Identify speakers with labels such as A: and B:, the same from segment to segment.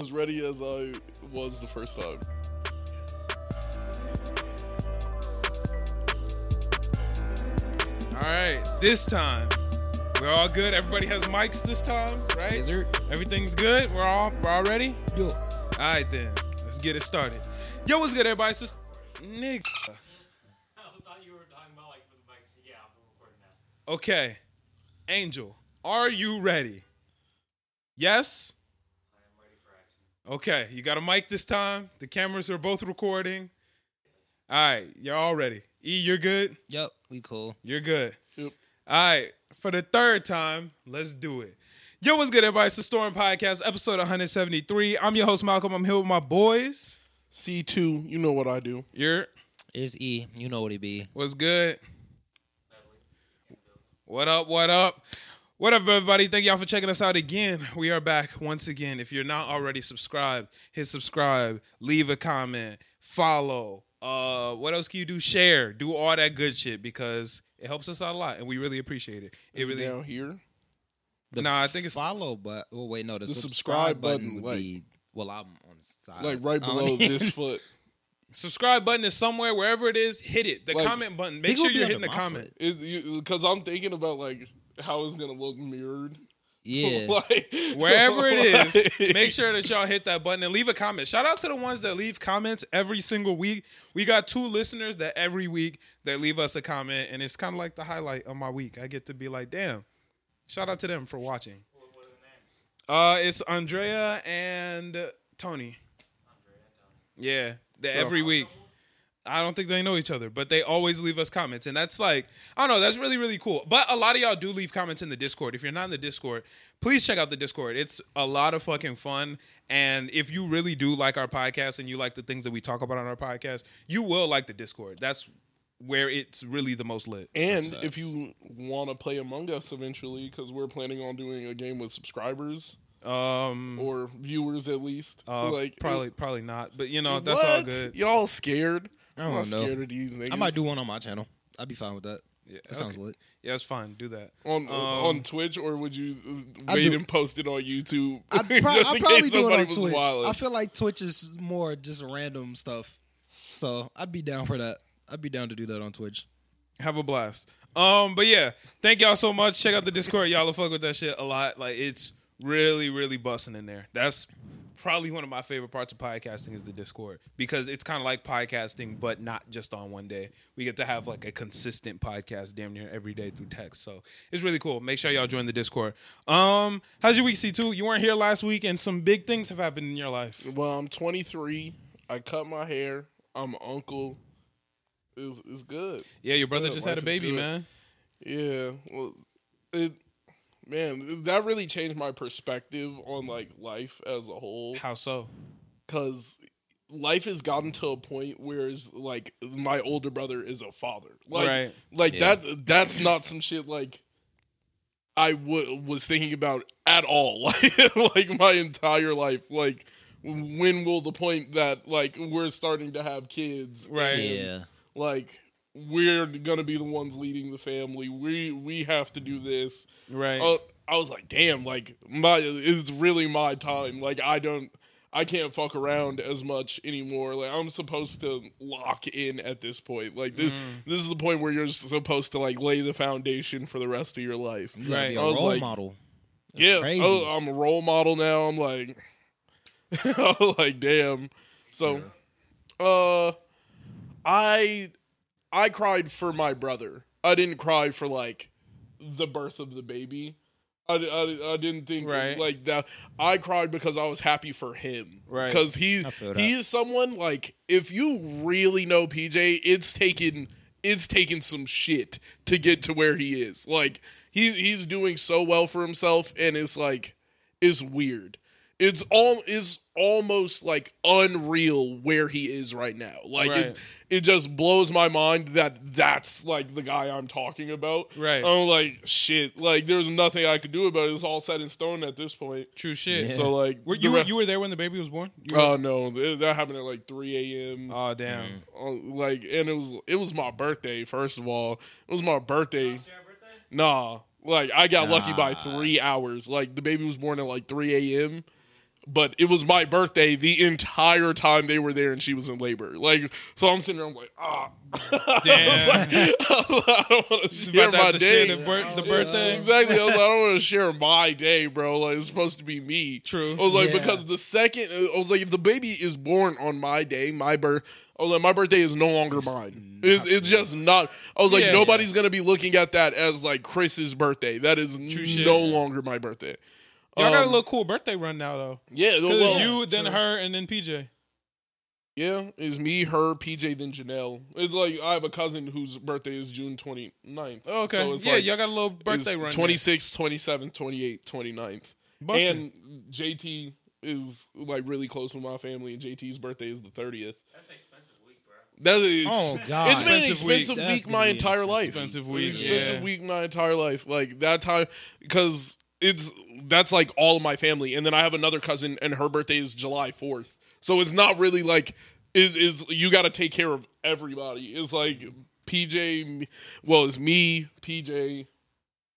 A: as ready as I was the first time.
B: All right, this time we're all good. Everybody has mics this time, right? Everything's good. We're all we're all ready.
C: Yo.
B: All right then, let's get it started. Yo, what's good, everybody? It's just nigga.
D: I thought you were talking about like with the mics. Yeah, we're recording now.
B: Okay, Angel, are you ready? Yes. Okay, you got a mic this time. The cameras are both recording. All right, you're all ready. E, you're good.
C: Yep, we cool.
B: You're good.
A: Yep.
B: All right. For the third time, let's do it. Yo, what's good, everybody? It's the Storm Podcast, episode 173. I'm your host, Malcolm. I'm here with my boys.
A: C2, you know what I do.
B: You're
C: Here's E. You know what it be.
B: what's good? What up? What up? What up, everybody? Thank y'all for checking us out again. We are back once again. If you're not already subscribed, hit subscribe, leave a comment, follow. Uh, what else can you do? Share, do all that good shit because it helps us out a lot, and we really appreciate it. It
A: Is
B: really
A: down here.
C: The
B: Nah, I think it's-
C: follow, but oh wait, no, the,
A: The
C: subscribe,
A: subscribe
C: button,
A: button,
C: would be. Well, I'm on the side, Um,
A: Like right
C: I don't
A: below
C: even-
A: this foot.
B: subscribe button is somewhere wherever it is hit it the
A: Like,
B: comment button
C: They
B: make
C: gonna
B: sure
C: be
B: you're
C: under
B: hitting the
C: my
B: comment
C: foot.
A: Because I'm thinking about like how it's going to look mirrored.
C: Yeah,
A: like,
B: wherever it is
A: like-
B: make sure that y'all hit that button and leave a comment shout out to the ones that leave comments every single week we got two listeners that every week that leave us a comment and it's kind of like the highlight of my week i get to be like damn shout out to them for watching
D: What, what are the names?
B: uh it's andrea and tony
D: Andre and Tony.
B: Yeah, they, every week. I don't think they know each other, but they always leave us comments, and that's like I don't know. That's really really cool. But a lot of y'all do leave comments in the Discord. If you're not in the Discord, please check out the Discord. It's a lot of fucking fun, and if you really do like our podcast and you like the things that we talk about on our podcast, you will like the Discord. That's where it's really the most lit.
A: And
C: That's
A: if
C: facts.
A: you want to play Among Us eventually, because we're planning on doing a game with subscribers
C: Mm.
B: Um,
A: or viewers at least.
B: uh,
A: like
B: probably probably not, but you know that's all
A: What?
B: good.
A: Y'all scared?
C: I don't
A: am not
C: know.
A: scared of these niggas.
C: I might do one on my channel. I'd be fine with that.
B: Yeah,
C: That sounds
B: okay.
C: lit.
B: yeah, it's fine. Do that.
A: on
B: Um,
A: on Twitch, or would you uh,
C: I
A: wait
C: do-
A: and post it on YouTube?
C: I'd, pro-
A: Just
C: I'd
A: in
C: probably
A: case
C: do
A: somebody
C: it on
A: was
C: Twitch. I
A: wildin'.
C: feel like Twitch is more just random stuff, so I'd be down for that. I'd be down to do that on Twitch.
B: have a blast. Um, but yeah, thank y'all so much. Check out the Discord. Y'all will fuck with that shit a lot. Like it's really, really busting in there. That's probably one of my favorite parts of podcasting is the Discord because it's kind of like podcasting, but not just on one day. We get to have like a consistent podcast damn near every day through text. So it's really cool. Make sure y'all join the Discord. Um, how's your week, C2? You weren't here last week and some big things have happened in your life.
A: well, I'm 23. I cut my hair. I'm an uncle. It's, it's good.
B: Yeah, your brother
A: Yeah,
B: just had a
A: life is
B: baby,
A: good.
B: man.
A: Yeah. Well, it man that really changed my perspective on like life as a whole.
B: How so?
A: because life has gotten to a point where it's like my older brother is a father like
B: Right.
A: like
C: Yeah.
A: that that's not some shit like i w- was thinking about at all like like my entire life like when will the point that like we're starting to have kids
B: Right.
A: and, like we're gonna be the ones leading the family we we have to do this
B: Right.
A: Oh, I was like, damn, like my it's really my time. Like I don't I can't fuck around as much anymore. Like I'm supposed to lock in at this point. Like this this is the point where you're supposed to like lay the foundation for the rest of your life.
C: you gotta
B: Right.
C: be a
A: I was
C: role
A: like-
C: model.
A: yeah.
C: crazy.
A: Oh, I'm a role model now. I'm like like damn. So uh I I cried for my brother. I didn't cry for like the birth of the baby. I, I, I didn't think
B: Right.
A: like that. I cried because I was happy for him.
B: Right.
A: Because he
C: I feel that.
A: he is someone like if you really know PJ, it's taken it's taken some shit to get to where he is. Like he he's doing so well for himself, and it's like it's weird. It's all is almost like unreal where he is right now. Like
B: Right.
A: it, it just blows my mind that that's like the guy I'm talking about.
B: Right.
A: I'm like shit. Like there's nothing I could do about it. It's all set in stone at this point.
B: True shit.
C: Yeah.
B: So
A: So like
B: were
A: the
B: you
A: re-
B: you were there when the baby was born? You were-
A: Oh no, th- that happened at like 3 a.m.
B: oh damn.
A: Uh, like, and it was it was my birthday. First of all, it was my birthday.
D: Is your birthday?
A: Nah, like I got lucky by
C: Nah.
A: three hours. Like the baby was born at like 3 a.m. but it was my birthday the entire time they were there and she was in labor. Like, so I'm sitting there, I'm like, ah,
B: Damn.
A: I don't want to
B: Just
A: share
B: about to
A: my
B: have to share
A: day.
B: the, bir- the
C: Yeah.
B: birthday.
A: Exactly. I was like, I don't want to share my day, bro. Like, it's supposed to be me.
B: True.
A: I was like,
C: Yeah.
A: because the second, I was like, if the baby is born on my day, my birth, I was like, my birthday is no longer mine. It's, it's just not. I was like,
B: Yeah,
A: nobody's gonna be looking at that as like Chris's birthday. That is
B: True
A: no
B: shit.
A: longer my birthday.
B: Y'all got a
A: Um,
B: little cool birthday run now though.
A: Yeah,
B: Cause
A: well,
B: you, then her, and then PJ.
A: Yeah, it's me, her, PJ, then Janelle. It's like I have a cousin whose birthday is June 29th.
B: Oh, okay.
A: So it's
B: yeah,
A: like,
B: y'all got a little birthday run.
A: it's
B: now.
A: 26th, 27th, 28th, 29th.
B: Bussin'.
A: And JT is like really close with my family, and JT's birthday is the 30th.
D: That's an expensive week, bro.
A: That's ex-
C: Oh, God.
A: It's been an
B: Expensive week.
A: expensive week,
C: That's gonna
A: my
C: be an
A: entire life.
B: expensive
A: An
B: week,
A: expensive
B: yeah.
A: week my entire life. Like that time, because it's that's like all of my family, and then I have another cousin, and her birthday is July fourth. So it's not really like is is you got to take care of everybody. It's like PJ, me- well, it's me, PJ,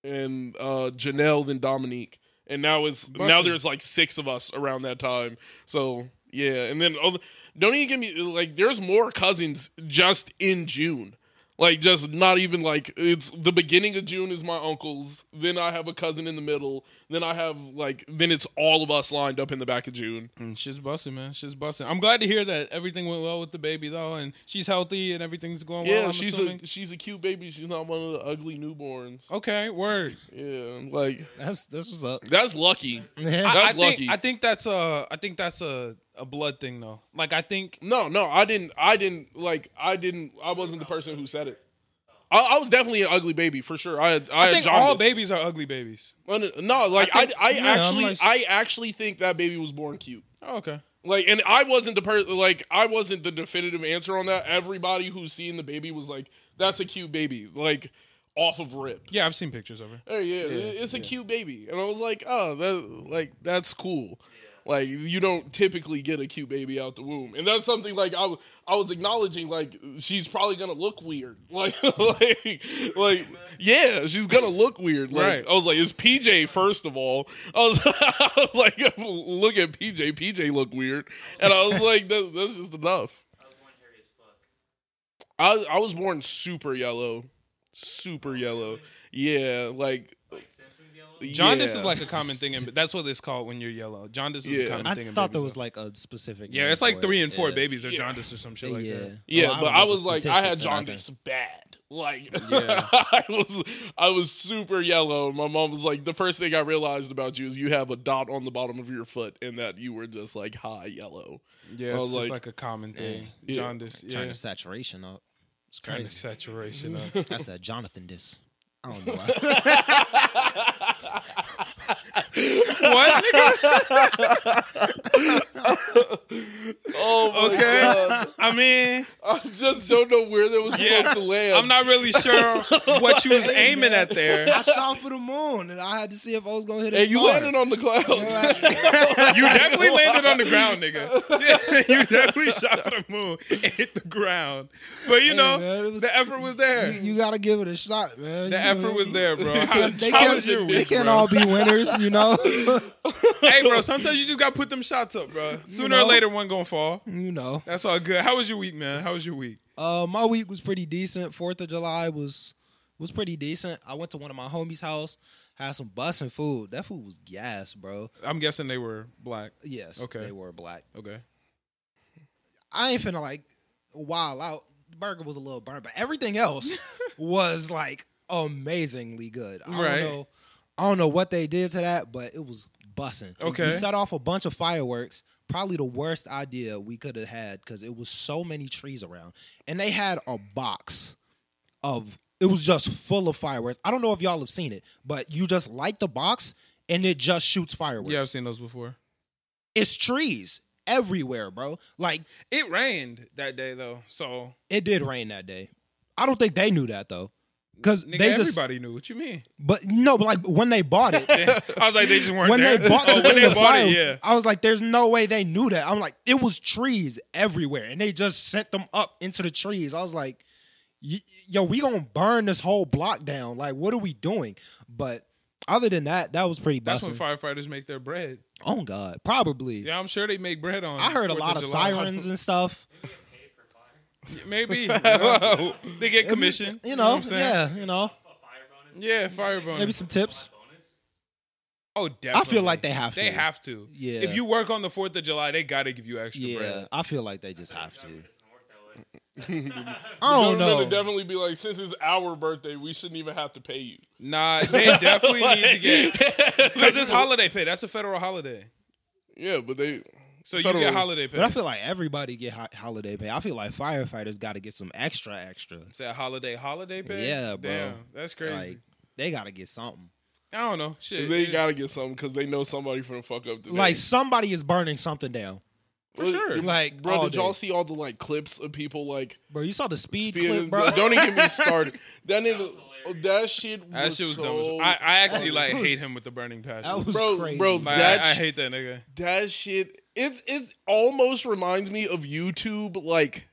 A: and uh Janelle, then Dominique, and now it's now
B: Bussin'.
A: there's like six of us around that time. So yeah, and then other, don't even give me like there's more cousins just in June. Like just not even like it's the beginning of June is my uncle's. Then I have a cousin in the middle. Then I have like then it's all of us lined up in the back of June.
B: Mm, Shit's busting, man. Shit's busting. I'm glad to hear that everything went well with the baby though, and she's healthy and everything's going well.
A: yeah,
B: I'm
A: she's
B: assuming. Oh.
A: a she's a cute baby. She's not one of the ugly newborns.
B: okay. Word.
A: Yeah, like
C: That's that's what's up.
A: that's lucky.
B: I-
A: That's
B: I think,
A: lucky.
B: I think that's a. I think that's a a blood thing though. Like I think.
A: No, no, I didn't. I didn't like. I didn't. I wasn't the person who said it. I, I was definitely an ugly baby for sure. I had, I,
B: I,
A: had
B: think all
A: jaundice.
B: babies are ugly babies.
A: No, like
B: I
A: I,
B: think-
A: I,
B: yeah, I'm
A: actually,
B: like-
A: I actually think that baby was born cute.
B: Oh, okay.
A: Like, and I wasn't the person. Like, I wasn't the definitive answer on that. Everybody who's seen the baby was like, "That's a cute baby." Like, off of rip.
B: Yeah, I've seen pictures of her.
A: Hey, yeah, it's a cute baby, and I was like, "Oh, that like that's cool." Like you don't typically get a cute baby out the womb, and that's something like I, w- I was acknowledging like she's probably gonna look weird, like like like yeah, she's gonna look weird. Like
B: Right.
A: I was like, it's PJ first of all. I was, I was like, look at PJ. PJ look weird, and I was like, that, that's just enough.
D: I was born hairy as fuck.
A: I was- I was born super yellow, super yellow. Yeah, like
D: Like Simpsons yellow.
B: Jaundice
A: yeah.
B: is like a common thing, and that's what it's called when you're yellow. Jaundice is
A: Yeah.
B: a common
C: I
B: thing. in
C: thought
B: babies,
C: there was
B: though.
C: like a specific.
B: Yeah,
C: name
B: it's like
C: for it.
B: three and four
C: Yeah.
B: babies are
A: Yeah.
B: jaundice or some shit like
C: yeah.
B: that.
A: Yeah,
C: Oh,
A: but
C: don't
A: I
C: know
A: was
C: the
A: like, I had
C: statistics or nothing.
A: jaundice bad. Like,
B: Yeah.
A: I was, I was super yellow. My mom was like, the first thing I realized about you is you have a dot on the bottom of your foot, and that you were just like high yellow. I
B: Yeah, it's
A: was
B: just like,
A: Oh, like-
B: a common thing.
A: Yeah.
B: Jaundice.
C: Turn
B: Yeah.
C: the saturation up. It's
B: Turn the
C: crazy.
B: saturation up.
C: That's that Jonathan diss. I don't know why.
B: what? nigga?
A: Oh my
B: Okay. I mean.
A: god! I just don't know where that was
B: Yeah.
A: supposed to land.
B: I'm not really sure what you was aiming at there.
C: I shot for the moon, and I had to see if I was gonna hit a
A: and you
C: star.
A: landed on the clouds.
B: You definitely landed on the ground, nigga. Yeah, you definitely shot for the moon and hit the ground. But you know,
C: man, it was-
B: the effort was there.
C: You, you gotta give it a shot, man.
B: the
C: You
B: effort
C: know,
B: was there, bro. How,
C: They
B: how
C: can't,
B: was your
C: they
B: week,
C: can't
B: bro?
C: all be winners, you know.
B: Hey, bro. Sometimes you just gotta put them shots up, bro. Sooner
C: know?
B: or later, one gonna fall.
C: you know.
B: That's all good. How was your week, man? How was your week?
C: Uh, my week was pretty decent. Fourth of July was was pretty decent. I went to one of my homies' house, had some bus and food. That food was gas, bro.
B: I'm guessing they were black.
C: Yes,
B: Okay.
C: they were black.
B: Okay.
C: I ain't finna like wild out. The burger was a little burnt, but everything else was like amazingly good. I
B: Right.
C: don't know. I don't know what they did to that, but it was bussing.
B: Okay.
C: We set off a bunch of fireworks. Probably the worst idea we could have had because it was so many trees around. And they had a box of it was just full of fireworks. I don't know if y'all have seen it, but you just light the box and it just shoots fireworks.
B: Yeah, I've seen those before.
C: It's trees everywhere, bro. Like
B: It rained that day though, so
C: It did rain that day. I don't think they knew that though, because
B: nigga,
C: they just.
B: everybody knew. What you mean?
C: But no, but like when they bought it,
B: I was like, they just weren't
C: when
B: there.
C: they bought
B: oh,
C: the
B: when
C: thing
B: they
C: of
B: bought
C: fire,
B: it, yeah.
C: I was like, "There's no way they knew that." I'm like, it was trees everywhere, and they just sent them up into the trees. I was like, y- "Yo, we gonna burn this whole block down? Like, what are we doing?" But Other than that, that was pretty
B: That's
C: busting.
B: when firefighters make their bread.
C: oh God, probably.
B: Yeah, I'm sure they make bread on.
C: I heard a
B: Fourth
C: lot of
B: July.
C: sirens and stuff.
D: They get paid for fire.
B: Maybe Whoa. they get commission.
C: You
B: what
C: know,
B: I'm saying?
C: yeah, you know,
D: A fire bonus.
B: yeah, fire bonus.
C: maybe some tips.
D: Bonus.
B: Oh, definitely.
C: like they have
B: They
C: to.
B: have to.
C: Yeah.
B: If you work on the Fourth of July, they gotta give you extra
C: Yeah,
B: bread.
C: I feel like they just have to.
D: It doesn't work that way.
C: I
A: They'd
C: don't know.
A: definitely be like, since it's our birthday, we shouldn't even have to pay you.
B: Nah, they definitely need to get because it's holiday pay. That's a federal holiday,
A: Yeah, but they.
B: so you
A: Federal.
B: get holiday pay.
C: But I feel like everybody get ho- holiday pay. I feel like firefighters got to get some extra, extra.
B: Is that holiday holiday pay?
C: Yeah, bro.
B: Damn, that's crazy.
C: Like they got to get something.
B: I don't know. Shit,
A: They
B: it-
A: gotta get something because they know somebody from the fuck up today.
C: Like somebody is burning something down.
B: for sure.
C: Like,
A: bro,
C: all
A: did y'all
C: day.
A: see all the like clips of people like
C: Bro, you saw the speed
A: speeding?
C: clip, bro.
A: Don't even get me started. That nigga,
D: was hilarious.
A: that shit. Was
B: that shit was
A: so,
B: dumb. as- I, I actually like
C: was-
B: hate him with the burning passion.
C: that was
A: Bro,
C: crazy.
A: bro,
B: Like,
A: That
B: I, I
A: sh-
B: hate that nigga.
A: that shit. It's it almost reminds me of YouTube like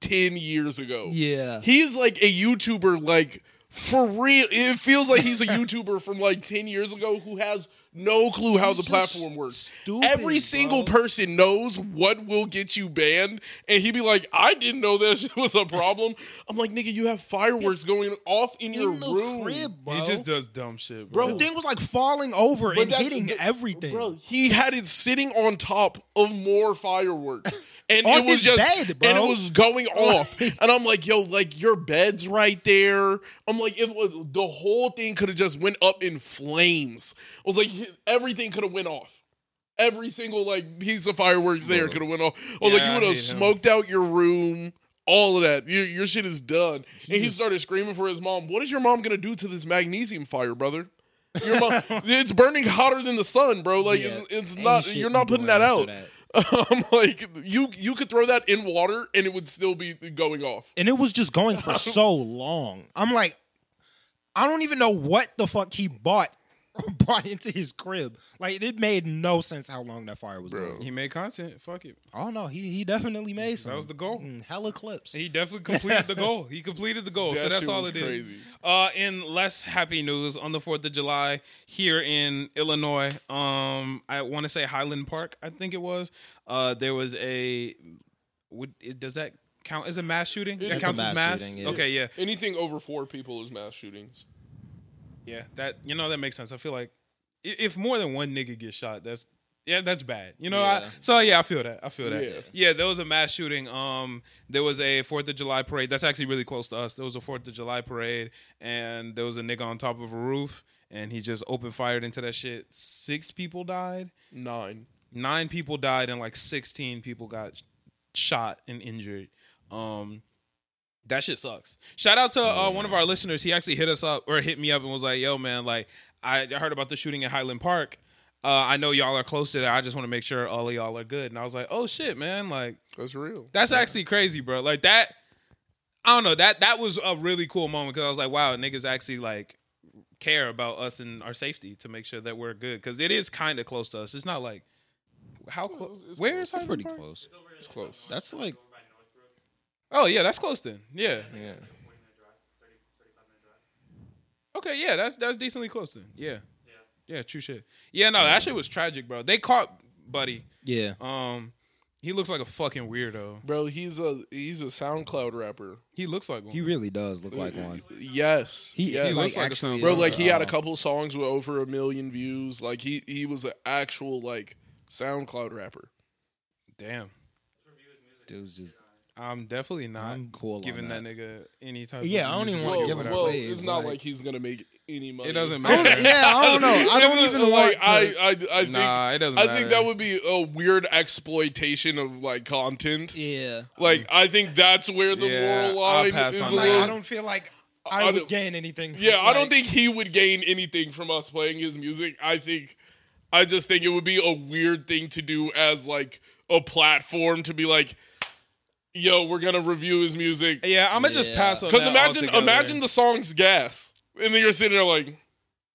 A: ten years ago.
C: yeah,
A: he's like a YouTuber, like for real. It feels like he's a YouTuber from like ten years ago who has no clue how
C: He's
A: the
C: just
A: platform works.
C: stupid,
A: Every single
C: bro.
A: person knows what will get you banned, and he'd be like, "I didn't know that shit was a problem." I'm like, "Nigga, you have fireworks going off in, your
C: in the
A: room,
C: crib, bro.
B: He just does dumb shit,
A: Bro,
B: bro.
C: the thing was like falling over and
A: that-
C: hitting
A: that-
C: everything.
A: bro." He had it sitting on top of more fireworks, and it
C: On
A: was
C: his
A: just
C: bed, bro.
A: and it was going off. and I'm like, yo, like your bed's right there. I'm like, if the whole thing could have just went up in flames. I was like, everything could have went off. Every single like piece of fireworks there could have went off. I was like, you
B: Yeah, I
A: would have
B: hate him.
A: smoked out your room. All of that, your, your shit is done. and he
C: just-
A: started screaming for his mom. What is your mom gonna do to this magnesium fire, brother? Your mom, it's burning hotter than the sun, bro. Like
C: Yeah,
A: it's, it's
C: ain't
A: not.
C: shit
A: You're
C: you
A: not putting
C: doing
A: that
C: after
A: out. I'm like, you you could throw that in water and it would still be going off.
C: and it was just going for so long. I'm like, I don't even know what the fuck he bought or brought into his crib. Like it made no sense how long that fire was going.
B: He made content. Fuck it.
C: Oh no, he he definitely made some.
B: That was the goal.
C: Mm, hella clips.
B: He definitely completed the goal. He completed the goal. so
A: That
B: that's
A: shit
B: all
A: was
B: it is.
A: crazy.
B: Uh, in less happy news, on the Fourth of July here in Illinois, um, I want to say Highland Park, I think it was. Uh, there was a. Would, it- does that count as a mass shooting? that
A: is a
B: counts as
C: mass
B: mass.
C: shooting, yeah.
B: Okay, yeah,
A: Anything over four people is mass shootings.
B: yeah. That you know that makes sense. I feel like i- if more than one nigga gets shot, that's yeah, that's bad. You know. I,
C: Yeah.
B: so yeah, I feel that. I feel that.
A: Yeah.
B: Yeah, there was a mass shooting. Um, there was a Fourth of July parade. That's actually really close to us. There was a Fourth of July parade, and there was a nigga on top of a roof, and he just open fired into that shit. Six people died.
A: Nine.
B: Nine people died, and like sixteen people got sh- shot and injured. Um, that shit sucks. Shout out to uh, one of our listeners. He actually hit us up or hit me up and was like, "Yo, man, like I, I heard about the shooting at Highland Park. Uh, I know y'all are close to that. I just want to make sure all of y'all are good." And I was like, "Oh shit, man! Like
A: That's real.
B: that's actually crazy, bro. Like that. I don't know that that was a really cool moment because I was like, wow, niggas actually like care about us and our safety to make sure that we're good because it is kind of close to us. It's not like how close.
A: it's
B: Where is
C: That's
B: Highland
C: pretty
B: Park?
C: close.
D: It's over in
A: It's close.
C: That's like
D: over by Northbrook.
B: Oh yeah, that's close then. Yeah.
C: yeah.
D: It's like a 40 minute drive, 30, 35 minute drive.
B: Okay. Yeah, that's that's decently close then. Yeah.
D: Yeah.
B: Yeah. True shit. Yeah. No, that shit was tragic, bro. They caught Buddy.
C: Yeah.
B: Um, he looks like a fucking weirdo.
A: Bro, he's a he's a SoundCloud rapper.
B: He looks like one.
C: He really does look like one.
A: Yes.
C: He,
A: yes.
C: he
B: looks like
C: like
B: a
C: actually
B: sound-
A: Bro,
C: is
A: like he had a
C: uh,
A: couple songs with over a million views. Like he he was an actual like SoundCloud rapper.
B: Damn.
C: Dude's just
B: I'm definitely not
C: I'm cool on
B: giving that.
C: that.
B: nigga any type. of
C: Yeah, I don't even
B: music
C: wanna
A: Well,
B: or
C: give it
B: whatever.
C: up.
A: well,
C: ways,
A: it's not
C: like-
A: like he's gonna make any money.
B: It doesn't
C: I
B: matter.
C: don't, Oh, yeah, I don't know. I
A: It
C: don't
A: doesn't- like.
C: even want to.
A: I I I think
B: nah, it doesn't.
A: I
B: matter.
A: think that would be a weird exploitation of like content.
C: yeah.
A: Like I think that's where the
B: Yeah,
A: moral
B: I'll
A: line
B: pass
A: is.
B: on
A: a
B: that.
C: Like,
A: little,
C: I don't feel like I,
A: I
C: would
A: don't-
C: gain anything. from,
A: yeah, I don't
C: like-
A: think he would gain anything from us playing his music. I think I just think it would be a weird thing to do as like a platform to be like, yo, we're gonna review his music.
B: Yeah, I'm gonna just
C: Yeah.
B: pass on.
A: Because
B: that
A: imagine
B: altogether.
A: imagine the song's gas. And then you're sitting there like,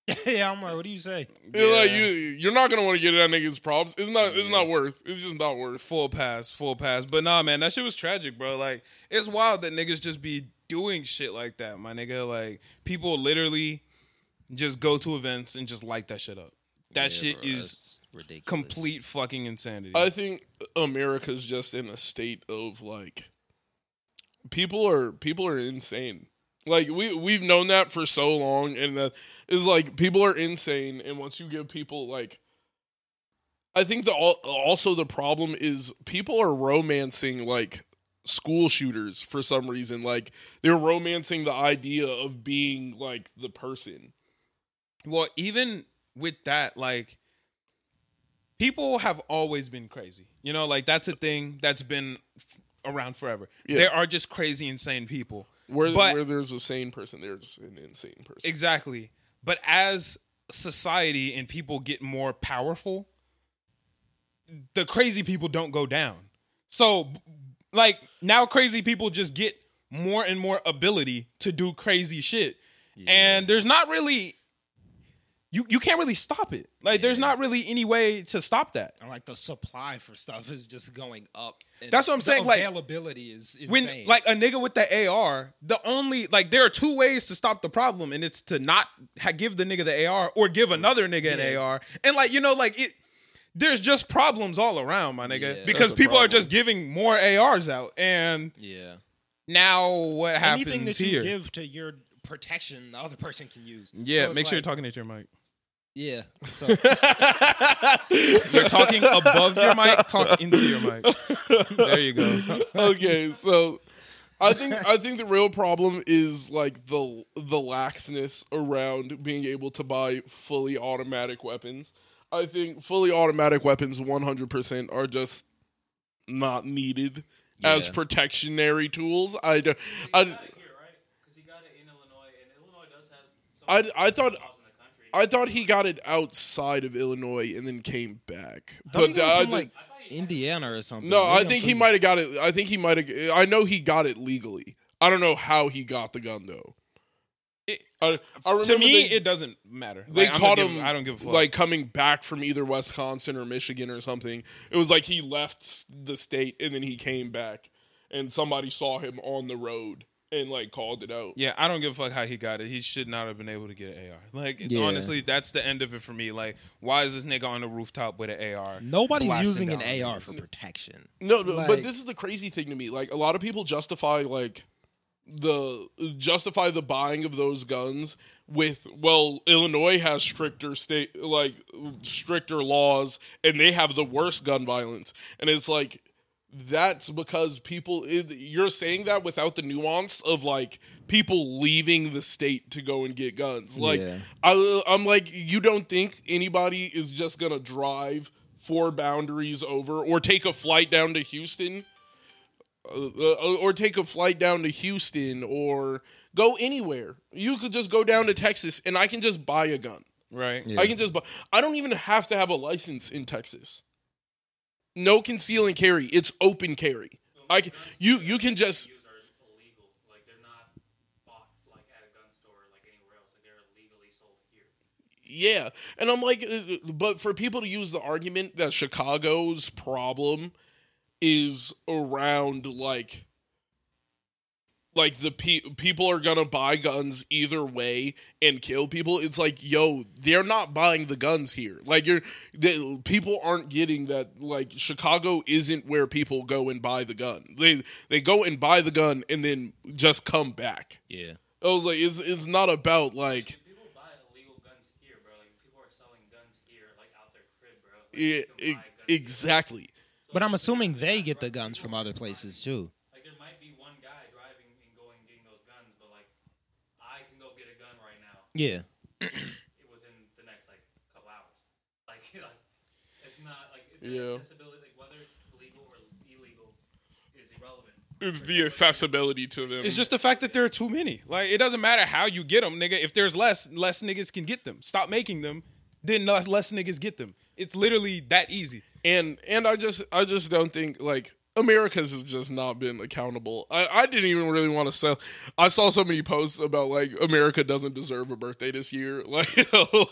C: yeah, I'm like, what do you say?
A: you're like
B: Yeah.
A: you you're not gonna want to get that nigga's props. It's not it's not worth. It's just not worth.
B: full pass, full pass. But nah, man, that shit was tragic, bro. Like it's wild that niggas just be doing shit like that, my nigga. Like people literally just go to events and just light that shit up. That
E: Yeah,
B: shit
E: bro,
B: is
E: that's ridiculous.
B: complete fucking insanity.
A: I think America's just in a state of like people are people are insane. Like we we've known that for so long, and that is like people are insane. And once you give people like, I think the al- also the problem is people are romancing like school shooters for some reason. Like they're romancing the idea of being like the person.
B: Well, even with that, like people have always been crazy. You know, like that's a thing that's been f- around forever.
A: Yeah.
B: There are just crazy, insane people.
A: Where
B: But-
A: where there's a sane person, there's an insane person.
B: Exactly. But as society and people get more powerful, the crazy people don't go down. So, b- like, now crazy people just get more and more ability to do crazy shit. And there's not really. You, you can't really stop it. Like there's not really any way to stop that.
C: And like the supply for stuff is just going up. and
B: That's what I'm
C: the
B: saying, like,
C: availability is insane.
B: when like a nigga with the AR, the only like there are two ways to stop the problem, and it's to not ha- give the nigga the AR or give another nigga an AR, and like you know like it. There's just problems all around, my nigga,
E: Yeah.
B: because
E: That's a
B: people are just giving more ARs out, and
E: Yeah.
B: now what happens
C: anything that
B: here?
C: you give to your protection, the other person can use.
B: yeah,
C: So it's
B: make sure you're
C: like-
B: talking into your mic.
C: Yeah. So
B: You're talking above your mic. Talk into your mic. There you go.
A: okay, so I think I think the real problem is like the the laxness around being able to buy fully automatic weapons. I think fully automatic weapons 100% are just not needed as
E: Yeah.
A: protectionary tools. I do, I,
D: got it here, right? 'Cause he got it in Illinois, and Illinois does have. some
A: I-
D: of the
A: I thought-
D: best laws in the country.
A: I thought he got it outside of Illinois and then came back.
C: Don't
A: But
C: you go
A: I think-
C: from, like
D: I thought he
C: Indiana or something.
A: No,
C: Maybe
A: I
C: I'm
A: think he
C: tripping.
A: might have got it. I think he might have. I know he got it legally. I don't know how he got the gun though.
B: It-
A: I, I remember
B: To me,
A: they,
B: it doesn't matter.
A: they
B: Like, I'm
A: caught
B: gonna give-
A: him.
B: I don't give a fuck.
A: Like coming back from either Wisconsin or Michigan or something. It was like he left s- the state and then he came back, and somebody saw him on the road and like called it out.
B: Yeah, I don't give a fuck how he got it. He should not have been able to get an AR. Like
C: Yeah.
B: honestly, that's the end of it for me. Like, why is this nigga on the rooftop with an AR?
C: Nobody's
E: Blasting
C: using an
E: down.
C: AR for protection.
A: No, no but
C: Like-
A: this is the crazy thing to me. Like a lot of people justify like the justify the buying of those guns with well, Illinois has stricter state like stricter laws and they have the worst gun violence. And it's like that's because people it, you're saying that without the nuance of like people leaving the state to go and get guns. Like
C: Yeah.
A: I, I'm like, you don't think anybody is just gonna drive four boundaries over, or take a flight down to Houston, uh, uh, or take a flight down to Houston, or go anywhere. You could just go down to Texas, and I can just buy a gun.
B: Right?
A: I can just buy. I don't even have to have a license in Texas. No conceal and carry. It's open carry. I can, you you can just
D: Use are illegal. Like they're not bought like at a gun store like anywhere else. Like they're illegally sold here.
A: Yeah. And I'm like, uh, but for people to use the argument that Chicago's problem is around like, like the pe- people are gonna buy guns either way and kill people. It's like, yo, they're not buying the guns here. Like, you're the people aren't getting that. Like, Chicago isn't where people go and buy the gun. They they go and buy the gun and then just come back.
E: Yeah.
A: I was like, it's it's not about like
D: And people buy illegal guns here, bro. Like people are selling guns here, like out their crib, bro. Like,
A: Yeah,
D: you can buy
A: ex-
D: a gun
A: e,
D: here.
A: exactly.
E: But I'm assuming they get the guns from other places too.
D: Like there might be one guy driving and going and getting those guns, but like I can go get a gun right now
E: Yeah.
D: within the next like couple hours. Like, like it's not like the
A: Yeah.
D: accessibility, like whether it's legal or illegal, is irrelevant.
A: It's the accessibility to them.
B: It's just the fact that there are too many. Like, it doesn't matter how you get them, nigga. If there's less, less niggas can get them. Stop making them, then less, less niggas get them. It's literally that easy.
A: and and I just I just don't think like America's has just not been accountable. I, I didn't even really want to sell. I saw so many posts about like America doesn't deserve a birthday this year. Like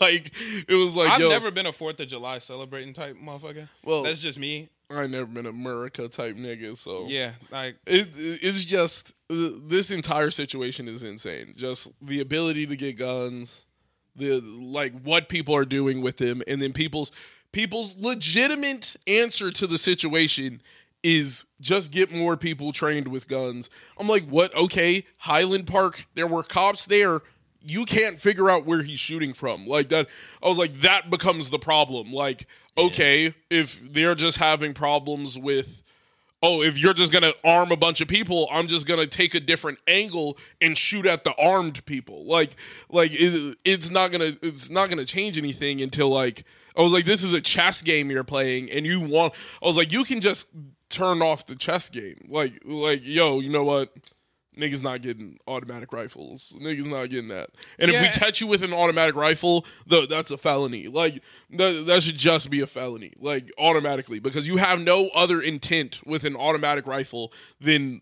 A: like it was like
B: I've
A: yo,
B: never been a Fourth of July celebrating type motherfucker.
A: Well-
B: that's just me.
A: I never been America type nigga. So
B: Yeah, like
A: it, it's just this entire situation is insane. Just the ability to get guns, the like what people are doing with him, and then people's people's legitimate answer to the situation is just get more people trained with guns. I'm like, what? Okay, Highland Park, there were cops there. You can't figure out where he's shooting from. Like that, I was like, that becomes the problem. Like, okay, if they're just having problems with oh, if you're just gonna arm a bunch of people, I'm just gonna take a different angle and shoot at the armed people. Like, like it, it's not gonna it's not gonna change anything until like I was like, this is a chess game you're playing, and you want. I was like, you can just turn off the chess game. Like, like yo, you know what? Niggas not getting automatic rifles. Niggas not getting that. And if
B: Yeah.
A: we catch you with an automatic rifle, though, that's a felony. Like that, that should just be a felony, like automatically, because you have no other intent with an automatic rifle than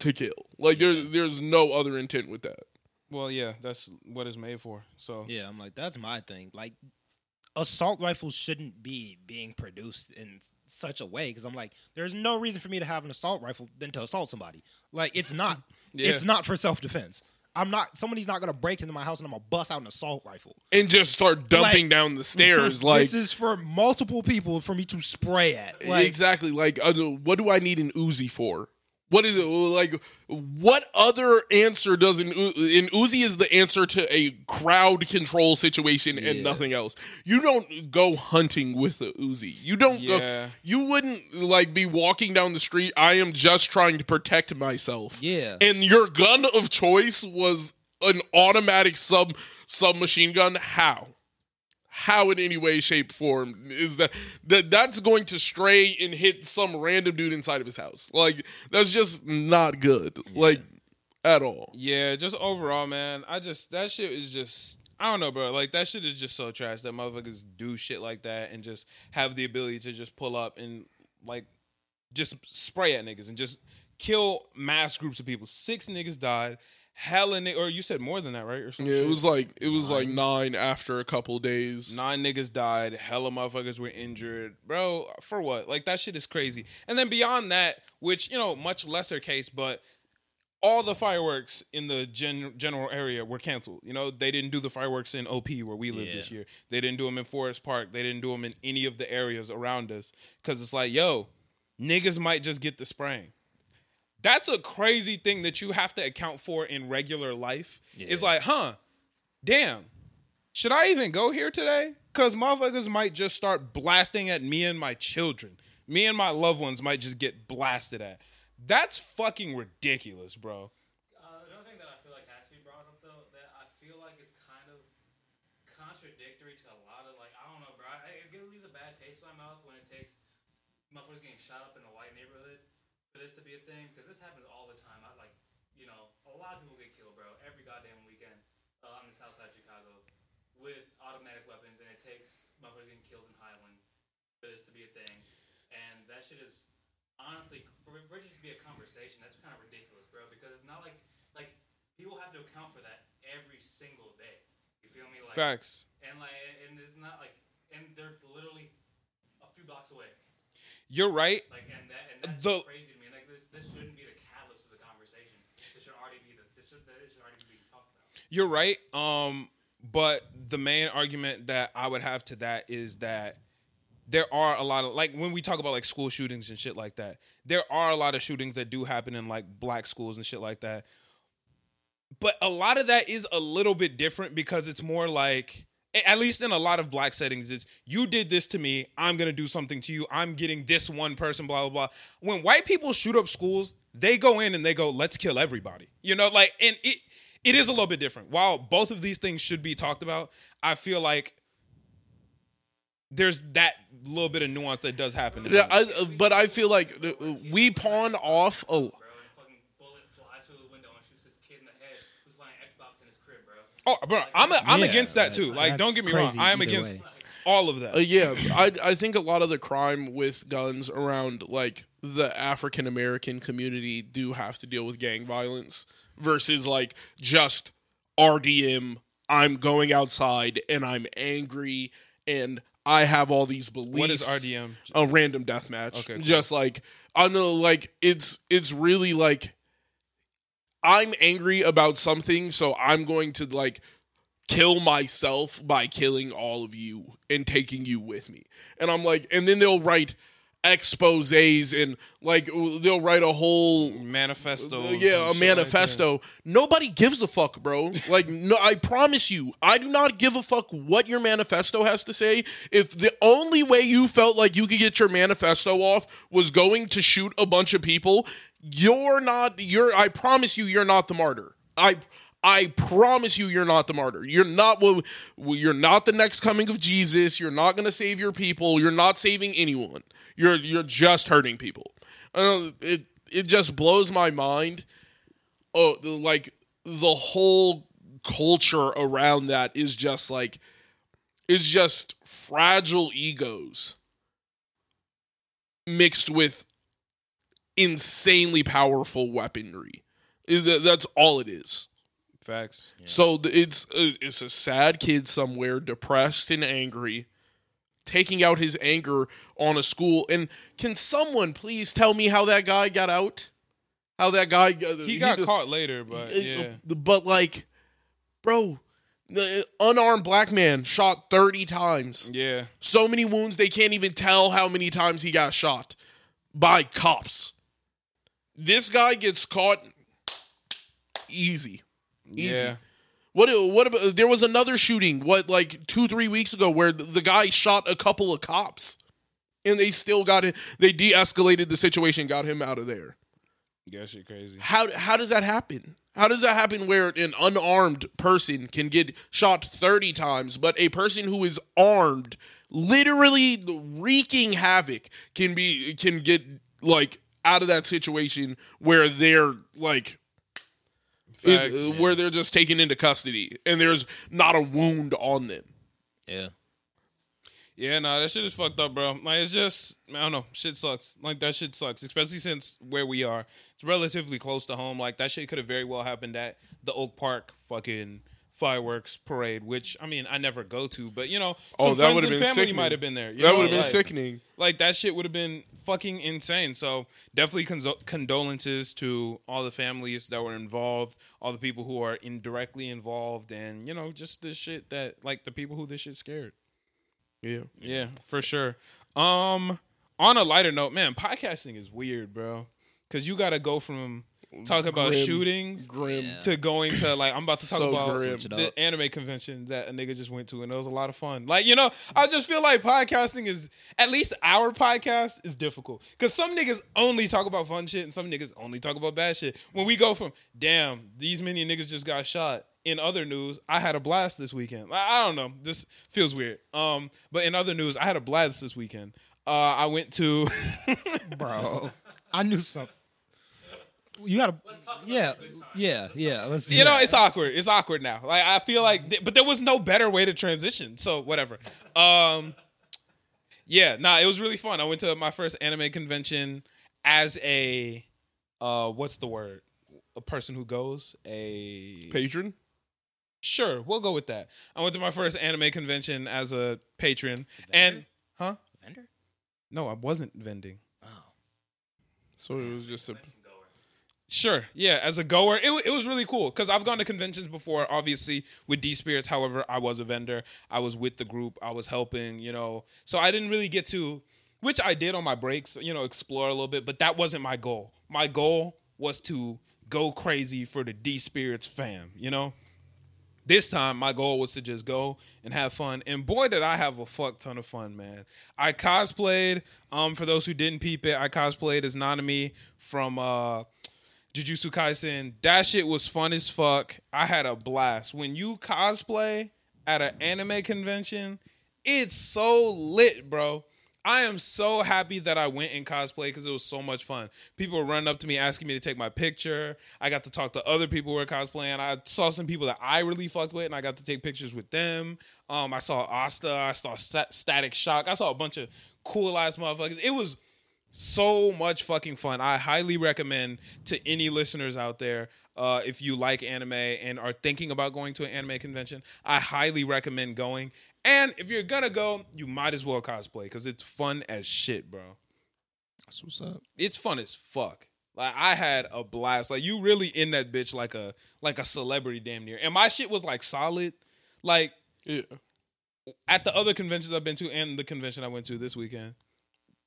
A: to kill. Like there's there's no other intent with that.
B: Well, yeah, that's what it's made for. So
C: Yeah, I'm like, that's my thing. Like, assault rifles shouldn't be being produced in such a way because I'm like, there's no reason for me to have an assault rifle than to assault somebody. Like, it's not.
B: Yeah.
C: It's not for self defense. I'm not. Somebody's not gonna break into my house and I'm gonna bust out an assault rifle.
A: And just start dumping
C: Like-
A: down the stairs. Like
C: this is for multiple people for me to spray at. Like,
A: exactly. Like, uh, what do I need an Uzi for? What is it like? What other answer does an, U- an Uzi is the answer to a crowd control situation and nothing else. You don't go hunting with a Uzi. You don't
B: Yeah.
A: go. You wouldn't like be walking down the street. I am just trying to protect myself.
C: Yeah.
A: And your gun of choice was an automatic sub submachine gun. How? how in any way shape form is that that that's going to stray and hit some random dude inside of his house like that's just not good like at all
B: yeah, just overall, man, I just that shit is just I don't know, bro. Like that shit is just so trash that motherfuckers do shit like that and just have the ability to just pull up and like just spray at niggas and just kill mass groups of people. Six niggas died. Hella niggas, or you said more than that, right? Or some
A: yeah
B: shit.
A: it was like it was like nine after a couple days
B: Nine niggas died. Hella motherfuckers were injured. Bro, for what? Like, that shit is crazy. And then beyond that, which, you know, much lesser case, but all the fireworks in the gen- general area were canceled. You know, they didn't do the fireworks in OP where we live
E: Yeah.
B: this year. They didn't do them in Forest Park. They didn't do them in any of the areas around us. Because it's like, yo, niggas might just get the spraying. That's a crazy thing that you have to account for in regular life. It's
E: Yeah.
B: like, huh, damn, should I even go here today? Because motherfuckers might just start blasting at me and my children. Me and my loved ones might just get blasted at. That's fucking ridiculous, bro.
D: Uh, another thing that I feel like has to be brought up though, that I feel like it's kind of contradictory to a lot of like I don't know, bro. I, it leaves a bad taste in my mouth when it takes motherfuckers getting shot up in a white neighborhood for this to be a thing because this happens all the time. I like, you know, a lot of people get killed, bro, every goddamn weekend uh, on the south side of Chicago with automatic weapons, and it takes motherfuckers getting killed in Highland for this to be a thing, and that shit is honestly for, for it just to be a conversation that's kind of ridiculous bro because it's not like like people have to account for that every single day you feel me like
B: Facts.
D: and like and it's not like and they're literally a few blocks away
B: You're right.
D: like and that and that's
B: The-
D: crazy to me like this this shouldn't be the catalyst of the conversation this should already be the this should this should already be talked about
B: You're right. Um, but the main argument that I would have to that is that there are a lot of like when we talk about like school shootings and shit like that, there are a lot of shootings that do happen in like black schools and shit like that. But a lot of that is a little bit different because it's more like a- at least in a lot of black settings, it's you did this to me, I'm gonna do something to you, I'm getting this one person, blah blah blah. When white people shoot up schools, they go in and they go, let's kill everybody. You know, like and it it is a little bit different. While both of these things should be talked about, I feel like there's that little bit of nuance that does happen. in
A: Yeah,
B: them.
A: I, uh, but i feel like uh, uh, we pawn off a
D: bro and a fucking bullet flies through the window and shoots this kid in the head who's playing xbox in his crib bro
B: Oh, bro, I'm a, I'm
E: Yeah,
B: against that too. Like, don't
E: that's
B: get me wrong,
E: crazy
B: I am
E: either
B: against
E: way.
B: all of that.
A: Uh, yeah, I I think a lot of the crime with guns around like the African American community do have to deal with gang violence versus like just RDM. I'm going outside and I'm angry and I have all these beliefs.
B: What is RDM?
A: A random death match.
B: Okay, cool.
A: Just like I know, like it's it's really like I'm angry about something, so I'm going to like kill myself by killing all of you and taking you with me. And I'm like, and then they'll write exposés and like they'll write a whole
B: manifesto.
A: Uh, yeah, a manifesto. Nobody gives a fuck, bro. Like, no, I promise you, I do not give a fuck what your manifesto has to say. If the only way you felt like you could get your manifesto off was going to shoot a bunch of people, you're not. You're. I promise you, you're not the martyr. I. I promise you, you're not the martyr. You're not what. You're not the next coming of Jesus. You're not going to save your people. You're not saving anyone. You're you're just hurting people. Uh, it it just blows my mind. Oh, the, like the whole culture around that is just like is just fragile egos mixed with insanely powerful weaponry. Is that- That's all it is.
B: Facts.
A: So th- it's uh, it's a sad kid somewhere, depressed and angry, taking out his anger on a school. And can someone please tell me how that guy got out? How that guy uh,
B: He got
A: did-
B: caught later, but
A: uh,
B: yeah.
A: But like, bro, the unarmed black man shot thirty times.
B: Yeah.
A: So many wounds they can't even tell how many times he got shot by cops. This guy gets caught easy. Easy.
B: Yeah.
A: What what about there was another shooting what like 2 3 weeks ago where the, the guy shot a couple of cops and they still got it they de-escalated the situation got him out of there.
B: Yeah, shit crazy.
A: How how does that happen? How does that happen where an unarmed person can get shot 30 times but a person who is armed literally wreaking havoc can be can get like out of that situation where they're like it- uh,
B: Facts.
A: where they're just taken into custody and there's not a wound on them.
E: Yeah.
B: Yeah, nah, that shit is fucked up, bro. Like, it's just, I don't know, shit sucks. Like, that shit sucks, especially since where we are. It's relatively close to home. Like, that shit could have very well happened at the Oak Park fucking fireworks parade, which, I mean, I never go to, but, you know,
A: Oh,
B: some
A: that
B: friends
A: would've
B: and
A: been
B: family
A: sickening.
B: might have been there. you
A: That
B: know,
A: would have been
B: like-
A: sickening.
B: Like, that shit would have been fucking insane. So, definitely cons- condolences to all the families that were involved, all the people who are indirectly involved, and, you know, just the shit that, like, the people who this shit scared.
A: Yeah.
B: Yeah, for sure. Um, on a lighter note, man, podcasting is weird, bro. Cause you gotta go from talking about
A: Grim.
B: shootings
A: Grim.
B: to going to like I'm about to talk
A: So
B: about
A: grim.
E: Switch it
B: the
E: up.
B: anime convention that a nigga just went to, and it was a lot of fun. Like you know, I just feel like podcasting is at least our podcast is difficult because some niggas only talk about fun shit and some niggas only talk about bad shit. When we go from damn these many niggas just got shot. In other news, I had a blast this weekend. Like, I don't know, this feels weird. Um, but in other news, I had a blast this weekend. Uh, I went to
C: bro. I knew something. You gotta,
D: talk about
C: yeah,
D: the good times.
C: yeah, yeah. Let's do
B: you know
C: that.
B: it's awkward it's awkward now like i feel like th- but there was no better way to transition so whatever um yeah nah it was really fun i went to my first anime convention as a uh what's the word a person who goes a
A: Patron?
B: sure we'll go with that i went to my first anime convention as a patron and huh
E: Vendor?
B: no i wasn't vending
E: Oh.
A: So it was just a
B: Sure. Yeah, as a goer, it, wa- it was really cool because I've gone to conventions before, obviously with D Spirits. However, I was a vendor. I was with the group. I was helping. You know, so I didn't really get to, which I did on my breaks. You know, explore a little bit, but that wasn't my goal. My goal was to go crazy for the D Spirits fam. You know, this time my goal was to just go and have fun and boy did i have a fuck ton of fun man i cosplayed um for those who didn't peep it i cosplayed as nanami from uh jujutsu kaisen that shit was fun as fuck i had a blast when you cosplay at an anime convention it's so lit bro I am so happy that I went in cosplay because it was so much fun. People were running up to me asking me to take my picture. I got to talk to other people who were cosplaying. I saw some people that I really fucked with, and I got to take pictures with them. Um, I saw Asta. I saw Stat- Static Shock. I saw a bunch of cool ass motherfuckers. It was so much fucking fun. I highly recommend to any listeners out there uh, if you like anime and are thinking about going to an anime convention, I highly recommend going. And if you're gonna go, you might as well cosplay because it's fun as shit, bro.
C: That's what's up.
B: It's fun as fuck. Like I had a blast. Like you really in that bitch like a like a celebrity damn near. And my shit was like solid. Like
A: Yeah.
B: at the other conventions I've been to and the convention I went to this weekend,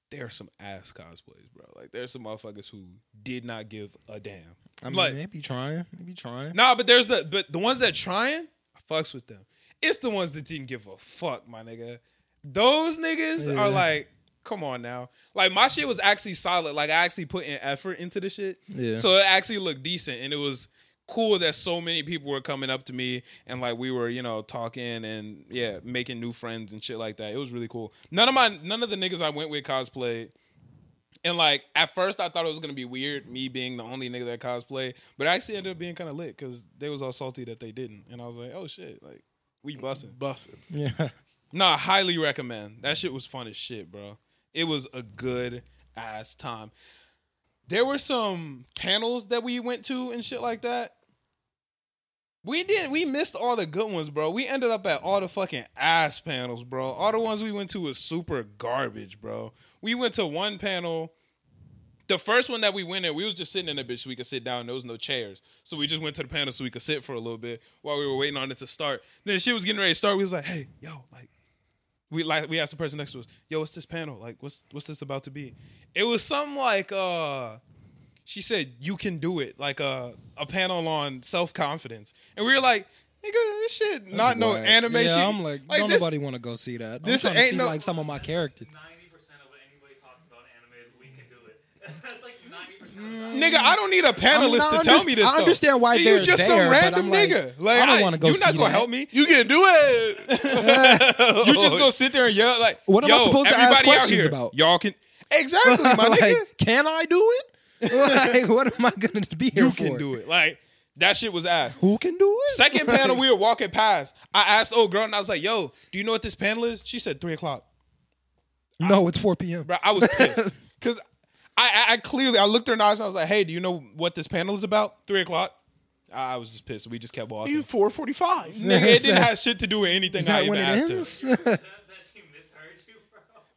B: there are some ass cosplays, bro. Like there's some motherfuckers who did not give a damn.
C: I mean,
B: Like-
C: they be trying. They be trying.
B: Nah, but there's the but the ones that trying, I fucks with them. It's the ones that didn't give a fuck, my nigga. Those niggas
C: Yeah.
B: are like, come on now. Like my shit was actually solid. Like I actually put in effort into the shit.
C: Yeah.
B: So it actually looked decent and it was cool that so many people were coming up to me and like we were, you know, talking and yeah, making new friends and shit like that. It was really cool. None of my none of the niggas I went with cosplayed and like at first, I thought it was gonna be weird, me being the only nigga that cosplay, but I actually ended up being kind of lit because they was all salty that they didn't, and I was like, oh shit, like we bussin'.
A: Bussin'.
C: Yeah.
B: Nah, I highly recommend. That shit was fun as shit, bro. It was a good ass time. There were some panels that we went to and shit like that. We didn't. We missed all the good ones, bro. We ended up at all the fucking ass panels, bro. All the ones we went to was super garbage, bro. We went to one panel. The first one that we went in, we was just sitting in a bitch so we could sit down. There was no chairs, so we just went to the panel so we could sit for a little bit while we were waiting on it to start. Then shit was getting ready to start. We was like, "Hey, yo, like, we like we asked the person next to us, "Yo, what's this panel? Like, what's what's this about to be?" It was some like uh she said, "You can do it." Like a a panel on self-confidence. And we were like, "Nigga, this shit not no
C: Like,
B: animation."
C: Yeah, I'm like, don't
B: this-
C: nobody want to go see that.
B: this
C: I'm trying to
B: ain't
C: see
B: no-
C: like some of my characters.
D: Ninety percent of what anybody talks about in anime is we can do it. That's like ninety percent. of the
B: Nigga, I don't need a panelist
C: I
B: to tell
C: underst-
B: me this.
C: I
B: though.
C: understand why
B: you
C: they're
B: just some
C: there, but
B: random
C: I'm like,
B: nigga.
C: I don't
B: want
C: wanna
B: to
C: go
B: You're not
C: see
B: gonna
C: that.
B: help me.
A: You can do it.
B: You just gonna sit there and yell like,
C: What am I
B: "Yo,
C: supposed to ask
B: everybody out
C: questions
B: here,
C: about?"
B: Y'all can exactly, my
C: like,
B: nigga.
C: can I do it? like, what am I gonna be here
B: You
C: for?
B: can do it. Like that shit was ass.
C: Who can do it?
B: Second panel, we were walking past. I asked old girl, and I was like, "Yo, do you know what this panel is?" She said three o'clock.
C: no, it's 4 p.m.
B: Bro, I was pissed because I, I, I clearly I looked her in the eyes and I was like, "Hey, do you know what this panel is about?" Three o'clock. I, I was just pissed. We just kept walking.
A: He's 445.
B: Nigga, it didn't have shit to do with anything.
C: Is
B: I
C: that
B: even
C: when it
B: asked her.
C: ends?
D: percent that she misheard you,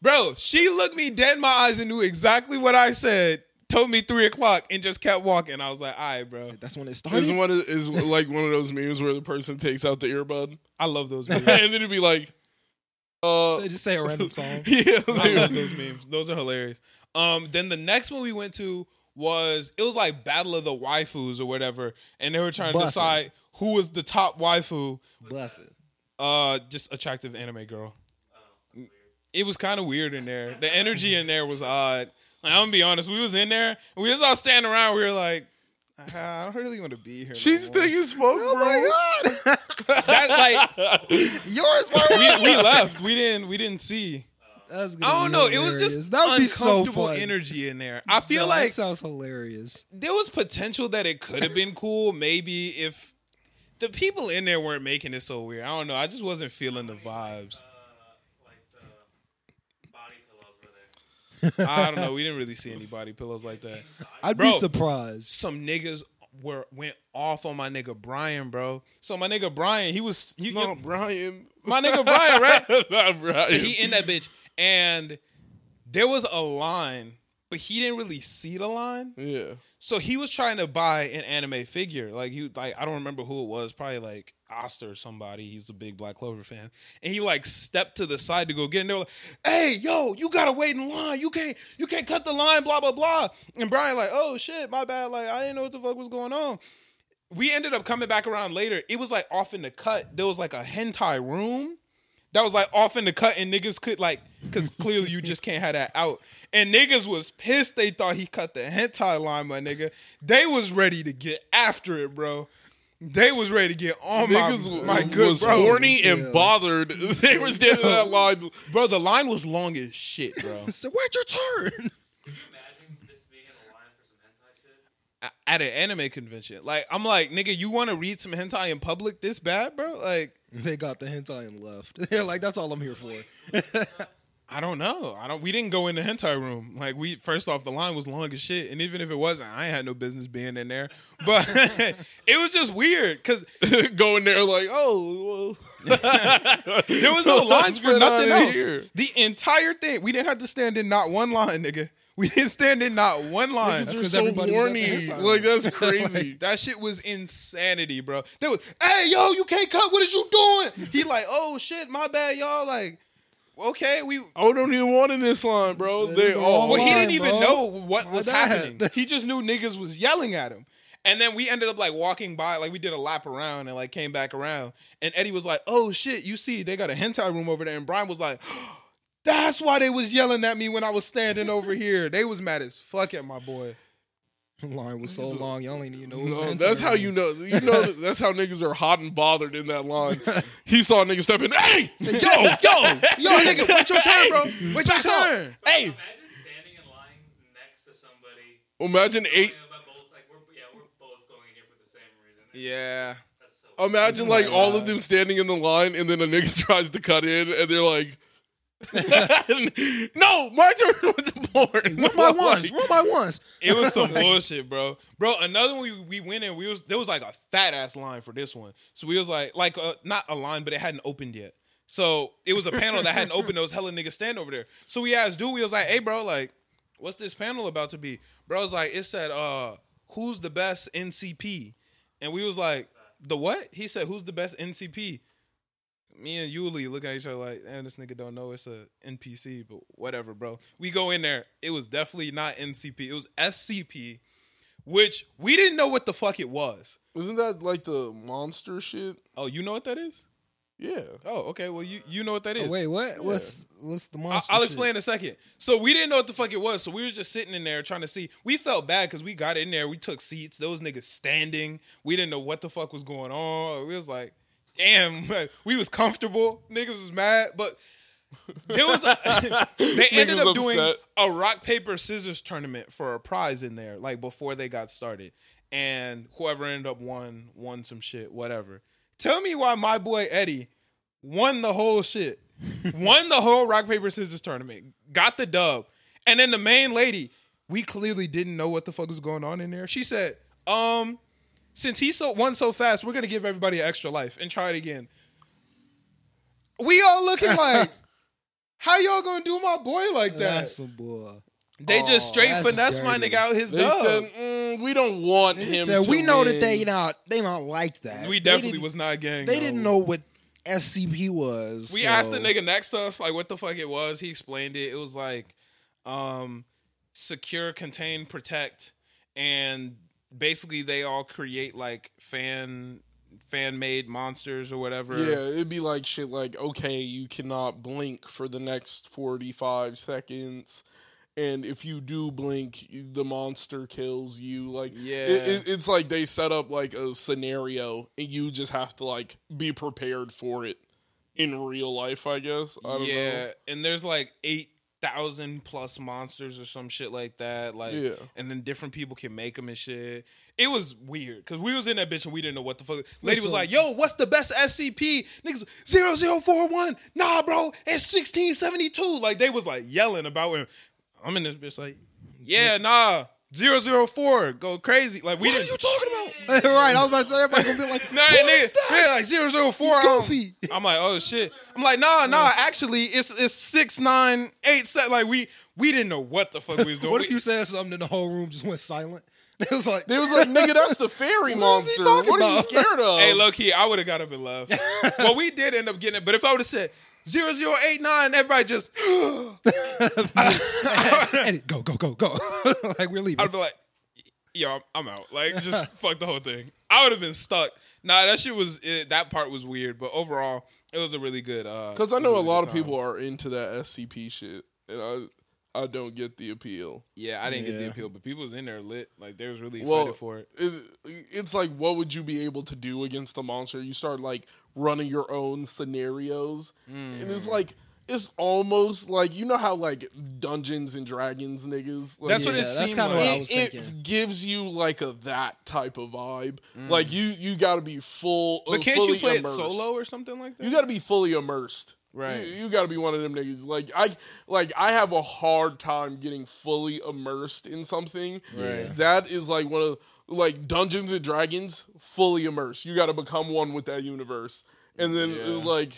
D: bro.
B: Bro, she looked me dead in my eyes and knew exactly what I said. Told me three o'clock and just kept walking. I was like, all right, bro.
C: That's when it
A: Is
C: started.
A: one of, is like one of those memes where the person takes out the earbud
B: I love those memes. I
A: and then it'd be like, uh,
C: They just say a random song.
A: yeah,
B: love those memes. Those are hilarious. Um, then the next one we went to was it was like Battle of the Waifus or whatever, and they were trying to
C: Bussin'.
B: decide who was the top waifu.
C: Bless it.
B: Uh, just attractive anime girl. It was kind of weird in there. The energy in there was odd. Like, I'm gonna be honest, we was in there, and we was all standing around. We were like, "Ah, I don't really want to be here. no
A: she's
B: more."
A: thick as fuck, bro.
C: Oh my god.
B: That's like
C: Yours were
B: we, we left. We didn't. We didn't see.
C: That's gonna
B: I don't
C: be
B: know. It was
C: hilarious.
B: just
C: that would be so
B: uncomfortable
C: fun.
B: energy in there. I feel
C: No, that
B: like
C: sounds hilarious.
B: there was potential that it could have been cool. Maybe if the people in there weren't making it so weird. I don't know. I just wasn't feeling the vibes.
D: Uh, like the body pillows were there.
B: I don't know. We didn't really see any body pillows like that.
C: I'd
B: Bro.
C: be surprised.
B: Some niggas were went off on my nigga Brian, bro. So my nigga Brian, he was he,
A: No, Brian.
B: my nigga Brian, right?
A: Not Brian.
B: So he in that bitch, and there was a line, but he didn't really see the line.
A: yeah.
B: So he was trying to buy an anime figure. Like he like I don't remember who it was, probably like Oster or somebody. He's a big Black Clover fan. And he like stepped to the side to go get in there like, "Hey, yo, you got to wait in line. You can't you can't cut the line, blah blah blah." And Brian like, "Oh shit, my bad. Like I didn't know what the fuck was going on." We ended up coming back around later. It was like off in the cut. There was like a hentai room that was like off in the cut, and niggas could like, cause clearly you just can't have that out. And niggas was pissed. They thought he cut the hentai line, my nigga. They was ready to get after it, bro. They was ready to get on
A: Niggas
B: my, my
A: was,
B: good
A: was
B: bro.
A: horny
C: Yeah.
A: and bothered. They were standing in that line.
B: Bro, the line was long as shit, bro.
C: So where'd your turn?
D: Can you imagine just being in a line for some hentai shit?
B: At an anime convention, like I'm like, nigga, you want to read some hentai in public this bad, bro? Like,
C: They got the hentai and left. They're like, that's all I'm here for.
B: I don't know. I don't. We didn't go in the hentai room. Like we first off, the line was long as shit, and even if it wasn't, I ain't had no business being in there. But it was just weird because
A: going there like, oh,
B: there was no lines for
A: Get
B: nothing
A: outta
B: else.
A: here.
B: The entire thing, we didn't have to stand in not one line, nigga. We didn't stand in not one line.
A: Niggas are
C: 'cause
A: so
C: everybody was at
A: horny.
C: the hand time.
A: Like that's crazy.
B: That shit was insanity, bro. They was, hey, yo, you can't cut. What is you doing? He like, oh shit, my bad, y'all. Like, okay, we.
A: I don't even Oh, want in this line, bro. They
C: Well,
A: all.
B: Well, he
C: Why,
B: didn't even
C: bro?
B: know what
C: My
B: was
C: bad.
B: happening. He just knew niggas was yelling at him. And then we ended up like walking by, like we did a lap around and like came back around. And Eddie was like, "Oh shit, you see, they got a hentai room over there." And Brian was like, "That's why they was yelling at me when I was standing over here. They was mad as fuck at my boy."
C: line was so long. You only need no.
A: No, Oh, that's how you know. You know that's how niggas are hot and bothered in that line. He saw a nigga step in. Hey,
B: Yo, yo, yo, nigga, wait your turn, bro. Wait your
C: Oh.
B: turn. Hey,
D: Imagine standing in line next to somebody.
A: imagine eight.
D: Yeah, but both like we're yeah we're both going in here for the same reason.
B: yeah.
D: That's so.
A: Imagine like all of them standing in the line, and then a nigga tries to cut in, and they're like, "No, my turn with the porn."
C: One by ones. One by ones.
B: It was some bullshit, bro. Bro, another one we, we went in, we was there was like a fat ass line for this one. So we was like like uh, not a line, but it hadn't opened yet. So it was a panel that hadn't opened. There was hella niggas standing over there. So we asked dude, we was like, hey bro, like, what's this panel about to be? Bro was like, it said, uh, who's the best NCP? And we was like, the what? He said, who's the best NCP? me and Yuli look at each other like, damn, this nigga don't know it's a NPC, but whatever, bro. We go in there. It was definitely not NCP. It was SCP, which we didn't know what the fuck it was.
A: Isn't that like the monster shit?
B: Oh, you know what that is?
A: Yeah.
B: Oh, okay. Well, you you know what that is.
C: Oh, Wait, what? What's what's the
B: I-
C: monster?
B: I'll
C: shit?
B: explain in a second. So we didn't know what the fuck it was. So we was just sitting in there trying to see. We felt bad because we got in there. We took seats. Those niggas standing. We didn't know what the fuck was going on. We was like, damn. like, we was comfortable. Niggas was mad, but there was. A, they ended
A: Niggas
B: up doing
A: upset.
B: a rock paper scissors tournament for a prize in there, like before they got started. And whoever ended up won won some shit, whatever. Tell me why my boy Eddie won the whole shit, won the whole rock paper scissors tournament, got the dub, and then the main lady. We clearly didn't know what the fuck was going on in there. She said, "Um, since he so won so fast, we're gonna give everybody an extra life and try it again." We all looking like, how y'all gonna do my boy like that?
C: That's some boy.
B: They just straight
C: that's
B: finesse my
C: dirty.
B: nigga out his
A: They
B: dub.
A: said mm, we don't want him.
C: So
A: to
C: we know that
A: win."
C: they not they not like that.
B: we
C: They
B: definitely
C: didn't-
B: was not gang.
C: They
B: no.
C: didn't know what SCP was.
B: We
C: so-
B: asked the nigga next to us like what the fuck it was. He explained it. It was like um secure, contain, protect, and basically they all create like fan fan made monsters or whatever.
A: Yeah, it'd be like shit like, okay, you cannot blink for the next 45 seconds. And if you do blink, you- the monster kills you. Like,
B: Yeah.
A: it, it- it's like they set up like a scenario, and you just have to like be prepared for it in real life. I guess. I don't
B: yeah,
A: know.
B: and there's like eight thousand plus monsters or some shit like that. Like,
A: Yeah.
B: and then different people can make them and shit. It was weird because we was in that bitch and we didn't know what the fuck. Lady was
C: Listen.
B: like, "Yo, what's the best SCP?" Niggas 0041. Nah, bro, it's sixteen seventy two. Like they was like yelling about him. I'm in this bitch like, yeah, nah. 004, go crazy. Like we
C: What are
B: didn't
C: you talking about? right, I was about to tell everybody gonna be like,
B: Nah,
C: what
B: nigga,
C: is that?
B: yeah, um, like zero zero four.
C: He's
B: I don't-
C: goofy.
B: I'm like, oh shit. I'm like, nah, nah. Actually, it's it's six nine eight seven. Like we we didn't know what the fuck we was doing.
C: What if
B: We-
C: you said something and the whole room just went silent? It was like
A: They was like, nigga, that's the fairy
C: What is
A: monster.
C: he
A: What
C: talking
A: are you
C: about?
A: scared of?
B: Hey, low key, I would have got up and left. well, we did end up getting it, but if I would have said zero zero eight nine, everybody just
C: Eddie, go, go, go, go. like we're leaving.
B: I'd be like, yo, I'm- I'm out. Like, just fuck the whole thing. I would have been stuck. Nah, that shit was it, that part was weird, but overall, it was a really good.
A: Because I know a lot of people are into that SCP shit, and I I don't get the appeal.
B: Yeah, I didn't get the
C: Yeah.
B: appeal, but people was in there lit. Like they was really excited
A: well,
B: for it.
A: it- It's like, what would you be able to do against the monster? You start like running your own scenarios, and
B: Mm.
A: it's like it's almost like you know how like Dungeons and Dragons niggas. Like,
B: That's what it
C: Yeah, that's
B: seemed
C: kinda
B: like.
C: what I
A: it-
C: was
A: it
C: thinking.
A: gives you like a that type of vibe. Like you, you got to be full.
B: Mm. But
A: uh,
B: can't you
A: fully
B: play it
A: immersed.
B: solo or something like that?
A: You got to be fully immersed.
B: Right.
A: You, you got to be one of them niggas. Like I, like I have a hard time getting fully immersed in something.
B: Right.
A: That is like one of like Dungeons and Dragons. Fully immersed. You got to become one with that universe, and then
B: Yeah.
A: it's like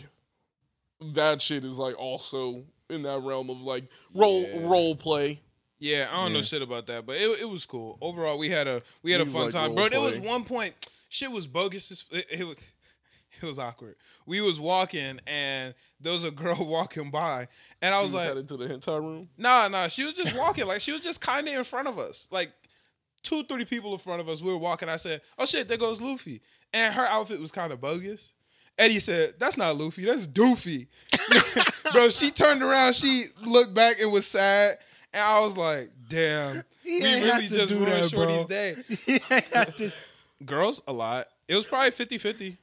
A: that shit is like also in that realm of like role
B: Yeah.
A: role play.
B: Yeah, I don't know shit about that, but it, it was cool. Overall, we had a we had
A: He
B: a
A: was,
B: fun
A: like,
B: time, bro. There was
A: role-playing.
B: one point shit was bogus. As, it, it was it was awkward. We was walking and there was a girl walking by, and I was
A: was
B: like,
A: headed to the hentai room.
B: Nah, nah. She was just walking. Like she was just kind of in front of us. Like two, three people in front of us. We were walking. I said, "Oh shit, there goes Luffy." And her outfit was kind of bogus. Eddie said, "That's not Luffy. That's Doofy." Bro, she turned around. She looked back and was sad. And I was like, "Damn, we
C: ain't
B: really
C: have to
B: just
C: do
B: ruined
C: that,
B: Shorty's
C: bro.
B: day."
C: After-
B: Girls, a lot. It was probably 50-50.
D: 50-50.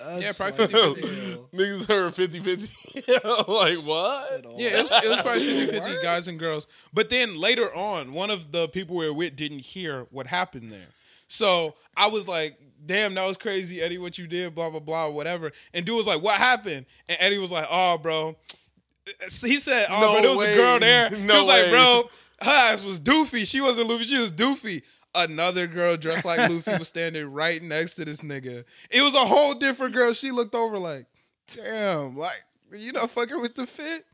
B: uh,
C: That's
B: probably
C: like,
B: 50.
C: still,
A: Niggas heard 50 50. like, what?
C: at all.
B: Yeah, it was, it was probably 50 50
C: Word?
B: guys and girls. But then later on, one of the people we were with didn't hear what happened there. So I was like, damn, that was crazy, Eddie, what you did, blah, blah, blah, whatever. And dude was like, what happened? And Eddie was like, oh, bro. So he said, oh,
A: No
B: bro, there was
A: way.
B: a girl there.
A: No
B: he was like,
A: way.
B: bro, her ass was doofy. She wasn't Luffy, she was doofy. Another girl dressed like Luffy was standing right next to this nigga. It was a whole different girl. She looked over like, damn, like, you not fucking with the fit?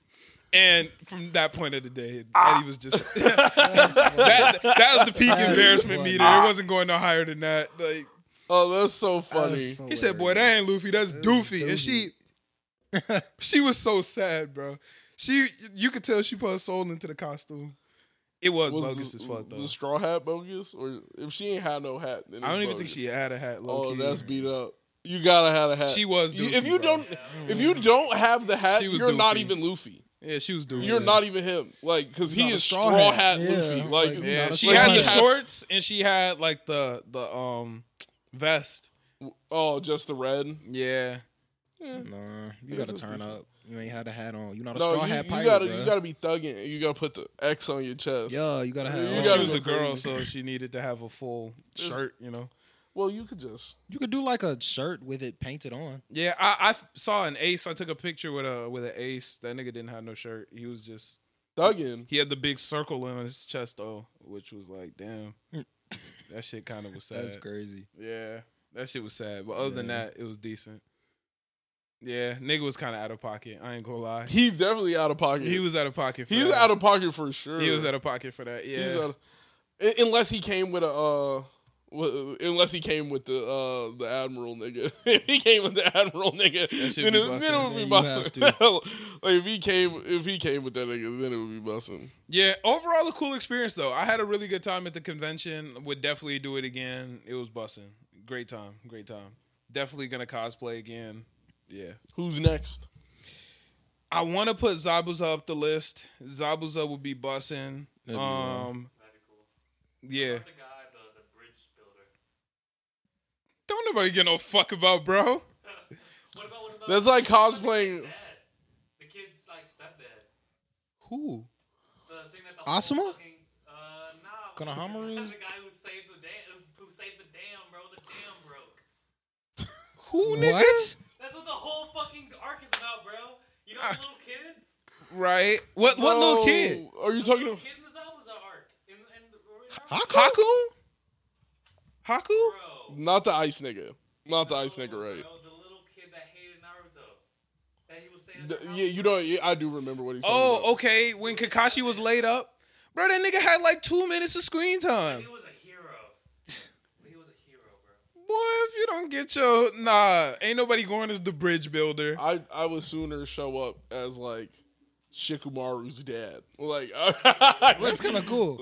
B: And from that point of the day, Eddie was just that, that was the peak
C: That's
B: embarrassment
C: funny.
B: meter. It wasn't going no higher than that. Like
A: Oh, that's so funny.
C: That's so
B: he said, "Boy,
C: hilarious.
B: that ain't Luffy. That's Doofy." And she, she was so sad, bro. She, you could tell she put her soul into the costume. It was,
A: was
B: bogus
A: the,
B: as fuck, though.
A: the straw hat bogus? Or if she ain't had no hat, then
B: I don't
A: it's
B: even think
A: bogus.
B: she had a hat. Low
A: Oh,
B: key.
A: that's beat up. You gotta have a hat.
B: She was
A: You-
B: doofy,
A: if you
B: bro.
A: don't, if you don't have the hat,
B: She was
A: you're not
B: doofy.
A: even Luffy.
B: yeah. She was doofy.
A: You're not even him. Like, cause he
C: Not a
A: is straw,
C: straw
A: hat,
C: hat. Yeah,
A: Luffy.
C: I'm
A: Like,
C: like,
B: Yeah,
C: Not a
B: she
C: straw
B: had
C: hat.
B: the shorts and she had like the the um vest.
A: Oh, just the red.
B: Yeah.
C: Nah, you
A: This
C: gotta
A: is
C: turn
A: decent.
C: up. You ain't had a hat on. You not a
A: No,
C: straw
A: you,
C: hat
A: you
C: pirate,
A: gotta
C: bruh.
A: you gotta be thugging. You gotta put the X on your chest.
C: yeah, you gotta have.
A: You
C: You,
B: she
A: gotta
B: was
A: go
B: a girl,
A: crazy.
B: so she needed to have a full shirt, you know.
A: Well, you could just
C: you could do like a shirt with it painted on.
B: Yeah, I, I f- saw an ace. I took a picture with a with an ace. That nigga didn't have no shirt. He was just
A: thugging.
B: he had the big circle on his chest though, which was like, damn, that shit kind of was sad.
C: That's crazy.
B: Yeah, that shit was sad. But other than that, it was decent. Yeah, nigga was kind of out of pocket. I ain't gonna lie.
A: He's definitely out of pocket.
B: He was out of pocket. For
A: he's
B: that.
A: out of pocket for sure.
B: He was out of pocket for that. Yeah,
A: He's out of- Un- unless he came with a uh, w- unless he came with the uh the admiral nigga. if he came with the admiral nigga,
B: That shit
A: then
B: be
A: it, then it would
C: bussin'.
A: be
C: Yeah, you
A: busting. like if he came if he came with that nigga, then it would be busting.
B: Yeah, overall a cool experience though. I had a really good time at the convention. Would definitely do it again. It was bussing. Great time. Great time. Definitely gonna cosplay again. Yeah.
A: Who's next?
B: I wanna put Zabuza up the list. Zabuza would be bussing.
C: That'd be
B: Um
D: That'd be cool.
B: yeah.
D: Not the guy, the, the bridge builder.
B: Don't nobody get no fuck about, bro.
D: What about what about
A: That's like cosplaying.
D: dad? The kid's like stepdad.
B: Who?
D: The thing that the
C: Asuma?
D: whole Fucking, uh, nah.
C: Konohamaru's-
D: The guy who saved the dam, who saved the dam, bro. The dam broke.
B: Who nigga?
C: What?
D: That's what the whole fucking arc is about, bro. You know the little kid?
B: Right. What what little
A: No.
B: kid?
A: Oh, Are you
D: The
A: talking?
D: little
A: to-
D: kid in the Zabuza arc. In, in the,
C: Haku?
B: Haku? Haku?
D: Bro.
A: Not the ice nigga. Not the ice
D: No,
A: nigga, right?
D: Bro, the little kid that hated Naruto. That he was staying at
A: The-
D: their house
A: yeah, you know, yeah, I do remember what he's. talking
B: Oh,
A: about.
B: okay. When Kakashi was laid up. Bro, that nigga had like two minutes of screen time.
D: He was a hero. he was a hero, bro.
B: Boy, if you don't get your nah, ain't nobody going as the bridge builder.
A: I I would sooner show up as like Shikumaru's dad. Like, I,
C: That's kind of cool.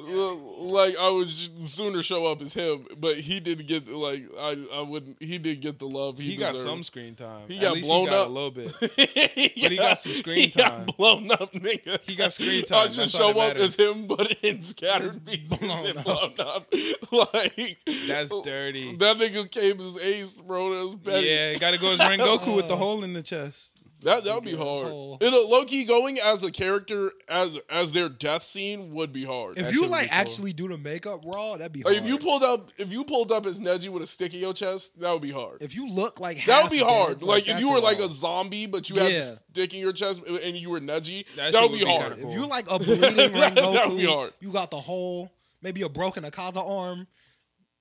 A: like I would sh- sooner show up as him, but he didn't get like I I wouldn't. He did get the love he,
B: He got some
A: deserved.
B: screen time.
A: He
B: At
A: got
B: least
A: blown
B: he got
A: up.
B: a little bit.
A: but
B: he got some screen
A: he
B: time.
A: Got blown up, nigga.
B: He got screen
A: I
B: time.
A: would
B: That's
A: just
B: all
A: show
B: that
A: up as him, but in scattered pieces
C: Blown
A: and
C: up.
A: blown up. Like
B: That's
A: Oh,
B: dirty.
A: That nigga came as Ace, bro. That was petty.
B: Yeah, gotta go as Rengoku with the hole in the chest.
A: That that would be hard.
C: whole-
A: It'll Loki going as a character as as their death scene would be hard.
C: If
B: That
C: you
B: shit would
C: like
B: be cool.
C: actually do the makeup raw, that'd be.
A: Like,
C: Hard.
A: if you pulled up if you pulled up as Neji with a stick in your chest, that would be hard.
C: if you look like
A: That
C: half
A: would be
C: dead,
A: hard. like if
C: that's
A: you were like a
C: wild.
A: zombie, but you had
C: Yeah.
A: a stick in your chest and you were Neji,
B: That
A: that,
B: shit
A: would
B: would
A: be
B: be
A: hard.
B: kinda
C: If you like a bleeding
A: That- that would
C: Rengoku,
A: be hard.
C: you got the whole, maybe a broken Akaza arm.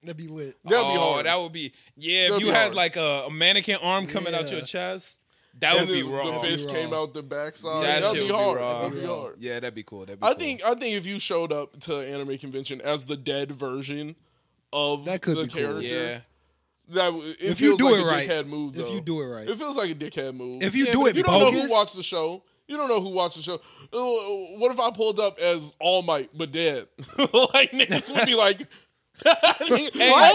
C: That'd be lit.
A: That'd
B: oh,
A: be hard.
B: that would be yeah.
A: That'd
B: if you
A: be
B: had
A: hard.
B: like a, a mannequin arm coming out
C: Yeah.
B: your chest, That would
A: And
B: be
A: the-
B: wrong.
A: The fish
C: Raw.
A: came out the backside.
B: That
A: That'd
B: shit
A: be
B: would be
A: hard.
B: raw.
A: That'd be hard.
B: yeah, that'd be cool. That'd be
A: I
B: cool.
A: think I think if you showed up to anime convention as the dead version of
C: That could
A: the
C: be cool.
A: character,
B: Yeah.
A: that w- it
C: If
A: feels
C: you do
A: like
C: it
A: a
C: right.
A: dickhead move. Though.
C: If you do it right.
A: it feels like a dickhead move.
C: If you
B: Yeah,
C: do
B: but
C: it
A: you don't know
C: bogus,
A: who watched the show. You don't know who watched the show. Uh, What if I pulled up as All Might but dead? like niggas would be like, All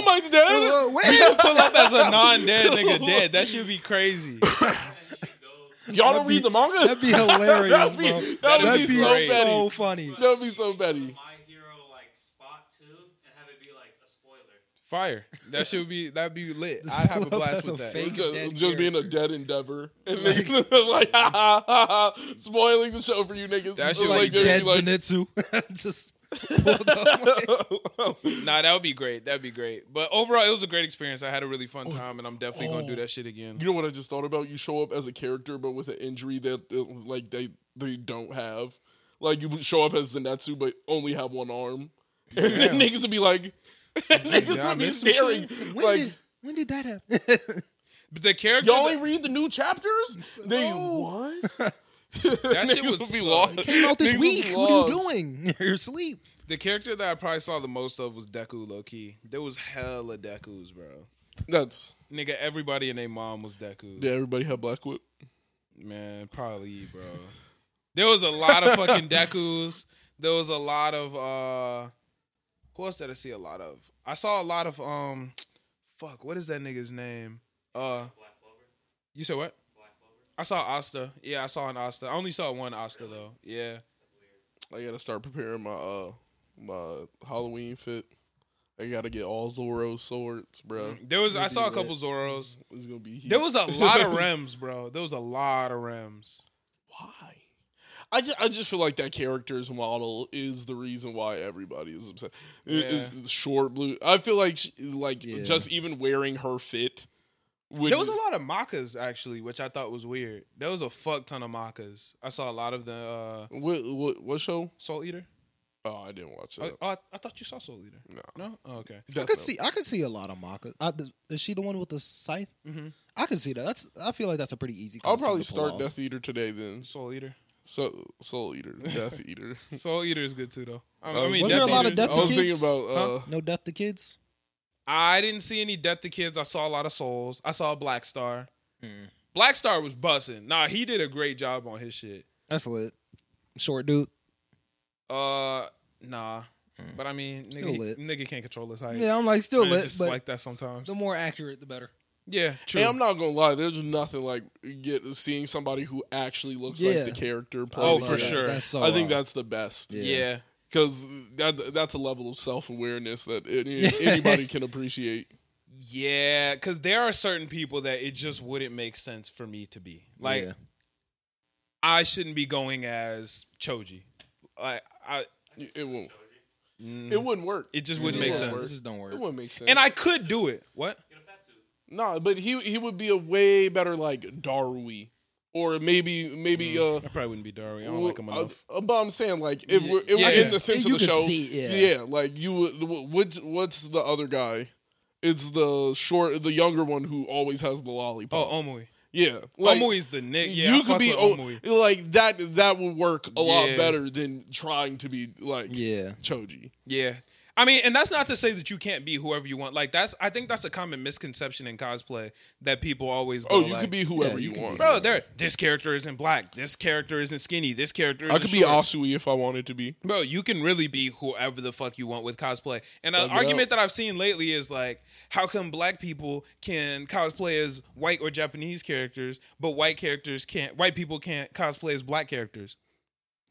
A: Might's dead.
C: Uh, wait.
B: You should pull up as a non-dead nigga dead. That should be crazy.
A: Y'all don't read the manga.
C: That'd be hilarious,
A: that'd be,
C: bro.
A: That'd,
C: That'd
A: be,
C: be
A: so
B: great.
A: petty.
C: so funny.
A: That'd be so petty.
D: My hero like spot too, and have it be like a spoiler.
B: Oh, Fire. That should be. That'd be lit. I'd have a
C: pull up
B: blast
C: as a
B: with that.
C: fake-
A: just,
C: dead
A: just being a dead endeavor and niggas like ha ha ha ha spoiling the show for you niggas.
B: That
A: It's
B: shit
A: like,
C: Like
A: they'd be
C: dead
A: like,
C: Zenitsu. Just pulled up.
B: Nah, that would be great. That'd be great. But overall, it was a great experience. I had a really fun time, and I'm definitely gonna do that shit again.
A: Oh, you know what I just thought about? You show up as a character, but with an injury that uh, like they they don't have. Like you would show up as Zenetsu, but only have one arm, and then niggas would be like, niggas
B: I
A: would be
B: miss some
A: staring.
C: When,
A: Like
C: did, when did that happen?
B: But the character,
A: y'all ain't read the new chapters. They
C: No.
A: what?
B: that shit
A: Niggas
B: would
A: would be
B: suck.
A: lost.
C: oh, Came out this
A: Niggas
C: week.
A: was
C: What are you
A: lost.
C: doing? You're asleep.
B: The character that I probably saw the most of was Deku low key. There was hella Dekus, bro.
A: That's
B: Nigga, everybody and their mom was Deku.
A: yeah. Everybody had black whip.
B: Man, probably, bro. There was a lot of fucking Dekus. There was a lot of uh who else did I see a lot of? I saw a lot of um fuck, what is that nigga's name? Uh
D: Black Clover.
B: you said what?
D: Black Clover.
B: I saw Asta. Yeah, I saw an Asta. I only saw one Asta though. Yeah.
A: I gotta start preparing my uh my Halloween fit. I gotta get all Zoro swords, bro.
C: Mm-hmm.
B: There was I saw a couple Zoros.
A: It's gonna be huge.
B: Mm. There was a lot of Rems, bro. There was a lot of Rems.
A: why. I just, I just feel like that character's model is the reason why everybody is upset. It- it's short blue. I feel like she, like
C: Yeah.
A: just even wearing her fit. Would,
B: There was a lot of Makas actually, which I thought was weird. There was a fuck ton of Makas. I saw a lot of the uh
A: What, what what show?
B: Soul Eater.
A: Oh, I didn't watch
B: Oh,
A: that.
B: oh, I, I thought you saw Soul Eater.
A: No.
B: No? Oh, okay.
C: I could see. I could see a lot of Maka. I, is she the one with the scythe?
B: Mhm.
C: I could see that. That's. I feel like that's a pretty easy.
A: Mm-hmm. I'll
C: costume
A: probably
C: to pull
A: start
C: off.
A: Death Eater today then.
B: Soul Eater.
A: So Soul Eater, Death Eater.
B: Soul Eater is good too, though. I,
A: Oh,
B: I mean,
C: was
B: Death
C: Uh, there a lot of
B: Eater-
C: Death
A: I was thinking
C: Kids?
A: about uh,
C: No death to kids.
B: I didn't see any Death to Kids. I saw a lot of Souls. I saw Black Star.
C: Hmm.
B: Black Star was bussing. Nah, he did a great job on his shit.
C: That's lit. Short dude.
B: Uh, nah. But I mean,
C: Still
B: nigga, he-
C: lit.
B: nigga can't control his height.
C: Yeah, I'm like still
B: Man,
C: lit,
B: just
C: but
B: like that sometimes.
C: the more accurate, the better.
B: Yeah, true.
A: And I'm not gonna lie, there's nothing like get seeing somebody who actually looks
C: Yeah.
A: like the character. Play
B: Oh,
A: the
B: for
A: character.
B: sure.
C: That's so.
A: I think
C: raw.
A: that's the best.
C: Yeah.
B: yeah.
A: because that that's a level of self awareness that any, anybody can appreciate.
B: Yeah, because there are certain people that it just wouldn't make sense for me to be. Like,
C: Yeah.
B: I shouldn't be going as Choji. Like, I.
A: It won't.
D: Doji.
B: mm,
A: It wouldn't work.
B: It just wouldn't
A: Yeah.
B: make
A: Yeah.
B: sense.
A: work.
C: This is don't worry.
A: It wouldn't make sense.
B: And I could do it. What?
D: Get a fatsu.
A: no, but he he would be a way better like Darui, or maybe maybe uh.
B: I probably wouldn't be Darwin. Mm-hmm. I don't
A: well,
B: like him enough.
A: uh, but I'm saying like if we're, if
B: Yeah.
A: we're in
B: Yeah.
A: the sense
C: You
A: of the
C: could
A: show,
C: see, yeah.
A: like you would. What's what's the other guy? It's the short, the younger one who always has the lollipop.
B: oh, Omui.
A: Yeah,
B: Omui's the nick. Yeah,
A: you could be
B: o-
A: oh, like that. That would work a lot
B: Yeah.
A: better than trying to be like
C: Yeah.
A: Choji.
B: Yeah. I mean, and that's not to say that you can't be whoever you want. Like that's, I think that's a common misconception in cosplay that people always. Go,
A: Oh, you
B: like,
A: could be whoever
C: yeah,
A: you,
C: you could
A: want.
B: Bro, there. This character isn't black. This character isn't skinny. This character. Isn't
A: I could be
B: short.
A: Asui if I wanted to be.
B: Bro, you can really be whoever the fuck you want with cosplay. And an
A: Thug it
B: argument
A: out.
B: that I've seen lately is like, how come black people can cosplay as white or Japanese characters, but white characters can't? White people can't cosplay as black characters.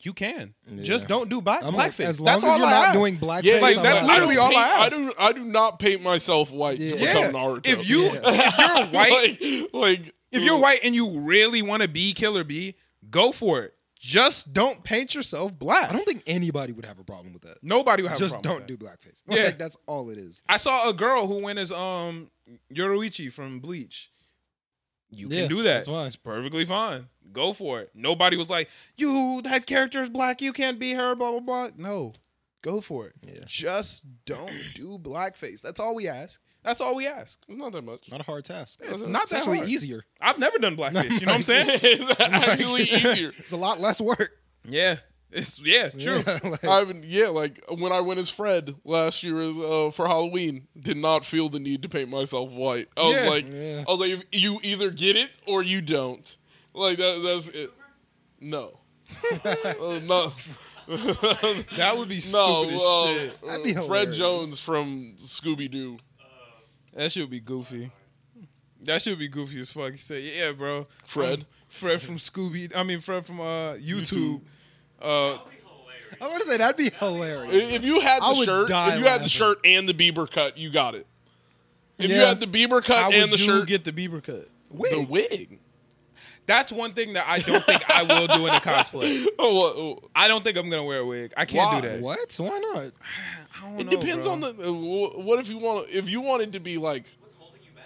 B: You can. Just don't do black
C: I'm like,
B: blackface.
C: as long
B: that's
C: as
B: all
C: you're
B: I
C: not
B: ask.
C: doing blackface,
A: Yeah,
B: like,
C: I'm
B: that's
C: not-
A: I don't
B: literally all I
A: paint-
B: ask.
A: do. I do not paint myself white
C: Yeah.
A: to
B: Yeah.
A: become Naruto.
B: If you if you're white,
A: like, like
B: if you're white and you really want to be Killer B, go for it. Just don't paint yourself black.
C: I don't think anybody would have a problem with that.
B: Nobody would have a
C: Just
B: problem
C: don't
B: with that.
C: do blackface.
B: Yeah.
C: Like, that's all it is.
B: I saw a girl who went as um Yoruichi from Bleach. You
C: Yeah,
B: can do that.
C: that's fine.
B: It's perfectly fine. Go for it. Nobody was like, "You, that character is black. You can't be her." Blah blah blah. No, Go for it.
C: Yeah.
B: Just don't do blackface. That's all we ask. That's all we ask.
A: It's not that much.
C: Not a hard task.
B: It's not
C: It's
B: that
C: actually
B: hard.
C: easier.
B: I've never done blackface. You know what I'm saying?
A: it's actually easier.
C: It's a lot less work.
B: Yeah. It's yeah, true.
C: Yeah, like-
A: I haven't, yeah, like when I went as Fred last year as, uh, for Halloween, did not feel the need to paint myself white. I
B: Yeah.
A: was like,
C: Yeah.
A: I was like, you either get it or you don't. Like that, that's it. No, Uh, no,
B: That would be stupid
A: no.
B: as
A: uh,
B: shit.
A: uh,
C: That'd be
A: Fred
C: hilarious.
A: Jones from Scooby Doo.
B: That should be goofy. That should be goofy as fuck. He said, "Yeah, bro,
A: Fred.
B: I'm Fred from Scooby. I mean, Fred from uh, YouTube. Uh,
D: That'd be hilarious.
C: I want to say that'd be hilarious.
A: If you had
C: I
A: the
C: would
A: shirt,
C: die
A: if you had
C: laughing.
A: the shirt and the Bieber cut, you got it. If you
C: Yeah.
A: had the Bieber cut
B: how
A: and
B: would
A: the
B: you
A: shirt,
B: get the Bieber cut?
A: the
C: Wait,
A: wig.
B: That's one thing that I don't think I will do in a cosplay.
A: Oh, well,
B: I don't think I'm gonna wear a wig. I can't
A: Why?
B: do that.
C: what? Why not?
B: I don't
A: It
B: know,
A: depends
B: bro.
A: on the. uh, wh- What if you want? If you wanted to be like,
D: What's holding you back?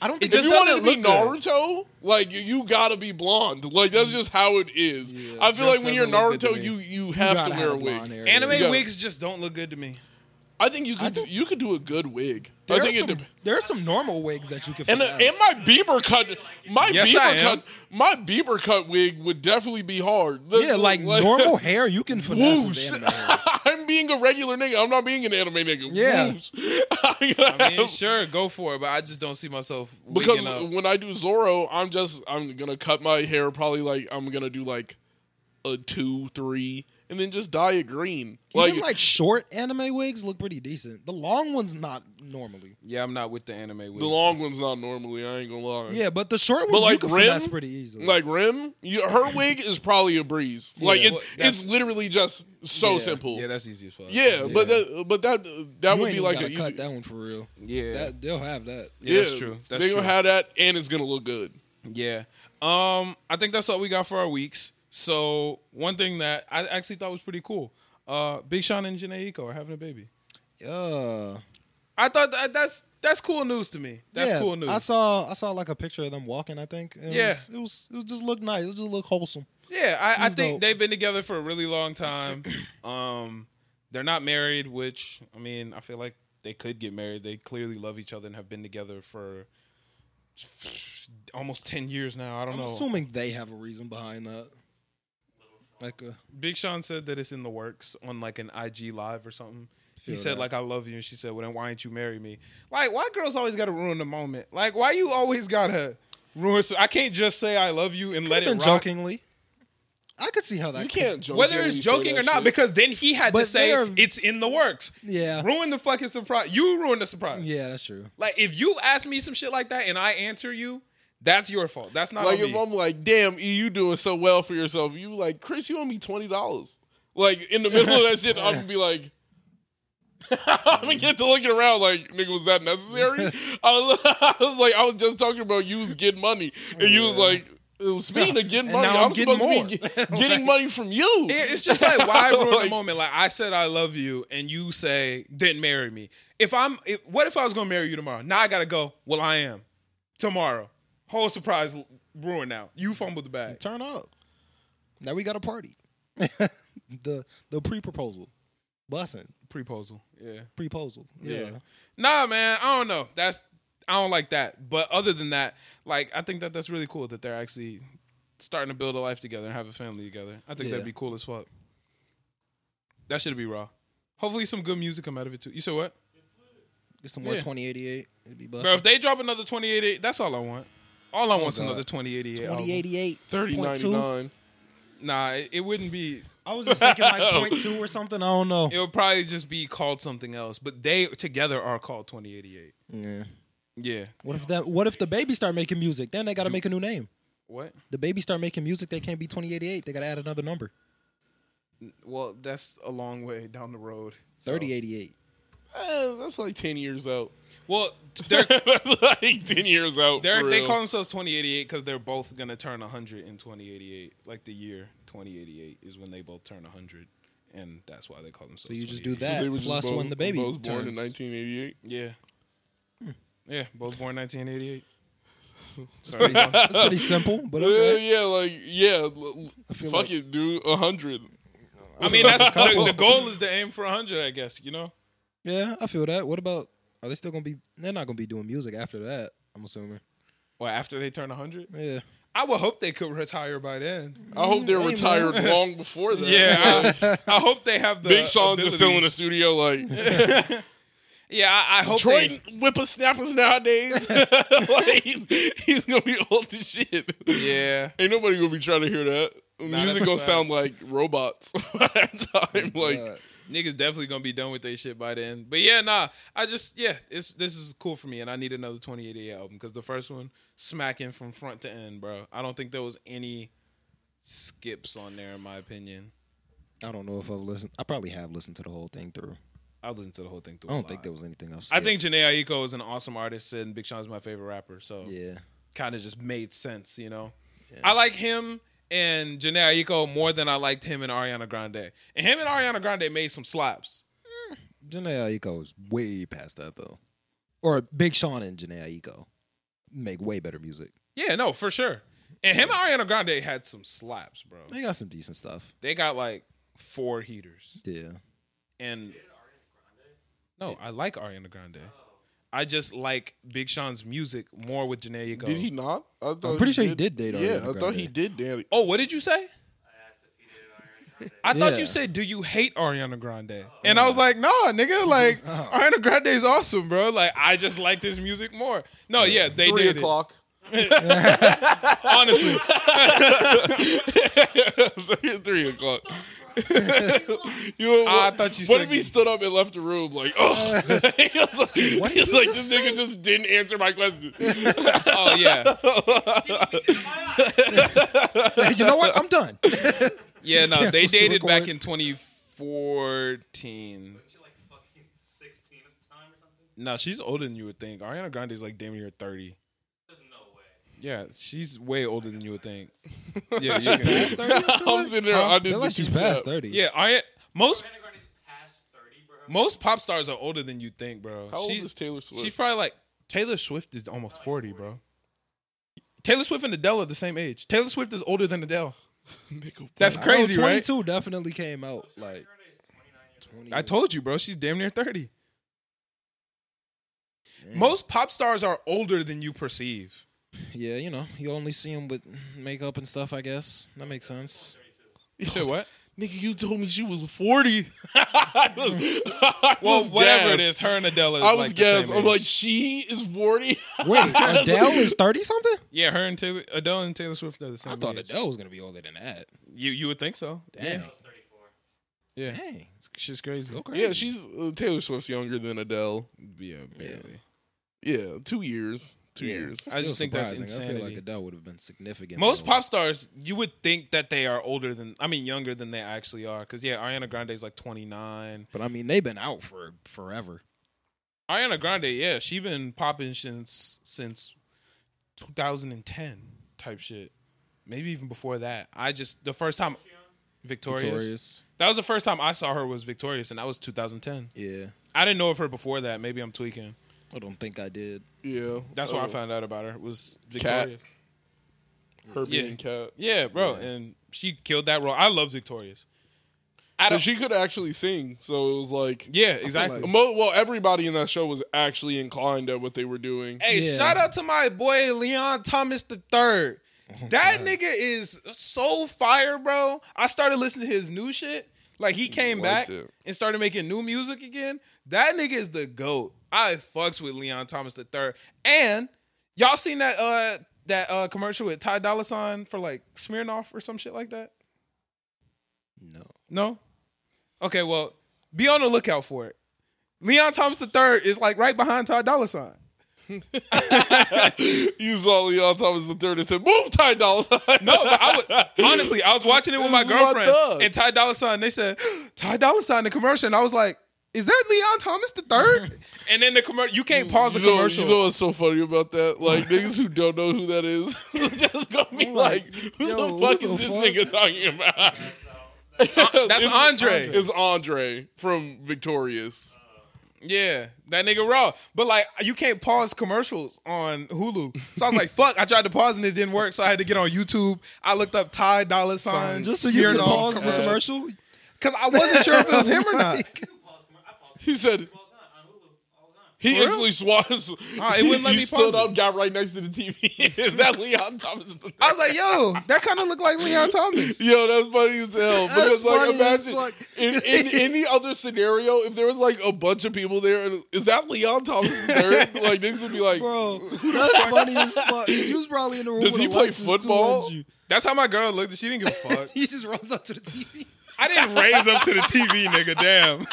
C: I don't think
B: just
A: if you
B: doesn't
A: wanted to be
B: look good.
A: Naruto, like you, you gotta be blonde. Like that's just how it is.
C: Yeah,
A: I feel
B: just
A: like when you're
B: doesn't look good to
A: Naruto,
B: me.
A: you you
C: you
A: have
C: gotta
A: to wear a
C: have blonde
A: wig.
C: hair.
B: anime
A: You gotta-
B: wigs. Just don't look good to me.
A: I think you could
C: do-
A: you could do a good wig.
C: There,
A: I think
C: are
A: it
C: some,
A: depends.
C: there are some normal wigs that you can.
A: And, uh,
C: finesse.
A: and my Bieber cut, my
B: Yes, I
A: Bieber
B: am.
A: cut, my Bieber cut wig would definitely be hard. The-
C: yeah,
A: the-
C: like normal hair, you can finesse
A: Whoosh.
C: as anime hair.
A: I'm being a regular nigga. I'm not being an anime nigga.
C: Yeah.
A: Whoosh. I gotta
B: I mean,
A: have-
B: sure, go for it, but I just don't see myself
A: because
B: wigging up.
A: when I do Zorro, I'm just I'm gonna cut my hair probably like I'm gonna do like a two, three, and then just dye it green. Like,
C: Even like short anime wigs look pretty decent. The long ones not normally.
B: Yeah, I'm not with the anime wigs.
A: the long one's not normally. I ain't gonna lie.
C: Yeah, but the short
A: But
C: ones
A: like
C: you can
A: rim,
C: finesse pretty easily.
A: Like Rim, you, her wig is probably a breeze. Like
B: Yeah.
A: it,
B: Well, that's-
A: it's literally just so
B: Yeah.
A: simple.
B: Yeah,
A: Yeah,
B: that's easy as fuck.
A: but that, but that that
C: You
A: would
C: ain't
A: be
C: even
A: like
C: gotta
A: an
C: cut
A: easy.
C: that one for real.
B: yeah,
C: That they'll have that.
B: yeah, that's true. That's
A: they
B: true.
A: gonna have that, and it's gonna look good.
B: Yeah. Um, I think that's all we got for our weeks. So one thing that I actually thought was pretty cool, uh, Big Sean and Janae Eiko are having a baby.
C: Uh,
B: I thought that, that's that's cool news to me. That's
C: yeah,
B: cool news.
C: I saw I saw like a picture of them walking. I think. and It
B: Yeah.
C: was, it was it was just looked nice. It just looked wholesome.
B: yeah, I, I
C: He's
B: think
C: dope.
B: they've been together for a really long time. Um, they're not married, which I mean, I feel like they could get married. They clearly love each other and have been together for almost ten years now. I don't
C: I'm
B: know.
C: assuming they have a reason behind that. Like uh,
B: Big Sean said that it's in the works on like an IG live or something. he
C: Feel
B: said
C: that.
B: like I love you, and she said, "Well, then why ain't you marry me?" Like, why girls always gotta ruin the moment? Like, why you always gotta ruin? So I can't just say I love you and let it
C: been
B: rock.
C: jokingly. I could see how that.
A: You
C: could-
A: can't joke
B: Whether
A: when
B: it's
A: you say
B: joking
A: that
B: or not,
A: shit.
B: because then he had to
C: But
B: say
C: they are-
B: it's in the works.
C: Yeah.
B: ruin the fucking surprise. You ruin the surprise.
C: Yeah, that's true.
B: Like if you ask me some shit like that and I answer you, that's your fault. That's not
A: Like
B: on
A: if
B: me.
A: I'm like, damn, E, you doing so well for yourself. You like, Chris, you owe me twenty dollars. Like in the middle of that shit, I'm gonna be like, I'm gonna get to looking around like, nigga, was that necessary? I was, I was like, I was just talking about you was getting money, and you was like, speaking of getting
C: And
A: money,
C: now I'm
A: I'm,
C: getting
A: supposed to be
C: more.
A: ge- getting money from you.
B: Yeah, it's just like why ruin the
A: Like-
B: moment? Like I said, I love you, and you say didn't marry me. If I'm, if, what if I was gonna marry you tomorrow? Now I gotta go. Well, I am tomorrow. Whole surprise l- ruined now. You fumbled the bag.
C: Turn up. Now we got a party. the the pre proposal, bussing
B: Proposal. Yeah.
C: pre proposal. Yeah.
B: Yeah. Nah, man. I don't know. That's I don't like that. But other than that, like I think that that's really cool that they're actually starting to build a life together and have a family together. I think
C: Yeah.
B: that'd be cool as fuck. That should be raw. Hopefully, some good music come out of it too. You said what?
C: Get some more
B: Yeah.
C: twenty eighty eight. It'd be
B: Bro, if
C: bussing.
B: they drop another 2088, that's all I want. All I want's
C: God.
B: another 2088. album.
C: Twenty eighty eight.
A: Thirty ninety nine.
B: Nah, it, it wouldn't be.
C: I was just thinking like
A: Oh.
C: point two or something. I don't know.
B: It would probably just be called something else. But they together are called 2088.
C: Yeah.
B: Yeah.
C: What if that? What if the baby start making music? Then they got to make a new name.
B: What?
C: The baby start making music. They can't be twenty eighty eight. They got to add another number.
B: Well, that's a long way down the road. so.
C: Thirty eighty eight.
A: Eh, that's like ten years out.
B: Well, they're,
A: That's like ten years out.
B: they're,
A: for
B: they
A: real.
B: call themselves 2088 because they're both going to turn 100 in 2088. Like the year 2088 is when they both turn 100. And that's why they call themselves
C: So you just do
B: 2088.
C: that
A: They were just
C: plus
A: both-
C: when the baby
A: both born in
C: turns.
A: 1988.
B: Yeah. Hmm. Yeah, both born 1988.
C: That's pretty simple, but
A: Yeah,
C: okay.
A: yeah, like yeah. l-
C: feel
A: Fuck
C: like-
A: it, dude. A hundred.
B: I mean, that's the,
C: Couple.
B: the goal is to aim for hundred. I guess you know.
C: Yeah, I feel that. What about? Are they still gonna be? They're not gonna be doing music after that. I'm assuming.
B: Well, after they turn hundred,
C: Yeah.
B: I would hope they could retire by then.
A: I hope they're
C: Hey, man.
A: retired long before that.
B: Yeah, I, I hope they have the
A: Big Sean's
B: ability.
A: just still in the studio, like
B: Yeah, I, I hope
A: Troy
B: they.
A: whippersnappers nowadays. like, he's, he's gonna be old as shit.
B: Yeah,
A: Ain't nobody gonna be trying to hear that.
B: that's
A: Music
B: a
A: gonna
B: fact.
A: sound like robots by that time. Like
C: Uh,
B: niggas definitely gonna be done with their shit by then. But yeah, nah, I just yeah, it's this is cool for me, and I need another 2088 album because the first one smacking from front to end, bro. I don't think there was any skips on there, in my opinion.
C: I don't know if I've listened. I probably have listened to the whole thing through.
B: I listened to the whole thing through.
C: I
B: a
C: don't
B: lot.
C: think there was anything else.
B: I think Janae Aiko is an awesome artist, and Big Sean's my favorite rapper. So
C: Yeah.
B: kind of just made sense, you know. I like him and Janae Aiko more than I liked him and Ariana Grande. And him and Ariana Grande made some slaps.
C: Janae Aiko is way past that though. Or Big Sean and Janae Aiko make way better music.
B: Yeah, no, for sure. And him and Ariana Grande had some slaps, bro.
C: They got some decent stuff.
B: They got like four heaters.
C: Yeah.
B: And no, I like Ariana Grande. I just like Big Sean's music more with Janae Aiko.
A: Did he not? I thought
C: pretty sure he did date
A: Yeah,
C: Ariana
A: I thought
C: Grande.
A: he did date.
B: Oh, what did you say? I thought you
C: Yeah.
B: said, "Do you hate Ariana Grande?" And I was like, "Nah, nigga. Like Ariana Grande is awesome, bro. Like I just like this music more." No, yeah, they
A: Three
B: did it.
A: o'clock.
B: Honestly,
A: Three o'clock. you know,
B: I
A: what-
B: thought you
A: What
B: said-
A: if he stood up and left the room? Like, oh, He was like,
C: what
A: he was
C: did you
A: like,
C: just
A: this nigga just didn't answer my question.
B: oh yeah,
C: you know what? I'm done.
B: yeah. No,
C: Yeah,
B: they
C: supposed to
B: dated back
C: record.
B: in 2014.
D: She like fucking 16 at the time or something?
B: No, she's older than you would think. Ariana Grande is like damn near 30.
D: There's no way.
B: Yeah, she's way older than you would think. Yeah, you can-
C: Past 30, I feel
A: I'm
C: like.
A: sitting there.
C: I
A: I didn't
C: feel like
A: think
C: she's
A: you
C: past
A: said-
C: thirty.
B: yeah. Ari- most
D: Ariana Grande's past 30, bro.
B: most pop stars are older than you think, bro.
A: How old
B: She's-
A: is Taylor
B: She's
A: Swift?
B: probably like Taylor Swift is almost forty, bro. Taylor Swift and Adele are the same age. Taylor Swift is older than Adele.
A: Nigga,
B: That's
C: I know
B: crazy, right?
C: 22 definitely came out like 20.
B: I told you, bro. She's damn near thirty.
C: Damn.
B: Most pop stars are older than you perceive.
C: Yeah, you know, you only see him with makeup and stuff. I guess that makes sense.
B: You said what?
A: nigga, you told me she was forty. I was- I
B: Well,
A: was
B: whatever it
A: gassed.
B: is, her and Adele. Is
A: I was
B: like
A: guessed.
B: The same
A: I'm
B: age.
A: like, she is forty.
C: Wait, Adele is thirty something?
B: yeah, her and Taylor, Adele and Taylor Swift are the same.
C: I thought
B: age.
C: Adele was gonna be older than that.
B: You you would think so.
C: Dang,
D: She was 34.
B: Yeah, yeah.
C: dang,
B: she's crazy.
C: go crazy.
A: Yeah, she's uh, Taylor Swift's younger than Adele.
B: Yeah, barely.
A: Yeah, two years. Two
B: Yeah.
A: years.
B: I just think that's
C: I feel like
B: insanity.
C: Adele would have been significant.
B: Most pop stars, you would think that they are older than, I mean, younger than they actually are. Because, yeah, Ariana Grande is like 29.
C: but I mean they've been out for forever.
B: Ariana Grande, yeah, she been popping since since 2010 type shit. Maybe even before that. I just, the first time, Victorious.
C: Victorious,
B: That was the first time I saw her was Victorious, and that was 2010.
C: yeah.
B: I didn't know of her before that. Maybe I'm tweaking.
C: I don't think I did.
A: Yeah,
B: That's why I
A: Oh,
B: found out about her was
A: Cat.
B: Victorious.
A: Herbie
B: Yeah.
A: and Cat.
B: Yeah, bro. And she killed that role. I love Victorious. I
A: So
B: don't,
A: she could actually sing, so it was like
B: yeah, exactly.
A: Mo- well, everybody in that show was actually inclined at what they were doing.
B: Hey,
C: Yeah.
B: shout out to my boy Leon Thomas the Third. That nigga is so fire, bro. I started listening to his new shit. Like he came
A: Liked
B: back
A: it.
B: and started making new music again. That nigga is the goat. I fucks with Leon Thomas the Third. And y'all seen that uh that uh commercial with Ty Dolla Sign for like Smirnoff or some shit like that?
C: No,
B: No. Okay, well, be on the lookout for it. Leon Thomas the Third is like right behind Ty Dolla Sign.
A: you saw Leon Thomas the third and said, "Move, Ty Dolla Sign."
B: No, but I was honestly, I was watching it with my
A: This is my
B: girlfriend
A: thug.
B: and Ty Dolla Sign. They said Ty Dolla Sign the commercial, and I was like, "Is that Leon Thomas the third? And then the commercial, you can't pause the
A: you know,
B: commercial.
A: You know what's so funny about that? Like niggas who don't know who that is, just gonna be like, "Who
C: yo,
A: the
C: who
A: fuck
C: the
A: is this
C: fuck?
A: nigga talking about?"
B: That's
A: It's-
B: Andre.
A: It's Andre from Victorious.
B: Yeah, that nigga raw. But like, you can't pause commercials on Hulu. So I was like, "Fuck!" I tried to pause and it didn't work, so I had to get on YouTube. I looked up Ty Dolla Sign
C: just so you can
B: Smirnoff
C: pause the
B: commercial.
C: commercial.
B: Because I wasn't sure if it was him or not.
D: You can pause commer- I pause
A: He said-
D: commercials all the time on Hulu, all the time.
A: He
B: For real?
A: instantly swats.
B: Ah, it wouldn't let
A: you
B: me
A: stood
B: pause
A: up,
B: it.
A: got right next to the TV. Is that Leon Thomas?
B: I was like, yo, that kind of looked like Leon Thomas.
A: Yo, that's funny as hell.
C: That's
A: Because like,
C: funny as
A: imagine
C: fuck.
A: in, in any other scenario, if there was like a bunch of people there, and is that Leon Thomas III? like niggas would be like,
C: Bro, that's funny as fuck. He was probably in the room.
A: Does
C: when
A: he play
C: Alexis
A: football?
C: 200 you.
B: That's how my girl looked. She didn't give a fuck.
C: He just runs up to the TV.
B: I didn't raise up to the TV, nigga. Damn.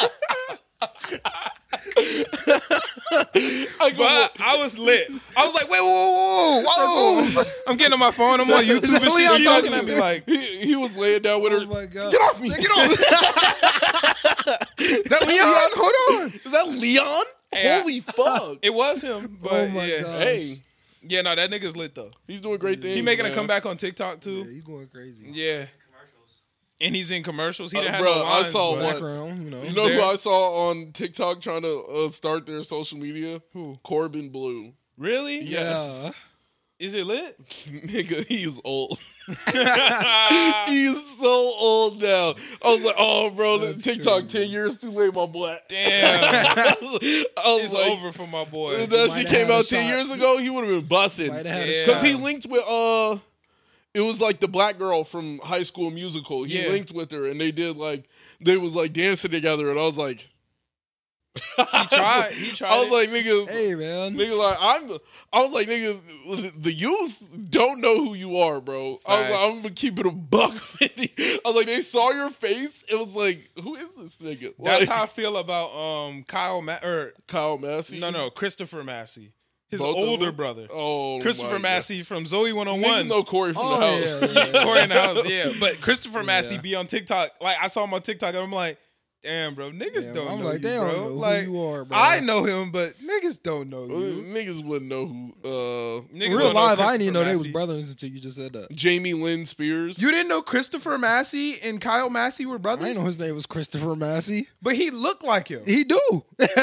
A: I go,
B: But I was lit. I was like, wait, whoa, whoa, whoa, whoa. I'm getting on my phone. I'm on
C: Is
B: YouTube
C: that
B: and shit.
C: Leon
B: She's
C: Thomas?
B: looking at me like,
A: he, he was laying down with her.
C: Oh my god.
A: Get off me! Get off! me.
B: is that Leon? Hold on.
A: is that Leon?
B: Hey, I-
A: Holy fuck!
B: It was him. But
C: Oh my
B: yeah.
C: God.
A: hey,
B: Yeah, no, that nigga's lit though.
A: he's doing great things.
B: He making
A: man.
B: a comeback on TikTok
C: Yeah,
B: too.
C: you going crazy.
B: Yeah.
D: Commercials.
B: And he's in commercials. He
A: Uh,
B: didn't have
A: bro,
B: no
A: I
B: lines,
A: saw
B: bro.
A: one-
C: Background, you know.
A: You know who
B: there.
A: I saw on TikTok trying to uh, start their social media? Who? Corbin Blue.
B: Really?
C: yeah.
B: Is it lit?
A: Nigga, he's old.
B: Ah,
A: he's so old now. I was like, oh, bro,
C: That's
A: TikTok
C: crazy.
A: 10 years too late, my boy.
B: Damn.
A: I was
B: it's
A: like,
B: over for my boy.
A: if that
C: Might
A: shit
C: have
A: came
C: had a
A: out 10
C: shot.
A: years ago, he would have been busting.
C: Might have had
B: Yeah.
C: a
A: Because
C: shot.
A: he linked with, uh, it was like the black girl from High School Musical. He
B: Yeah.
A: linked with her, and they did like, they was like dancing together, and I was like,
B: He tried. He tried.
A: I was
B: it.
A: like, nigga,
C: Hey man.
A: Nigga, like I'm, I was like, nigga, the youth don't know who you are, bro. I was like,
B: Facts.
A: I'm gonna keep it a buck fifty. I was like, they saw your face. It was like, who is this nigga?
B: that's
A: Like,
B: how I feel about um Kyle Ma- or
A: Kyle Massey.
B: no no Christopher Massey, his
A: Both of
B: older
A: them?
B: brother.
A: Oh,
B: Christopher Massey from Zoe
A: One.
B: 101.
A: know Corey from the
C: Oh
A: house.
C: yeah, yeah, yeah.
B: Corey in the house, yeah. But Christopher Massey
C: Yeah.
B: be on TikTok. Like I saw him on TikTok and I'm like, damn, bro, niggas
C: Damn,
B: don't
C: I'm
B: know
C: like,
B: you,
C: they
B: bro.
C: don't know who
B: like
C: you are, bro.
B: I know him, but niggas don't know
A: Uh,
B: you.
A: Niggas wouldn't know who. Uh,
B: Niggas
C: Real
B: don't know
C: live, I didn't even know
B: Christopher
C: they was
B: Massey.
C: brothers until you just said that.
A: Jamie Lynn Spears.
B: You didn't know Christopher Massey and Kyle Massey were
C: I
B: brothers,
C: didn't know his name was Christopher Massey.
B: but he looked like him.
C: He do. like,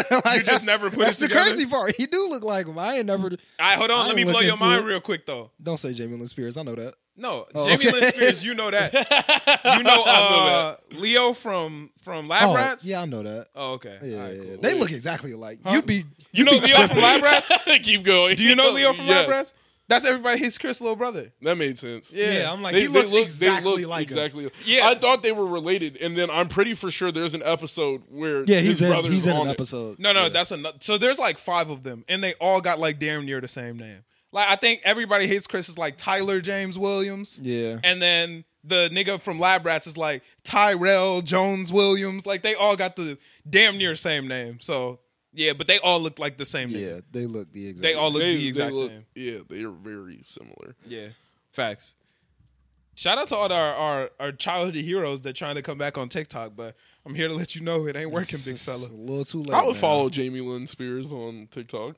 C: that's-
B: never put
C: That's
B: it
C: the
B: together? Mm.
C: crazy part. He do look like him. I ain't never.
B: All right, hold on,
C: I
B: let
C: didn't
B: me blow
C: look
B: your
C: into
B: mind
C: it.
B: real quick though.
C: Don't say Jamie Lynn Spears. I know that.
B: No,
C: Oh,
B: Jamie
C: okay.
B: Lynn Spears, you know that. You know, uh, Leo from from Lab
C: oh,
B: Rats.
C: yeah, I know that.
B: Oh, okay.
C: Yeah,
B: All right,
C: yeah,
B: cool.
C: yeah. they look exactly alike.
B: Huh?
C: You'd be.
B: You know Leo from Lab Rats?
A: keep going.
B: Do you know Leo from
A: yes.
B: Lab Rats? That's everybody. His Chris little brother.
A: That made sense.
B: Yeah,
C: I'm like
A: They-
C: he
A: they
C: looks
A: look- they
C: exactly
A: look
C: like him.
A: exactly.
B: Yeah.
A: I thought they were related, and then I'm pretty for sure there's an episode where
C: Yeah,
A: his
C: he's in.
A: brother's
C: He's in
A: on
C: an
A: it.
C: episode.
B: No, no, that's another. So there's like five of them, and they all got like damn near the same name. Like I think everybody hates Chris is like Tyler James Williams,
C: Yeah.
B: and then the nigga from Lab Rats is like Tyrell Jones Williams. Like they all got the damn near same name. So yeah, but they all look like the same name.
C: Yeah, they look the exact.
B: They all look
A: They-
B: the
A: they
B: exact
A: look-
B: same.
A: Yeah, they are very similar.
B: Yeah, facts. Shout out to all our, our our childhood heroes that trying to come back on TikTok, but I'm here to let you know it ain't working, big fella.
C: A little too late.
A: I would
C: man.
A: follow Jamie Lynn Spears on TikTok.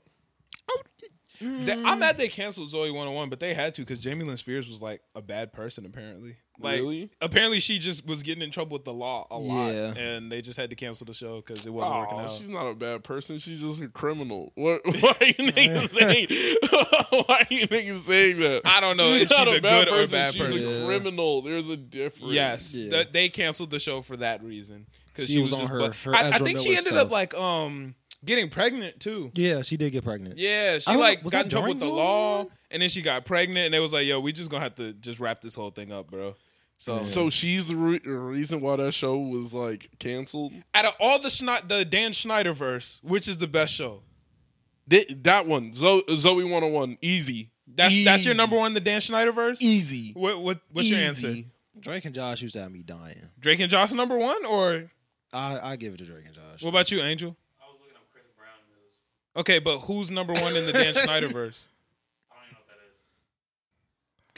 B: They- I'm mad they canceled Zoe 101, but they had to because Jamie Lynn Spears was like a bad person, apparently. Like,
A: Really?
B: apparently she just was getting in trouble with the law a lot,
C: Yeah.
B: and they just had to cancel the show because it wasn't working
A: Oh,
B: out.
A: she's not a bad person. She's just a criminal. What, why are you niggas saying? why are you niggas saying that?
B: I don't know if she's a, good or a bad
A: she's
B: person.
A: a
C: person.
A: criminal. There's a difference.
B: Yes,
C: Yeah.
B: that- they canceled the show for that reason because
C: She
B: she,
C: was
B: was,
C: on
B: just
C: her-
B: butt-
C: her
B: I, I
C: Ezra
B: think she
C: Miller
B: ended up
C: stuff.
B: like um getting pregnant too.
C: Yeah, she did get pregnant.
B: Yeah, she
C: don't know,
B: like
C: was
B: got
C: that
B: in trouble
C: during
B: with the
C: Zoe
B: law, and then she got pregnant, and they was like, "Yo, we just gonna have to just wrap this whole thing up, bro." So,
A: So she's the re- reason why that show was like canceled.
B: out of all the Schne- the Dan Schneider verse, which is the best show?
A: Th- that one, Zo- Zoe 101, easy.
B: That's that's your
A: Easy.
B: number one, the Dan Schneider verse.
A: Easy.
B: What what what's your answer?
A: Easy.
C: Drake and Josh used to have me dying.
B: Drake and Josh number one, or
C: I I give it to Drake and Josh.
B: what about you, Angel?
D: I was looking up Chris Brown moves.
B: Okay, but who's number one in the Dan Schneider verse?
D: I don't even know what that is.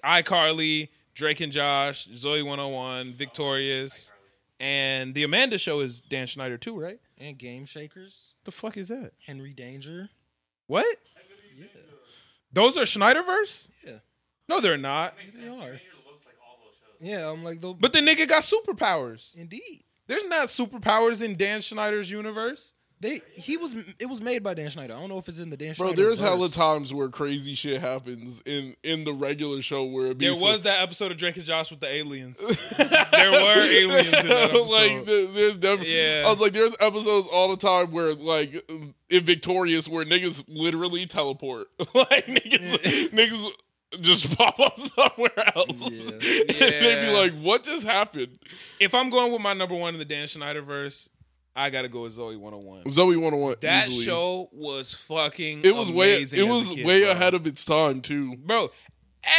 B: iCarly, Drake and Josh, Zoe 101, Victorious, and the Amanda Show is Dan Schneider too, right?
C: And Game Shakers,
B: The fuck is that?
C: Henry Danger.
B: What?
C: Yeah,
B: Those are Schneiderverse?
C: Yeah.
B: No, they're not.
D: Makes
C: They
D: sense.
C: are.
D: Major looks like all those shows.
C: yeah. I'm like though.
B: But the nigga got superpowers.
C: indeed,
B: There's not superpowers in Dan Schneider's universe.
C: They he was it was made by Dan Schneider. I don't know if it's in the Dan
A: Bro,
C: Schneider.
A: there's hella
C: verse.
A: times where crazy shit happens in in the regular show where it be
B: There
A: some-
B: was that episode of Drake and Josh with the aliens. there were aliens in that episode.
A: like there- there's never,
B: Yeah.
A: I was like, there's episodes all the time where like in Victorious where niggas literally teleport, like niggas niggas just pop up somewhere else,
C: Yeah.
A: and they
B: Yeah.
A: be like, what just happened?
B: if I'm going with my number one in the Dan Schneider verse, I gotta go with Zoe 101.
A: Zoe 101.
B: That
A: easily.
B: show was fucking.
A: it was way
B: amazing
A: it
B: as a
A: was
B: kid,
A: way
B: bro.
A: ahead of its time too.
B: bro.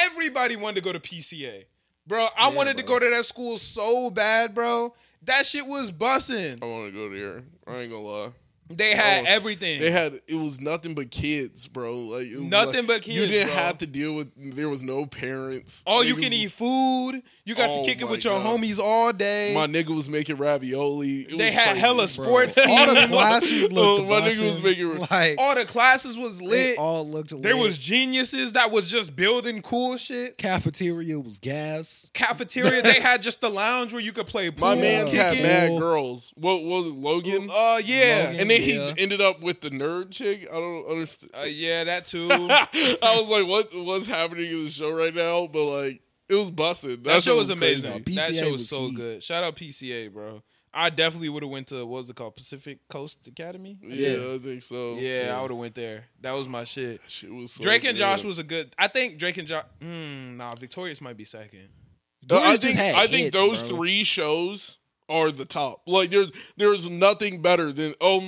B: Everybody wanted to go to PCA, bro. I
C: Yeah,
B: wanted to
C: bro.
B: go to that school so bad, bro. That shit was bussing.
A: I want to go there. I ain't gonna lie.
B: They had
A: Oh,
B: everything.
A: They had it was nothing but kids, bro. Like it was
B: Nothing
A: like-
B: but
A: You
B: kids,
A: didn't
B: bro.
A: have to deal with. There was no parents.
B: all you
A: Niggas
B: can
A: was-
B: eat food. You got
A: Oh
B: to kick it
A: my
B: with your
A: God.
B: homies all day.
A: My nigga was making ravioli. It
B: they
A: was
B: had
A: crazy,
B: hella
A: bro.
B: sports
C: All the
B: teams.
C: classes looked.
A: My nigga was
C: bussin',
A: making-
C: like
B: all the classes was
C: they
B: lit.
C: all looked.
B: There
C: lit.
B: was geniuses that was just building cool shit.
C: cafeteria was gas.
B: Cafeteria, they had just the lounge where you could play pool.
A: My
C: Yeah.
A: man had
B: kicking.
A: mad
C: Cool.
A: girls. What was it, Logan?
B: Uh, yeah,
C: Logan.
A: and then he
C: yeah.
A: ended up with the nerd chick. I don't understand.
B: uh, yeah, that too.
A: I was like, what what's happening in the show right now? But like, it was busted.
B: That show was amazing.
C: crazy.
B: That
C: PCA
B: show was
C: was
B: so
C: heat.
B: good. Shout out PCA, bro. I definitely would have went to what was it called Pacific Coast Academy. Yeah,
A: Yeah,
C: Yeah.
A: I think so.
B: I would have went there. That was my shit.
A: Shit was so
B: Drake and
A: good.
B: Josh was a good. I think Drake and Josh. Mm, nah, Victorious might be second.
A: Uh, I
C: George just
A: think
C: had
A: I think
C: hits,
A: those
C: bro.
A: three shows are the top. Like there's there's nothing better than um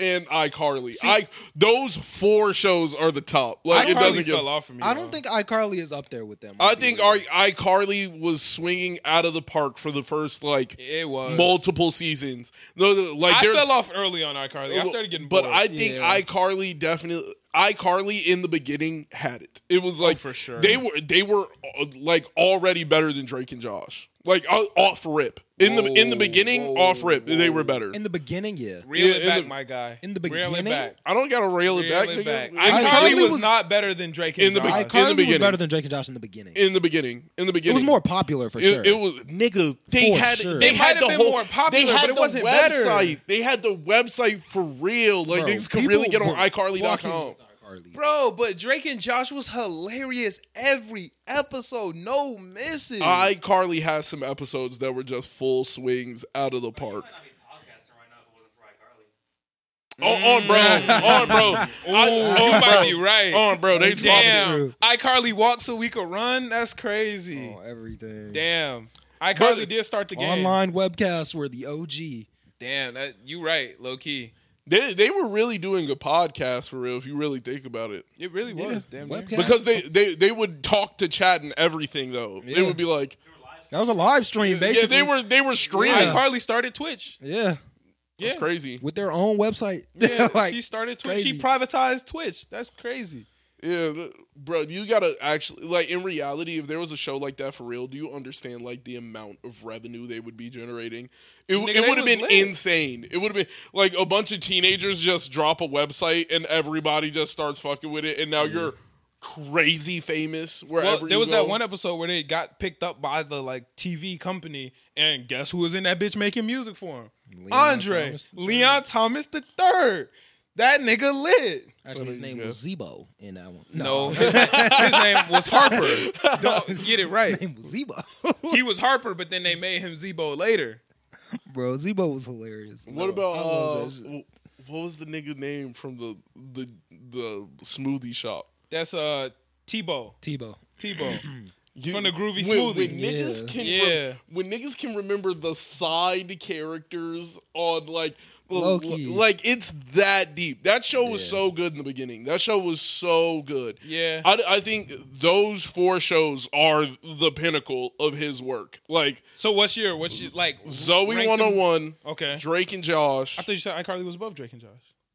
A: and iCarly. I those four shows are the top. Like it
B: It
A: doesn't
B: fell
A: get.
B: off for me.
C: I
B: though.
C: don't think iCarly is up there with them.
A: I think our iCarly was swinging out of the park for the first like
B: it was
A: multiple seasons. No, no, like
B: I
A: there-
B: fell off early on iCarly. I started getting bored.
A: But I think
C: Yeah.
A: iCarly definitely iCarly in the beginning had it. It was like
B: Oh, for sure.
A: They were they were uh, like already better than Drake and Josh. Like uh, off rip in the in the
B: Whoa,
A: beginning
B: whoa,
A: off rip they were better.
C: in the beginning, yeah.
B: reel
A: yeah,
B: it
A: in
B: back,
A: the-
B: my guy.
C: in the
B: reel it
C: beginning,
B: back.
A: I don't gotta rail it
B: Reel
A: back,
B: it back.
A: nigga.
B: iCarly
C: iCarly
B: was,
C: was-
B: not better than Drake and
A: In the
B: Josh.
A: beginning.
C: iCarly was
A: beginning.
C: better than Drake and Josh in the beginning.
A: in the beginning. In the
C: it
A: beginning,
C: was more popular for
A: It,
C: sure.
A: it was nigga. They
C: For
A: had
C: sure.
A: they
C: It
A: had
B: might have
A: the
B: been
A: whole
B: more popular,
A: they had
B: but it
A: the
B: wasn't better.
A: website. They had the website for real. Like
C: Bro,
A: niggas could
C: people
A: really get on
C: were
A: iCarly.com.
C: fucking with iCarly.
B: Bro, but Drake and Josh was hilarious every episode. No misses.
A: iCarly has some episodes that were just full swings out of the park.
D: might not be podcasting right now if it wasn't for iCarly.
A: On, on bro, on bro, I- on,
B: you might
A: Mm. bro. Oh,
B: be right.
A: on bro. They
C: Damn.
A: popping.
B: Damn.
C: true.
B: iCarly walks so we could run? That's crazy.
C: Oh, everything.
B: Damn. iCarly
A: But-
B: did start the game.
C: Online webcasts were the OG.
B: Damn, that you right, low key.
A: They they were really doing a podcast for real. If you really think about it,
B: It really was.
C: Yeah,
B: Damn near.
C: webcam.
A: because they they they would talk to chat and everything though. They
C: Yeah.
A: would be like,
D: They were live.
C: That was a live stream,
A: yeah,
C: basically.
A: they were they were streaming.
C: Yeah.
B: iCarly started Twitch.
C: Yeah,
B: Yeah.
A: That's crazy.
C: with their own website.
B: Yeah,
C: like
B: she started Twitch. She
C: crazy.
B: privatized Twitch. That's crazy.
A: Yeah, th- bro, you gotta actually like in reality, if there was a show like that for real, do you understand like the amount of revenue they would be generating? It, w-
B: Nigga,
A: it
B: they
A: would have
B: was
A: been
B: lit.
A: insane. It would have been like a bunch of teenagers just drop a website and everybody just starts fucking with it, and now you're crazy famous wherever.
B: Well, there
A: you
B: was
A: go.
B: that one episode where they got picked up by the like TV company, and guess who was in that bitch making music for him?
C: Leon
B: Andre
C: Thomas the
B: Leon Thomas the third. That nigga lit.
C: actually, his name was Zebo in that one.
B: No, his, his name was Harper. Don't get it
C: his
B: right.
C: name was Zebo.
B: He was Harper, but then they made him Zebo later.
C: Bro, Zebo was hilarious.
A: What
C: I
A: about uh,
C: love that shit.
A: w- what was the nigga name from the the the smoothie shop?
B: That's uh Tebow.
C: Tebow?
B: Tebow.
A: You-
B: From the Groovy
A: when,
B: Smoothie.
A: When niggas
C: Yeah.
A: can
B: Yeah.
A: rem- when niggas can remember the side characters on like
C: Low
A: l-
C: key.
A: like it's that deep. That show was
C: Yeah.
A: so good in the beginning. That show was so good.
B: Yeah.
A: I, I think those four shows are the pinnacle of his work. Like
B: So what's your what's your like
A: Zoe
B: rank
A: one
B: them-
A: hundred one,
B: Okay.
A: Drake and Josh.
B: I thought you said iCarly was above Drake and Josh.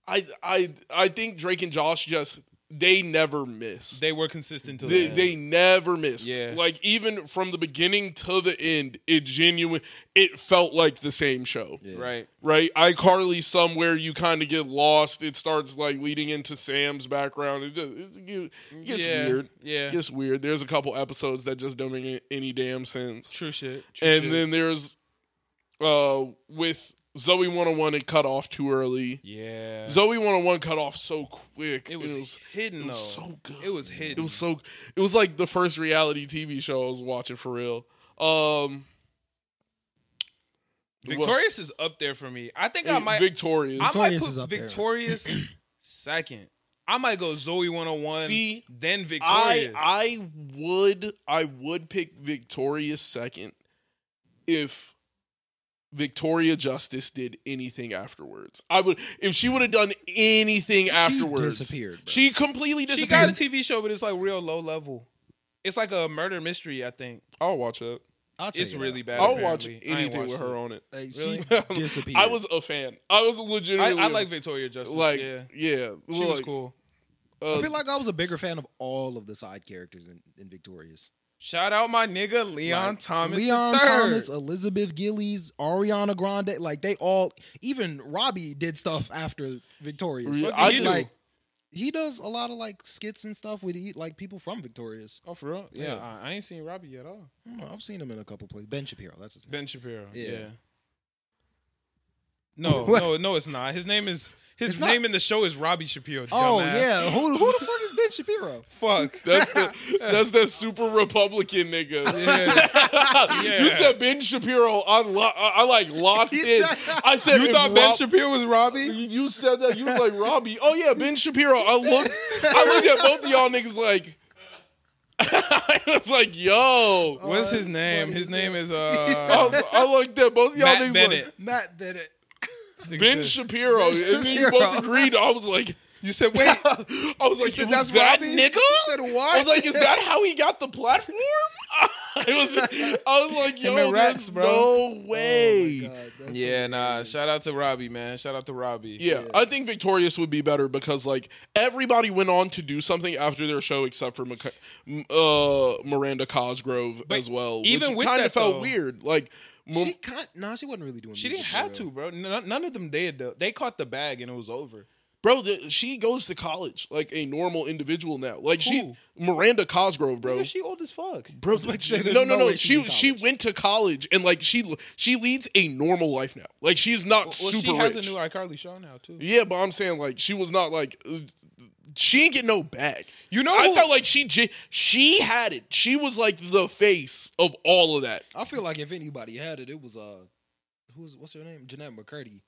A: I I I think Drake and Josh just they never miss.
B: They were consistent to
A: They, they never missed.
B: Yeah.
A: Like even from the beginning to the end, it genuine. It felt like the same show.
B: right.
A: Right, iCarly somewhere you kind of get lost. It starts like leading into Sam's background. It just it get- it gets
B: Yeah,
A: weird.
B: yeah.
A: it gets weird. There's a couple episodes that just don't make any- any damn sense.
B: True shit. True
A: And
B: shit.
A: then there's uh with Zoe 101 had cut off too early.
B: Yeah.
A: Zoe 101 cut off so quick.
B: It was, hidden.
A: it was
B: though.
A: so good.
B: It was hidden.
A: It was so. It was like the first reality TV show I was watching for real. Um,
B: Victorious is up there for me. I think I
A: it-
B: might.
A: eh, Victorious.
B: I might
C: Victorious is
B: put
C: up there.
B: Victorious second. I might go Zoe 101.
A: See,
B: then Victorious.
A: I I would I would pick Victorious second if Victoria Justice did anything afterwards. I would if she would have done anything afterwards.
C: she disappeared. Bro.
A: She completely
B: she
A: disappeared.
B: got a TV show, but it's like real low level. It's like a murder mystery. I think
A: I'll watch it.
C: I'll check
B: it's
C: it
B: really
C: out.
B: bad.
A: I'll
B: apparently.
A: watch
B: I ain't
A: anything with
B: watched
A: her
B: it.
A: on it.
C: Like,
B: Really?
C: She disappeared.
A: I was a fan. I was legitimately.
B: I, I like Victoria Justice.
A: like
B: yeah,
A: yeah.
B: she was
A: like,
B: cool.
A: uh,
C: I feel like I was a bigger fan of all of the side characters in, in Victorious.
B: Shout out my nigga Leon
C: Like,
B: Thomas.
C: Leon
B: III.
C: Thomas, Elizabeth Gillies, Ariana Grande, like they all, even Robbie did stuff after Victorious.
A: Yeah,
C: Like,
A: I
C: he
A: do.
C: like he does a lot of like skits and stuff with like people from Victorious.
B: Oh, for real? Yeah,
C: Yeah.
B: I, I ain't seen Robbie yet oh. at all.
C: Hmm, I've seen him in a couple places. Ben Shapiro, that's his name.
B: Ben Shapiro. Yeah.
C: Yeah.
B: No,
C: What?
B: no, no, it's not. His name is his
C: It's not-
B: name in the show is Robbie Shapiro.
C: oh
B: dumbass.
C: yeah, who who the fuck is Ben Shapiro?
B: Fuck.
A: That's the that's the super Republican nigga.
B: Yeah.
A: You said Ben Shapiro. I, lo- I I, like locked
C: He
A: in.
C: said-
A: I said
B: you
A: if
B: thought Ben
A: Rob-
B: Shapiro was Robbie?
A: You said that you was like Robbie. Oh yeah, Ben Shapiro. I look. I looked at both of y'all niggas like. I was like, yo.
B: What's his
C: that's
B: name?
C: funny
B: His
C: as
B: name is
A: I,
B: uh
A: was- I looked at both of y'all
B: Matt
A: niggas
B: Bennett.
C: Matt Bennett.
A: like Ben Shapiro, and then you both
C: Shapiro.
A: agreed. I was like,
B: You said
A: wait. I was like,
B: said
A: "It was
B: that's
A: that
B: Robbie?"
A: nigga.
C: He said what?
A: I was like, is that how he got the platform? I was, I was like, yo,
B: Him and Rex,
A: there's
B: bro.
A: no
C: Oh
A: way.
C: my God, that's
B: Yeah,
C: hilarious.
B: nah. Shout out to Robbie, man. Shout out to Robbie.
A: yeah, I think Victorious would be better because like everybody went on to do something after their show except for Maca- M- uh, Miranda Cosgrove
B: But
A: as well.
B: even
A: which
B: with
A: kind
B: that,
A: of felt
B: though-
A: weird. Like, Mo-
C: She kind no, she wasn't really doing.
B: She didn't
C: music
B: have
C: for
B: to,
C: real.
B: bro. None, none of them did. Though. They caught the bag and it was over.
A: bro, the, she goes to college like a normal individual now. Like she,
B: Who?
A: Miranda Cosgrove, bro.
B: Nigga, she old as fuck.
A: Bro,
C: about to say, there's
A: no, no,
C: no
A: no.
C: way
A: She
C: she's in
A: she
C: college.
A: went to college and like she she leads a normal life now. Like she's not
B: Well,
A: super
B: she has
A: rich.
B: a new iCarly show now too.
A: yeah, but I'm saying like she was not like uh, she ain't get no bag.
B: You know
A: I
B: who-
A: felt like she j- she had it. She was like the face of all of that.
C: I feel like if anybody had it, it was uh, who's what's her name? Jeanette McCurdy.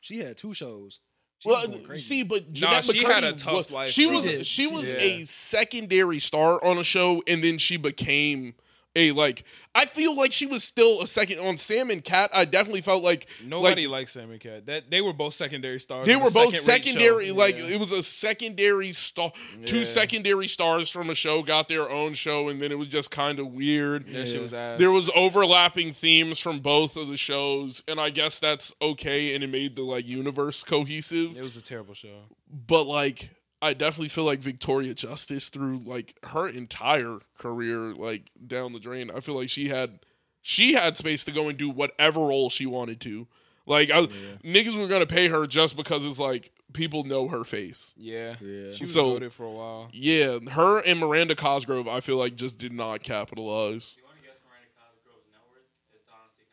C: She had two shows. She was
A: well,
C: going crazy.
A: see, but
B: Nah,
A: Jeanette
B: she had a
A: McCurdy
B: tough
A: was-
B: life,
A: She
B: bro.
A: was
C: She did.
A: she
C: She
A: was
B: did.
A: a secondary star on a show, and then she became a like. I feel like she was still a second on Sam and Cat. I definitely felt like like,
B: Nobody likes Sam and Cat. That they were both secondary stars.
A: They
B: on a
A: were both
B: second-rate
A: secondary,
B: show.
A: like
B: Yeah.
A: it was a secondary star.
B: Yeah.
A: Two secondary stars from a show got their own show, and then it was just kind of weird.
B: that shit was ass.
A: There was overlapping themes from both of the shows, and I guess that's okay, and it made the like universe cohesive.
B: it was a terrible show.
A: But like, I definitely feel like Victoria Justice through like her entire career, like down the drain. I feel like she had she had space to go and do whatever role she wanted to. Like I, niggas were gonna pay her just because it's like people know her face.
B: Yeah,
C: Yeah.
B: She was
A: So-
B: goaded for a while.
A: Yeah, her and Miranda Cosgrove, I feel like just did not capitalize.
D: Do you want to guess Miranda Cosgrove's net worth? It's honestly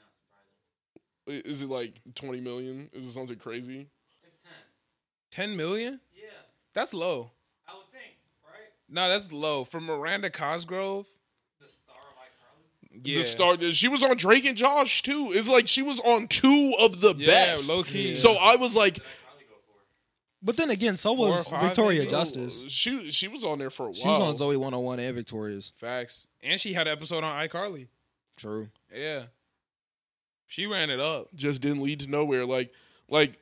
D: kind of surprising.
A: I- Is it like twenty million? Is it something crazy?
D: It's ten.
B: Ten million?
D: Yeah,
B: That's low.
D: I would think, right?
B: No, that's low for Miranda Cosgrove.
D: The star of iCarly.
B: Yeah,
A: The star, she was on Drake and Josh too. It's like she was on two of the
B: yeah,
A: best.
B: low key.
C: Yeah.
A: So I was like,
D: Did iCarly go for?
C: but then again, so
B: Four
C: was
B: or five,
C: Victoria
B: maybe?
C: Justice.
A: oh, She she was on there for a while.
C: She was on Zoe 101 and Victoria's.
B: facts, and she had an episode on iCarly.
C: True.
B: Yeah, she ran it up,
A: Just didn't lead to nowhere. Like like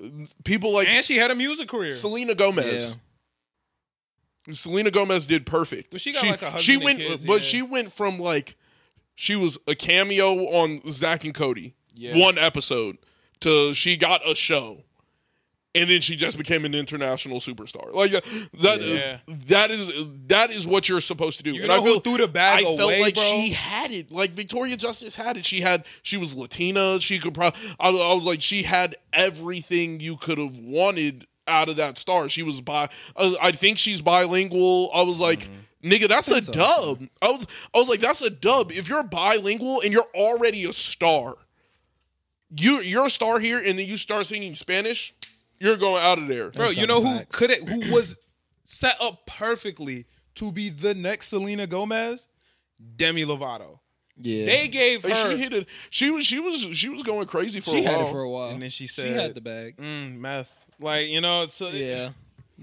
A: people like
B: and she had a music career.
A: Selena Gomez. Selena Gomez did perfect.
B: But she got, like, a husband
A: she
B: and
A: went,
B: kids,
A: but
B: yeah.
A: she went from like she was a cameo on Zach and Cody,
B: Yeah.
A: one episode, to she got a show, and then she just became an international superstar. Like uh, that,
B: Yeah.
A: that is that is what you're supposed to do.
B: You
A: and
B: know
A: I
B: who
A: feel
B: threw the bag
A: I felt
B: away,
A: like
B: bro?
A: she had it. Like Victoria Justice had it. She had. She was Latina. She could probably. I, I was like, she had everything you could have wanted out of that star. She was bi. I, I think she's bilingual. I was like. Nigga, that's a
C: so.
A: dub. I was, I was like, that's a dub. If you're bilingual and you're already a star, you you're a star here, and then you start singing Spanish, you're going out of there.
B: Bro,
C: That's
B: you know
C: fucking
B: who
C: facts.
B: could it who was set up perfectly to be the next Selena Gomez? Demi Lovato.
C: Yeah,
B: They gave
A: Like,
B: her
A: she hit it. She was she was she was going crazy for
C: she
A: a while.
C: had it for a while,
B: And then she
C: she
B: said-
C: had the bag.
B: mm, meth. Like, you know, so
C: Yeah,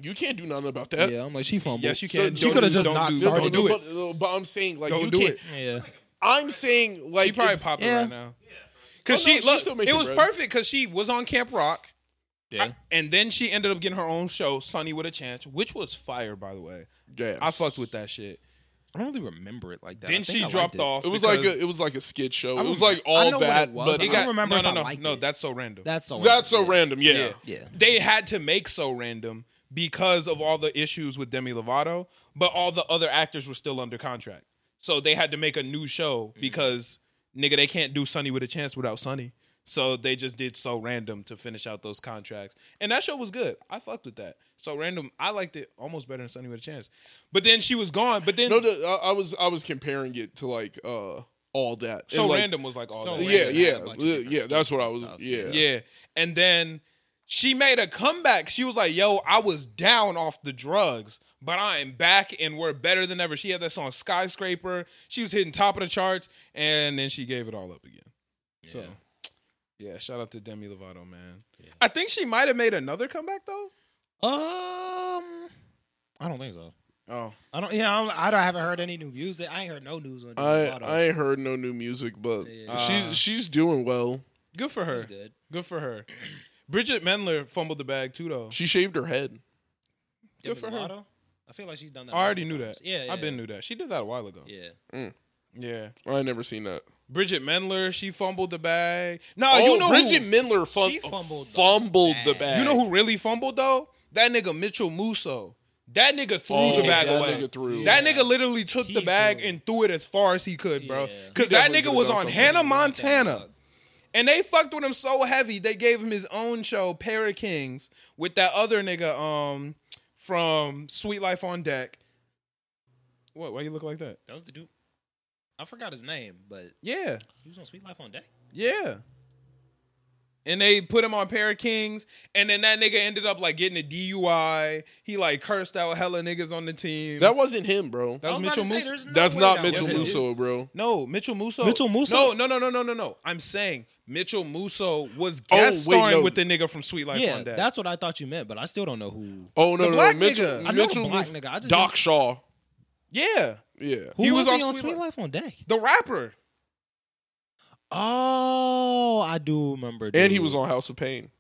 A: you can't do nothing about that.
C: yeah. I'm like she fumbled.
B: Yes, you
A: So
B: can.
A: she
B: Don't
C: coulda
B: do-
C: just
B: don't
C: not
B: do, Don't
C: started
B: do
A: but,
B: it.
C: uh,
A: But, but I'm saying like
B: Don't
A: you
B: do
A: can't.
B: it.
E: Yeah.
A: I'm saying like
B: She probably
A: if-
B: popping
C: Yeah.
B: right now.
A: Oh,
B: Cause
A: no,
B: she,
A: she's
B: look,
A: still
B: it
A: making
B: was
A: bread.
B: perfect because she was on Camp Rock,
E: Yeah.
B: and then she ended up getting her own show, Sunny with a Chance, which was fire, by the way.
A: yes.
B: I fucked with that shit.
C: I don't really remember it like that. I
B: then
C: think I
B: she
C: liked
B: dropped
C: it.
B: off.
A: It was
B: because
A: like a, it was like a skid show.
C: I
A: It was
C: don't-
A: like
C: I
A: all
C: know what
A: that,
C: it was,
A: but
C: but
B: They
C: I
B: got,
C: don't remember
B: No,
C: if
B: no,
C: I
B: no,
C: liked
B: no.
C: it.
B: That's so random.
C: That's so.
A: that's so
C: random.
A: random. Yeah.
B: Yeah.
C: Yeah.
B: They had to make so random because of all the issues with Demi Lovato, but all the other actors were still under contract. So they had to make a new show
C: Mm-hmm.
B: because nigga, they can't do Sunny with a chance without Sunny. So they just did so random to finish out those contracts. And that show was good. I fucked with that. So random, I liked it almost better than Sunny with a chance. But then she was gone. But then
A: No, the, I, I was I was comparing it to like uh all that.
B: so
A: And, like,
B: random was like all
C: So
B: that.
A: Yeah,
C: Random had
A: yeah,
C: a bunch of
A: yeah.
C: different
A: that's
C: skits
A: what I
C: and
A: was.
C: stuff.
A: Yeah.
B: Yeah. And then she made a comeback. She was like, yo, I was down off the drugs, but I am back and we're better than ever. She had that song Skyscraper. She was hitting top of the charts and then she gave it all up again. So, yeah, shout out to Demi Lovato, man. I think she might have made another comeback though.
C: Um, I don't think so.
B: Oh.
C: I don't. Yeah, I, don't, I don't- I haven't heard any new music. I ain't heard no news on. Demi
A: I
C: Lovato.
A: I ain't heard no new music, but
C: Yeah.
B: Uh,
A: she's she's doing well.
B: Good for her.
C: That's good.
B: Good for her. Bridget Mendler fumbled the bag too though.
A: She shaved her head.
B: Good
C: Demi
B: for her.
C: Lovato? I feel like she's done that.
B: I already knew
C: multiple
B: that.
C: times. Yeah, yeah.
B: I been knew that. She did that a while ago.
C: Yeah.
B: Yeah.
A: I never seen that.
B: Bridget Mendler, she fumbled the bag. No,
A: oh,
B: Uh, you know who-
A: Bridget Mendler fum-
C: She fumbled
A: fumbled, the
C: the bag.
A: bag.
B: You know who really fumbled though? That nigga Mitchell Musso. That nigga threw
A: Oh,
B: the bag
A: that
B: away.
A: nigga threw.
B: That nigga literally took
C: He
B: the bag
C: threw.
B: and threw it as far as he could, bro.
C: Yeah.
B: Because
A: He
B: that
A: definitely
B: nigga was
A: could've
B: on
A: done
B: Hannah
A: something
C: with that
B: Montana.
C: dog.
B: And they fucked with him so heavy, they gave him his own show, Para Kings, with that other nigga um from Sweet Life on Deck. What? Why you look like that?
C: That was the dude. I forgot his name, but
B: Yeah.
C: he was on Sweet Life on Deck.
B: Yeah. And they put him on Pair of Kings, and then that nigga ended up like getting a DUI. He like cursed out hella niggas on the team.
A: That wasn't him, bro.
B: That was
C: I about
B: Mitchell
C: to say,
B: Musso.
C: there's no
A: That's
C: way
A: not
C: that
A: Mitchell
C: was
B: Yes, it
C: him.
B: is.
A: Musso, bro.
B: no Mitchell Musso.
C: Mitchell Musso?
B: No, no, no, no, no, no, no. I'm saying Mitchell Musso was
A: Oh,
B: guest
A: wait,
B: starring
A: no.
B: with the nigga from Sweet Life
C: Yeah,
B: on Deck.
C: that's what I thought you meant, but I still don't know who.
A: Oh no,
B: The
A: no,
B: black
A: Mitchell,
B: nigga.
C: I know the
A: Mitchell,
C: black
A: Mu-
C: nigga. I just
A: Doc
C: didn't-
A: Shaw.
B: yeah,
A: Yeah,
C: Who
B: He
C: was,
B: was on
C: he on
B: Sweet
C: Sweet,
B: Li-
C: Life on Deck?
B: the rapper.
C: Oh, I do remember.
A: and he
C: dude.
A: was on House of Pain.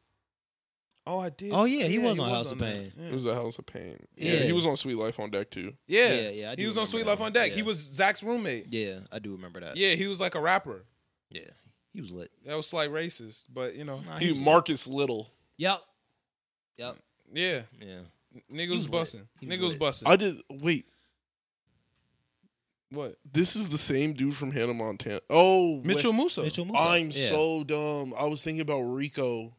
B: Oh, I did.
C: Oh, yeah, he was on House of
B: that.
C: Pain.
A: It
B: Yeah.
A: was a House of Pain. Yeah.
C: Yeah.
A: he was on Sweet Life on Deck too.
B: Yeah,
C: Yeah, yeah, I
B: he
C: do
B: was on
C: remember
B: Sweet
C: that
B: Life
C: one.
B: on Deck. He
C: Yeah.
B: was Zach's roommate.
C: Yeah, I do remember that. Yeah,
B: Yeah, he was like a rapper.
C: he was lit.
B: That was slight racist, but you know,
C: Nah,
A: He
C: was lit.
A: Marcus Little.
C: Yep. Yep.
B: yeah,
C: Yeah.
B: nigga
C: was
B: was
C: lit.
B: busting.
C: He was
B: Nigga was
C: lit.
B: busting.
A: I did. Wait,
B: What?
A: this is the same dude from Hannah Montana. Oh,
B: Mitchell Musso.
C: Mitchell
A: wait,
C: Musso.
A: I'm
C: Yeah.
A: so dumb. I was thinking about Rico.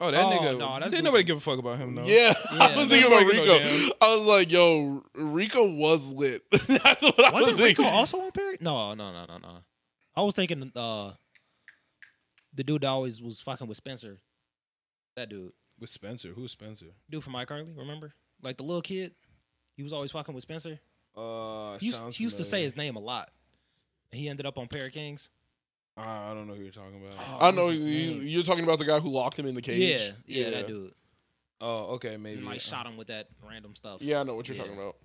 B: Oh, that
C: Oh,
B: nigga.
C: no, that's
B: didn't
C: goofy.
B: nobody give a fuck about him though.
A: Yeah, I
C: Yeah.
A: was thinking about
B: Nobody know
A: Rico.
B: damn.
A: I was like, yo, Rico was lit. That's what I was,
C: Wasn't Rico
A: thinking.
C: also on Perry? No, no, no, no, no. I was thinking uh the dude that always was fucking with Spencer. That dude.
B: With Spencer, who's Spencer?
C: Dude from iCarly, remember? Like the little kid. He was always fucking with Spencer.
B: Uh,
C: He used, he used to say his name a lot. He ended up on Pair of Kings.
B: I don't know who you're talking about.
C: Oh,
A: I
C: what
A: know
C: was his
A: you-
C: name?
A: you're talking about the guy who locked him in the
C: Yeah,
A: cage.
C: yeah, that dude.
B: Oh, okay, maybe.
C: And like shot him with that random stuff.
A: Yeah, I know what you're
C: Yeah.
A: talking about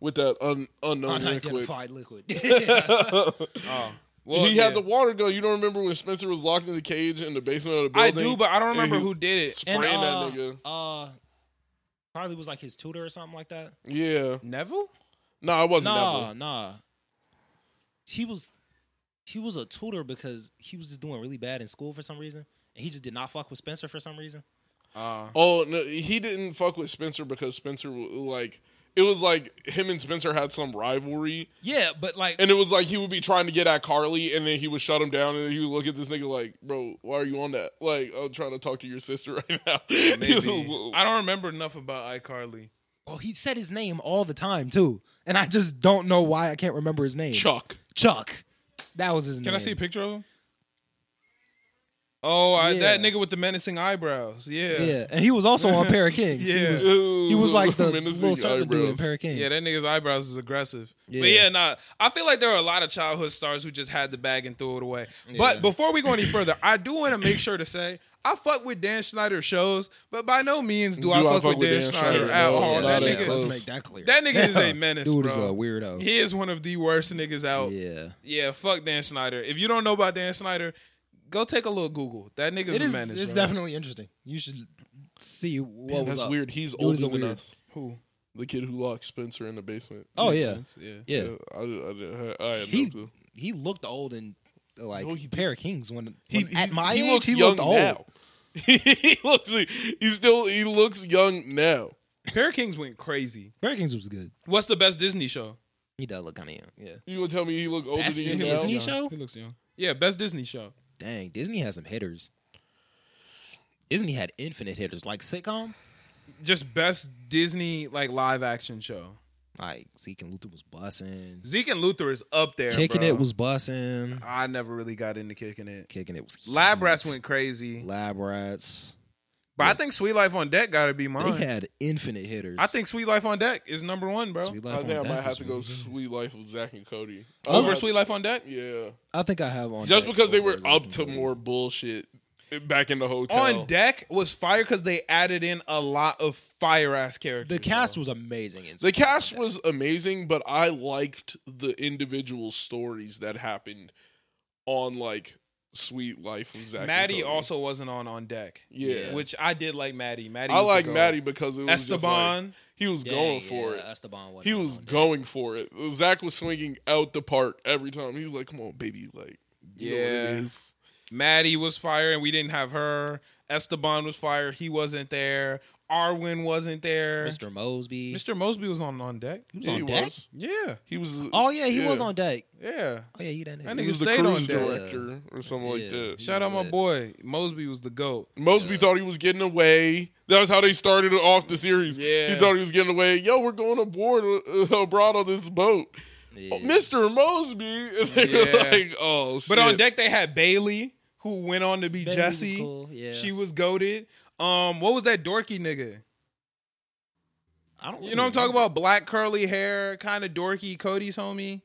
A: with that un- unknown liquid.
C: Unidentified liquid. yeah.
B: Oh, well,
A: he
B: yeah.
A: had the water gun. You don't remember when Spencer was locked in the cage in the basement of the
B: I
A: building?
B: do, but I don't
A: And
B: remember
A: he
B: who
A: was
B: did it.
A: Spraying
C: uh,
A: that nigga.
C: Uh, Carly was like his tutor or something like that.
A: Yeah.
B: Neville?
A: No, I wasn't
C: Nah,
A: Neville.
C: nah. He was he was a tutor because he was just doing really bad in school for some reason. And he just did not fuck with Spencer for some reason.
B: Uh,
A: Oh, no, he didn't fuck with Spencer because Spencer, w- like, it was like him and Spencer had some rivalry.
C: Yeah, but like
A: And it was like he would be trying to get at Carly, and then he would shut him down, and then he would look at this nigga like, "Bro, why are you on that? Like, I'm trying to talk to your sister right now."
B: maybe. I don't remember enough about iCarly.
C: oh, he said his name all the time too. And I just don't know why I can't remember his name.
A: Chuck.
C: Chuck. That was his
B: Can
C: name.
B: I see a picture of him? Oh, I,
C: Yeah.
B: that nigga with the menacing eyebrows. Yeah.
C: Yeah. and he was also on Parrot Kings.
B: Yeah.
C: he was, he was like the
A: Menacing
C: little circle dude in
A: eyebrows.
C: Parrot Kings.
B: Yeah, that nigga's eyebrows is aggressive. But
C: Yeah.
B: yeah, nah. I feel like there are a lot of childhood stars who just had the bag and threw it away. But before we go any further, I do want to make sure to say I fuck with Dan Schneider shows, but by no means do, I, fuck with Dan, Schneider, at
A: no,
B: all.
A: not
B: That
A: at all.
B: nigga,
C: Oh,
A: close.
C: let's make that clear.
B: that nigga is a menace,
C: dude
B: bro.
C: is a weirdo.
B: He is one of the worst niggas out. Yeah.
C: yeah,
B: fuck Dan Schneider. If you don't know about Dan Schneider, go take a little Google. That nigga's
C: it
B: a
C: is.
B: menace.
C: it's
B: bro.
C: definitely interesting. You should see what was
A: That's
C: up.
A: weird. He's
C: Dude is
A: older
C: a
A: than
C: weird-
A: us.
B: Who?
A: The kid who locked Spencer in the basement.
C: Oh
B: Makes
C: yeah,
B: sense, Yeah.
C: yeah.
A: I, I, I, I had no
C: He
A: clue.
C: he looked old and uh, like
A: No, he
C: Parrot Kings when,
A: He,
C: when at
A: he-
C: my
A: he
C: age
A: looks
C: he
A: young
C: looked old.
A: now. he looks. He still. He looks young now.
B: Parrot Kings went crazy.
C: Parrot Kings was good.
B: What's the best Disney show?
C: He does look kind of young. Yeah.
A: You gonna tell me he look older
C: Best
A: than you
C: in
A: now?
C: Disney show?
B: He looks young. Yeah, best Disney show.
C: Dang, Disney has some hitters. Disney had infinite hitters like sitcom.
B: Just best Disney like live action show.
C: Like Zeke and Luther was bussing.
B: Zeke and Luther is up there.
C: Kicking
B: bro.
C: it was bussing.
B: I never really got into kicking it.
C: Kicking it was. Heat.
B: Lab Rats went crazy,
C: Lab rats.
B: but I think Sweet Life on Deck got to be
C: They
B: mine.
C: had infinite hitters.
B: I think Sweet Life on Deck is number one, bro.
C: Sweet Life
A: I
C: on
A: think I might
C: Deck
A: have
C: was
A: to go
C: really good.
A: Sweet Life with Zach and Cody. I
B: Over
A: might-
B: Sweet Life on Deck.
A: Yeah.
C: I think I have on
A: Just
C: Deck
A: because they
C: over
A: were
C: Zeke
A: up
C: and
A: to
C: Luther.
A: more bullshit back in the hotel.
B: On Deck was fire because they added in a lot of fire ass characters.
C: The
B: bro.
C: cast was amazing. in
A: The
C: Sweet Life on
A: cast
C: Deck.
A: was amazing, but I liked the individual stories that happened on like Sweet Life of Zach. and
B: Maddie
A: Cody.
B: also wasn't on on deck.
A: Yeah.
B: which I did like Maddie. Maddie,
A: I
B: was the
A: like
B: goat.
A: Maddie because it was just like,
B: Esteban.
A: he was
C: Dang,
A: going for
C: yeah,
A: it.
C: Esteban wasn't
A: He
C: on
A: was
C: Deck.
A: going for it. Zach was swinging out the park every time. He's like, "Come on, baby!" Like, you know what it
B: Yeah.
A: is."
B: Maddie was fire, and we didn't have her. Esteban was fire. He wasn't there. Arwin wasn't there.
C: Mr. Mosby.
B: Mr. Mosby was on on deck.
C: He was
A: Yeah,
C: on
A: he
C: deck.
A: was.
B: Yeah,
A: He was.
C: Oh yeah, he was on deck.
B: yeah.
C: Oh yeah, you that
B: That
C: nigga.
B: nigga
A: He was the
B: stayed on
A: cruise
B: deck.
A: director or something
C: Yeah.
A: like that.
B: Shout out my
C: Yeah.
B: boy Mosby was the goat.
A: Mosby thought he was getting away. That was how they started it off the series.
B: Yeah.
A: He thought he was getting away. Yo, we're going aboard uh, abroad on this boat.
C: Yeah.
A: Mr. Mosby. And they
B: Yeah.
A: were like, oh, shit.
B: But on deck they had Bailey, who went on to be
C: Bailey was
B: Jesse.
C: cool, yeah.
B: She was goaded. Um, what was that dorky nigga?
C: I don't.
B: You know what I'm talking
C: really
B: about? Black curly hair, kind of dorky. Cody's homie.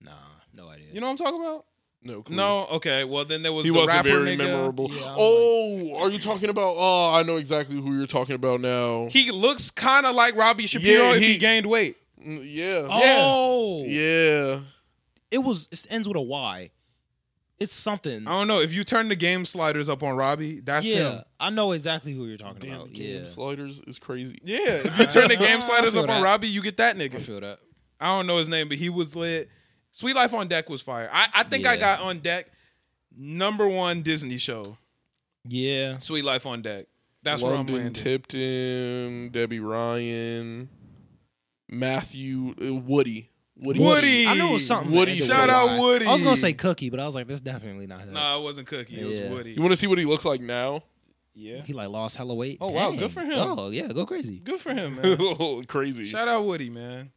C: remember. Nah, no idea.
B: You know what I'm talking about?
A: No, clue.
B: No. Okay. Well, then there was
A: He
B: the
A: wasn't
B: rapper
A: very
B: nigga.
A: memorable.
C: Yeah, I'm
A: oh, are you talking about? Oh, I know exactly who you're talking about now.
B: He looks kind of like Robbie Shapiro
A: Yeah,
B: if he
A: he-
B: gained weight.
A: Mm, yeah.
C: Oh,
A: Yeah.
C: it was. It ends with a Y. It's something.
B: I don't know. If you turn the game sliders up on Robbie, that's
C: yeah,
B: him.
C: I know exactly who you're talking
A: Damn,
C: about.
A: game
C: Yeah,
A: sliders is crazy.
B: Yeah. If you turn the game
C: I
B: sliders
C: feel
B: up on
C: that.
B: Robbie, you get that nigga.
C: feel that.
B: I don't know his name, but he was lit. Sweet Life on Deck was fire. I, I think I
C: Yeah.
B: got on deck number one Disney show.
C: Yeah,
B: Sweet Life on Deck. That's
A: London
B: where I'm landing.
A: Tipton, Debbie Ryan, Matthew uh, Woody. Woody.
B: Woody.
C: I knew it was something.
A: Woody,
C: that ended
A: shout
C: with a
B: out
C: Y.
B: Woody.
C: I was gonna say Cookie, but I was like, that's definitely not him.
B: Nah, it wasn't Cookie. It was
C: Yeah.
A: You
B: Woody.
A: want to see what he looks like now?
B: Yeah.
C: He like lost hella weight.
B: Oh, wow, good for him.
C: Oh yeah, go crazy.
B: Good for him, man.
A: oh, crazy.
B: Shout out Woody, man.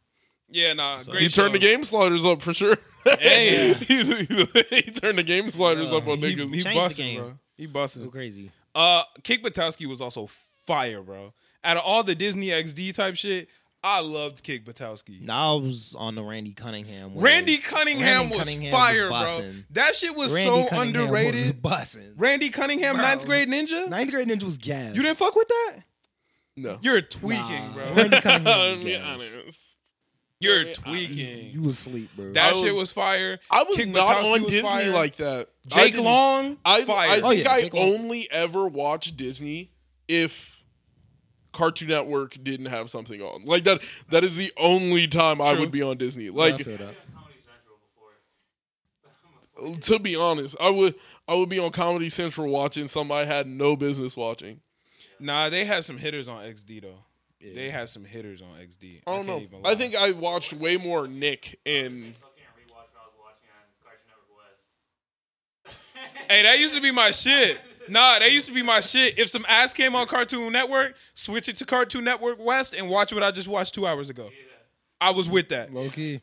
B: Yeah, nah, great.
A: he turned the
B: shows.
A: game sliders up for sure.
B: Hey.
A: he, he turned the game sliders up on
B: He,
A: niggas.
B: he
C: Change the
B: busting,
C: game.
B: bro. He
C: Go
B: busting.
C: crazy.
B: Uh, Kick Batowski was also fire, bro. Out of all the Disney XD type shit, I loved Kick Batowski.
C: Now I was on the Randy Cunningham. one.
B: Randy Cunningham
C: Randy
B: was
C: Cunningham was
B: fire, bro.
C: bussin'.
B: That shit was
C: Randy
B: so
C: Cunningham
B: underrated.
C: Was bussin'.
B: Randy Cunningham,
C: Bro.
B: ninth grade ninja.
C: Ninth grade ninja was gas.
B: You didn't fuck with that?
A: no.
B: You're tweaking,
C: Nah,
B: bro.
C: Randy Cunningham was
A: I'm being
C: gas.
A: honest.
B: You're
C: You
B: tweaking.
C: was sleep, bro.
B: That
A: I
B: shit
A: was-
B: was fire.
A: I was
B: Kick
A: not
B: Buttowski
A: on
B: was
A: Disney
B: fire.
A: like that. I
B: Jake
A: didn't-
B: Long.
A: I,
B: fire.
A: I
C: Oh,
A: think
C: yeah,
A: I
C: Jake Long.
A: only ever watched Disney if Cartoon Network didn't have something on. Like that that is the only time I
B: True.
A: would be on Disney. Like
C: feel that.
D: I've been on Comedy Central before. I'm a fucking-
A: to be honest, I would I would be on Comedy Central watching something I had no business watching.
B: Nah, they had some hitters on XD though. They had some hitters on XD.
A: I don't
B: can't
A: know.
B: even
A: I
B: lie.
A: think I watched way more Nick
D: Same
A: and
D: fucking rewatch what I was watching on Cartoon Network West.
B: Hey, that used to be my shit. Nah, that used to be my shit. If some ass came on Cartoon Network, switch it to Cartoon Network West and watch what I just watched two hours ago. I was with that.
C: Low key.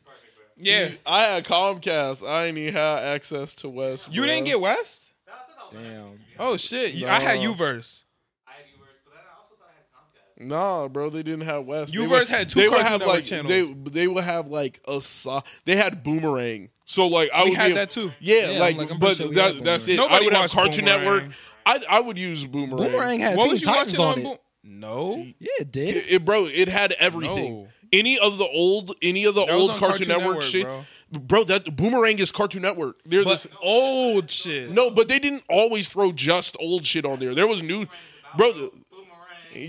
B: Yeah.
A: I had Comcast. I didn't even have access to West.
B: You
A: bruh.
B: didn't get West?
D: I thought I thought was
C: Damn.
D: Epic, to be honest.
B: Oh shit! You- I had
A: No.
B: Uverse.
D: I had Uverse, but then I also thought I had Comcast.
A: Nah, bro, they didn't have West. They
B: Uverse
A: would-
B: had two
A: They would
B: Cartoon
A: have
B: Network
A: like
B: channels.
A: they they would have like a so- they had Boomerang. So like I
B: We
A: would
B: had
A: be-
B: that too.
A: Yeah,
C: Yeah,
A: like,
C: like, I'm pretty
A: but
C: sure we
A: that,
C: had
A: that's it.
B: Nobody
A: I would have
B: watched
A: Cartoon
B: Boomerang.
A: Network. I I would use Boomerang.
C: Boomerang had
B: What
C: Teen
B: was you
C: Titans
B: watching
C: on
B: on? Boom?
C: it.
B: No,
C: yeah, it did.
A: It, bro, it had everything.
B: No.
A: Any of the old, any of the
B: That was
A: old
B: on
A: Cartoon,
B: Cartoon
A: Network,
B: Network,
A: shit,
B: bro.
A: bro. That Boomerang is Cartoon Network. They're
B: but
A: this,
B: old shit.
A: no, but they didn't always throw just old shit on there. There was new, bro. the-
D: Boomerang.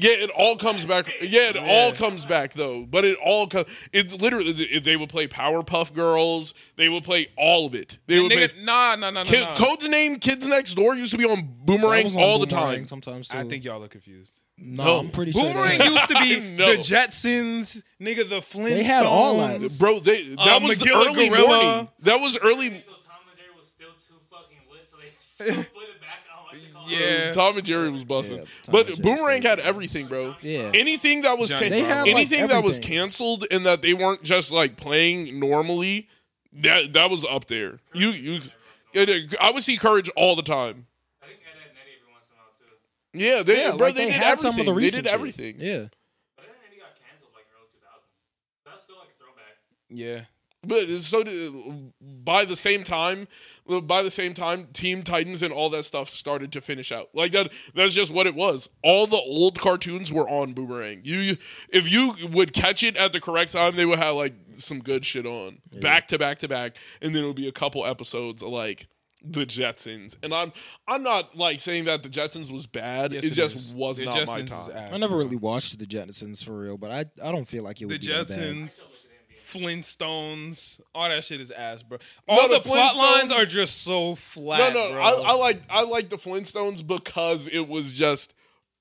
A: Yeah, it all comes back. Yeah, it all comes back though. But it all comes. It's literally th- they would play Powerpuff Girls. They would play all of it. They would play.
B: Nigga, nah, nah, nah, nah.
A: Ki-
B: nah.
A: Code's name Kids Next Door used to be on
C: That
A: Boomerang
C: was on
A: all the
C: Boomerang
A: time.
C: Sometimes too.
B: I think y'all are confused.
C: no,
A: no.
C: I'm pretty sure.
B: Boomerang
C: that-
B: used to be
A: No.
B: the Jetsons, nigga, the Flintstones.
C: had all that.
A: Bro, they, that
B: Uh,
A: was the
B: McGilla
A: early
B: Gorilla.
A: morning. That was early.
D: So Tom and Jerry was still too fucking lit, so they still put it back on. What's it called?
B: Yeah.
A: Tom and Jerry was busting,
C: Yeah, Tom and
A: but
C: Jerry
A: Boomerang
C: saved
A: had
C: us.
A: everything, bro.
C: Yeah.
A: Anything that was
B: Johnny
A: can-
B: They
C: had, like,
A: anything that was
C: everything.
A: canceled and that they weren't just like playing normally, that that was up there. You you, I would see Courage all the time.
D: I think Ed, Ed and Eddie every once in a while too.
A: Yeah, they
C: yeah,
A: bro,
C: like
A: they,
C: they,
A: did
C: had
A: everything.
C: some of the
A: they
C: recent
A: did
C: shit.
A: everything.
C: Yeah,
D: But Ed and Eddie got canceled like early 2000s. That's still like a throwback.
B: Yeah.
A: But so did, by the same time, by the same time, Team Titans and all that stuff started to finish out. Like that, that's just what it was. All the old cartoons were on Boomerang. You, if you would catch it at the correct time, they would have like some good shit on back to back to back, and then it would be a couple episodes of like the Jetsons. And I'm, I'm not like saying that the Jetsons was bad.
B: Yes,
A: it, just
B: is.
A: was
B: The
A: not my
B: Jetsons is
A: time.
B: ass.
C: I never really watched the Jetsons for real, but I, I don't feel like it
B: The
C: would be that bad.
B: Jetsons, Flintstones, all that shit is ass, bro. All
A: the
B: the, plot lines
A: Flintstones-
B: are just so flat.
A: No, no,
B: bro.
A: I, I like I like the Flintstones because it was just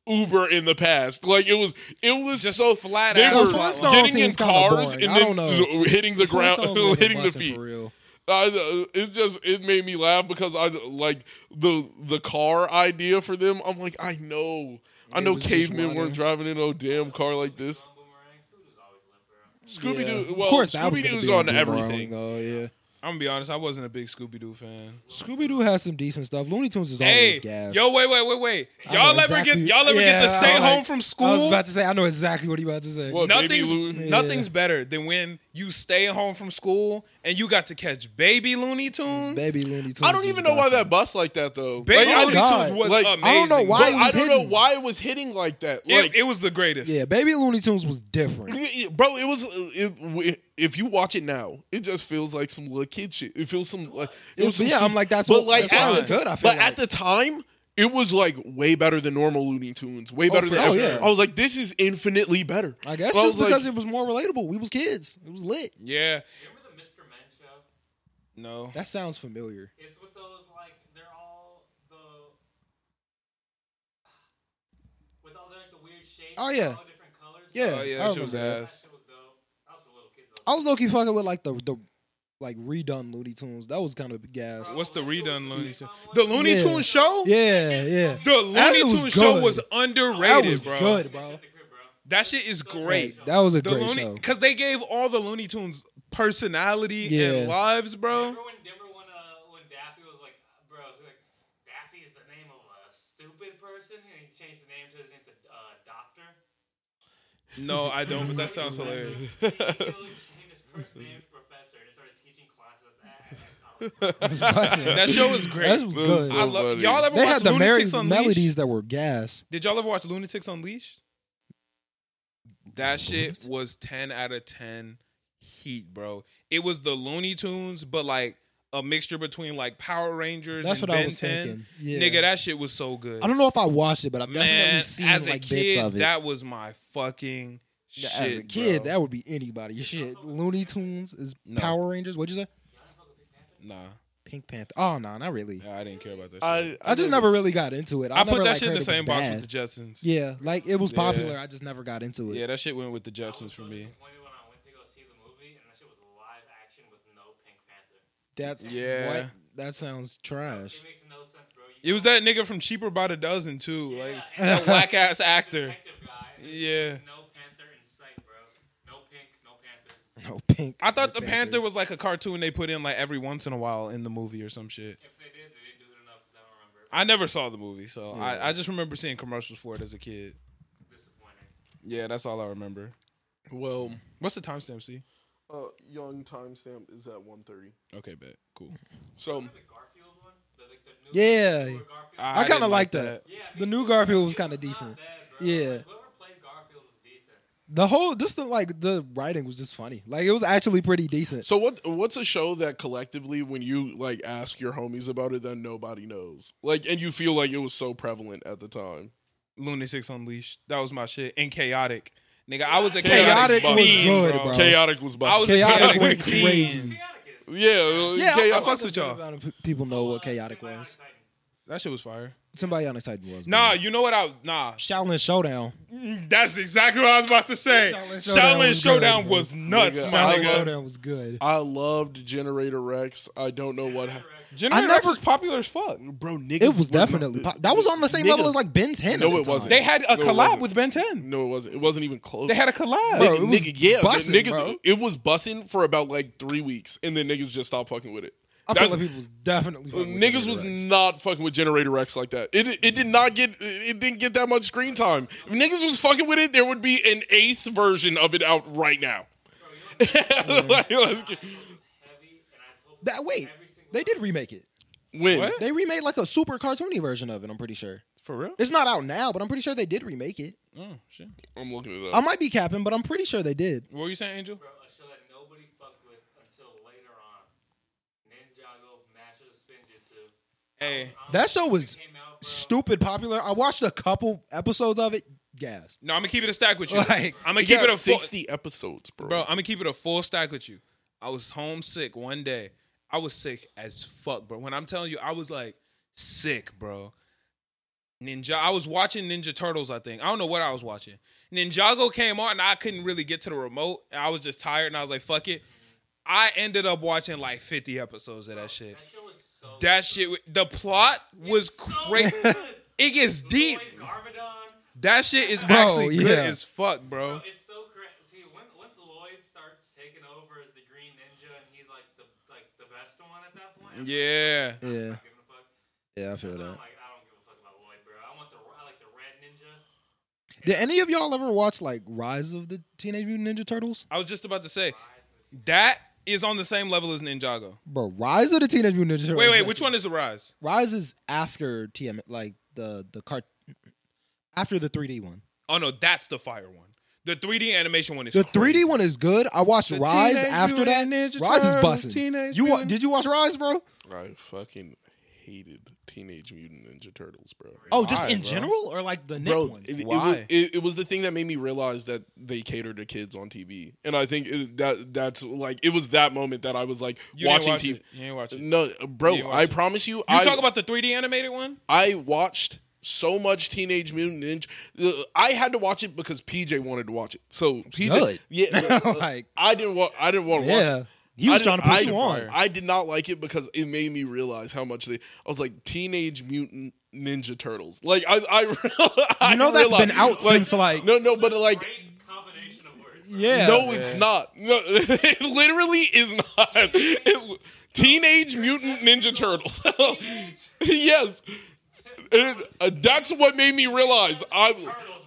A: Uber in the past. Like it was, it was
B: Just
A: so
B: flat
A: They
B: ass
A: were
B: plot
C: Flintstones
A: getting in
C: seems kinda
A: cars
C: boring.
A: and
C: I
A: then
C: don't know.
A: z- hitting the ground,
C: Flintstones wasn't
A: hitting the
C: busting
A: feet.
C: for real.
A: I, it just it made me laugh because I like the the car idea for them. I'm like, I know, I
C: It
A: know,
C: was just
A: cavemen
C: water.
A: weren't driving in no damn car like this.
D: Boomerang. Scooby was always lit, bro.
A: Scooby Doo,
C: Yeah.
A: well,
C: of course, that was
A: Scooby
C: gonna
A: Doo's
C: be
A: on
C: Boomerang,
A: everything.
C: Though, yeah,
B: I'm gonna be honest, I wasn't a big Scooby Doo fan.
C: Scooby Doo has some decent stuff. Looney Tunes is
B: Hey,
C: always gas.
B: yo, wait, wait, wait, wait.
C: I know
B: Y'all ever
C: exactly-
B: get y'all ever get to
C: Yeah,
B: stay
C: I'm
B: home
C: like-
B: from
C: I was
B: school?
C: about to say, I know exactly what he about to say.
A: What? Baby
B: nothing's
A: Loon- Yeah.
B: nothing's better than when you stay home from school and you got to catch baby Looney Tunes.
C: Baby Looney Tunes.
A: I don't
C: was
A: even know why
C: busting.
A: that bus like that though.
B: baby
A: Like, I
B: Looney
C: God.
B: Tunes was
A: Like,
B: amazing.
A: I
C: don't know
B: bro.
C: why it
A: But I
C: was
A: don't know
C: hidden.
A: why it was hitting like that.
B: It,
A: Like,
B: it was the greatest.
C: Yeah, Baby Looney Tunes was different.
A: y- y- bro, it was. uh, It, if you watch it now, it just feels like some little kid shit. It feels some like it
C: It-
A: was some
C: yeah,
A: super-
C: I'm like, that's
A: but
C: what-
A: like
C: that's why
A: at
C: it was
A: the-
C: good, I feel
A: but
C: like.
A: at the time. It was like way better than normal Looney Tunes. Way better
C: Oh, for
A: than.
C: sure.
A: I was like, this is infinitely better.
C: I guess
A: was
C: just because
A: like,
C: it was more relatable. We was kids. It was lit.
B: Yeah.
D: You remember the Mr. Men show?
B: No.
C: That sounds familiar.
D: It's with those like they're all the with all the, like, the weird shapes.
C: Oh,
D: and
C: yeah.
D: all different colors.
C: Yeah, Oh,
B: Oh yeah,
C: I
B: that shit was
C: remember
D: That
B: ass.
D: shit was dope. That was for little kids.
C: I was low key fucking with like the the like redone Looney Tunes. That was kind of gas.
B: What's the redone Looney
D: Tunes?
B: Tunes? The Looney
C: Yeah.
B: Tunes show?
C: Yeah, yeah.
B: The Looney
C: shit was
B: Tunes show
C: good.
B: was
C: That
B: underrated,
C: was
B: bro.
C: good, bro.
B: That shit is great.
C: That was a
B: The
C: great
B: Looney,
C: show.
B: because they gave all the Looney Tunes personality
C: Yeah.
B: and lives, bro.
D: Remember when, remember when, uh, when Daffy was like, bro, he was like, Daffy's the name of a stupid person, and he changed the name to his name to uh, Doctor.
B: No, I don't, but that sounds hilarious.
D: He literally changed his first name to Professor and started teaching classes at that. at college.
B: That show was great.
C: That was
A: That was
C: good.
A: so-
B: I love
A: funny.
B: y'all ever
C: they
B: watch
C: had the
B: Lunatics
C: mer-
B: Unleashed?
C: melodies that were gas.
B: Did y'all ever watch Lunatics Unleashed? That shit was ten out of ten heat, bro. It was the Looney Tunes, but like a mixture between like Power Rangers
C: That's
B: and
C: what I
B: Ben
C: was
B: 10.
C: thinking. Yeah.
B: Nigga, that shit was so good.
C: I don't know if I watched it, but I've definitely
B: Man,
C: seen
B: as a
C: like
B: kid,
C: bits of it.
B: that was my fucking shit.
C: as a kid,
B: bro.
C: that would be anybody. Shit, Looney Tunes is
B: No.
C: Power Rangers. What'd you say?
B: nah,
C: Pink Panther. Oh no, not really.
B: nah, I didn't care about that. Shit.
A: I,
C: I just never really got into it. I,
B: I put
C: never,
B: that
C: like,
B: shit in
C: heard
B: the
C: it
B: same
C: was
B: box
C: bad.
B: with the Jetsons. Yeah.
C: Yeah, like it was
B: Yeah.
C: popular. I just never got into it.
B: that shit went with the Jetsons for
D: so
B: me.
D: disappointed when I went to go see the movie, and that shit was live action with no Pink Panther.
C: That
B: Yeah.
C: what? That sounds trash.
D: It makes no sense, bro. You
B: It was that nigga from Cheaper by the Dozen too,
D: Yeah,
B: like
D: and
B: that whack ass
D: the
B: actor.
D: detective guy. and
B: Yeah.
D: there's No Panther in sight, bro. No pink, no Panthers.
C: No pink.
B: I thought the
C: no
B: Panther
C: Panthers.
B: was like a cartoon they put in like every once in a while in the movie or some shit.
D: If they did, they didn't do it enough because I don't remember.
B: I never saw the movie, so I, I just remember seeing commercials for it as a kid.
D: Disappointing.
B: Yeah, that's all I remember.
A: Well,
B: What's the timestamp? See?
F: Uh, young timestamp is at one thirty.
B: Okay, bet. Cool.
A: so
D: The Garfield one? The, like, the new
C: Yeah.
D: newer Garfield?
C: I, kind
B: didn't
C: of like that.
D: yeah, me
C: The
D: too.
C: new Garfield was
D: It
C: kind of
D: not
C: decent.
D: bad, bro.
C: Yeah.
D: Like, whoever played Garfield was decent.
C: The whole just the like the writing was just funny. Like it was actually pretty decent.
A: so what what's a show that collectively when you like ask your homies about it then nobody knows? Like and you feel like it was so prevalent at the time.
B: Lunatics Unleashed. That was my shit. And Chaotic. Nigga, I was a chaotic,
A: Chaotic was
B: fiend,
C: good,
B: bro.
C: bro.
A: Chaotic was
B: I
A: busted.
B: was
C: Chaotic
B: a chaotic
C: was
B: fiend.
C: crazy.
D: Chaotic is.
A: yeah, uh,
C: Yeah,
A: Chaotic-
C: I, I fucks
B: with y'all.
C: People know what chaotic was.
B: That shit was fire.
C: Somebody on Titan was.
B: Nah,
C: good.
B: you know what I nah.
C: Shaolin Showdown.
B: That's exactly what I was about to say.
C: Shaolin Showdown
B: Shaolin
C: was good,
B: Showdown
C: bro.
B: was nuts,
A: Nigga,
B: my
C: Shaolin
B: nigga.
C: Showdown was good.
A: I loved Generator Rex. I don't know what happened.
B: General
C: I
B: Rex
C: never-
B: was popular as fuck.
A: Bro, niggas.
C: It was
A: were not-
C: definitely pop- that was on the same
A: niggas-
C: level as like Ben's Ten.
A: No,
C: at the
A: it
C: time.
A: wasn't.
B: They had a
A: No, it
B: collab
A: wasn't.
B: with Ben 10.
A: No, it wasn't. It wasn't even close.
B: They had a collab.
C: Bro,
A: Nigga,
C: it was
A: nigga, yeah, the
C: bussin',
A: nigga,
C: bro.
A: it was bussing for about like three weeks, and then niggas just stopped fucking with it.
C: I
A: That's-
C: feel like people was definitely fucking with
A: niggas
C: Generator
A: was
C: X.
A: not fucking with Generator Rex like that. It it did not get it didn't get that much screen time. If niggas was fucking with it, there would be an eighth version of it out right now. Like, let's get-
D: Heavy, and I told
C: that wait.
D: every single
C: They did remake it.
A: when
B: What?
C: They remade like a super cartoony version of it. I'm pretty sure
B: For real?
C: it's not out now, but I'm pretty sure they did remake it.
B: Oh, shit.
A: I'm looking it
C: I
A: up.
C: might be capping, but I'm pretty sure they did.
B: What were you saying, Angel?
D: bro, a show that nobody fucked with until later on. Ninjago, Masters of Spin Jitsu.
B: Hey.
C: That show was
D: Came out, bro.
C: stupid popular. I watched a couple episodes of it. Gas.
B: No, I'm gonna keep it a stack with you.
C: Like,
B: I'm
A: I
B: gonna keep
A: keep
B: it a full,
A: sixty episodes, bro.
B: bro. I'm gonna keep it a full stack with you. I was homesick one day. I was sick as fuck, bro. When I'm telling you, I was like sick, bro. Ninja. I was watching Ninja Turtles. I think I don't know what I was watching. Ninjago came on, and I couldn't really get to the remote. And I was just tired, and I was like, "Fuck it." I ended up watching like 50 episodes of that shit.
D: That show was so.
B: That shit. wa- The plot was crazy.
D: So good.
B: It gets deep.
D: Lloyd Garmadon.
B: That shit is
C: Bro,
B: actually good
C: yeah.
B: as fuck, bro.
D: It's so cra See, when, once Lloyd starts taking over as the Green Ninja, and he's like the like the best one at that point. I'm like,
B: Yeah.
C: Yeah,
D: I'm not giving a fuck.
C: yeah, I feel
D: So
C: that.
D: I'm like, I don't give a fuck about Lloyd, bro. I want the I like the Red Ninja.
C: Did any of y'all ever watch like Rise of the Teenage Mutant Ninja Turtles?
B: I was just about to say that is on the same level as Ninjago.
C: Bro, Rise of the Teenage Mutant Ninja Turtles.
B: Wait, wait, which one is the rise?
C: Rise is after TM, like the the cart after the 3D one.
B: Oh no, that's the fire one. The 3D animation one is
C: The
B: crazy.
C: 3D one is good. I watched
B: The
C: Rise
B: Teenage
C: after that.
B: Mutant Ninja
C: Rise is
B: Turtles,
C: busting.
B: Teenage
C: You wa-
B: Mutant-
C: did you watch Rise, bro?
A: I fucking hated Teenage Mutant Ninja Turtles, bro.
C: Oh, just
B: Why,
C: in
B: bro?
C: general or like the Nick
A: Bro,
C: one?
A: it, it
B: Why?
A: was it, it was the thing that made me realize that they cater to kids on TV, and I think it, that that's like it was that moment that I was like
B: You didn't
A: watching
B: watch
A: TV.
B: it. You didn't watch it. You
A: No, uh, bro,
B: You watch
A: I
B: it.
A: promise you, I
B: talk about the 3D animated one?
A: I watched so much Teenage Mutant Ninja. uh, I had to watch it because PJ wanted to watch it. So PJ,
C: good.
A: yeah, uh,
C: like
A: I didn't want. I didn't want to watch.
C: yeah,
A: it.
C: he
A: I
C: was trying
A: didn't-
C: to push
A: I,
C: you on.
A: I did not like it because it made me realize how much they. I was like Teenage Mutant Ninja Turtles. Like I, I, I
C: You know that's
A: realized,
C: been out
A: like,
C: since like
A: No, no, but like.
D: Great combination of words. Bro.
C: yeah.
A: No, it's not. No, it literally is not. It- Teenage Mutant Ninja Turtles. yes. And, uh, that's what made me realize I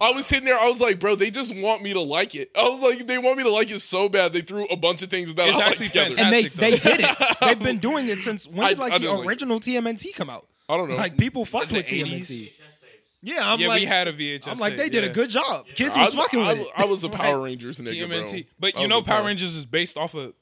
A: I was sitting there. I was like, bro, they just want me to like it. I was like, they want me to like it so bad. They threw a bunch of things that
B: It's
A: I like
B: actually
A: together.
B: fantastic.
C: and
B: though.
C: they they did it. They've been doing it since when
A: I-
C: did like
A: I didn't
C: the
A: like it.
C: original TMNT come out?
A: I don't know.
C: Like people fucked
B: the
C: with
B: 80s.
C: TMNT.
D: VHS tapes.
C: Yeah, I'm
B: yeah,
C: like
B: we had a VHS.
C: I'm like they
B: tape,
C: did
B: yeah.
C: a good job. Kids
A: I,
C: was fucking
A: I-
C: with it.
A: I was a Power Rangers nigga, bro.
B: TMNT. But
A: I
B: you
A: was
B: know
A: a
B: Power Rangers is based off of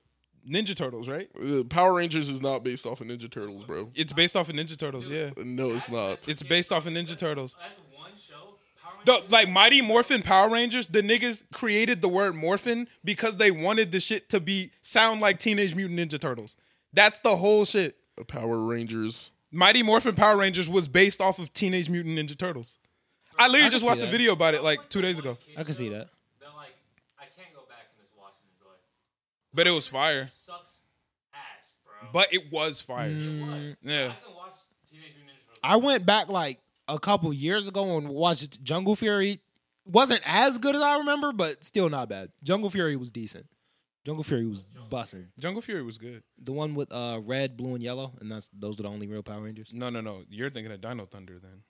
B: Ninja Turtles, right?
A: Uh, Power Rangers is not based off of Ninja Turtles, bro.
B: It's based off of Ninja Turtles, yeah.
A: No, it's not.
B: It's based off of Ninja Turtles.
D: That's one show. Power
B: The,
D: Rangers.
B: like Mighty Morphin Power Rangers, the niggas created the word morphin because they wanted the shit to be sound like Teenage Mutant Ninja Turtles. That's the whole shit.
A: Power Rangers.
B: Mighty Morphin Power Rangers was based off of Teenage Mutant Ninja Turtles. I literally
E: can
B: just
E: see
B: watched a
E: that.
B: video about it like two days ago,
E: I can see that.
D: That like I can't go back and just watch and enjoy.
B: but it was fire.
D: Sucks ass, bro.
B: But it was fire.
A: Mm,
C: Mm.
D: it was.
B: yeah.
D: I can watch Teenage Mutant Ninja Turtles.
C: I went back like a couple years ago and watched Jungle Fury. Wasn't as good as I remember, but still not bad. Jungle Fury was decent. Jungle Fury was busting.
B: Jungle Fury was good.
C: The one with uh red, blue, and yellow, and that's those were the only real Power Rangers.
B: No, no, no. You're thinking of Dino Thunder then.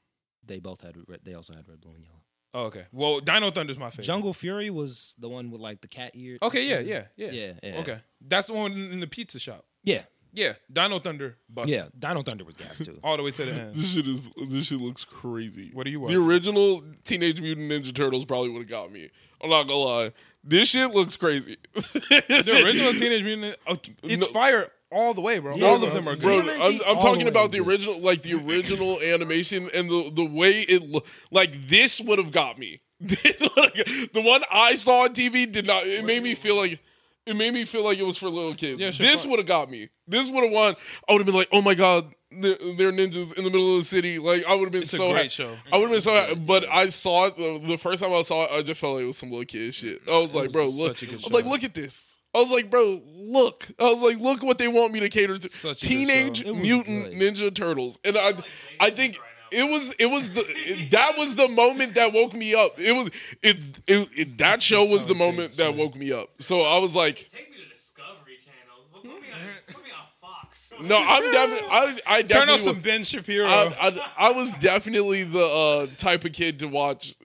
C: They both had red, they also had red, blue, and yellow.
B: Oh, okay. Well, Dino Thunder's my favorite.
C: Jungle Fury was the one with like the cat ear.
B: Okay, yeah, yeah, yeah,
C: Yeah, yeah.
B: Okay, that's the one in the pizza shop.
C: Yeah,
B: Yeah, Dino Thunder. Bust.
C: yeah. Dino Thunder was gas too.
B: all the way to the end.
A: This shit is. This shit looks crazy.
B: What do you
A: The
B: want?
A: original Teenage Mutant Ninja Turtles probably would have got me. I'm not gonna lie. This shit looks crazy.
B: The original Teenage Mutant. Oh, it's
A: No.
B: fire all the way, bro. all of them are
A: Bro,
B: good.
C: TMNT
A: I'm, I'm
C: all
A: talking
C: the way
A: about
C: is
A: the
C: good.
A: original, like the original animation and the the way it looked. Like this would have got me. This would've got- the one I saw on TV did not. It made me feel like. It made me feel like it was for little kids.
B: Yeah, sure,
A: this
B: fine.
A: would have got me. This would have won. I would have been like, "Oh my god, they're, they're ninjas in the middle of the city!" Like I would have been
B: It's a
A: so.
B: great
A: ha-
B: show.
A: I would have been so. ha- But I saw it the, the first time I saw it. I just felt like it was some little kid shit. I was like,
B: was
A: "Bro, look!"
B: such a
A: I
B: good
A: was
B: show.
A: like, "Look at this." I was like, "Bro, look!" I was like, "Look what they want me to cater to."
B: Such a good
A: Teenage
B: show.
C: It was
A: Mutant
C: good.
A: Ninja Turtles, and I, I think it was it was the it- that was the moment that woke me up. It was it it, it that show was the
B: sound
A: moment
B: jinxed,
A: that
B: man.
A: woke me up. So I was like,
D: Take me to Discovery Channel. Put put me on, put me on Fox.
A: no, I'm definitely I I
B: Turn
A: definitely
B: on some Ben Shapiro.
A: I, I, I was definitely the uh, type of kid to watch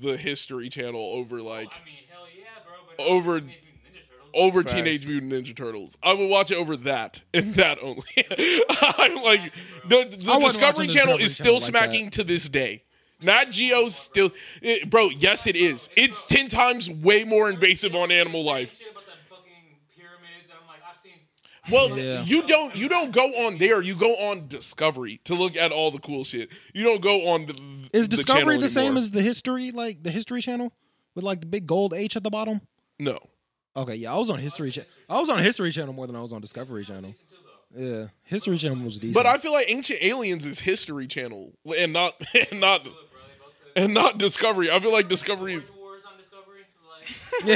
A: the History Channel over like
D: I mean, hell yeah, bro. But
A: Over-
D: Teenage Mutant Ninja Turtles.
A: over
B: Facts.
A: Teenage Mutant Ninja Turtles. I would watch it over that and that only. I'm like the, the
C: watch
A: Discovery
C: the
A: Channel
C: Discovery
A: is still
C: Channel like
A: smacking to this day. Not Geo's still, eh, bro. Yes, it is. It's ten times way more invasive on animal life.
D: Shit about them fucking pyramids. and I'm like, I've seen.
A: Well,
C: Yeah.
A: you don't you don't go on there. You go on Discovery to look at all the cool shit. You don't go on. The,
C: Is
A: the
C: Discovery
A: channel
C: the same
A: anymore.
C: as the History, like the History Channel, with like the big gold H at the bottom?
A: no?
C: Okay, yeah, I was on History Channel. I was on History Channel more than I was on Discovery Channel. Yeah, History Channel was decent.
A: But I feel like Ancient Aliens is History Channel and not and not and not Discovery. I feel like Discovery is,
D: uh, Wars on Discovery.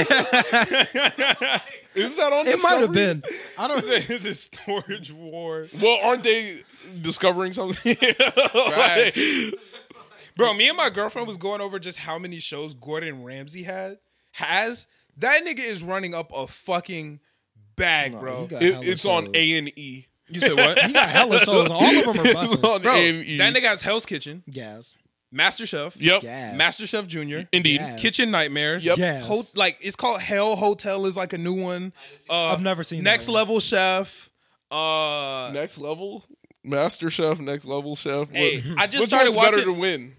D: Like,
A: is that on.
C: it
A: Discovery?
C: might have been. I don't.
B: this is storage war,
A: Well, aren't they discovering something? Like,
B: Facts. bro. Me and my girlfriend was going over just how many shows Gordon Ramsay had has. That nigga is running up a fucking bag, bro.
C: he got
A: it-
C: hella
A: it's on
C: shows.
A: A and E.
B: you said what,
C: He got hella shows. and All of them are
A: It's
C: busting.
A: on
B: bro?
A: A and E.
B: That nigga has Hell's Kitchen,
C: Gas.
B: Master Chef,
A: Yep.
C: Gas.
B: Master Chef Junior,
A: Indeed.
C: Gas.
B: Kitchen Nightmares.
A: Yep.
C: Yes.
B: Ho- like it's called Hell Hotel is like a new one. Uh,
C: I've never seen that
B: Next
C: one.
B: Level Chef. Uh,
A: Next level, Master Chef. Next level chef.
B: hey, I
A: which
B: just started
A: one's better
B: watching.
A: to win?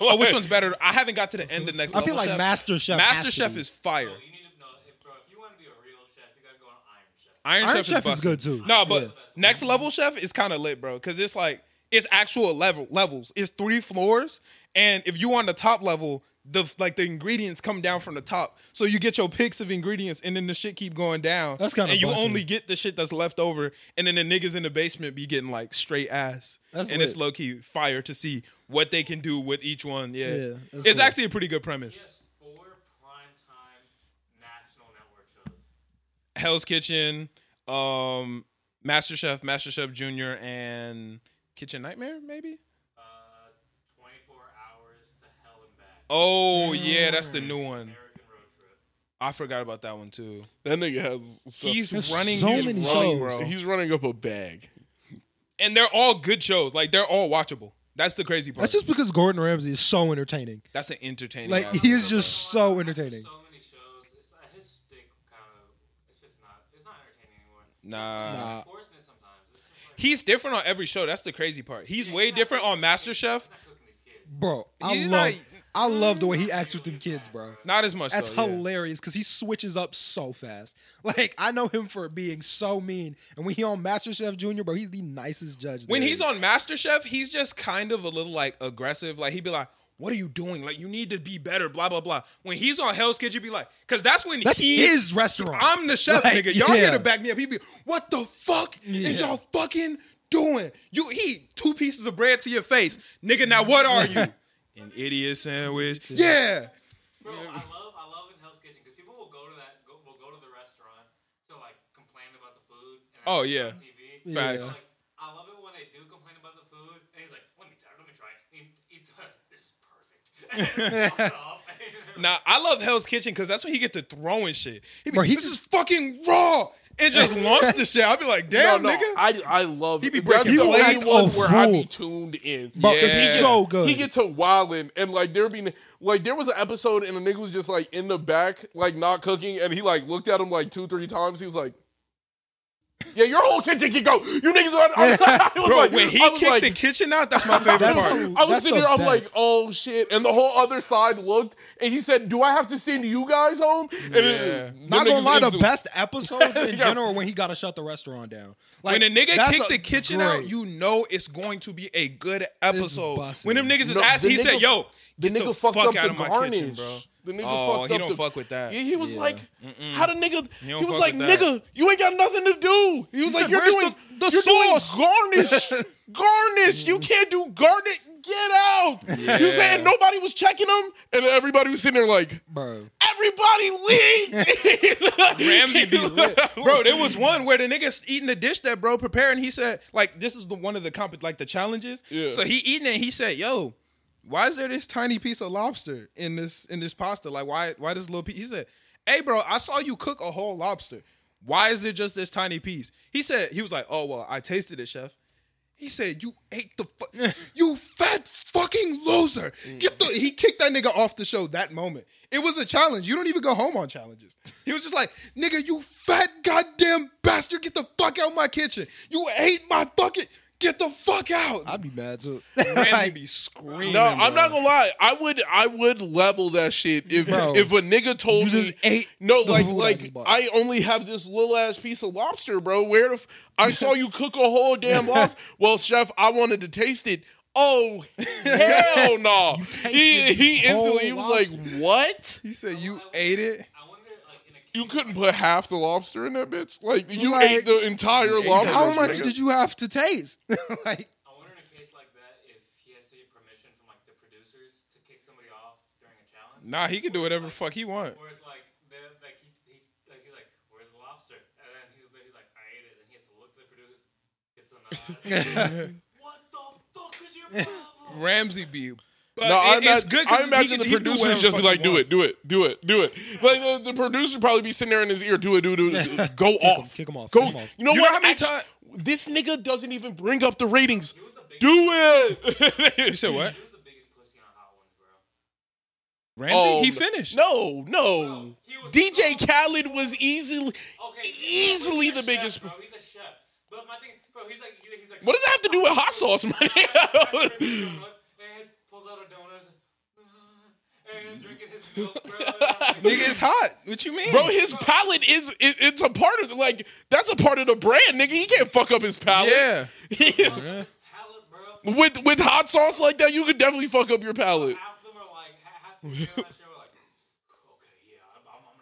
B: oh, which one's better? I haven't got to the end of Next
C: I
B: Level.
C: feel like
B: Chef.
C: Master Chef. has
B: Master
C: to
B: Chef
C: be.
B: is fire.
D: no, you need to know, if, bro. If you want to be a real chef, you gotta go on Iron Chef.
B: Iron,
C: Iron
B: Chef,
C: Chef is
B: is, busting.
C: good, too.
B: No, but
C: Yeah.
B: Next Level Chef is kind of lit, bro, because it's like it's actual level levels. It's three floors, and if you on the top level, the like the ingredients come down from the top, so you get your picks of ingredients, and then the shit keep going down.
C: That's kinda
B: and you
C: busting.
B: only get the shit that's left over, and then the niggas in the basement be getting like straight ass,
C: That's
B: and it's
C: lit.
B: low key fire to see what they can do with each one. Yeah,
C: Yeah, that's
B: it's
C: cool.
B: actually a pretty good premise.
D: He has four primetime national network shows.
B: Hell's Kitchen, um, Master Chef, Master Chef Junior, and Kitchen Nightmare, maybe.
D: Uh, 24 hours to hell and back.
B: Oh yeah, that's the new one.
D: American road trip.
B: I forgot about that one too.
A: That nigga has. stuff-
B: He's
C: There's
B: running,
C: so
B: he's
C: many
B: running,
C: shows.
B: bro.
A: he's running up a bag.
B: and they're all good shows. Like they're all watchable. That's the crazy part.
C: That's
B: That's,
C: just because Gordon Ramsay is so entertaining.
B: an entertaining.
C: Like
B: ass
C: he
B: show,
C: is just
D: Well,
C: so
D: after
C: entertaining.
D: So many shows. It's uh, his stick kind of. It's just not. It's not entertaining anymore.
B: bro. Nah.
C: Nah.
D: He's forcing it sometimes. It's just like,
B: He's different on every show. That's the crazy part. He's way different on Master Chef.
D: I'm not cooking these kids.
C: Bro, I
B: He's
C: love
B: not-
C: I love the way he acts with them kids, bro.
B: Not as much.
C: That's
B: though, yeah.
C: hilarious because he switches up so fast. Like I know him for being so mean, and when he on Master Chef Junior, bro, he's the nicest judge.
B: When
C: there
B: he's
C: is.
B: on Master Chef, he's just kind of a little like aggressive. Like he'd be like, "What are you doing? Like you need to be better." Blah blah blah. When he's on Hell's Kitchen, be like, "Cause that's when
C: that's
B: he
C: his restaurant.
B: I'm the chef,
C: Like,
B: nigga. Y'all
C: yeah.
B: here to back me up. He be, what the fuck is
C: Yeah.
B: y'all fucking doing? You eat two pieces of bread to your face, nigga. Now what are you? An idiot sandwich. Yeah.
D: Bro, I love I love in Hell's Kitchen because people will go to that go, will go to the restaurant to like complain about the food. And
B: Oh,
D: that's
B: yeah.
D: on TV.
B: Facts.
D: It's Like, I love it when they do complain about the food, and he's like, "Let me try, it, let me try." it." And he eats it. This is perfect. And it off.
B: Nah, I love Hell's Kitchen because that's when he get to throwing shit. He be,
C: Bro, he
B: this
C: just-
B: is fucking raw, and just launch the shit. I'd be like, damn,
A: no, no,
B: nigga.
A: I I love.
B: He be
A: that's
B: breaking
A: the only one
B: legs.
C: Oh,
A: where I
C: fool.
A: be tuned in.
C: Bro, it's
B: Yeah.
C: so good.
A: He get to wildin' and like there be like there was an episode and the nigga was just like in the back like not cooking and he like looked at him like two three times. He was like. Yeah, your whole kitchen can go. You niggas are. I was, I was
B: Bro,
A: like,
B: when he
A: I was
B: kicked
A: like,
B: the kitchen out, that's my favorite
C: That's
B: part.
C: the-
A: I was
C: That's
A: sitting
C: the
A: there, I'm like,
C: best.
A: oh shit. And the whole other side looked and he said, Do I have to send you guys home? And
B: Yeah.
A: them
C: Not gonna
A: niggas
C: lie, the
A: instantly-
C: best episodes in general when he gotta shut the restaurant down. Like
B: when a nigga
C: that's
B: kicked
C: a
B: the kitchen
C: great-
B: out, you know it's going to be a good episode.
C: bussin'.
B: When them niggas is
A: No,
B: ass,
A: the
B: he said,
A: nigga-
B: "Yo,
A: The
B: get
A: nigga
B: the
A: fucked
B: fuck
A: up
B: out
A: the
B: of my
A: garnish.
B: kitchen, bro."
A: The nigga
B: Oh,
A: fucked
B: he
A: up
B: don't
A: the,
B: fuck with that.
A: Yeah, he was like, how the nigga? He,
B: don't
A: was
B: fuck
A: like,
B: with that.
A: nigga, you ain't got nothing to do. He was like,
C: He said,
A: you're
C: "Where's
A: doing
C: the- the
A: you're
C: sauce?"
A: doing garnish, garnish. You can't do garnish. Get out. You was
B: Mm. Yeah.
A: saying nobody was checking him, and everybody was sitting there like,
C: bro.
A: everybody leave.
B: Ramsey be lit. Bro, there was one where the nigga's eating the dish that bro prepared, and he said, like, this is the one of the comp like the challenges.
A: Yeah.
B: So he eating it, and he said, yo, why is there this tiny piece of lobster in this in this pasta? Like, why why this little piece? He said, Hey bro, I saw you cook a whole lobster. Why is there just this tiny piece? He said, he was like, Oh well, I tasted it, chef. He said, "You ate the fu- you fat fucking loser." Get the he kicked that nigga off the show that moment. It was a challenge. You don't even go home on challenges. He was just like, "Nigga, you fat goddamn bastard, get the fuck out my kitchen. You ate my fucking get the fuck out."
C: I'd be mad too.
B: Ramsey
C: Like,
B: be screaming.
A: No, I'm
B: bro.
A: not gonna lie. I would I would level that shit if
C: Bro,
A: if a nigga told
C: you just
A: me
C: ate
A: no
C: the
A: like
C: food I
A: like
C: just bought.
A: I only have this little ass piece of lobster, bro. Where the f- I saw you cook a whole damn lobster. Well, chef, I wanted to taste it. Oh hell no! He
C: tasted
A: he
C: the whole
A: instantly he was like, "What?
B: He said, "You ate it."
D: I wonder, like, in a
A: You couldn't put half the lobster in that bitch? Like you
C: Like,
A: ate the entire lobster?
C: how much did you have to taste? like
D: I wonder in a case like that if he has to get permission from like the producers to kick somebody off during a challenge.
B: Nah, he can do whatever the fuck he want.
D: Whereas like they're like he, he like he's like, Where's the lobster? And then he's, he's like, I ate it and he has to look to the producers, gets a nod. what the fuck is your problem?
B: Ramsey be. But
A: No, I,
B: it- it's
A: imagine,
B: good 'cause
A: I
B: he
A: imagine
B: can-
A: the
B: he do
A: producers
B: whatever
A: just be
B: the fuck
A: like,
B: he
A: "Do
B: want."
A: it, do it, do it, do it." Like the, the producer probably be sitting there in his ear, "Do it, do it, do it, do it. go
C: him,
A: off,
C: kick him off,
A: go."
C: kick him off.
A: You know
B: You know
A: what?
B: how many
A: Actu-
B: ti-
A: this nigga doesn't even bring up the ratings. Do it.
B: You said what?
D: he was the biggest pussy on Hot Ones, bro.
B: Ramsey? he finished.
A: Um, No, no.
D: he was-
A: DJ Khaled was easily,
D: Okay,
A: easily
D: he's a
A: the biggest.
D: Chef, bro. He's a chef. But my thing, bro, he's like, he's like, he's like
A: What does that have to do with hot sauce,
D: and
A: man?
D: pulls out a donut uh, and drinking his milk, bro. And I'm like,
B: Nigga, it's hot. What you mean,
A: Bro, his palate is it, it's a part of like that's a part of the brand, nigga. He can't fuck up his palate.
B: Yeah.
D: palate, bro.
A: With with hot sauce like that, you could definitely fuck up your palate.
D: Half of them are like, ha- half the people on that show are like, okay, yeah, I'm, I'm, I'm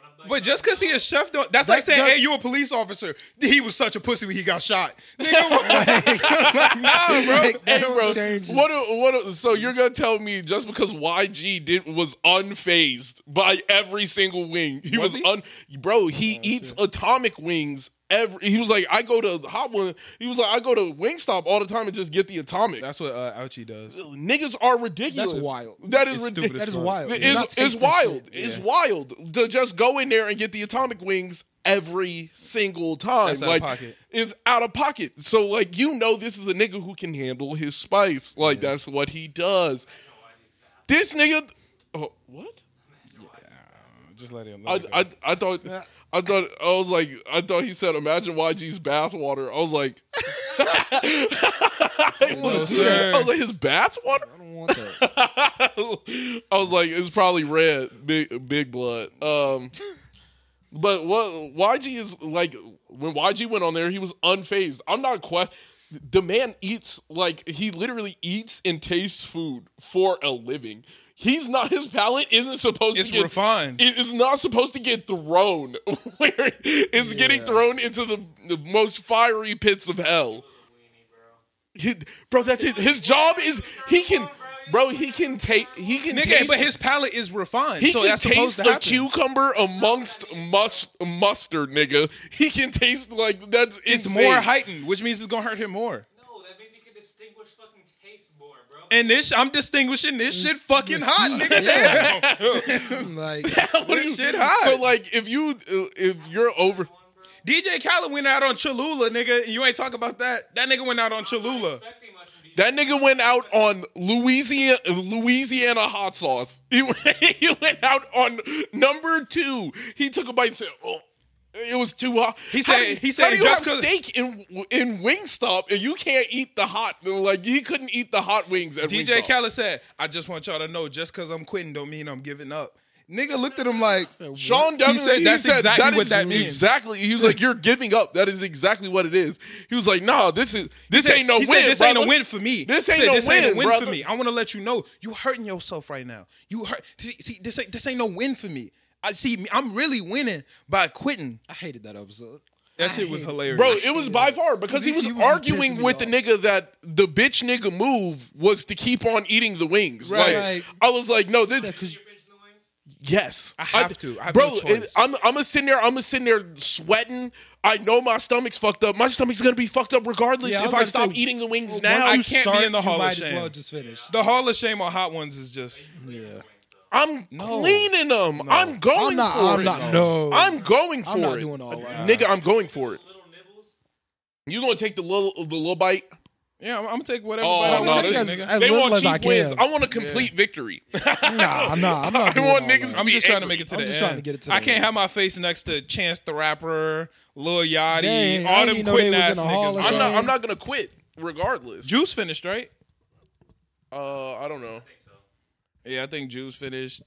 D: gonna. I'm gonna
B: But just because he a chef, don't, that's like saying,
C: that-
B: "Hey, you a police officer." He was such a pussy when he got shot. Nigga, what- like, nah, bro.
C: Like,
A: Hey,
C: don't
A: bro,
C: change it.
A: what? A, what? A, so you're gonna tell me just because YG did was unfazed by every single wing, he was,
B: Was he?
A: un. Bro, he eats atomic wings every. He was like, I go to hot one. He was like, I go to Wingstop all the time and just get the atomic.
B: That's what uh, Ouchie does.
A: Niggas are ridiculous.
C: That's wild.
A: That is
B: It's stupid
A: ridiculous.
C: that is
B: fuck.
C: wild.
A: It
C: You're
A: is-
C: not
A: It's,
C: tasting
A: wild.
C: shit.
A: It's wild to just go in there and get the atomic wings every single time.
B: That's out of
A: like
B: pocket.
A: it's out of pocket. So like you know this is a nigga who can handle his spice. Like that's what he does. This nigga oh, what?
B: Just let him.
A: I, I I thought I thought I was like I thought he said imagine YG's bathwater. I was like
B: no,
A: I
B: sir.
A: was like his bathwater?
C: I don't want that.
A: I was like, it's probably red, big big blood. Um, but what YG is like when YG went on there, he was unfazed. I'm not quite. The man eats like he literally eats and tastes food for a living. He's not his palate isn't supposed
B: It's
A: to get
B: refined.
A: it is not supposed to get thrown where it's getting thrown into the, the most fiery pits of hell. He, bro, that's it. His job is he can, bro. He can take. He can.
B: Nigga,
A: taste,
B: but his palate is refined,
A: he
B: so
A: can
B: that's supposed
A: taste
B: to
A: a
B: happen.
A: cucumber amongst mus- mustard, nigga. He can taste like that's.
B: it's
A: insane.
B: more heightened, which means it's gonna hurt him more.
D: No, that means he can distinguish fucking taste more, bro.
B: And this, I'm distinguishing this shit fucking hot, nigga. Damn.
C: like
A: What
B: This
A: you-
B: shit hot.
A: So like, if you if you're over,
B: DJ Khaled went out on Cholula, nigga. You ain't talk about that. That nigga went out on Cholula.
D: Expecting much from DJ.
A: that nigga went out on Louisiana Louisiana hot sauce. He went, he went out on number two. He took a bite and said, "Oh, it was too hot."
B: He
A: How
B: said-
A: do you-
B: he said
A: how do you
B: just
A: have
B: 'cause-
A: steak in in Wingstop and you can't eat the hot like he couldn't eat the hot wings at
B: DJ
A: Wingstop.
B: Khaled said, "I just want y'all to know, just because I'm quitting, don't mean I'm giving up." Nigga looked at him like,
A: Sean definitely
B: said that's exactly
A: "That
B: what
A: is
B: that means."
A: Exactly. He was like, "You're giving up." That is exactly what it is. He was like, "Nah, this is this
B: said-
A: ain't no
B: he
A: win.
B: said, this ain't a
A: brother."
B: win for me.
A: This
B: He
A: ain't
B: said,
A: no
B: this ain't a
A: win,
B: win
A: brother."
B: for me. I want to let you know you hurting yourself right now. You hurt. See, see, this ain't this ain't no win for me. I see. me- I'm really winning by quitting.
C: I hated that episode.
B: That shit was hilarious,
A: Bro, it was by far because he was,
C: He was pissing
A: arguing
C: me
A: with the
C: off.
A: nigga that the bitch nigga move was to keep on eating the wings.
B: Right.
A: Like, I was like, no, this
C: Because
D: You're pinching the wings.
A: yes,
B: I have to. I have
A: bro,
B: no choice.
A: I'm I'm gonna sitting there. I'm gonna sitting there sweating. I know my stomach's fucked up. My stomach's gonna be fucked up regardless
C: Yeah, I was
A: if I
C: gonna
A: stop
C: say,
A: eating the wings
C: once
A: now.
B: I
C: you
B: can't be in the
C: you
B: Hall of
C: might
B: Shame.
C: As well just finish.
B: The Hall of Shame on Hot Ones is just
C: Yeah.
A: I'm
B: No.
A: cleaning them. I'm going
C: I'm not.
A: for
C: I'm
A: it.
C: not. No.
A: I'm going for
C: I'm not
A: it.
C: doing all that.
A: Nigga, I'm going for it.
D: Little nibbles.
A: You gonna take the little the little bite?
B: yeah. I'm, I'm gonna take whatever.
A: Oh,
B: bite I
A: no,
B: want to
A: this-
B: take, nigga.
C: As
A: they
C: little
A: want
C: as
A: cheap
C: I can.
A: wins. I want a complete victory.
C: Nah, nah, I'm not
A: I
C: doing
A: want
C: all
A: niggas
C: that.
A: to
B: I'm
A: be
B: just trying to
A: angry.
B: make it to
C: I'm
B: the
C: just
B: end.
C: trying to get it to the
B: I can't
C: end.
B: have my face next to Chance the Rapper, Lil Yachty,
C: Dang, I
B: all
C: didn't
B: them
C: even know they
B: quitting
C: was
B: ass
C: in the Hall
B: niggas.
C: of
B: bro.
A: I'm not.
C: Shame.
A: I'm not gonna quit regardless.
B: Juice finished right.
A: Uh, I don't know.
D: I think so.
B: Yeah, I think Juice finished.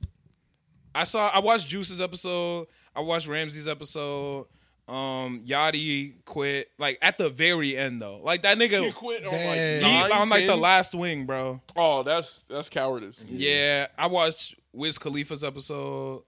B: I saw. I watched Juice's episode. I watched Ramsey's episode. Um, Yachty quit like at the very end though. Like that nigga,
A: You
B: he,
A: quit on
C: Dang.
A: like nine,
B: on like the
A: 10?
B: last wing, bro.
A: Oh, that's that's cowardice.
B: Yeah. I watched Wiz Khalifa's episode.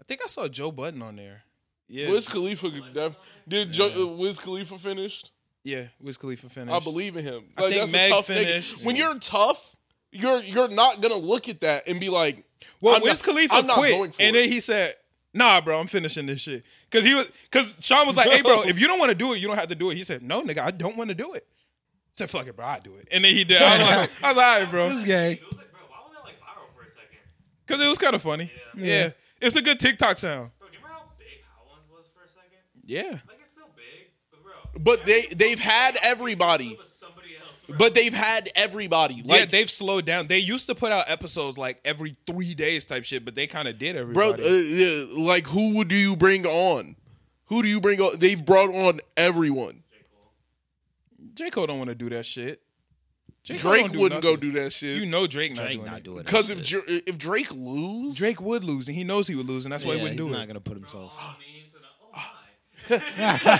B: I think I saw Joe Button on there. Yeah,
A: Wiz Khalifa could def- did jo- uh, Wiz Khalifa finished?
B: yeah, Wiz Khalifa finished.
A: I believe in him.
B: I
A: Like
B: think
A: that's
B: Meg
A: a tough
B: finished.
A: nigga. When you're tough, you're you're not gonna look at that and be like,
B: Well,
A: I'm
B: Wiz
A: not-
B: Khalifa
A: I'm not
B: quit,
A: going for
B: and
A: it.
B: then he said, "Nah, bro, I'm finishing this shit." Because he was, because Sean was like, "Hey, bro, if you don't want to do it, you don't have to do it." He said, "No, nigga, I don't want to do it." I said, "Fuck it, bro, I do it." And then he did. I was like, "I was like, all right,
C: This
B: bro,"
C: guy.
D: It was like, bro, why was that like viral for a second?
B: because it was kind of funny. Yeah. it's a good TikTok sound.
D: Bro, do you remember how big Hot Ones was for a second?
B: Yeah,
D: Like it's still big, but bro.
A: But they
D: every-
A: they've had everybody.
D: It was somebody else.
A: But they've had everybody.
B: yeah,
A: Like
B: they've slowed down. They used to put out episodes like every three days type shit, but they kind of did
A: bro,
B: everybody.
A: uh, yeah, like who would do you bring on? Who do you bring on? They've brought on everyone.
B: J Cole don't want to do that shit. J. Cole
A: Drake
B: don't do
A: wouldn't go
B: nothing.
A: do that shit.
B: You know Drake not
E: Drake
B: doing
E: not
B: it.
E: doing it.
A: Because if Dr- if Drake lose,
B: Drake would lose, and he knows he would lose, and that's why
E: yeah,
B: he wouldn't
E: he's
B: do
E: not
B: it.
E: gonna put himself.
D: all memes and uh, oh
A: Ah.
D: my.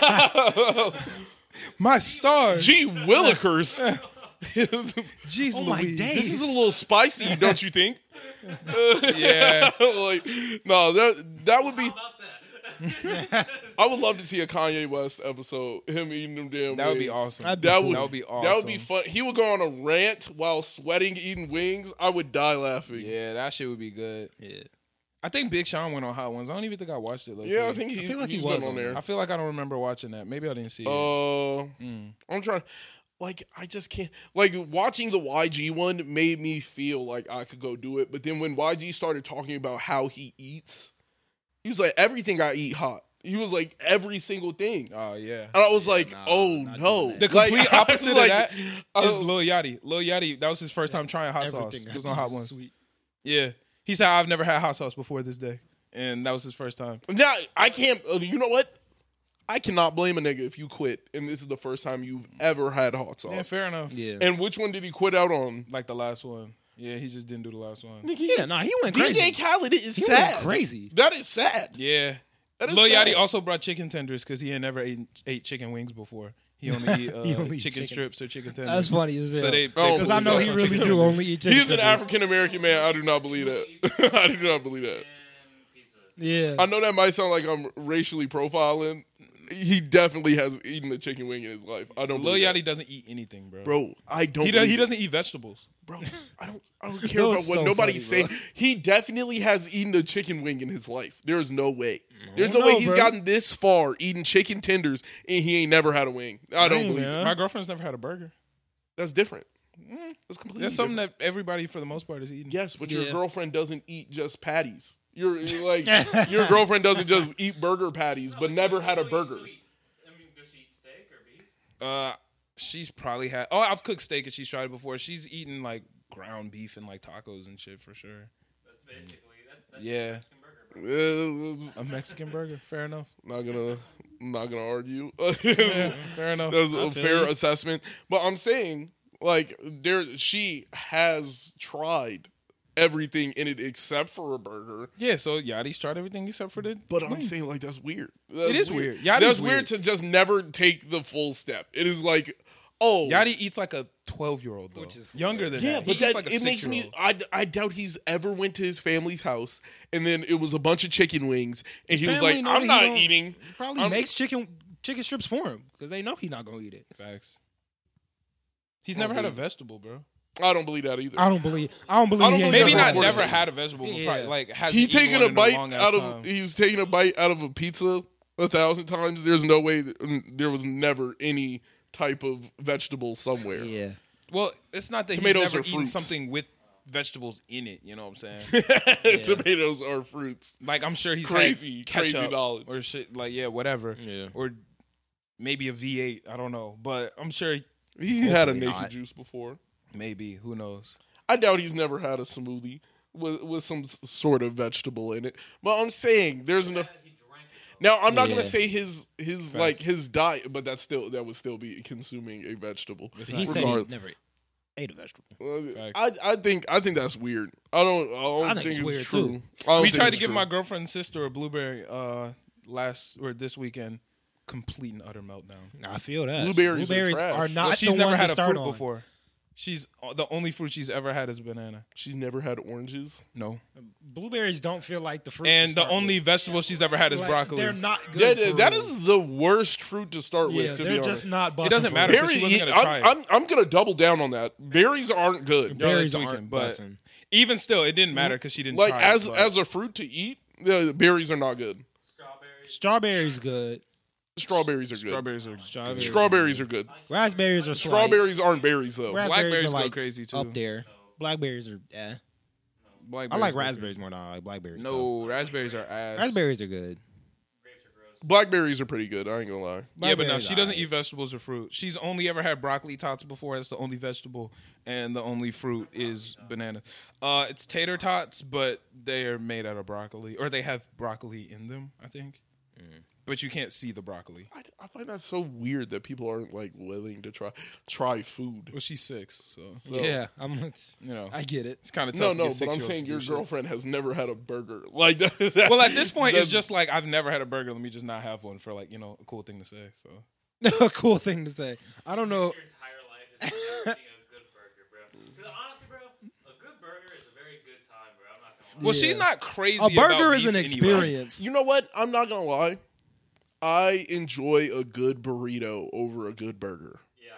B: My stars.
A: Gee Willikers,
B: Jeez
C: Oh my
B: Louise.
A: this is
C: days.
A: a little spicy, don't you think?
B: Yeah.
A: like, no, that that would be.
D: How about that?
A: I would love to see a Kanye West episode. Him eating them damn.
B: That would be
A: wings.
B: awesome.
C: That'd be
A: That
C: cool.
A: would,
B: That would be
A: That would be
B: awesome.
A: fun. He would go on a rant while sweating, eating wings. I would die laughing.
B: yeah, that shit would be good.
E: Yeah.
B: I think Big Sean went on Hot Ones. I don't even think I watched it. Like,
A: Yeah, I think he,
C: feel like he
A: he's
C: was
A: been on
C: on
A: there.
B: I feel like I don't remember watching that. Maybe I didn't see it.
A: Uh, I'm trying. Like I just can't. Like watching the YG one made me feel like I could go do it, but then when YG started talking about how he eats, he was like, "Everything I eat hot." He was like, "Every single thing,"
B: Oh yeah.
A: and I was like,
E: nah,
A: "Oh
E: not
A: no!"
E: doing
B: The
A: Uh, Like,
B: complete
A: I was
B: opposite
A: like-
B: of that
A: I
B: is
A: was-
B: Lil Yachty. Lil Yachty, that was his first time trying hot sauce.
C: Everything
B: It
C: I
B: was
C: do
B: on Hot
C: is
B: Ones.
C: sweet.
B: Yeah. He said, I've never had hot sauce before this day. And that was his first time.
A: now I can't. uh, You know what? I cannot blame a nigga if you quit, and this is the first time you've ever had hot sauce.
B: Yeah, fair enough.
E: Yeah.
A: And which one did he quit out on?
B: Like the last one. Yeah, he just didn't do the last one.
A: Nigga, he-
C: Yeah, nah, he went
A: DJ
C: crazy.
A: Khaled is
C: He went
A: sad.
C: crazy.
A: That is sad.
B: Yeah.
A: That is
B: Lil
A: sad.
B: Yachty also brought chicken tenders because he had never ate, ate chicken wings before. He only eat, uh,
C: He only
B: chicken
C: eat chicken.
B: strips or chicken tenders.
C: That's funny as hell.
B: So they,
A: Oh,
C: because I know he really do only eat chicken.
A: He's an
C: tenders.
A: African American man. I do not believe that. I do not believe that.
D: And pizza.
C: Yeah.
A: I know that might sound like I'm racially profiling. He definitely has eaten a chicken wing in his life. I don't.
B: Lil
A: believe that.
B: Yachty doesn't eat anything, bro.
A: bro. I don't.
B: he does, he
A: believe it.
B: doesn't eat vegetables.
A: Bro, I don't. I don't care about
C: That
A: what
C: was so
A: nobody's
C: funny,
A: saying.
C: bro.
A: He definitely has eaten a chicken wing in his life. There's no way. There's no
C: know,
A: way he's
C: bro.
A: gotten this far eating chicken tenders and he ain't never had a wing. I don't
C: Dang,
A: believe. it.
C: man.
B: My girlfriend's never had a burger.
A: That's different. That's completely
B: Mm. That's something
A: different.
B: that everybody, for the most part, is eating.
A: Yes, but your
E: Yeah.
A: girlfriend doesn't eat just patties. You're, you're like your girlfriend doesn't just eat burger patties, but never had a burger.
D: I mean, does she eat steak or beef?
B: Uh, she's probably had. Oh, I've cooked steak and she's tried it before. She's eaten like ground beef and like tacos and shit for sure.
D: That's
A: Mm.
D: basically that, that's
B: Yeah,
D: Mexican burger.
A: Uh,
D: bro.
B: a Mexican burger. Fair enough.
A: not gonna, not gonna argue.
B: Fair enough.
A: That was
B: I
A: a
B: feel
A: fair
B: you.
A: assessment. But I'm saying, like, there she has tried everything in it except for a burger.
B: Yeah. So Yachty's tried everything except for the.
A: But I'm
B: wings.
A: saying, like, that's weird. That's
B: is weird. Yachty's
A: That's weird,
B: weird.
A: to just never take the full step. It is like, oh,
B: Yachty eats like a twelve year old though,
E: Which is-
B: younger than
A: yeah,
B: that. He
A: but
B: eats
A: that
B: like a
A: it makes me.
B: six-year-old.
A: I, I doubt he's ever went to his family's house, and then it was a bunch of chicken wings, and he was
C: family
A: like,
C: know that
A: "I'm
C: he
A: not
C: don't-
A: eating."
C: Probably
A: I'm-
C: makes chicken chicken strips for him because they know he not gonna eat it.
B: Facts. He's never had a
A: dude.
B: vegetable, bro.
A: I don't believe that either.
C: I don't believe. I don't believe.
A: don't
C: he ain't
A: believe-
B: Maybe
A: never
B: not
A: had
B: never
A: one.
B: had a vegetable, but probably
C: Yeah.
B: like has
A: he taking a bite out of
B: Time.
A: he's taking a bite out of a pizza a thousand times. There's no way that- mm, there was never any type of vegetable somewhere.
E: Yeah.
B: Well, it's not that
A: Tomatoes
B: he's
A: are
B: never eaten
A: fruits.
B: something with vegetables in it. You know what I'm saying?
A: Tomatoes are fruits.
B: Like I'm sure he's
A: Crazy,
B: had ketchup
A: crazy knowledge.
B: or shit. Like yeah, whatever.
E: Yeah.
B: Or maybe a V8. I don't know, but I'm sure
A: He had a
E: Hopefully
A: naked
E: not.
A: juice before.
B: maybe who knows.
A: I doubt he's never had a smoothie with with some s- sort of vegetable in it. But I'm saying there's no.
D: He drank it. Though.
A: Now I'm not gonna
E: Yeah.
A: say his his like his diet, but that's still that would still be consuming a vegetable.
C: He said he
A: Regardless-
C: never ate a vegetable.
A: Uh, I
B: Facts.
A: I think I think that's weird. I don't I don't
C: I
A: think,
C: think it's
A: it's,
C: weird,
A: true.
C: too.
A: I don't
B: We
A: think
B: tried
A: it's
B: to give
A: true.
B: my girlfriend's sister a blueberry uh last or this weekend. Complete and utter meltdown.
C: I feel that
A: Blueberries are
C: Blueberries
A: trash.
C: are not
B: Well, she's
C: the
B: never
C: one
B: had
C: to
B: a
C: start
B: fruit
C: on.
B: before. She's uh, the only fruit she's ever had is banana.
A: She's never had oranges.
B: No.
C: Blueberries don't feel like the fruit. to
B: And the
C: start
B: only
C: with.
B: vegetable she's ever had is
C: Like,
B: broccoli.
C: They're not good.
A: That,
C: for
A: that
C: you.
A: is the worst fruit to start
C: Yeah,
A: with. To be
C: they're
A: honest,
C: just not.
B: It doesn't
C: busting for
B: matter.
C: you.
B: because she
A: Berry-
B: wasn't gonna try
A: I'm,
B: it.
A: I'm, I'm gonna double down on that. Berries aren't good.
B: Y'all are
C: Berries
B: tweaking,
C: aren't
B: but
C: bussin'.
B: even still, it didn't matter because she didn't
A: Like
B: try
A: as
B: it, but-
A: as a fruit to eat, the berries are not good.
D: Strawberries.
C: Strawberries good.
A: Strawberries are good.
B: strawberries are
C: Strawberries.
A: Strawberries are good.
C: Raspberries are slight.
A: Strawberries aren't berries though.
C: Raspberries
B: Blackberries
C: are
B: go
C: like
B: crazy, too.
C: Up there. Blackberries are. Eh. I
B: blackberries
C: like
B: are good.
C: raspberries more than I like blackberries. though.
B: No, raspberries are ass.
C: raspberries are good.
D: Grapes are gross.
A: Blackberries are pretty good. I ain't gonna lie.
B: Yeah, but no,
C: Blackberries
B: she doesn't
C: alright.
B: eat vegetables or fruit. She's only ever had broccoli tots before. That's the only vegetable, and the only fruit is banana. Uh, it's tater tots, but they are made out of broccoli, or they have broccoli in them, I think.
C: Mm.
B: But you can't see the broccoli.
A: I, I find that so weird that people aren't like willing to try try food.
B: Well, she's six, so
C: Yeah, I'm. It's,
B: you know
C: I get it.
B: it's kind of
A: No,
B: tough.
A: no, but I'm
B: to get six-year-olds
A: saying
B: to do
A: your
B: shit.
A: girlfriend has never had a burger. Like, that,
B: Well, at this point, it's
A: that's-
B: just like I've never had a burger. Let me just not have one for like you know a cool thing to say. So
C: cool thing to say. I don't know.
D: Your entire life is about eating a good burger, bro. 'Cause honestly, bro, a good burger is a very good time, bro. I'm not gonna lie.
B: well,
C: Yeah.
B: she's not crazy.
C: A
B: about
C: burger is
B: beef
C: an
B: anyway.
C: experience.
A: You know what? I'm not gonna lie. I enjoy a good burrito over a good burger.
D: Yeah.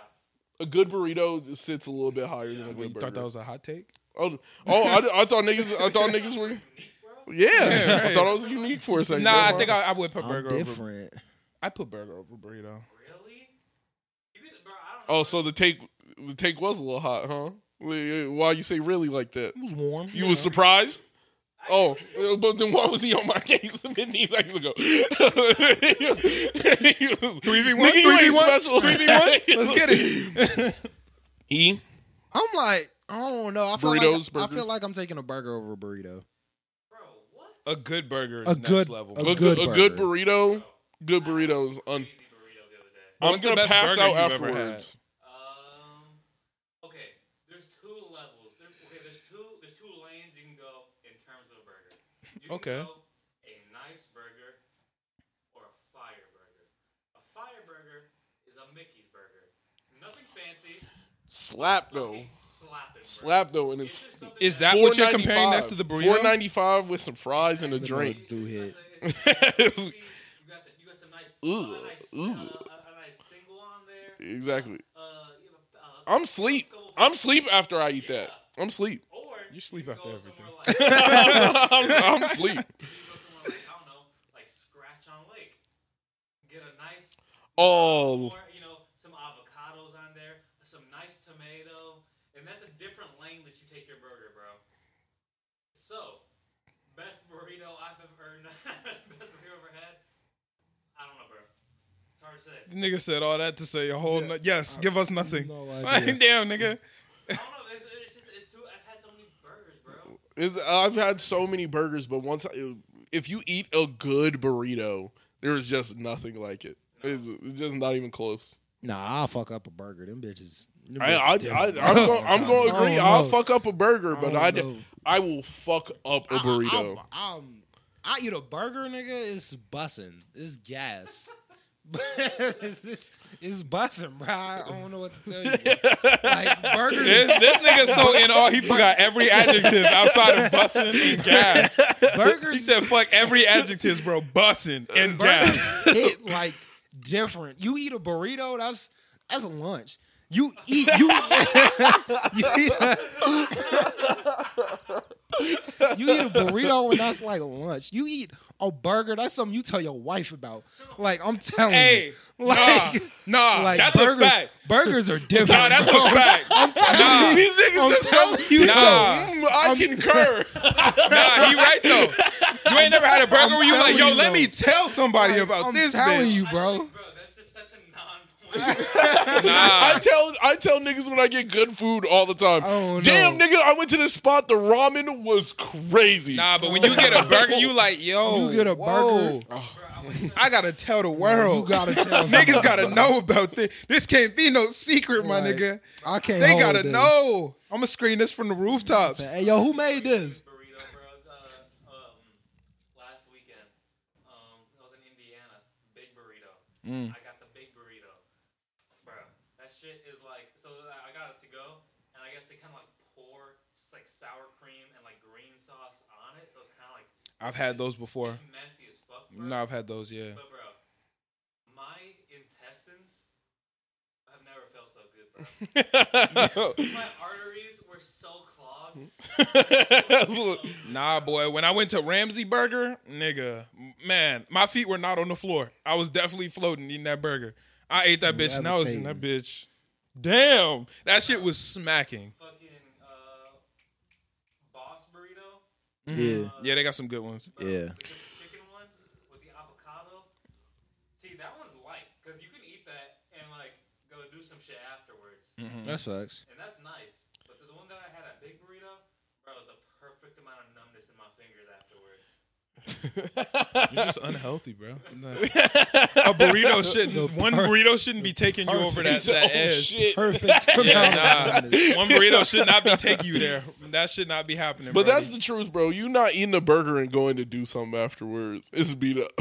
A: A good burrito sits a little bit higher than a
B: Wait,
A: good
B: you
A: burger.
B: thought that was a hot take?
A: oh, oh I, I thought niggas, I thought niggas were. Yeah, I thought I was unique for a second.
B: Nah, I
A: That's
B: think
A: why-
B: I, I would put
C: I'm
B: burger over.
C: different.
B: I put burger over burrito.
D: Really? You could, bro. I don't know.
A: Oh, so the take, the take was a little hot, huh? Why you say really like that?
C: It was warm.
A: You was surprised. Oh, but then why was he on my case 15 seconds ago? Three v one, three v one, three v one.
C: Let's get it.
A: E.
C: I'm like, I don't know. I feel
A: Burritos,
C: like I
A: burgers.
C: feel like I'm taking a burger over a burrito.
D: Bro, what?
B: A good burger is
C: A
B: next
C: good-
B: level.
C: a
A: A
B: bro.
A: good,
C: good
A: a good
C: burger.
A: burrito. Good burritos. Un-
D: Easy burrito the other day.
A: I'm
B: What's the
A: gonna
B: best
A: pass
B: burger
A: out
B: you've ever
A: afterwards.
D: Um. Okay. There's two levels. There, okay. There's two. There's two lanes you can go in terms of a burger. You can
B: Okay.
D: Go a nice burger or a fire burger. A fire burger is a Mickey's burger. Nothing fancy.
A: Slap though,
D: fucking Slapping. burger.
A: slap though, and
D: It's just
A: it's
D: something
B: Is that what you're comparing
A: 4.95.
B: next to the burrito?
A: Four ninety five with some fries and a drink.
C: Do hit.
D: it's
A: It's-
D: fancy. You got the, you got some nice.
A: Ooh,
D: a nice,
A: ooh.
D: Uh, a, a nice single on there.
A: exactly.
D: Uh, you know, uh,
A: I'm sleep. I'm sleep after I eat that. I'm sleep.
D: Or
B: You sleep
D: can
B: after
D: go
B: everything.
D: somewhere Like,
A: I'm, I'm sleep.
D: you can go somewhere like I don't know, like Scratch on Lake. Get a nice
A: Oh,
D: or you know, some avocados on there, some nice tomato, and and that's a different lane that you take your burger, bro. So, best burrito I've ever, or not, best burrito I've ever had. I don't know, bro. It's hard to say.
B: The nigga said all that to say a whole. no- yes, give us nothing.
C: no idea.
B: Damn, nigga.
D: I don't know. It's, it's just it's too. I've had so many burgers, bro.
A: It's- I've had so many burgers, but once I, if you eat a good burrito, there is just nothing like it. It's, it's just not even close.
C: Nah, I'll fuck up a burger. Them bitches. them
A: I, I,
C: bitches
A: I, I'm
C: different.
A: going I'm going to
C: I
A: agree.
C: don't
A: I'll
C: know.
A: fuck up a burger,
C: I
A: but
C: don't
A: I, d-
C: know.
A: I will fuck up a
C: I- I-
A: burrito.
C: I, I, am I eat a burger, nigga. It's bussin'. It's gas. it's, it's, it's bussin', bro. I don't know what to tell you. bro. like burgers,
B: This, this nigga so in all he forgot every adjective outside of bussin' and gas. He
C: burgers,
B: said fuck every adjective, bro. Bussin' and
C: burgers
B: gas.
C: hit like different. You eat a burrito, that's that's a lunch. You eat you. you, eat a, you eat a burrito and that's like lunch. You eat a burger, that's something you tell your wife about. Like I'm telling
B: Hey,
C: you, like.
B: nah, nah,
C: Like
B: that's
C: burgers,
B: a fact.
C: burgers are different.
B: Nah, that's a fact.
C: telling
B: Nah,
C: you.
A: These niggas
C: I'm
A: just
C: telling you.
B: Nah.
C: so.
A: Mm, I concur.
B: nah, he right though. You ain't never had a burger where you like,
C: telling
B: yo,
C: you,
B: let
C: though.
B: me tell somebody about
C: I'm
B: this
C: telling
B: bitch.
C: you,
D: I
C: bro.
D: think, bro, that's just such a non-point.
A: I
B: Nah,
A: tell I tell niggas when I get good food all the time.
C: Oh, no.
A: Damn, nigga, I went to this spot. The ramen was crazy.
B: nah, but when you get a burger, you like, yo,
C: You get a
B: whoa,
C: burger.
B: I gotta tell the world.
C: You gotta tell
B: Niggas gotta know about this. This can't be no secret, my
C: Like,
B: nigga.
C: I can't.
B: They
C: hold
B: gotta
C: this.
B: know. I'm gonna screen this from the rooftops.
C: Hey, yo, who made this?
D: burrito, bro. Uh, um, last weekend, um, I was in Indiana. Big burrito.
C: Mm.
D: I got the big burrito, bro. That shit is like. So I I got it to go, and I guess they kind of like pour s- like sour cream and like green sauce on it, so it's kind of like
B: I've had those before.
D: messy as fuck, bro.
B: No, I've had those. Yeah.
D: But bro, my intestines have never felt so good, bro. my arteries were so clogged.
B: Nah, boy. When I went to Ramsey Burger, nigga, man, my feet were not on the floor. I was definitely floating eating that burger. I ate that bitch and I was in that bitch. Damn, that shit was smacking.
D: fucking uh, boss burrito.
C: Yeah,
B: Yeah, they got some good ones.
D: Bro,
C: Yeah.
D: The chicken one with the avocado. See, that one's light because you can eat that and like go do some shit afterwards,
C: that sucks.
D: and that's nice. But the one that I had at Big Burrito, bro, the perfect amount of numbness in my fingers afterwards.
B: You're just unhealthy, bro. a burrito shouldn't. One burrito shouldn't be taking you over that, that
A: oh,
B: edge.
A: shit.
C: Perfect.
B: Yeah, nah. One burrito should not be taking you there. That should not be happening.
A: But that's
B: Brody.
A: the truth, bro. You not eating a burger and going to do something afterwards. It's beat up.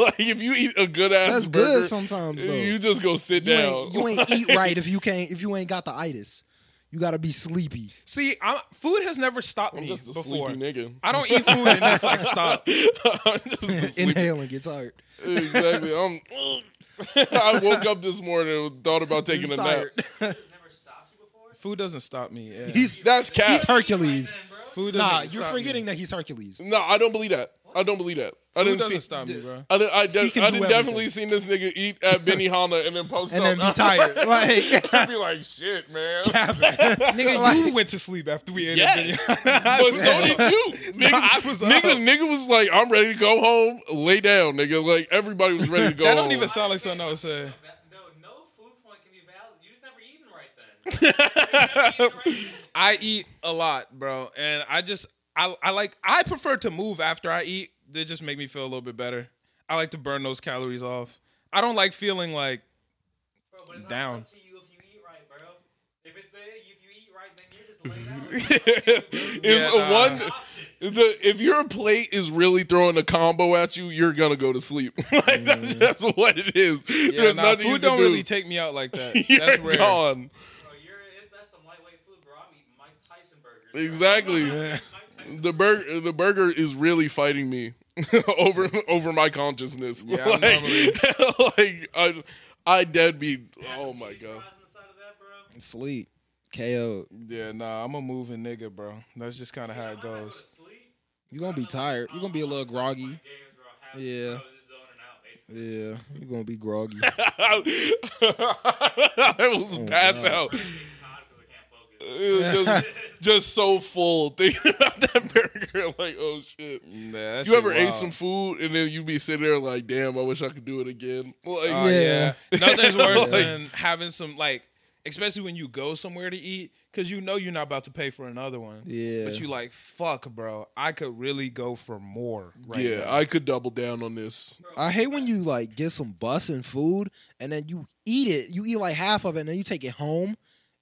A: like if you eat a good ass
C: That's
A: burger,
C: good sometimes though.
A: you just go sit
C: You
A: down.
C: ain't, you ain't eat right if you can't if you ain't got the itis. You gotta be sleepy.
B: See, I'm, food has never stopped
A: I'm
B: me
A: just a
B: before.
A: sleepy nigga.
B: I don't eat food and it's like stop.
A: I'm just a sleepy.
C: Inhale and get tired.
A: exactly. I'm. I woke up this morning and thought about taking
C: You
A: a nap.
C: tired.
D: It never stopped you before.
B: Food doesn't stop me. Yeah.
C: He's
A: That's cap.
C: he's Hercules.
D: Then, bro,
B: food doesn't.
C: Nah, you're
B: stop
C: forgetting
B: Me.
C: that he's Hercules.
A: No, I don't believe that. I don't believe that. I
B: Food
A: didn't
B: doesn't
A: see.
B: stop me, bro.
A: I, did, I, de-
C: can
A: I
C: do
A: did
C: everything.
A: definitely seen this nigga eat at Benihana and then post
C: And
A: up.
C: then be tired. Like
A: I'd be like, shit, man.
B: Nigga, you went to sleep after we ate.
A: Yes.
B: it.
A: but so did you. Nigga,
B: I was up.
A: nigga, nigga was like, I'm ready to go home. Lay down, nigga. Like everybody was ready to go
B: that
A: home.
B: don't even sound like something eh. I would say.
D: va- no, no food point can be valid. You just never eaten right then. You never eaten right then.
B: I eat a lot, bro, and I just I I like I prefer to move after I eat. They just make me feel a little bit better. I like to burn those calories off. I don't like feeling like
D: Bro, but it's
B: Down.
D: Not up to you if you eat right, bro. If it's there, if you eat right, then you're just laid out. It's
A: It's
B: Yeah,
A: a
B: nah.
A: one.
D: not an option.
A: The, if your plate is really throwing a combo at you, you're gonna go to sleep. like that's that's what it is.
B: Mm-hmm. yeah,
A: There's
B: nah,
A: nothing you
B: food
A: can
B: don't
A: do.
B: really take me out like that.
A: you're
B: That's rare.
A: gone.
D: Bro, you're, it's, that's some lightweight food, bro. I'm eating Mike Tyson burgers. bro.
A: Exactly.
D: Mike Tyson
A: The burger, the burger is really fighting me over over my consciousness.
B: Yeah, I'm
A: like,
B: normally-
A: like I, I dead be.
D: burgers.
A: Oh
D: Some
A: my
D: cheese
A: god.
D: fries on the side of that, bro.
C: sleep. KO.
B: Yeah, nah, I'm a moving nigga, bro. That's just kind of how
D: I'm
B: it
D: not gonna go to
B: goes.
D: sleep. Um,
C: You're gonna be tired. You're gonna be a little groggy.
D: Games, bro, half
C: Yeah.
D: bro, just zoning out, basically.
C: Yeah, you're gonna be groggy.
A: I was pass out.
B: Oh,
D: Bro, I'm getting tired 'cause I can't focus.
A: It was just, just so full thinking about that burger. Like, oh shit.
B: Nah, that
A: You
B: shit
A: ever ate
B: wild.
A: some food and then you be sitting there like, damn, I wish I could do it again. Like,
B: Oh, yeah.
C: Yeah.
B: Nothing's worse
A: Like-
B: than having some like, especially when you go somewhere to eat, because you know you're not about to pay for another one.
C: Yeah.
B: But you like, fuck, bro. I could really go for more. Right
A: yeah,
B: now.
A: I could double down on this.
C: I hate when you like get some bus and food and then you eat it. You eat like half of it and then you take it home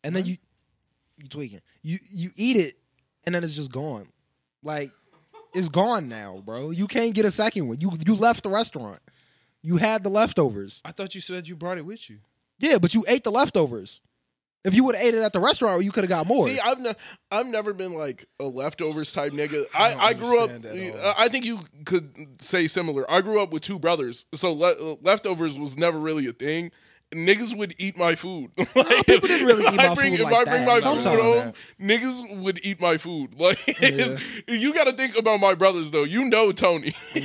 C: and then you you tweaking. You you eat it and then it's just gone. Like it's gone now, bro. You can't get a second one. You you left the restaurant. You had the leftovers.
B: I thought you said you brought it with you.
C: Yeah, but you ate the leftovers. If you would have ate it at the restaurant, you could have got more.
A: See, I've ne- I've never been like a leftovers type nigga. I,
B: don't
A: I, grew up.
B: understand at all.
A: I I think you could say similar. I grew up with two brothers, so le- leftovers was never really a thing. Niggas would eat my food. Like,
C: people didn't really
A: if
C: eat
A: I
C: my
A: bring,
C: food
A: If
C: like
A: I bring
C: that.
A: my
C: Sometimes.
A: food home, niggas would eat my food. Like it's- you got to think about my brothers though. You know Tony. like,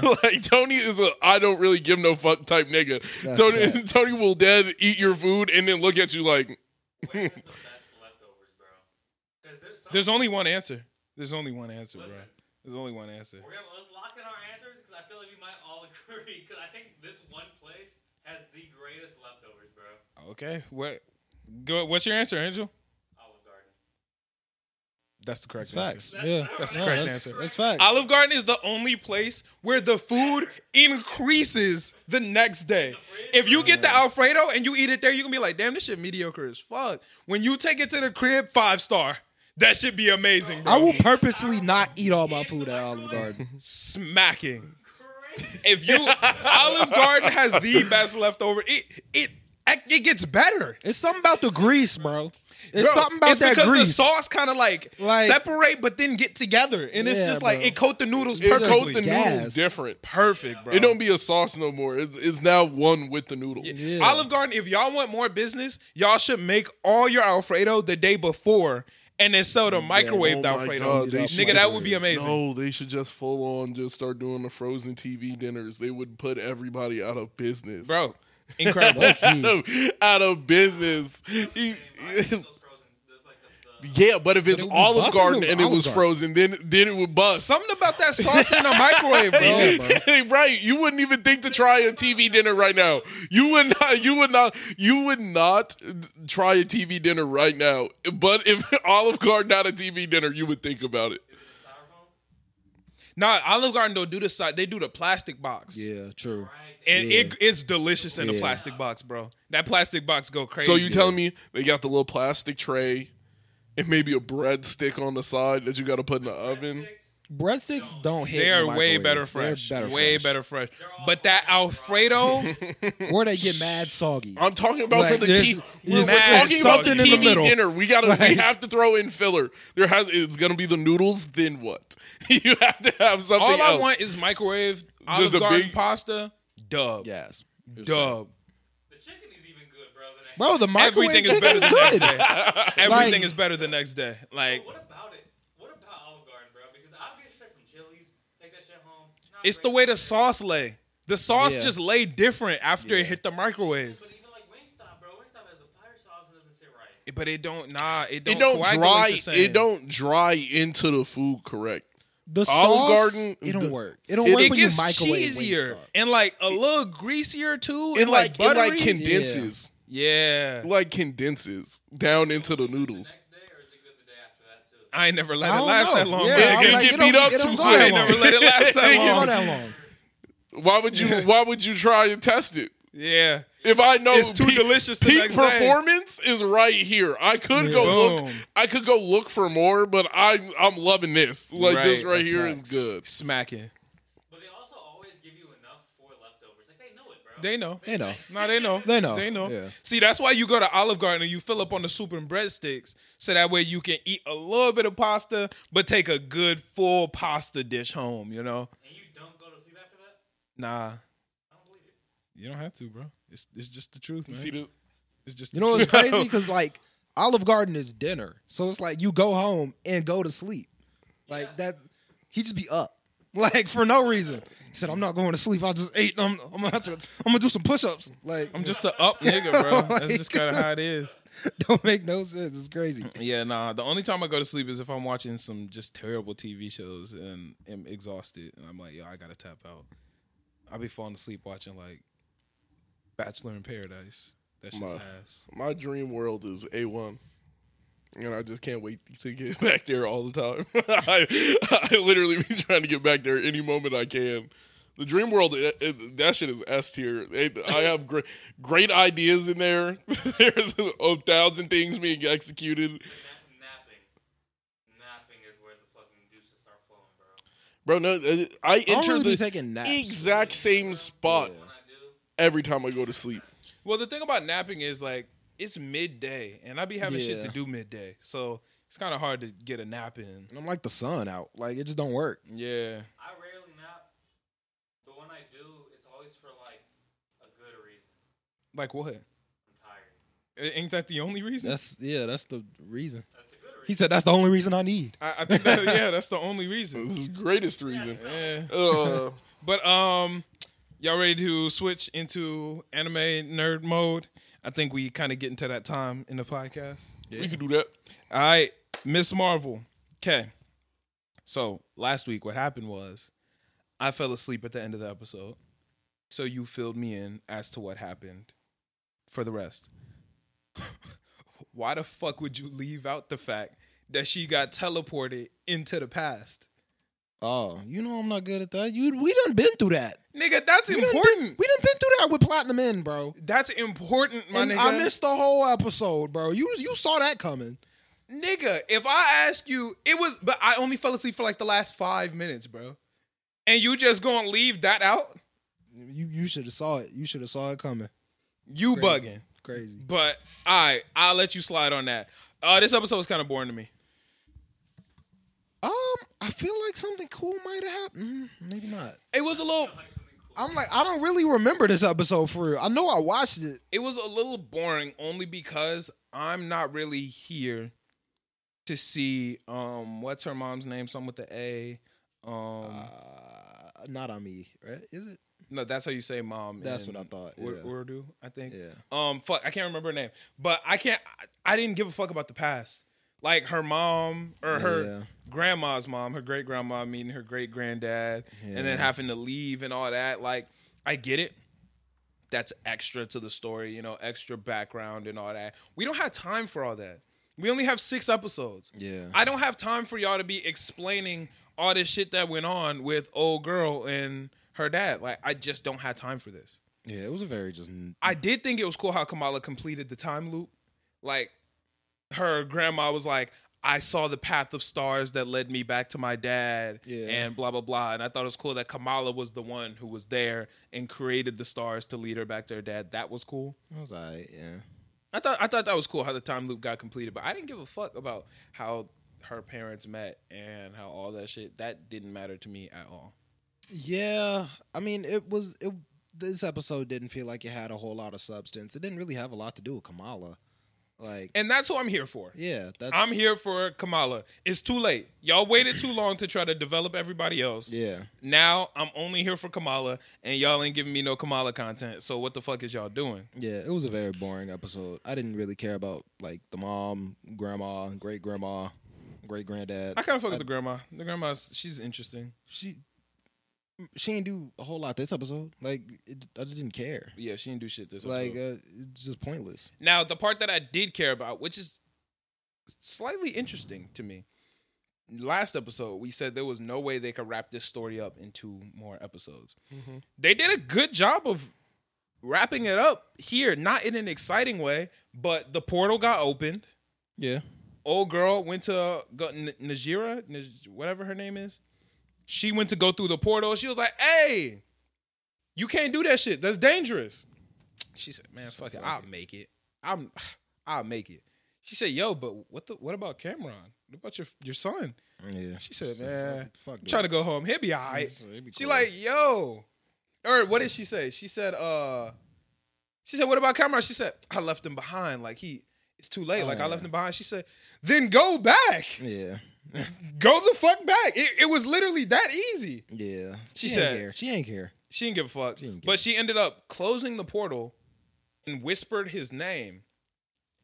A: like, Tony is a I don't really give no fuck type nigga.
C: That's
A: Tony
C: facts.
A: Tony will dead eat your food and then look at you like
D: Where is the best leftovers, bro? Because there's some.
B: There's only one answer. There's only one answer, bro.
D: Listen.
B: There's only one answer.
D: We're gonna let's lock in our answers because I feel like we might all agree. Because I think this one place has the greatest leftovers, bro.
B: Okay. What? Go, what's your answer, Angel?
D: Olive Garden.
B: That's the correct
C: That's
B: answer.
C: facts. Yeah.
B: That's the
C: No,
B: correct
C: that's,
B: answer.
C: that's facts.
B: Olive Garden is the only place where the food increases the next day. If you get the
C: Mm.
B: Alfredo and you eat it there, you can be like, damn, this shit mediocre as fuck. When you take it to the crib, five star. That should be amazing, bro.
C: I will purposely not eat all my food at Olive Garden.
B: smacking.
D: Crazy.
B: If you Olive Garden has the best leftover, it it it gets better.
C: It's something about the grease, bro. It's
B: Bro,
C: something about
B: it's
C: that
B: because
C: grease.
B: the sauce kind of like,
C: Like-
B: separate but then get together, and it's
C: Yeah,
B: just like
C: bro.
B: it coat the noodles
A: it
B: perfectly.
A: coat the noodles
C: gas.
A: different.
B: Perfect, bro.
A: It don't be a sauce no more. It's, it's now one with the noodle.
C: Yeah.
B: Olive Garden, if y'all want more business, y'all should make all your Alfredo the day before and then sell the microwave
A: oh my
B: Alfredo.
A: God,
C: they
B: Nigga,
C: should
B: that
C: do
B: would
C: it.
B: be amazing.
A: No, they should just full on just start doing the frozen TV dinners. They would put everybody out of business,
B: Bro, incredible.
A: Out of, out of business. You-
D: Those frozen, the, like the, the
A: yeah, but if it's
C: it would be
A: Olive
C: busted
A: Garden
C: with
A: and it
C: Olive
A: was
C: Garden.
A: frozen, then then it would bust.
B: Something about that sauce in the microwave, bro.
C: Yeah, bro.
A: right, you wouldn't even think to try a TV dinner right now. You would not. You would not. You would not try a TV dinner right now. But if Olive Garden had a TV dinner, you would think about it.
D: styrofoam.
B: Nah, Olive Garden don't do the side. They do the plastic box.
C: Yeah, true.
D: Right. They
B: And it, it's delicious in the
C: Yeah.
B: plastic box, bro. That plastic box go crazy.
A: So you telling me they got the little plastic tray and maybe a breadstick on the side that you got to put in the oven?
D: sticks.
C: Breadsticks don't hit.
B: they
C: in
B: are
C: the
B: way
C: microwave.
B: better
C: They're
B: fresh. way
C: fresh.
B: better fresh. But that Alfredo,
C: Or they get mad soggy.
A: I'm talking about
C: Like,
A: for the
C: there's-
A: TV. We're,
C: there's
A: we're talking about the
B: something in the
A: TV
C: middle.
A: dinner. We gotta. we
C: Like-
A: have to throw in filler. There has. It's gonna be the noodles. Then what? you have to have something.
B: all I
A: else.
B: want is microwave Olive
A: a
B: Garden
A: big-
B: pasta, dub.
C: Yes.
B: Dub.
D: The chicken is even good, bro. The next
C: Bro, the microwave
B: Everything is
C: chicken
B: better
C: is
B: than next
C: good.
B: day. Everything
C: Like-
B: is better the next day. Like
D: But what about it? What about Olive Garden, bro? Because I'll get shit from Chili's, take that shit home. Not
B: it's the
D: great,
B: way the sauce lay. The sauce
C: Yeah.
B: just lay different after it hit the microwave.
D: But even like Wingstop, bro, Wingstop has the fire sauce and doesn't sit right.
B: But it don't nah. It don't,
A: It don't
B: coagulate
A: dry.
B: The same.
A: It don't dry into the food. Correct.
C: The
A: Olive
C: sauce,
A: Garden-
C: it don't work. It don't
A: it-
C: work
B: It
C: when you
B: gets
C: microwave
B: cheesier
C: Wingstop.
B: and like a little greasier too.
A: It
B: and like
A: like, it like
B: buttery.
A: condenses.
B: yeah.
A: It Like condenses down into the noodles.
D: Next day, or is it good the day after that too?
B: I ain't never let
C: I
B: it
C: don't
B: last
C: know.
B: that long.
C: Yeah,
B: bro.
A: It
C: I'm
A: can
C: like,
A: get
C: it
A: beat
C: don't-
A: up
C: it don't
A: too
C: go
A: quick.
B: I
C: that
B: ain't
C: long.
B: never let it last that
A: It
C: It don't
B: long.
C: go that long.
A: Why would you? Why would you try and test it?
B: Yeah.
A: If I know
B: It's too
A: peak,
B: delicious the
A: peak
B: next day.
A: performance is right here. I could go look.
B: Boom.
A: I could go look for more, but I I'm loving this. Like this
B: Right,
A: right
B: that's
A: here is
C: nice.
A: good.
B: Smacking.
D: But they also always give you enough for leftovers. Like they know it, bro.
B: They know.
C: They know.
B: No, they know.
C: They know.
B: They know.
C: Yeah.
B: See, that's why you go to Olive Garden and you fill up on the soup and breadsticks, so that way you can eat a little bit of pasta, but take a good full pasta dish home. You know?
D: and you don't go to sleep after that.
B: Nah,
D: I don't believe it.
B: you don't have to, bro. It's it's just the truth, man.
A: See the
B: it's just
C: You
B: the
C: know what's
B: truth.
C: crazy? Because like Olive Garden is dinner, so it's like you go home and go to sleep. Like that, he just be up. like for no reason. He said, "I'm not going to sleep. I just ate. I'm, I'm gonna have to. I'm gonna do some push-ups. Like,
B: I'm just a up nigga, bro. That's just kind of how it is.
C: don't make no sense. It's crazy.
B: Yeah, nah. The only time I go to sleep is if I'm watching some just terrible TV shows and am exhausted, and I'm like, yo, I gotta tap out. I be falling asleep watching like Bachelor in Paradise. That shit's
A: My-
B: ass.
A: My dream world is A one. And I just can't wait to get back there all the time. I, I literally be trying to get back there any moment I can. The dream world, it, it- that shit is S tier. It- I have great, great ideas in there. There's a thousand things being executed.
D: Na- napping. Napping is where the fucking juices start flowing, bro.
A: Bro, no, uh, I
C: I don't
A: enter
C: really be
A: the
C: taking naps.
A: exact same spot
D: When I do,
A: every time I go to sleep.
B: Well, the thing about napping is like it's midday, and I be having shit
C: Yeah.
B: to do midday, so it's kind of hard to get a nap in.
C: And I'm like the sun out. Like it just don't work.
B: Yeah.
D: I rarely nap, but when I do, it's always for like a good reason.
B: Like what?
D: I'm tired.
B: Ain't that the only reason?
C: That's yeah. That's the reason.
D: That's a good
C: He
D: reason.
C: said that's the only reason I need.
B: I, I think that, yeah, that's the only
A: This
B: reason.
A: is the greatest reason.
B: Yeah.
A: Uh,
B: But um, y'all ready to switch into anime nerd mode? I think we kind of get into that time in the podcast.
A: We can do that.
B: All right, Miss Marvel. Okay. So last week, what happened was I fell asleep at the end of the episode. So you filled me in as to what happened for the rest. Why the fuck would you leave out the fact that she got teleported into the past?
C: Oh, you know I'm not good at that. You we done been through that.
B: Nigga, that's
C: We done been-
B: important.
C: we done been through that with platinum in, bro.
B: That's important, my
C: And
B: nigga.
C: I missed the whole episode, bro. You you saw that coming.
B: Nigga, if I ask you, it was, but I only fell asleep for like the last five minutes, bro. And you just gonna leave that out?
C: You you should have saw it. You should have saw it coming.
B: You
C: Crazy.
B: bugging.
C: Crazy.
B: But all right, I'll let you slide on that. Uh, this episode was kind of boring to me.
C: Um, I feel like something cool might have happened. Mm, Maybe not.
B: It was a little,
C: I'm like, I don't really remember this episode for real. I know I watched it.
B: it was a little boring only because I'm not really here to see um what's her mom's name? Something with the A. Um,
C: Uh, not on me, right? Is it?
B: no, that's how you say mom.
C: That's
B: in
C: what I thought,
B: Ur-
C: yeah.
B: Urdu, I think.
C: Yeah.
B: Um, fuck, I can't remember her name, but I can't. I, I didn't give a fuck about the past. Like her mom or her
C: Yeah.
B: grandma's mom, her great grandma meeting her great granddad, and then
C: Yeah.
B: having to leave and all that. Like, I get it. That's extra to the story, you know, extra background and all that. We don't have time for all that. We only have six episodes.
C: Yeah.
B: I don't have time for y'all to be explaining all this shit that went on with old girl and her dad. Like, I just don't have time for this.
C: Yeah, it was a very just.
B: I did think it was cool how Kamala completed the time loop. Like her grandma was like, I saw the path of stars that led me back to my dad
C: Yeah.
B: and blah blah blah. And I thought it was cool that Kamala was the one who was there and created the stars to lead her back to her dad. That was cool.
C: I was like, yeah.
B: I thought I thought that was cool how the time loop got completed, but I didn't give a fuck about how her parents met and how all that shit that didn't matter to me at all.
C: Yeah, I mean, it was it. This episode didn't feel like it had a whole lot of substance. It didn't really have a lot to do with Kamala. Like,
B: And that's what I'm here for.
C: yeah, that's
B: I'm here for Kamala. It's too late. Y'all waited too long to try to develop everybody else.
C: Yeah,
B: Now I'm only here for Kamala, and y'all ain't giving me no Kamala content. So what the fuck is y'all doing?
C: yeah. It was a very boring episode. I didn't really care about like the mom, grandma, great grandma, great granddad.
B: I kind of fuck with the grandma. The grandma's she's interesting.
C: She she didn't do a whole lot this episode. Like, it, I just didn't care.
B: Yeah, she didn't do shit this
C: Like,
B: episode.
C: uh, it's just pointless.
B: Now, the part that I did care about, which is slightly interesting to me, last episode we said there was no way they could wrap this story up in two more episodes. They did a good job of wrapping it up here, not in an exciting way, but the portal got opened.
C: Yeah,
B: Old girl went to go, N- Najira, Naj- whatever her name is. She went to go through the portal. She was like, "Hey, you can't do that shit. That's dangerous." She said, "Man, fuck it. I'll make it. I'm, I'll make it." She said, "Yo, but what the? What about Cameron? What about your your son?"
C: yeah.
B: She said,
C: said,
B: "Man,
C: fuck- fuck
B: I'm trying to
C: that."
B: go home. He'll be all right."
C: It's- it'd be
B: She
C: cool.
B: like, "Yo," or what did she say? She said, "Uh." She said, "What about Cameron?" She said, "I left him behind. Like he, it's too late. Like I left him behind." She said, "Then go back."
C: Yeah,
B: Go the fuck back. It, it was literally that easy.
C: Yeah.
B: She
C: She,
B: said-
C: ain't care. She ain't care.
B: She didn't give a fuck.
C: She didn't give
B: but she ended up closing the portal and whispered his name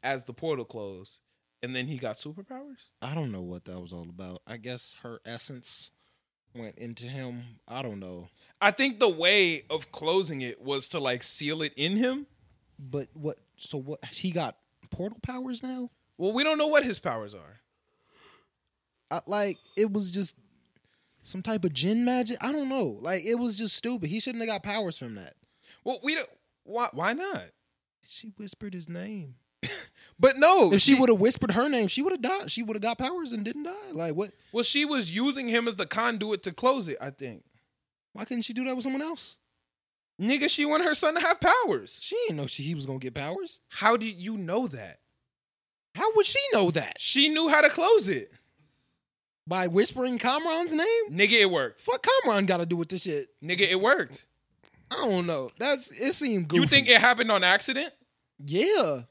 B: as the portal closed. And then he got superpowers?
C: I don't know what that was all about. I guess her essence went into him. I don't know.
B: I think the way of closing it was to like seal it in him.
C: But what? So what? He got portal powers now.
B: Well, we don't know what his powers are.
C: I, like it was just some type of gin magic. I don't know. Like it was just stupid. He shouldn't have got powers from that.
B: Well, we don't. Why? Why not?
C: She whispered his name.
B: But no,
C: If she would have whispered her name, she would have died. She would have got powers and didn't die. Like what?
B: Well, she was using him as the conduit to close it. I think.
C: Why couldn't she do that with someone else?
B: Nigga, she wanted her son to have powers.
C: She didn't know she, he was gonna get powers.
B: How did you know that?
C: How would she know that?
B: She knew how to close it.
C: By whispering Kamran's name?
B: Nigga, it worked.
C: Fuck Kamran got to do with this shit.
B: Nigga, it worked.
C: I don't know. That's it seemed goofy.
B: You think it happened on accident?
C: Yeah.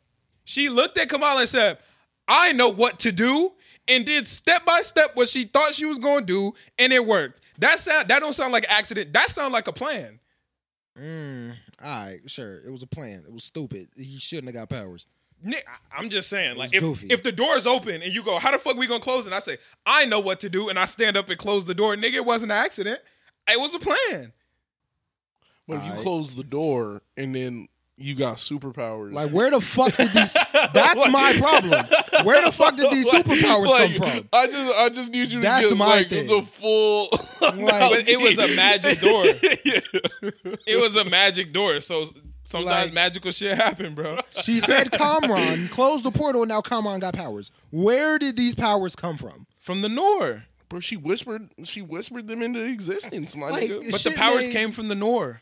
B: She looked at Kamala and said, I know what to do, and did step by step what she thought she was gonna do, and it worked. That sound that don't sound like accident. That sound like a plan.
C: Mm, all right, sure. It was a plan. It was stupid. He shouldn't have got powers.
B: Ni- I- I'm just saying, like
C: was
B: if,
C: goofy.
B: if the door is open and you go, how the fuck we gonna close? it?" And I say, I know what to do, and I stand up and close the door. Nigga, it wasn't an accident. It was a plan.
A: But if you
C: Alright.
A: close the door and then you got superpowers,
C: Like, where the fuck did these? That's my problem. Where the fuck did these superpowers
A: Like,
C: come from?
A: I just, I just need you
C: That's
A: to get
C: my
A: like
C: thing.
A: the full.
B: But it was a magic door.
A: yeah.
B: It was a magic door. So sometimes
C: Like-
B: magical shit happen, bro.
C: She said, "Kamran, close the portal." Now Kamran got powers. Where did these powers come from?
B: From the Nor.
A: Bro, she whispered. She whispered them into existence, my
C: Like,
A: nigga.
B: But the
C: Shit
B: powers
C: made-
B: came from the Nor.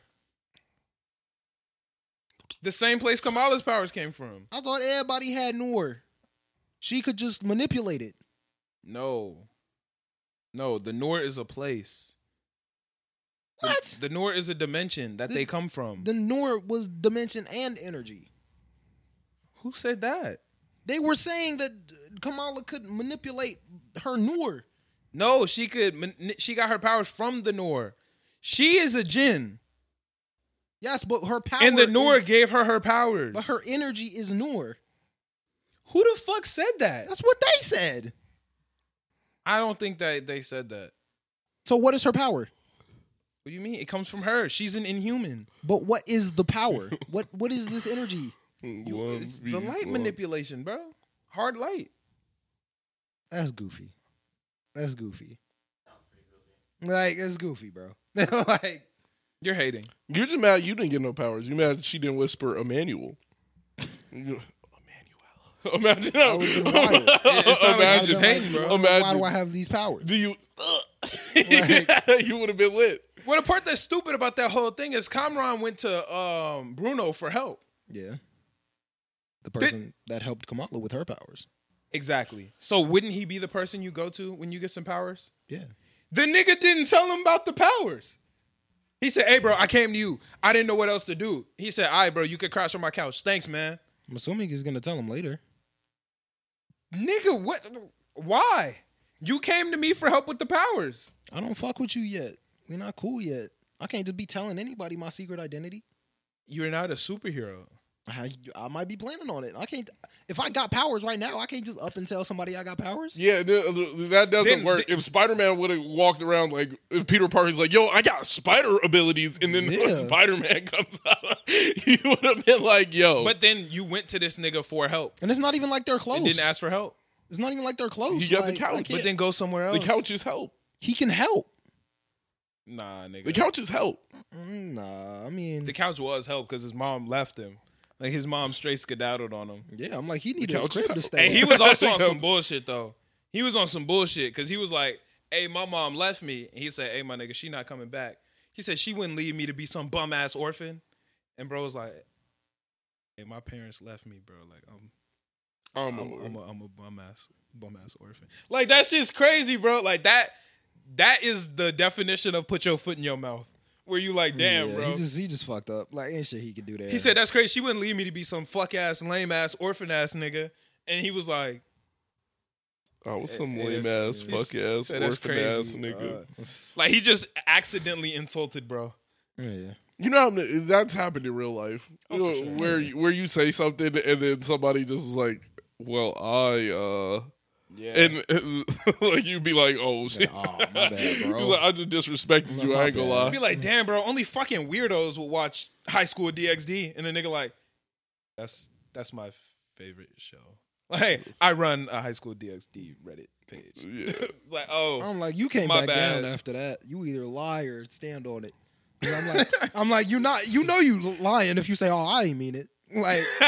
B: The same place Kamala's powers came from.
C: I thought everybody had Noor. She could just manipulate it.
B: No. No, the Nor is a place. The-
C: What?
B: The, Nor is a dimension that
C: The-
B: they come from.
C: The Noor was dimension and energy.
B: Who said that?
C: They were saying that Kamala could manipulate her Noor.
B: No, she could. man- She got her powers from the Nor. She is a jinn,
C: Yes, but her power
B: and the Nor
C: is-
B: gave her her powers.
C: But her energy is Noor.
B: Who the fuck said that?
C: That's what they said.
B: I don't think that they said that.
C: So what is her power?
B: What do you mean? It comes from her. She's an inhuman.
C: But what is the power? what what is this energy?
B: You-
A: One
B: it's the
A: piece,
B: light
A: one-
B: manipulation, bro. Hard light.
C: That's goofy. That's goofy. Like that's goofy, bro. like
B: You're hating.
A: You're just mad you didn't get no powers. You mad she didn't whisper Emmanuel. You- Emmanuel. Imagine
C: I
A: how.
C: would've been wild.
B: It- it sounded like
A: imagine.
B: you just hating, bro.
C: Why
A: Imagine.
C: do I have these powers?
A: do you? you would have been lit.
B: Well, the part that's stupid about that whole thing is Kamran went to um, Bruno for help.
C: yeah. The person that helped Kamala with her powers.
B: Exactly. So wouldn't he be the person you go to when you get some powers?
C: Yeah.
B: The nigga didn't tell him about the powers. He said, "Hey, bro, I came to you. I didn't know what else to do." He said, "All right, bro, you could crash on my couch. Thanks, man."
C: I'm assuming he's gonna tell him later.
B: Nigga, what? Why? You came to me for help with the powers.
C: I don't fuck with you yet. We're not cool yet. I can't just be telling anybody my secret identity.
B: You're not a superhero.
C: I, I might be planning on it. I can't. If I got powers right now, I can't just up and tell somebody I got powers.
A: Yeah, th- that doesn't
B: Then-
A: work. if Spider Man would have walked around like if Peter Parker's like, "Yo, I got spider abilities," and then
C: Yeah.
A: Spider Man comes out, you would have been like, "Yo,
B: But then you went to this nigga for help
C: And it's not even like they're close.
B: and didn't ask for help.
C: it's not even like they're close.
A: He got the
C: Like,
A: couch,
C: I
A: but
C: can't-
B: But then go somewhere
A: the
B: else.
A: couch is help.
C: he can help.
B: Nah, nigga.
A: The couch is help."
C: Mm, Nah, I mean,
B: The couch was help because his mom left him. Like his mom straight skedaddled on him.
C: yeah, I'm like he needed a
A: couch is
C: crib to
A: help.
C: stay.
B: And
C: in.
B: he was also on some bullshit though. He was on some bullshit because he was like, "Hey, my mom left me." And he said, "Hey, my nigga, she not coming back." He said she wouldn't leave me to be some bum ass orphan. And bro was like, "Hey, my parents left me, bro. Like I'm,
A: Um,
B: I'm, I'm a, I'm a bum ass bum ass orphan. Like that shit's crazy, bro. Like that that is the definition of put your foot in your mouth. Where you like, damn,
C: Yeah,
B: bro.
C: He just he just fucked up. Like ain't shit he could do there.
B: He said, "Ah, "That's crazy. She wouldn't leave me to be some fuck ass, lame ass, orphan ass nigga." And he was like,
A: I was Oh, some
B: Hey,
A: lame
B: that's-
A: ass,
B: he's-
A: fuck ass,
B: say that's
A: orphan ass
C: Uh,
B: crazy.
A: nigga.
B: Like he just accidentally insulted, bro.
C: Yeah.
A: you know, how many- that's happened in real life. You
B: Oh, for
A: know,
B: sure.
A: Where you- where you say something and then somebody just is like, "Well, I uh,"
B: Yeah.
A: and, and, like you'd be like, "Oh shit."
C: Oh, my bad,
A: He's
C: bro.
A: like, "Ah, I just disrespected you.
C: My
A: I ain't gonna
C: bad.
A: lie.
B: I'd be like, damn, bro, only fucking weirdos will watch High School DxD, and the nigga like, that's that's my favorite show. Like, I run a High School DxD Reddit page.
A: Yeah.
B: like, oh,
C: I'm like, you came
B: My
C: back
B: bad.
C: down after that. You either lie or stand on it. 'Cause I'm like, I'm like, you not, you know, you lying if you say, oh, I ain't mean it. Like,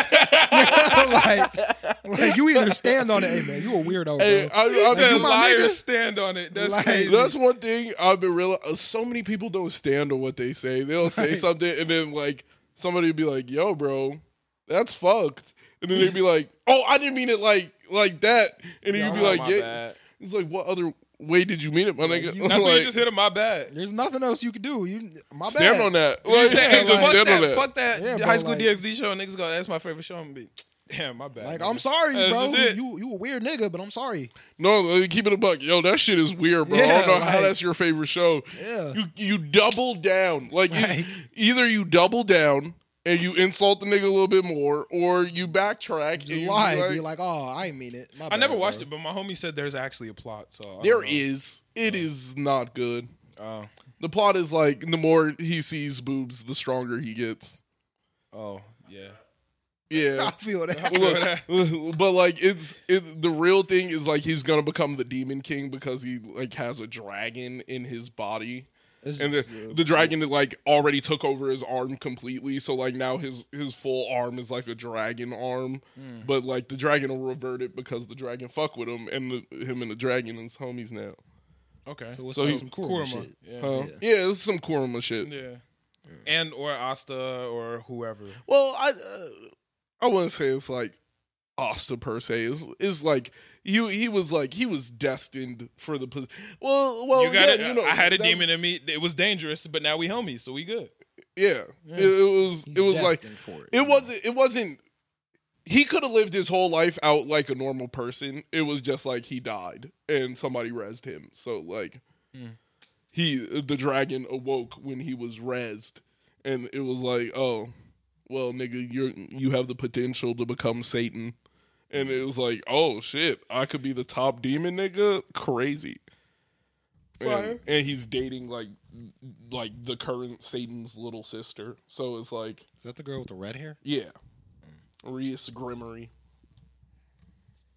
C: like, like, you either stand on it. Hey man, you a weirdo. Bro.
A: Hey, uh, I,
B: you
A: I,
B: said
C: you my
B: liars
C: nigga?
B: stand on it. That's
C: Like-
B: crazy.
A: that's one thing I've been real. uh, So many people don't stand on what they say. They'll say something and then like somebody be like, "Yo, bro, that's fucked," and then they'd be like, "Oh, I didn't mean it like like that," and then
C: Yeah,
A: you'd be
B: Oh,
A: like,
B: my
A: "Yeah."
B: bad.
A: It's like, what other way did you mean it, my nigga?
C: you-
B: That's
A: like,
B: when you just hit him. My bad.
C: There's nothing else you could do. You, my
A: Stand
C: bad.
A: on that.
B: You
A: Like,
B: say,
C: yeah,
B: hey,
A: just
B: fuck
A: stand
B: that,
A: on that.
B: fuck that
C: Yeah, bro,
B: High School
C: like-
B: DxD show. Niggas go, that's my favorite show. I'm gonna be, damn, my bad.
C: Like,
B: nigga."
C: I'm sorry,
B: That's
C: bro.
B: just it.
C: You, you a weird nigga, but I'm sorry.
A: No, like, keep it a buck. Yo, that shit is weird, bro. I
C: Yeah,
A: don't know how
C: like-
A: that's your favorite show.
C: Yeah.
A: You you double down. Like you-
C: Right.
A: either you double down and you insult the nigga a little bit more, or you backtrack and
C: You
A: you
C: lie.
A: be like,
C: be like, oh, I ain't mean it. My
B: I
C: bad,
B: never
C: bro."
B: watched it, but my homie said there's actually a plot. So I don't
A: There
B: know.
A: is. It is not good.
B: Oh,
A: The plot is like the more he sees boobs, the stronger he gets.
B: oh, yeah.
A: Yeah.
C: I feel that.
A: Well, look, but like it's it, the real thing is like he's gonna become the demon king because he like has a dragon in his body
C: It's
A: and
C: just,
A: the,
C: uh,
A: the dragon like already took over his arm completely so like now his his full arm is like a dragon arm but like the dragon will revert it because the dragon fuck with him and the, him and the dragon and his homies now
B: Okay.
C: so what's
A: so
C: up,
A: he-
C: some cool
B: Kurama.
C: shit.
B: Yeah.
A: huh? yeah. this is some kuruma shit
B: Yeah. And or Asta or whoever.
A: well i uh, i wouldn't say it's like asta per se is is like he he was like he was destined for the pos- well well
B: you got
A: yeah,
B: it.
A: you know
B: I had a
A: that's-
B: demon in me. It was dangerous, but now we homies, so we good.
A: yeah, It, it was
C: He's
A: it was like
C: destined for it.
A: It wasn't. It wasn't. He could have lived his whole life out like a normal person. It was just like he died and somebody rezzed him. So like,
C: Hmm.
A: he the dragon awoke when he was rezzed, and it was like, oh, well, nigga, you are you have the potential to become Satan, and it was like, oh shit, I could be the top demon, nigga, crazy. And,
B: Fire.
A: and he's dating like like the current Satan's little sister. So it's like
C: Is that the girl with the red hair?
A: yeah. Reus Grimmery.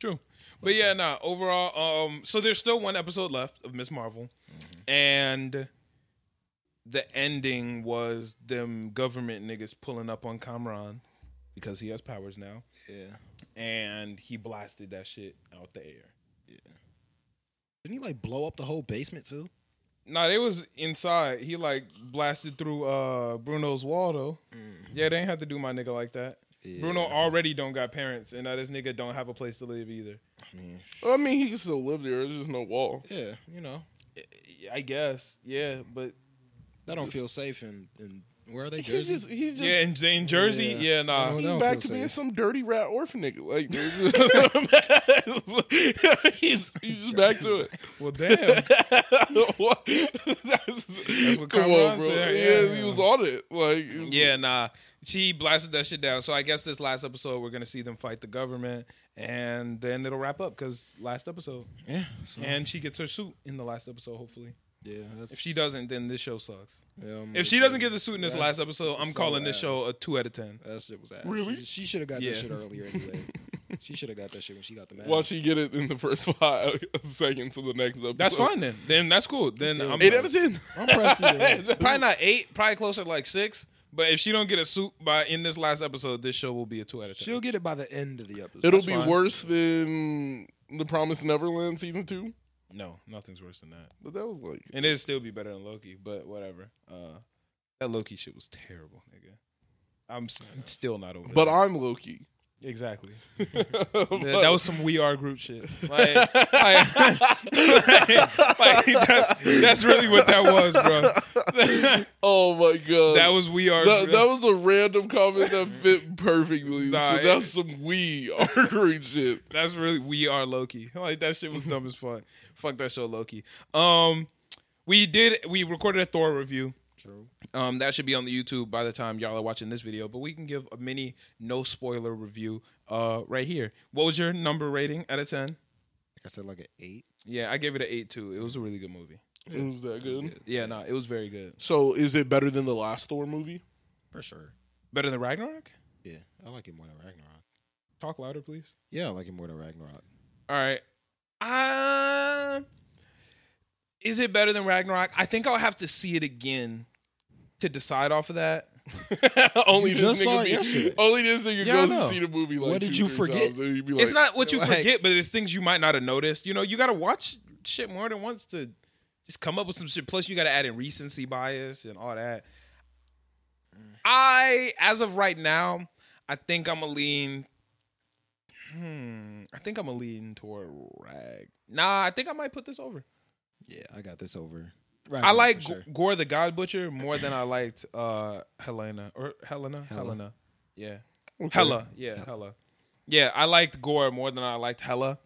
B: True. But yeah, nah. Overall, um, so there's still one episode left of Miss Marvel, Mm-hmm. and the ending was them government niggas pulling up on Kamran because he has powers now,
C: Yeah.
B: and he blasted that shit out the air.
C: Didn't he like blow up the whole basement too?
B: Nah, they was inside. He like blasted through uh Bruno's wall though. Yeah, they ain't have to do my nigga like that. Bruno already don't got parents, and now this nigga don't have a place to live either.
C: I mean,
A: I mean, he can still live there. There's just no wall.
C: Oh, yeah, you know,
B: I guess, yeah, but
C: that don't feel safe. And and where are they?
A: He's
C: Jersey?
A: just, he's just
B: yeah, in, in Jersey, yeah,
C: Yeah. I
B: nah.
C: don't
A: he's
C: know.
A: back
C: feel
A: to being
C: safe.
A: some dirty rat orphan nigga. Like, it's- he's, he's just back to it.
B: Well, damn,
A: that's,
B: what
A: come
B: Kamran
A: on, bro.
B: said,
A: Yeah,
B: yeah.
A: he was on it. Like, he was-
B: yeah, nah. She blasted that shit down. So I guess this last episode we're gonna see them fight the government, and then it'll wrap up because last episode,
C: yeah, so,
B: and she gets her suit in the last episode. Hopefully,
C: yeah. That's,
B: if she doesn't, then this show sucks.
C: yeah, I'm
B: If she
C: with
B: doesn't
C: you.
B: get the suit in this
C: That's
B: last episode, I'm
C: so
B: calling this show
C: ass.
B: a two out of ten.
C: That shit was ass.
A: Really?
C: She, should have got
B: Yeah.
C: that shit earlier anyway. she should have got that shit when she got the match.
A: Watch you get it in the first five seconds of the next episode.
B: That's fine then. Then that's cool. Then I'm
A: Eight out of ten.
C: I'm pressed either way.
B: Probably not eight. Probably closer to like six. But if she don't get a suit by in this last episode, this show will be a two out of 10
C: She'll get it by the end of the episode.
A: It'll
C: That's
A: be
C: fine.
A: worse than The Promised Neverland season two,
B: no, nothing's worse than that.
A: but that was like
B: And it'd still be better than Loki. But whatever. Uh, that Loki shit was terrible, nigga. I'm s- still not over.
A: But
B: that.
A: I'm Loki.
B: Exactly. Yeah, that was some we are group shit. Like, like- like, that's that's really what that was, bro.
A: Oh my god.
B: that was we are.
A: that,
B: Group.
A: that was a random comment that fit perfectly.
B: Nah,
A: so
B: it-
A: that's some we arguing shit.
B: that's really we are Loki. Like that shit was dumb as fuck. Fuck that show, Loki. Um, we did we recorded a Thor review.
C: True.
B: Um, that should be on the YouTube by the time y'all are watching this video. But we can give a mini no spoiler review. Uh, right here. What was your number rating out of ten?
C: Like I said, like an eight.
B: Yeah, I gave it an eight too. It was a really good movie.
A: It was that good.
B: Yeah, no, it was very good.
A: So is it better than the last Thor movie?
C: For sure.
B: Better than Ragnarok?
C: Yeah. I like it more than Ragnarok.
B: Talk louder, please.
C: Yeah, I like it more than Ragnarok.
B: All right. Uh, is it better than Ragnarok? I think I'll have to see it again to decide off of that.
A: only
C: You
A: this
C: just
A: nigga
C: saw it
A: be-
C: yesterday.
A: Only this nigga
B: Yeah, I
A: goes to
B: know.
A: see the movie like
C: What did
A: two,
C: you
A: three
C: forget?
A: times, and he'd be
B: it's
A: like,
B: not what you
C: like-
B: forget, but it's things you might not have noticed. You know, you got to watch shit more than once to just come up with some shit. Plus, you got to add in recency bias and all that. I, as of right now, I think I'm a lean. Hmm. I think I'm a lean toward rag. Nah, I think I might put this over.
C: Yeah, I got this over.
B: I
C: Ragnarok
B: like
C: for sure.
B: G- Gore the God Butcher more than I liked uh, Helena or Helena.
C: Hela.
B: Helena. Yeah. Hella. Yeah. Hella. Yeah. I liked Gore more than I liked Hella.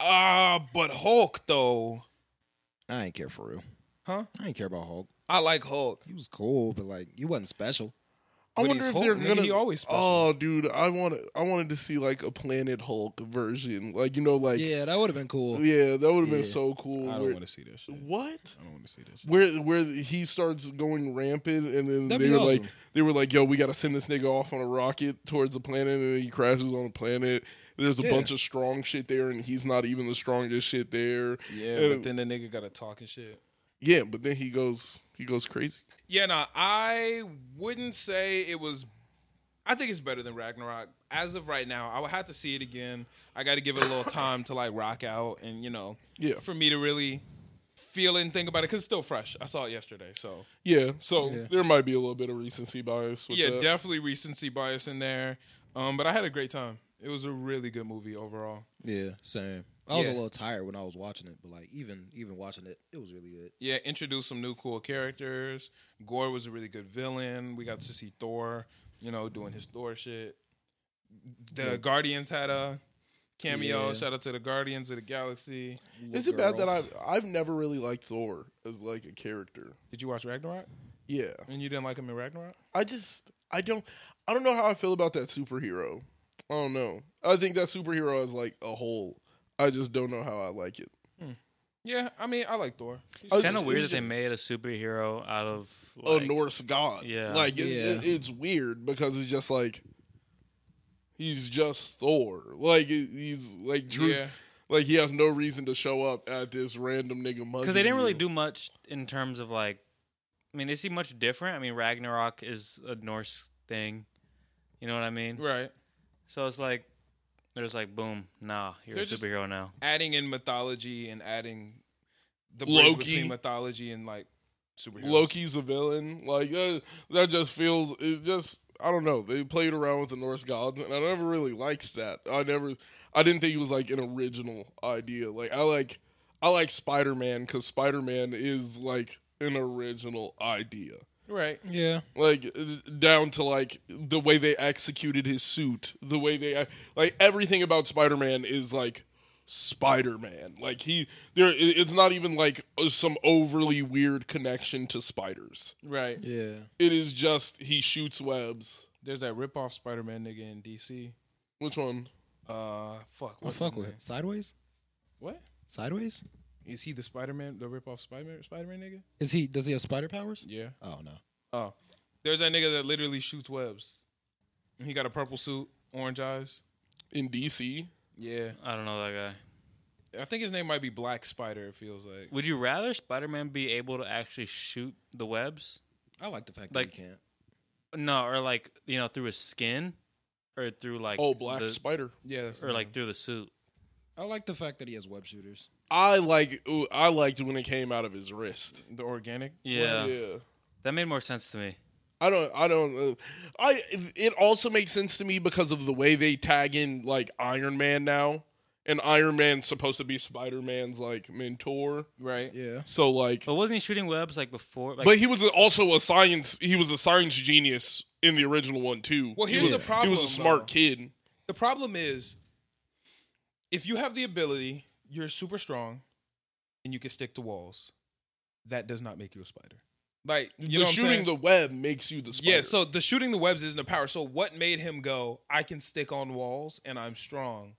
B: Ah, but Hulk though.
C: I ain't care for real.
B: Huh?
C: I ain't care about Hulk.
B: I like Hulk.
C: He was cool, but like he wasn't special.
A: I
B: but
A: wonder
B: he's
A: if
B: Hulk,
A: they're
B: nigga,
A: gonna.
B: he always special.
A: oh, dude, I want. I wanted to see like a Planet Hulk version, like you know, like yeah,
C: Yeah, that would have been cool.
A: that would have
C: Yeah.
A: been so cool.
B: I don't
A: where-
B: want to see this shit.
A: What?
B: I don't want to see this shit.
A: Where where he starts going rampant, and then
C: That'd
A: they
C: be
A: were
C: awesome.
A: like, they were like, "Yo, we gotta send this nigga off on a rocket towards a planet," and then he crashes on a planet. There's a
C: Yeah.
A: bunch of strong shit there, and he's not even the strongest shit there.
B: Yeah,
A: And-
B: but then the nigga gotta talk and shit.
A: yeah, but then he goes, he goes crazy.
B: Yeah, no, I wouldn't say it was. I think it's better than Ragnarok. As of right now, I would have to see it again. I got to give it a little time to like rock out and you know,
A: Yeah.
B: for me to really feel it and think about it because it's still fresh. I saw it yesterday, so
A: Yeah, so
C: Yeah.
A: there might be a little bit of recency bias. With
B: yeah,
A: that.
B: definitely recency bias in there. Um, but I had a great time. It was a really good movie overall.
C: Yeah, same. I was
B: Yeah.
C: a little tired when I was watching it, but like even even watching it, it was really good.
B: Yeah, introduced some new cool characters. Gore was a really good villain. We got to see Thor, you know, doing his Thor shit. The Guardians had a cameo.
C: Yeah.
B: Shout out to the Guardians of the Galaxy.
A: Is
C: Little
A: it bad
C: girl.
A: that I've I've never really liked Thor as like a character?
B: Did you watch Ragnarok?
A: Yeah,
B: And you didn't like him in Ragnarok?
A: I just I don't I don't know how I feel about that superhero. I don't know. I think that superhero as like a whole. I just don't know how I like it.
B: Yeah, I mean, I like Thor. He's-
A: I-
B: I,
A: It's
D: Kind of weird that
A: just-
D: they made a superhero out of
A: a
B: Oh,
D: like,
A: Norse god.
D: yeah.
A: like it,
C: Yeah.
A: it- it's weird because it's just like he's just Thor. Like it, he's like Drew.
B: Yeah.
A: Like he has no reason to show up at this random nigga.
D: because they didn't really do much in terms of like. I mean, is he much different? I mean, Ragnarok is a Norse thing. You know what I mean?
B: right.
D: So it's like, there's like, boom, nah, you're
B: They're
D: a
B: just-
D: superhero now.
B: Adding in mythology and adding the bridge
A: Loki.
B: between mythology and like superheroes.
A: Loki's a villain. Like uh, that just feels it just I don't know. They played around with the Norse gods and I never really liked that. I never I didn't think it was like an original idea. Like I like I like Spider-Man cuz Spider-Man is like an original idea.
B: Right.
C: Yeah,
A: Like uh, down to like the way they executed his suit, the way they uh, like everything about Spider-Man is like Spider-Man. Like he there it- it's not even like uh, some overly weird connection to spiders.
B: Right.
C: yeah.
A: It is just he shoots webs.
B: There's that ripoff Spider Man nigga in DC.
A: Which one?
B: Uh, fuck.
C: What
B: What's
C: fuck
B: his
C: with
B: name?
C: it? Sideways?
B: What?
C: Sideways?
B: Is he the Spider Man, the ripoff Spider Man, Spider Man nigga?
C: Is he? Does he have spider powers?
B: Yeah.
C: Oh no.
B: Oh, there's that nigga that literally shoots webs. And He got a purple suit, orange eyes.
A: In DC?
B: Yeah,
D: I don't know that guy.
B: I think his name might be Black Spider. It feels like.
D: Would you rather Spider-Man be able to actually shoot the webs?
C: I like the fact
D: Like-
C: that he can't.
D: No, or like you know through his skin, or through like
A: Oh, Black
D: the,
A: Spider.
B: Yeah, that's
D: or like through the suit.
C: I like the fact that he has web shooters.
A: I like ooh, I liked when it came out of his wrist.
B: the organic.
D: Yeah,
A: Yeah.
D: that made more sense to me.
A: I don't. I don't. Uh, I. It also makes sense to me because of the way they tag in like Iron Man now, and Iron Man's supposed to be Spider Man's like mentor.
B: right?
C: Yeah.
A: So like,
D: But wasn't he shooting webs like before? Oh, Like,
A: but he was also a science. He was a science genius in the original one too.
B: Well,
A: He was-
B: here's the problem,
A: He was a smart
B: though.
A: kid.
B: The problem is, if you have the ability, you're super strong, and you can stick to walls. That does not make you a spider. Like
A: the
B: you know, what I'm
A: shooting
B: saying?
A: the web makes you the spider.
B: Yeah, so the shooting the webs isn't a power. So what made him go, I can stick on walls and I'm strong?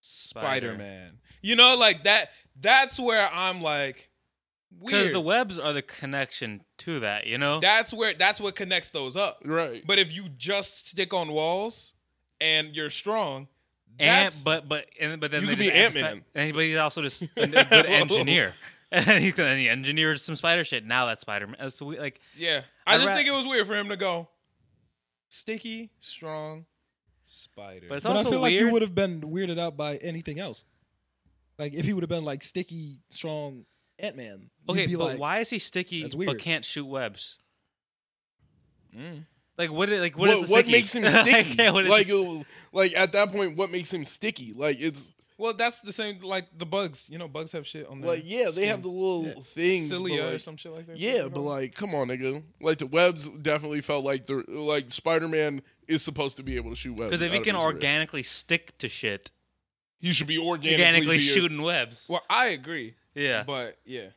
B: Spider Man. You know, like that that's where I'm like
D: because
B: weird.
D: the webs are the connection to that, you know.
B: that's where that's what connects those up.
A: right.
B: But if you just stick on walls and you're strong,
D: and
B: that's
D: but but and but then
A: You
D: they
A: could
D: just
A: be
D: add the
A: Ant-Man.
D: fact- And but he's also just a good engineer. And he, and he engineered some spider shit. Now that's Spider Man. So we, like
B: yeah. I,
D: I
B: just
D: ra-
B: think it was weird for him to go sticky, strong, spider.
D: But it's
C: But I
D: also
C: feel like
D: weird.
C: you would have been weirded out by anything else. Like if he would have been like sticky, strong Ant Man.
D: okay,
C: be
D: but
C: like,
D: why is he sticky
C: "That's
D: but
C: weird."
D: can't shoot webs? Mm. Like what? i- Like what?
A: What,
D: is the
A: what
D: sticky?
A: makes him
D: Like,
A: sticky?
D: yeah, what is
A: like,
D: the-
A: it'll- like at that point, what makes him sticky? Like it's
B: well, that's the same like the bugs. You know, bugs have shit on their
A: like yeah, they have the little things. but,
B: cilia or
A: like,
B: some shit like that.
A: Yeah, but like, come on, nigga. Like the webs definitely felt like the like Spider Man is supposed to be able to shoot webs.
D: Because if
A: out
D: he
A: of
D: can
A: his wrist.
D: organically stick to shit,
A: he should be organically,
D: organically
A: be a-
D: shooting webs.
B: Well, I agree.
D: Yeah.
B: But yeah,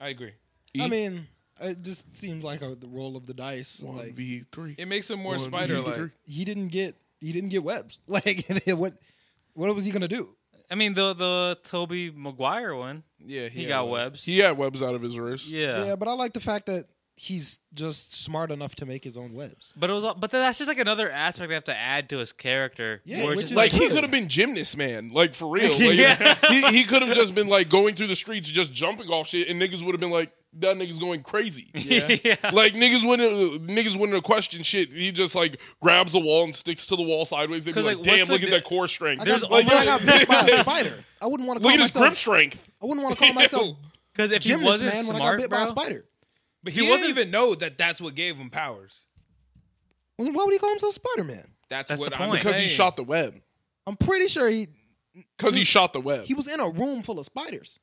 B: I agree.
C: I mean, it just seems like a, the roll of the dice.
A: one
C: like
A: v three.
B: It makes him more spider like.
C: he didn't get he didn't get webs. Like what what was he gonna do?
D: I mean the the Toby Maguire one,
B: Yeah,
D: he
B: had
D: got
B: one.
D: webs.
A: He had webs out of his wrist.
D: yeah.
C: Yeah, but I like the fact that he's just smart enough to make his own webs.
D: But it was, all- but then that's just like another aspect they have to add to his character.
C: Yeah,
D: where it's
C: which
D: just
C: is
A: Like he
C: Good.
A: could have been gymnast man, like for real. Like,
D: Yeah.
A: he he could have just been like going through the streets, just jumping off shit, and niggas would have been like, "That nigga's going crazy."
D: yeah.
A: like niggas wouldn't niggas wouldn't have questioned shit. He just like grabs a wall and sticks to the wall sideways. They'd be
D: 'Cause,
A: like,
D: like, what's
A: "Damn,
D: the
A: look at
D: di-
A: that core strength.
C: I
A: Look
C: got,
D: There's-
C: but
D: oh,
C: I got bit by a spider. I wouldn't want to call
A: at his
C: myself.
A: grip strength."
C: I wouldn't want to call myself
D: Because if he
C: gymnast
D: wasn't
C: man when I got
D: smart,
C: bit
D: bro,
C: by a spider.
B: But
D: He
B: he, wasn't
D: wasn't-
B: even know that that's what gave him powers.
C: Well, then why would he call himself Spider Man?
B: That's,
D: That's
B: what
D: the
B: I'm
D: point.
A: Because he
B: saying.
A: shot the web.
C: I'm pretty sure he
A: Because he shot the web.
C: he was in a room full of spiders.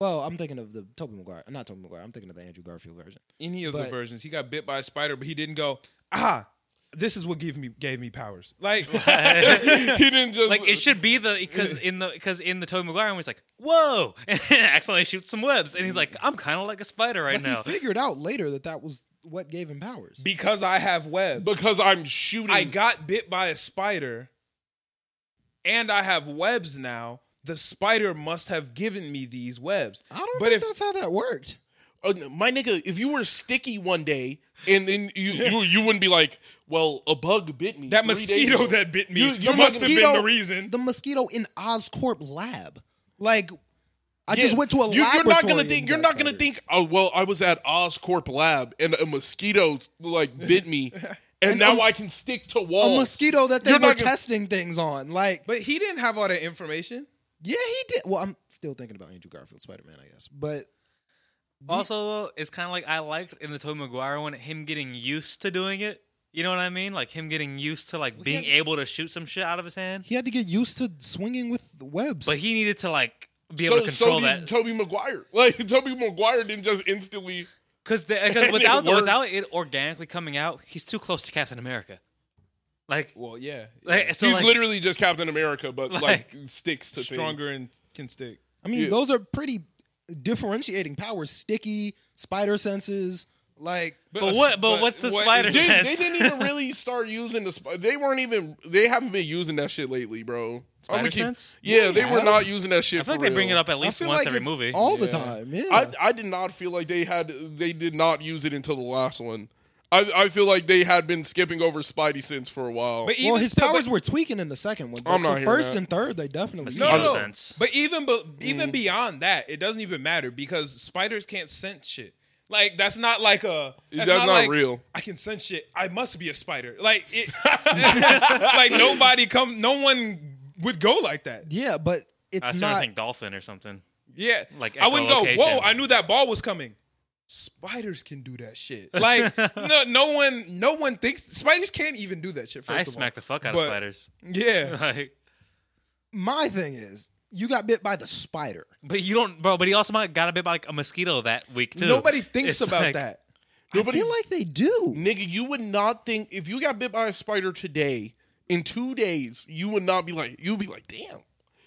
C: Well, I'm thinking of the Toby Maguire, not Toby Maguire. I'm thinking of the Andrew Garfield version.
B: any of the
C: but-
B: versions. He got bit by a spider, but he didn't go. Ah, this is what gave me gave me powers. Like
A: he didn't just
D: like it should be the because in the because in the Tobey Maguire one, he's like, whoa, and accidentally shoots some webs, and he's like, I'm kind of like a spider right now.
C: He figured out later that that was what gave him powers.
B: because I have webs,
A: because I'm shooting.
B: I got bit by a spider, and I have webs now. The spider must have given me these webs.
C: I don't
B: But
C: think
B: if-
C: that's how that worked.
A: Uh, my nigga. If you were sticky one day, and then you you, you wouldn't be like, well, a bug bit me.
B: That
A: three days
B: mosquito
A: ago."
B: that bit me
A: You- you
B: must have been the
C: mosquito-
B: reason.
C: The mosquito in Oscorp lab, like I
A: Yeah.
C: just went to a
A: You- You're
C: laboratory.
A: not gonna
C: and
A: think. You're
C: got
A: not gonna
C: spiders.
A: think. Oh well, I was at Oscorp Lab and a mosquito like bit me, and,
C: And
A: now
C: a-
A: I can stick to
C: a
A: walls.
C: mosquito that they
A: Oh. You're
C: were
A: not gonna-
C: testing things on. Like,
B: But he didn't have all that information.
C: yeah, he did. Well, I'm still thinking about Andrew Garfield Spider Man, I guess. But
D: Also, though, it's kind of like I liked in the Tobey Maguire one him getting used to doing it. You know what I mean? Like him getting used to like being able to shoot some shit out of his hand,
C: he had to get used to swinging with the webs.
D: but he needed to like be
A: so,
D: able to control
A: so
D: that.
A: did Toby Maguire. Like Toby Maguire didn't just instantly.
D: Because
A: it
D: without the,
A: worked.
D: without it organically coming out, he's too close to Captain America. Like,
B: Well, yeah,
D: like so
A: he's
D: like,
A: literally just Captain America, but like,
D: Like,
A: sticks to
B: stronger
A: Things.
B: and can stick.
C: I mean,
A: Yeah.
C: those are pretty differentiating powers. Sticky, spider senses, like
D: But what- but what's the spider-
A: They,
D: Yes.
A: they didn't even really start using the. Sp- they weren't even. They haven't been using that shit lately, bro. I'ma
D: Spider
A: keep-
D: sense?
A: Yeah, they
C: Yeah.
A: were not using that shit.
D: I feel like
A: for
D: they bring it
A: real.
D: up at least
C: I feel
D: once
C: like
D: every
C: it's
D: movie.
C: all the
B: Yeah.
C: time. Yeah,
A: I, I did not feel like they had they did not use it until the last one. I, I feel like they had been skipping over Spidey sense for a while.
B: But even
C: well, his
B: still,
C: powers
B: but-
C: were tweaking in the second one. But
A: I'm not
C: the
A: hearing
C: first
A: that.
C: and third, they definitely
D: No,
B: no,
D: no,
B: no.
D: sense.
B: But even but
G: Mm.
B: even beyond that, it doesn't even matter because spiders can't sense shit. Like that's not like a
A: That's not
B: like,
A: real.
B: I can sense shit. I must be a spider. Like it, like nobody come no one would go like that.
C: Yeah, but
D: I
C: it's
D: started to
C: not.
D: think dolphin or something.
B: Yeah.
D: Like
B: I wouldn't go,
D: echolocation.
B: "Whoa, I knew that ball was coming."
H: Spiders can do that shit. Like no, no one, no one thinks spiders can't even do that shit. First
G: I
H: of all.
G: smack the fuck out
H: But-
G: of spiders.
H: Yeah,
G: Like,
C: My thing is, you got bit by the spider.
G: but you don't, bro. But he also might got a bit by like a mosquito that week too.
H: nobody thinks
G: It's
H: about
G: like-
H: that.
A: Nobody
C: I feel like they do.
A: Nigga, you would not think if you got bit by a spider today, in two days, you would not be like you'd be like, damn.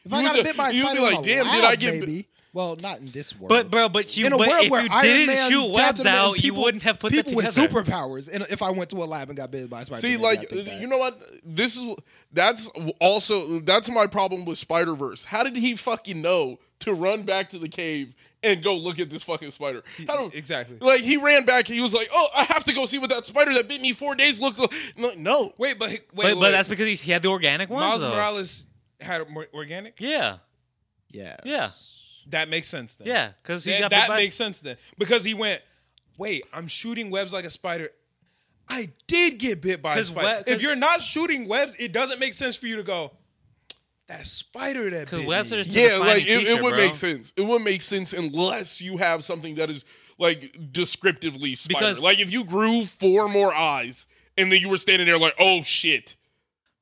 C: If
A: You
C: I
A: would
C: got
A: ju-
C: bit by a
A: you'd be
C: spider,
A: like,
C: in a
A: "Damn, did
C: lab,
A: I get bit?"
C: maybe. Well, not in this world.
G: But bro, but you,
C: in a
G: but
C: world
G: if
C: where
G: you
C: Iron
G: didn't
C: Man,
G: shoot webs
C: Captain Man,
G: out,
C: people,
G: you wouldn't have put that
C: people
G: together.
C: with superpowers. And if I went to a lab and got bit by a spider,
A: See,
C: maybe I
A: like
C: think that.
A: you know what? This is that's also that's my problem with Spider Verse. How did he fucking know to run back to the cave and go look at this fucking spider? How do,
B: exactly.
A: Like he ran back. He was like, "Oh, I have to go see what that spider that bit me four days look." Like. No, no.
B: Wait, but wait,
G: But,
B: wait.
G: but that's because he's, he had the organic ones.
B: Miles
G: though.
B: Morales had more organic.
G: Yeah,
C: yes.
G: yeah,
B: That makes sense then.
G: yeah. Because he
B: That-
G: got bit
B: that
G: by-
B: makes sense then because he went. Wait, I'm shooting webs like a spider. I did get bit by a
G: 'Cause
B: spider.
G: web-
B: if
G: 'cause-
B: you're not shooting webs, it doesn't make sense for you to go. That spider that
G: because
B: bit
G: webs
B: me."
G: are just the
A: Yeah,
G: defining
A: like it,
G: feature,
A: it would
G: bro.
A: make sense. It would make sense unless you have something that is like descriptively spider.
G: Because-
A: like if you grew four more eyes and then you were standing there like, "Oh shit."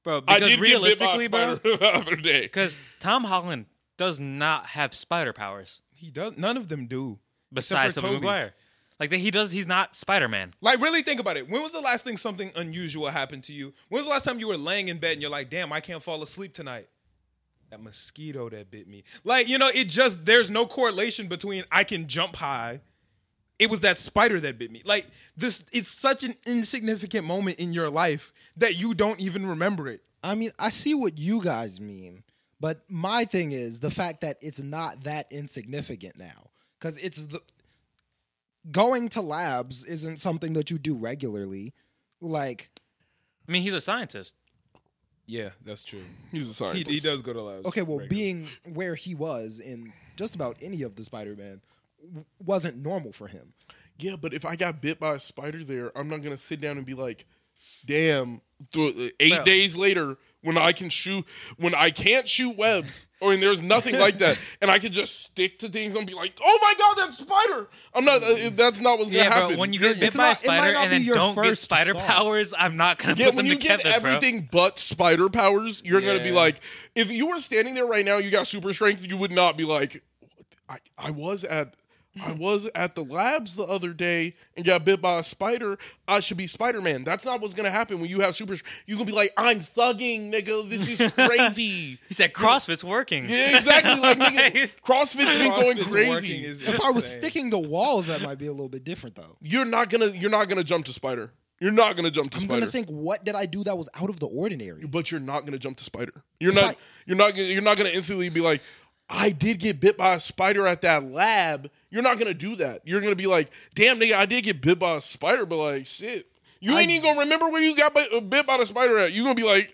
G: bro.
A: I
G: Because
A: did
G: realistically,
A: get bit by a
G: bro,
A: spider the other day.
G: because Tom Holland does not have spider powers
B: He does. None of them do.
G: besides
B: for
G: Tobey
B: Toby.
G: Maguire. Like that, he does. He's not Spider Man.
B: Like, really think about it. When was the last thing something unusual happened to you? When was the last time you were laying in bed and you're like, damn, I can't fall asleep tonight? That mosquito that bit me. Like, you know, it just, there's no correlation between I can jump high. It was that spider that bit me. Like, this, it's such an insignificant moment in your life that you don't even remember it.
C: I mean, I see what you guys mean, but my thing is the fact that it's not that insignificant now because it's the going to labs isn't something that you do regularly. Like,
G: I mean, he's a scientist.
B: Yeah, that's true.
A: He's a scientist.
B: does go to labs.
C: okay, well, being where he was in just about any of the Spider-Man w- wasn't normal for him.
A: Yeah, but if I got bit by a spider there, I'm not gonna sit down and be like, "Damn!" th- eight
G: Bro.
A: days later, when I can shoot, when I can't shoot webs, or and there's nothing like that, and I can just stick to things and be like, "Oh my god, that spider!" I'm not. Uh, that's not what's gonna
G: Yeah,
A: happen.
G: bro. When you get bit
C: it's
G: by a
C: not- it might
G: spider
C: not
G: and
C: be
G: then
C: your
G: don't get
C: first
G: spider
C: thought.
G: powers, I'm not gonna
A: yeah,
G: put
A: when
G: them
A: you
G: together,
A: get everything but spider powers, you're gonna be
B: Yeah.
A: like, if you were standing there right now, you got super strength, you would not be like, I, I was at. I was at the labs the other day and got bit by a spider. I should be Spider Man. That's not what's gonna happen when you have super. You gonna be like, I'm thugging, nigga. This is crazy.
G: He said CrossFit's working.
A: yeah, exactly. Like, nigga, CrossFit's been going
B: CrossFit's
A: crazy.
B: working is
C: If I was
B: insane.
C: sticking to walls, that might be a little bit different, though.
A: you're not gonna. You're not gonna jump to spider. You're not gonna jump to
C: I'm
A: spider.
C: gonna think, what did I do that was out of the ordinary?
A: but you're not gonna jump to spider. You're
C: If
A: not
C: I-
A: you're not gonna you're not gonna instantly be like, I did get bit by a spider at that lab. You're not gonna do that. You're gonna be like, damn nigga, I did get bit by a spider, but like shit. You ain't
C: I-
A: even gonna remember where you got bit, uh, bit by the spider at. You're gonna be like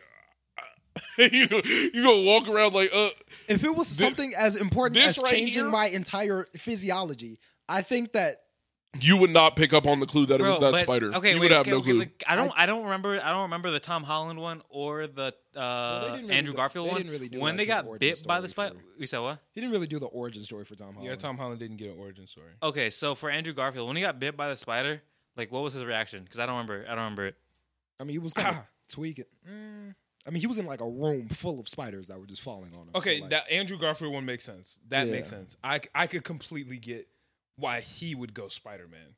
A: you gonna, you gonna walk around like uh
C: If it was something as important
A: this
C: as
A: right
C: changing
A: here-
C: my entire physiology, I think that
A: you would not pick up on the clue that it
G: Bro,
A: was that
G: but-
A: spider.
G: Okay,
A: you
G: wait,
A: would have
G: okay,
A: no
G: okay,
A: clue.
G: look, I don't. I don't remember. I don't remember the Tom Holland one or the uh,
C: they didn't really
G: Andrew
C: go-
G: Garfield
C: they
G: one.
C: didn't really do,
G: when
C: like,
G: they
C: his
G: got
C: origin
G: bit by the
C: story
G: spider,
C: for-
G: you said what?
C: he didn't really do the origin story for Tom Holland.
B: Yeah, Tom Holland didn't get an origin story.
G: Okay, so for Andrew Garfield, when he got bit by the spider, like what was his reaction? Because I don't remember. I don't remember it.
C: I mean, he was kind of tweaking. Mm. I mean, he was in like a room full of spiders that were just falling on him. so,
B: Okay,
C: like,
B: that Andrew Garfield one makes sense. That
C: Yeah.
B: makes sense. I I could completely get why he would go Spider Man.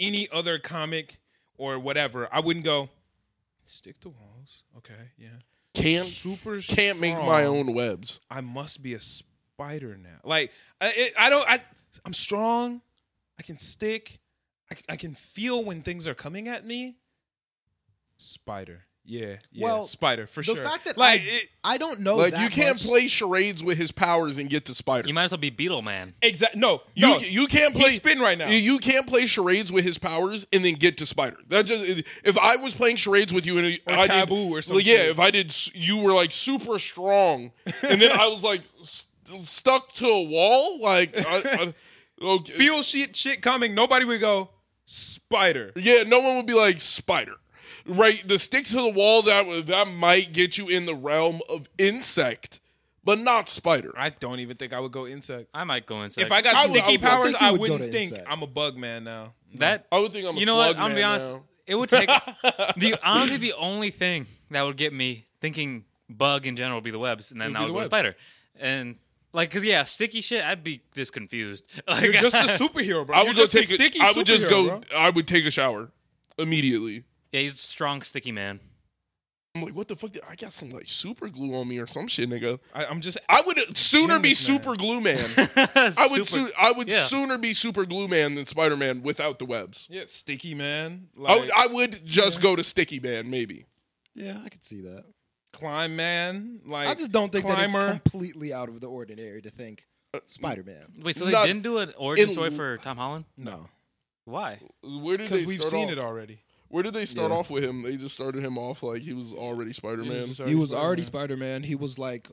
B: Any other comic or whatever, I wouldn't go. Stick to walls. Okay, yeah.
A: Can't
B: Super
A: can't make
B: strong.
A: my own webs.
B: I must be a spider now. Like I, it, I don't. I I'm strong. I can stick. I, c- I can feel when things are coming at me. Spider. Yeah. yeah
C: Well,
B: spider for
C: the
B: sure.
C: fact that
B: like
C: I,
B: it,
C: I don't know
A: Like
C: Oh, that
A: you can't
C: much.
A: play charades with his powers and get to spider.
G: You might as well be Beetle Man.
B: exactly. No,
A: You,
B: no.
A: you can't
B: He's
A: play
B: spin right now.
A: You, you can't play charades with his powers and then get to Spider. That just if I was playing charades with you and
B: Or
A: I
B: Taboo
A: did,
B: or some
A: Well, yeah,
B: shit.
A: if I did, s- you were like super strong, and then I was like st- stuck to a wall. Like, I, I, okay,
B: feel shit shit coming, nobody would go spider.
A: yeah, no one would be like Spider, right? The stick to the wall that w- that might get you in the realm of insect, but not spider.
B: I don't even think I would go insect.
G: I might go inside.
B: If I got
A: I would- I
B: sticky
A: would- I
B: powers,
C: think you
B: I,
C: would go
B: wouldn't
C: to
B: think
C: insect.
B: I'm a bug man now.
G: that,
A: I would think I'm a
G: you know what?
A: slug
G: I'm gonna
A: man
G: be honest.
A: now.
G: It would take the honestly the only thing that would get me thinking bug in general would be the webs, and then
B: would
G: I
B: be
G: would
B: the
G: go to
B: webs.
G: spider. And like, cause yeah, sticky shit, I'd be just confused. Like,
B: You're just a superhero, bro.
A: I
B: You're
A: would just
B: a
A: take. A,
B: sticky
A: I would just
B: superhero,
A: go.
B: bro.
A: I would take a shower immediately.
G: yeah, he's a strong, sticky man.
A: I'm like, what the fuck? I got some like super glue on me or some shit, nigga.
B: I, I'm just
A: I would sooner be
B: Genius man.
A: super glue man. I
G: I
A: would. Soo- I would
G: yeah.
A: sooner be super glue man than Spider Man without the webs.
B: yeah, sticky man.
A: I
B: Like
A: would, I would just go to Sticky Man, maybe.
C: Yeah, I could see that.
B: climb man. Like
C: I just don't think
B: climber.
C: that it's completely out of the ordinary to think Spider Man.
G: Wait, so they
A: Not-
G: didn't do an origin
A: in-
G: story for Tom Holland?
C: No.
G: Why?
A: Where did they
B: because
A: start
B: we've seen
A: off?
B: it already.
A: Where did they start
C: Yeah.
A: off with him? They just started him off like he was already Spider Man.
C: He was already Spider Man. He was like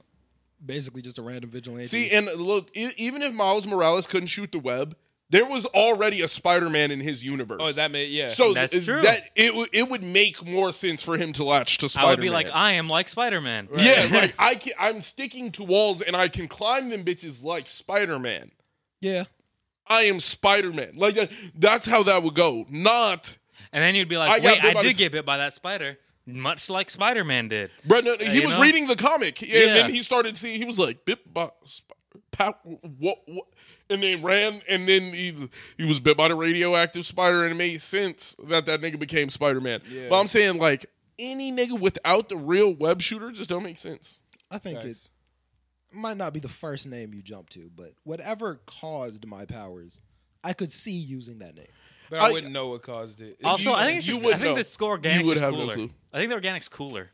C: basically just a random vigilante.
A: See, and look, e- even if Miles Morales couldn't shoot the web, there was already a Spider Man in his universe.
B: Oh, that made yeah.
A: so
G: That's
A: th-
G: true.
A: that it w- it would make more sense for him to latch to Spider
G: I
A: Man.
G: would be like, I am like Spider Man.
A: yeah, like I can, I'm sticking to walls and I can climb them bitches like Spider Man.
C: yeah,
A: I am Spider Man. Like that, that's how that would go. Not,
G: And then you'd be
A: I
G: like,
A: got
G: wait,
A: bit by
G: I did
A: this-
G: get bit by that spider, much like Spider Man did.
A: bro. No, he
G: you
A: was
G: know?
A: reading the comic and
G: Yeah.
A: then he started seeing. He was like, bit by sp- pow, what, what, and then ran and then he he was bit by the radioactive spider and it made sense that that nigga became Spider Man. But I'm saying like any nigga without the real web shooter just don't make sense.
C: I think
B: Facts.
C: it might not be the first name you jump to, but whatever caused my powers, I could see using that name.
B: but I,
A: I-
B: wouldn't know what caused it. It's
G: Also,
A: You-
G: I think it's
A: you
G: just,
A: would
G: I think
A: know.
G: the score
A: You
G: organics
A: would
G: is
A: have no
G: cooler.
A: clue.
G: I think the organics cooler.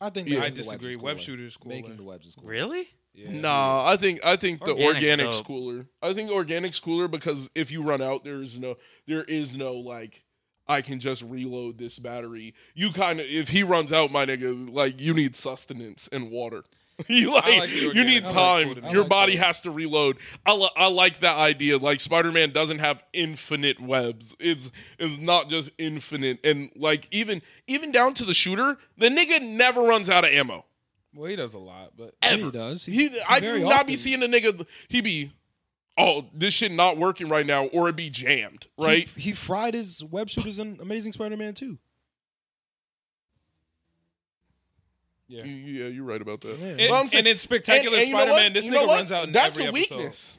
C: I think
A: Yeah.
C: making
B: I
C: the webs is
B: disagree.
C: cooler.
B: Web shooters cool.
C: Making the webs is cool.
G: Really?
A: Nah, I think I think the
G: Organic's
A: organics
G: dope.
A: cooler. I think organics cooler because if you run out, there is no there is no like I can just reload this battery. You kind of if he runs out, my nigga, like you need sustenance and water. you like,
B: like the
A: you need
B: organics. I
A: time.
B: like cool to me.
A: Your
C: I like
A: body has to reload. I, li- I like that idea. Like Spider Man doesn't have infinite webs. It's it's not just infinite and like even even down to the shooter, the nigga never runs out of ammo.
B: well, he does a lot, but
C: Yeah, he does.
A: He, I do
C: very
A: not be
C: often-
A: seeing a nigga. He be, oh, this shit not working right now, or it be jammed, right?
C: He, he fried his web shooters in Amazing Spider Man 2.
B: yeah.
A: yeah, you're right about that.
C: Yeah.
B: It-
A: But I'm saying-
B: and in spectacular
A: And- and you know
B: Spider-Man,
A: what?
B: this
A: You know
B: nigga
A: what?
B: runs out in
A: That's
B: every
A: a
B: episode.
A: weakness.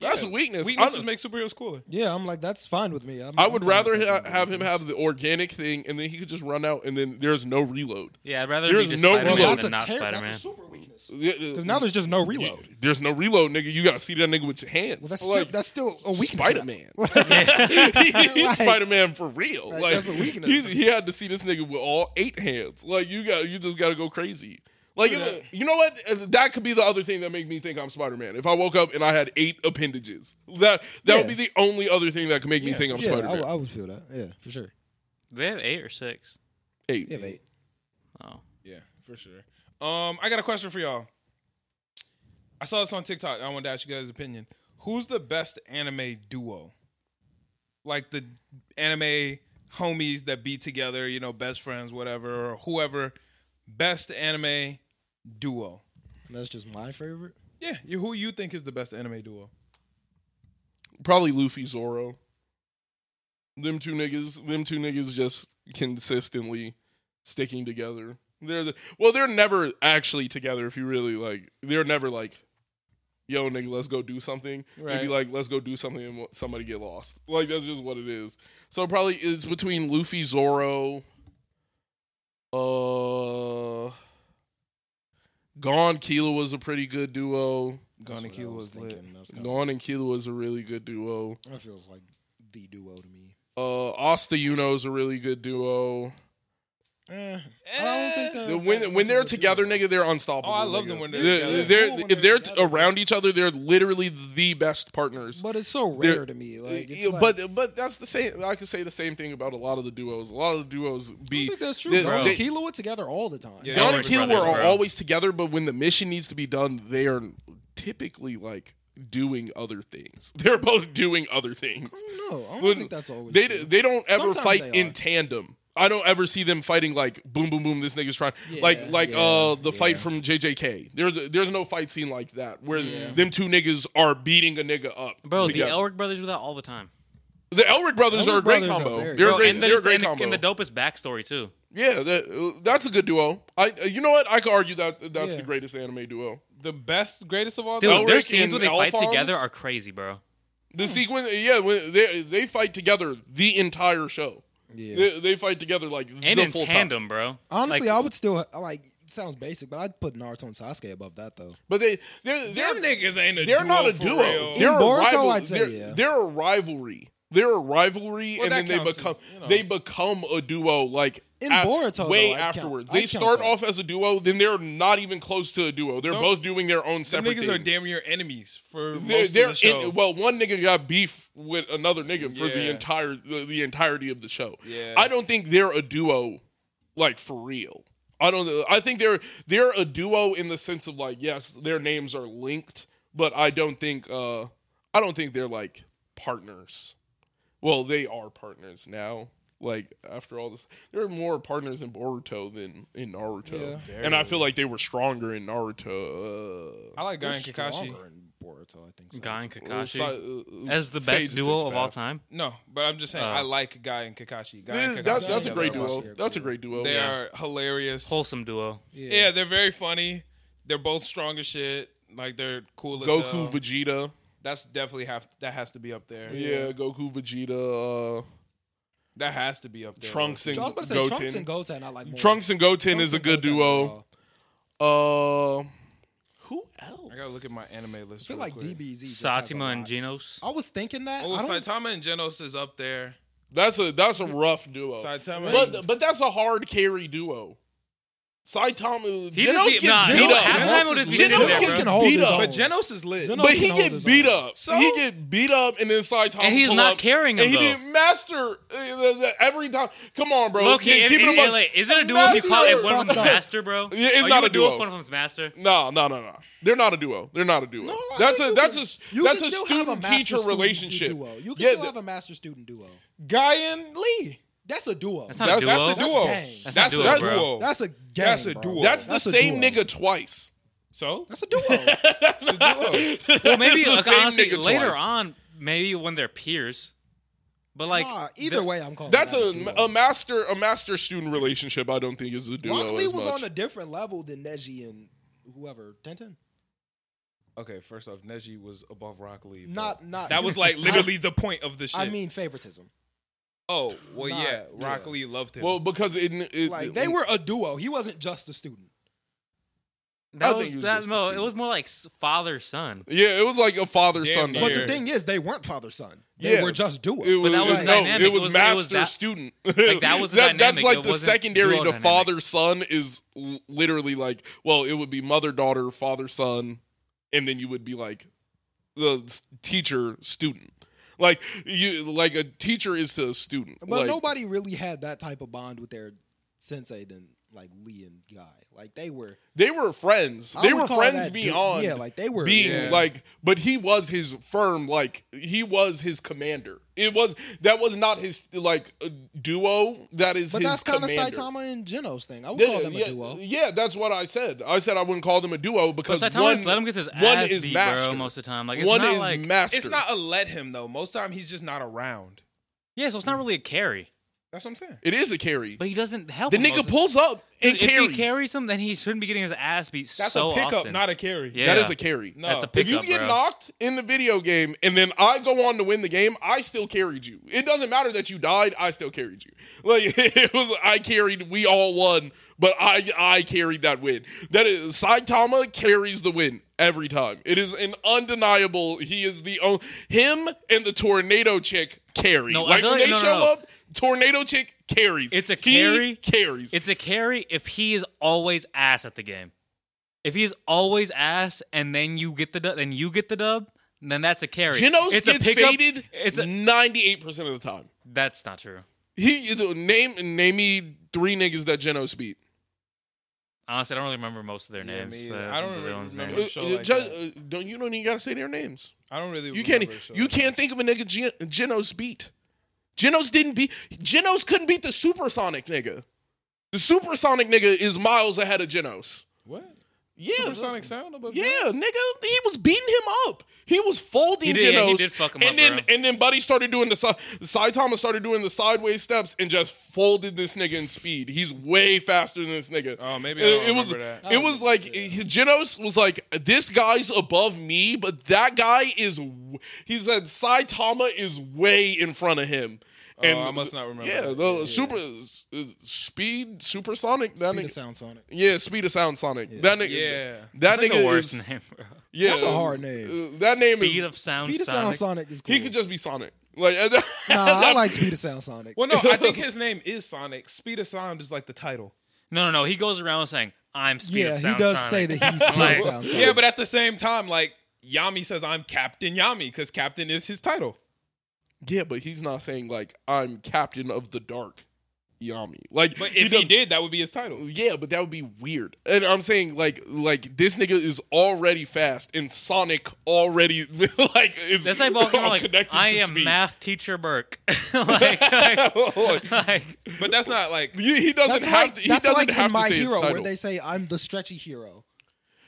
A: That's
B: Yeah.
A: a weakness.
B: Weaknesses
A: Honest-
B: make superheroes cooler.
C: Yeah, I'm like, that's fine with me. I'm,
A: I
C: I'm
A: would
C: fine
A: rather
C: with
A: ha-
C: that.
A: have him have the organic thing, and then he could just run out, and then there's no reload.
G: Yeah, I'd rather
A: There's
G: be just
A: no
G: Spider
C: Well,
G: Man
A: reload.
C: that's,
G: than
C: a
G: not
C: ter-
G: Spider
C: that's
G: Man.
C: a super weakness.
A: Because
C: Because now there's just no reload.
A: there's no reload, nigga. You gotta see that nigga with your hands.
C: Well, that's still that's still a weakness.
A: Spider Man. he's
C: Like-
A: Spider Man for real. Like,
C: Like, that's a weakness.
A: He's, he had to see this nigga with all eight hands. Like you got, you just got to go crazy. Like you know, you know what? Uh, That could be the other thing that make me think I'm Spider Man. If I woke up and I had eight appendages, that that would be
C: Yeah.
A: the only other thing that could make me think I'm
C: Yeah,
A: Spider
C: I, would-
A: Man.
C: I would feel that. Yeah, for sure.
G: They have eight or six.
A: Eight.
C: Yeah, mate.
G: Oh.
B: Yeah, for sure. Um, I got a question for y'all. I saw this on TikTok. and I wanted to ask you guys' opinion. Who's the best anime duo? Like the anime homies that be together, you know, best friends, whatever, or whoever. Best anime duo.
C: And that's just my favorite.
B: Yeah, you, who you think is the best anime duo?
A: Probably Luffy Zoro. Them two niggas. Them two niggas just consistently sticking together. They're the, well, they're never actually together. If you really like, they're never like, yo, nigga, let's go do something. They'd
B: Right.
A: be like, let's go do something, and wa- somebody get lost. Like that's just what it is. So probably it's between Luffy Zoro, uh, Gon Kila was a pretty good duo.
B: Gon and
C: That's what I
B: Killua is lit.
C: thinking. That's kinda-
A: Gon and Kila was a really good duo.
C: That feels like the duo to me.
A: Uh, Asta Yuno is a really good duo.
C: Eh, I don't think that,
A: The- When when they're together, nigga, they're unstoppable.
B: Oh, I love
A: nigga.
B: them when they're
A: They're-
B: together.
A: they're-
C: Cool when
A: if
C: they're
A: they're
C: together.
A: around each other, they're literally the best partners.
C: But it's so
A: They're-
C: rare to me. Like, it's
A: Yeah,
C: like,
A: but but that's the same. I could say the same thing about a lot of the duos. A lot of the duos
C: I don't
A: be
C: think that's true.
A: they-
C: bro.
A: they-
C: Kilo were together all the time.
B: Yeah.
A: Don and
G: Brothers,
A: Killer
G: brothers,
A: are
G: bro.
A: always together, but when the mission needs to be done, they are typically like doing other things. They're both doing other things.
C: I don't know. I don't
A: When
C: think that's always.
A: They
C: true.
A: they don't ever
C: Sometimes
A: fight
C: they
A: in
C: are.
A: tandem. I don't ever see them fighting like boom, boom, boom. This nigga's trying like like uh the fight from JJK. There's there's no fight scene like that where them two niggas are beating a nigga up.
G: Bro,
A: together.
G: the Elric brothers do that all the time.
A: the Elric brothers
C: Elric
A: are a great
C: brothers are
A: combo.
C: very
A: they're a
G: Bro,
A: great,
G: and,
A: they're a
G: there's-
A: great
G: and the,
A: combo.
G: and the dopest backstory too.
A: yeah, that, uh, that's a good duo. I uh, you know what I could argue that that's the greatest anime duo.
B: The best, greatest of all
G: Dude,
B: time.
A: Elric
G: their scenes where
A: and
G: they fight
A: Alphonse?
G: together are crazy, bro.
A: The
C: Hmm.
A: sequence, yeah, when they they fight together the entire show. Yeah, they, they fight together like
G: And
A: the
G: in
A: full Time.
G: tandem, bro. Like,
C: Honestly, I would still like. Sounds basic, but I'd put Naruto and Sasuke above that though.
A: But they they're, they're,
B: Them niggas ain't a
A: They're
B: duo
A: not a
B: for
A: duo.
B: real.
A: They're a
C: Boruto,
A: rival-
C: I'd say,
A: they're,
C: yeah.
A: they're a rivalry. They're a rivalry,
B: Well,
A: and
B: that
A: then they
B: counts
A: become
B: as, you know.
A: they become a duo. Like
C: In Boruto,
A: way
C: though, I'd count-
A: afterwards,
C: I'd
A: they
C: count
A: start
C: that.
A: off as a duo. Then they're not even close to a duo. They're
B: Don't-
A: both doing their own
B: Them
A: separate
B: niggas
A: things.
B: are damn near enemies for
A: they're,
B: most
A: they're
B: of the show.
A: in, well, one nigga got beef with another nigga for the
B: Yeah.
A: entire the, the entirety of the show.
B: Yeah.
A: I don't think they're a duo, like for real. I don't. I think they're they're a duo in the sense of like yes, their names are linked, but I don't think uh I don't think they're like partners. Well, they are partners now. Like after all this, there are more partners in Boruto than in Naruto, and I feel like they were stronger in Naruto. Uh,
B: I like Guy and
C: They're
B: Kakashi.
C: stronger in Boruto, I think. So.
G: Guy and
A: Si-
G: Kakashi
A: uh,
G: as the
A: Sage
G: best duo of all
A: Sixpack.
G: time.
B: No, but I'm just saying
G: Oh.
B: I like Guy and Kakashi. Guy
A: Uh. Yeah,
B: and Kakashi.
A: that's, that's a
B: together
A: great
B: are my
A: duo.
B: shit.
A: That's a great duo.
B: They
A: yeah.
B: are hilarious.
G: Wholesome duo.
B: Yeah. they're very funny. They're both strong as shit. Like they're cool as
A: Goku,
B: hell.
A: Vegeta.
B: That's definitely have that has to be up there.
A: Yeah, Goku, Vegeta, uh,
B: That has to be up there.
A: Trunks and
C: I was about to say
A: Goten.
C: Trunks and Goten. I like more.
A: Trunks and Goten
C: Trunks
A: is a
C: and
A: good
C: Goten
A: duo.
C: overall.
A: Uh, who else?
B: I gotta look at my anime list.
C: I feel
B: real
C: like
B: quick.
C: DBZ. just has a
G: Satima and
C: lot.
G: Genos.
C: I was thinking that.
B: Oh,
C: I don't-
B: Saitama and Genos is up there.
A: That's a that's a rough duo.
B: Saitama.
A: But but that's a hard carry duo. Saitama, Genos
G: He just
A: gets
G: be- nah,
A: beat
G: he-
A: up.
G: half the time he'll just be
A: Genos
G: sitting there,
A: gets
G: bro.
C: can hold
A: beat
C: his
A: up.
C: own.
B: but Genos is lit.
C: Genos-
A: But he
C: can hold
A: get
C: his
A: beat
C: own.
A: up.
B: So?
A: he get beat up, and then Saitama
G: And he's
A: pull
G: not
A: up,
G: carrying him,
A: And he
G: though.
A: didn't master uh, the- the- every time. Come on, bro.
G: Loki,
A: Yeah,
G: if,
A: keep
G: if,
A: it above-
G: like, is it a duo if, you call, if one of them's
C: Fuck no.
G: master, bro?
A: Yeah, it's
G: Are
A: not
G: you
A: a duo.
G: if one of them's master?
A: No, no, no, no. They're not a duo. They're not a duo.
C: No, I
A: that's
C: think
A: a
C: you
A: that's
C: can-
A: a
C: you
A: that's
C: can
A: a
C: still have
A: student teacher
C: master-student
A: relationship.
C: Duo. You can
A: Yeah,
C: still
A: th-
C: have a master student duo.
B: Guy and Lee.
C: That's a duo.
G: That's not a
A: That's-
G: duo.
A: that's
B: That's a duo.
C: That's
G: a
B: That's,
G: duo,
B: that's
A: bro.
B: duo.
C: That's a gang,
B: That's a
C: bro.
B: duo.
A: that's the
C: That's a
A: same
C: duo.
A: nigga twice.
B: so.
C: That's a duo.
B: That's a duo.
G: Well, maybe
A: the
G: like,
A: same
G: honestly,
A: nigga
G: later
A: twice.
G: on, maybe when they're peers. But like,
C: nah, either
G: the-
C: way, I'm calling.
A: That's
C: that
A: a,
C: duo.
A: a master a master student relationship. I don't think is a duo.
C: Rock Lee
A: as
C: was
A: much.
C: on a different level than Neji and whoever Tenten.
B: Okay, first off, Neji was above Rock Lee. bro.
C: Not not
B: that was like literally the point of the shit.
C: I, I mean favoritism.
B: oh well,
C: not-
B: yeah, Rock
C: yeah.
B: Lee loved him.
A: well because it, it
C: Like they were a duo. He wasn't just a student.
A: I
G: that
A: think
G: was,
A: he was
G: that,
A: just a
G: no, it
A: student.
G: was more like s- father son.
A: yeah. It was like a father son.
B: Damn
C: But
B: Yeah.
C: the thing is, they weren't father son. They
A: Yeah.
C: were just duo.
A: It was,
G: that was
A: no,
G: dynamic.
A: It was,
G: It was- it was
A: master
G: that-
A: student.
G: that was the
A: That's
G: dynamic.
A: like
G: It
A: the
G: wasn't
A: secondary
G: duo
A: to
G: dynamic.
A: father son is l- literally like well, it would be mother daughter father son, and then you would be like the s- teacher student. Like you like a teacher is to a student.
C: but
A: like,
C: nobody really had that type of bond with their sensei than like Lee and Guy. Like they were.
A: they were friends.
C: I
A: They
C: would
A: were
C: call
A: friends
C: that du-
A: beyond.
C: yeah, like they were
A: being
B: Yeah.
A: like but he was his firm like he was his commander it was that was not his like uh, duo that is
C: But
A: his
C: that's kind
A: commander
C: of Saitama and Geno's thing. I would
A: yeah,
C: call them a
A: yeah,
C: duo.
A: yeah, that's what I said. I said I wouldn't call them a duo
G: But
A: because
G: Saitama
A: one
G: just let him get his
A: one
G: ass
A: is
G: beat,
A: master.
G: bro, most of the time. Like, it's
A: one
G: not
A: is
G: like,
A: master.
B: it's not a let him though. Most time he's just not around.
G: yeah, so it's not really a carry.
B: That's what I'm saying.
A: It is a carry.
G: But he doesn't help.
A: the
G: him most
A: nigga
G: of-
A: pulls up and
G: If
A: carries.
G: he carries him, then he shouldn't be getting his ass beat
B: That's
G: so
B: a pickup,
G: often.
B: not a carry.
G: yeah.
A: That is a carry.
B: No.
G: That's a
A: If
G: pickup,
A: you get
G: bro.
A: knocked in the video game and then I go on to win the game, I still carried you. It doesn't matter that you died, I still carried you. Like it was I carried, we all won, but I I carried that win. That is Saitama carries the win every time. It is an undeniable he is the only him and the tornado chick carry.
G: No, I
A: like
G: feel
A: when
G: like-
A: they
G: no, no,
A: show
G: no.
A: up, tornado chick carries.
G: It's a
A: He
G: carry.
A: carries.
G: It's a carry if he is always ass at the game. If he is always ass, and then you get the dub, then you get the dub, then that's a carry.
A: Genos
G: it's
A: gets
G: a pickup,
A: faded
G: It's a,
A: 98% of the time.
G: that's not true.
A: He the- name name me three niggas that Genos beat.
G: Honestly, I don't really remember most of their
B: Yeah,
G: names.
B: me either.
G: the-
B: I don't
G: the
B: really
G: villains'
B: remember.
A: Uh,
G: names.
B: show
A: uh,
B: like
A: ju-
B: that.
A: uh, don't you don't even gotta say their names.
B: I don't really.
A: You can't
B: remember a show
A: you
B: like that.
A: can't think of a nigga Gen- Genos beat. Genos didn't beat Genos couldn't beat the supersonic nigga. The supersonic nigga is miles ahead of Genos.
B: What?
A: Yeah,
B: Supersonic sound above
A: Yeah,
B: that?
A: nigga, he was beating him up. He was folding
G: He did- yeah,
A: Genos.
G: he did fuck him
A: and
G: up,
A: then
G: bro.
A: and then Buddy started doing the side. Saitama started doing the sideways steps and just folded this nigga in speed. He's way faster than this nigga.
B: Oh, maybe I
A: it,
B: don't
A: it was
B: remember
A: it was like Genos was like this guy's above me, but that guy is. w- He said Saitama is way in front of him. And
B: Oh, I must not remember
A: Yeah,
B: that.
A: the super uh, speed, supersonic. that
C: Speed
A: nigga-
C: of sound Sonic.
A: yeah, speed of sound, Sonic. That nigga.
B: Yeah.
A: That
G: That's
A: nigga
G: like the worst
A: is.
G: name, bro.
A: Yeah,
C: That's a hard name.
A: uh, that name
G: Speed
A: is.
G: of sound.
C: Speed of
G: Sonic.
C: sound Sonic is cool.
A: he could just be Sonic. Like at that-
C: nah, I like Speed of Sound Sonic.
B: Well, no, I think his name is Sonic. Speed of Sound is like the title.
G: No, no, no. He goes around saying, "I'm speed
C: yeah,
G: of
C: he
G: sound."
C: does
G: Sonic."
C: say that he's Speed of
G: Like-
C: Sound Sonic.
B: Yeah, but at the same time, like Yami says, "I'm Captain Yami" because Captain is his title.
A: yeah, but he's not saying like I'm Captain of the Dark, Yami. Like,
B: But if he,
A: does-
B: did, that would be his title.
A: yeah, but that would be weird. And I'm saying like like this nigga is already fast, and Sonic already like is
G: That's like walking around like,
A: connected
G: "I
A: to
G: am
A: speed.
G: math teacher Burke." like, like, like,
B: But that's not like
A: You- He doesn't
C: That's
A: have
C: like,
A: to. He
C: that's
A: doesn't
C: like
A: have
C: in
A: to
C: My
A: say his
C: Hero
A: title.
C: where they say I'm the stretchy hero.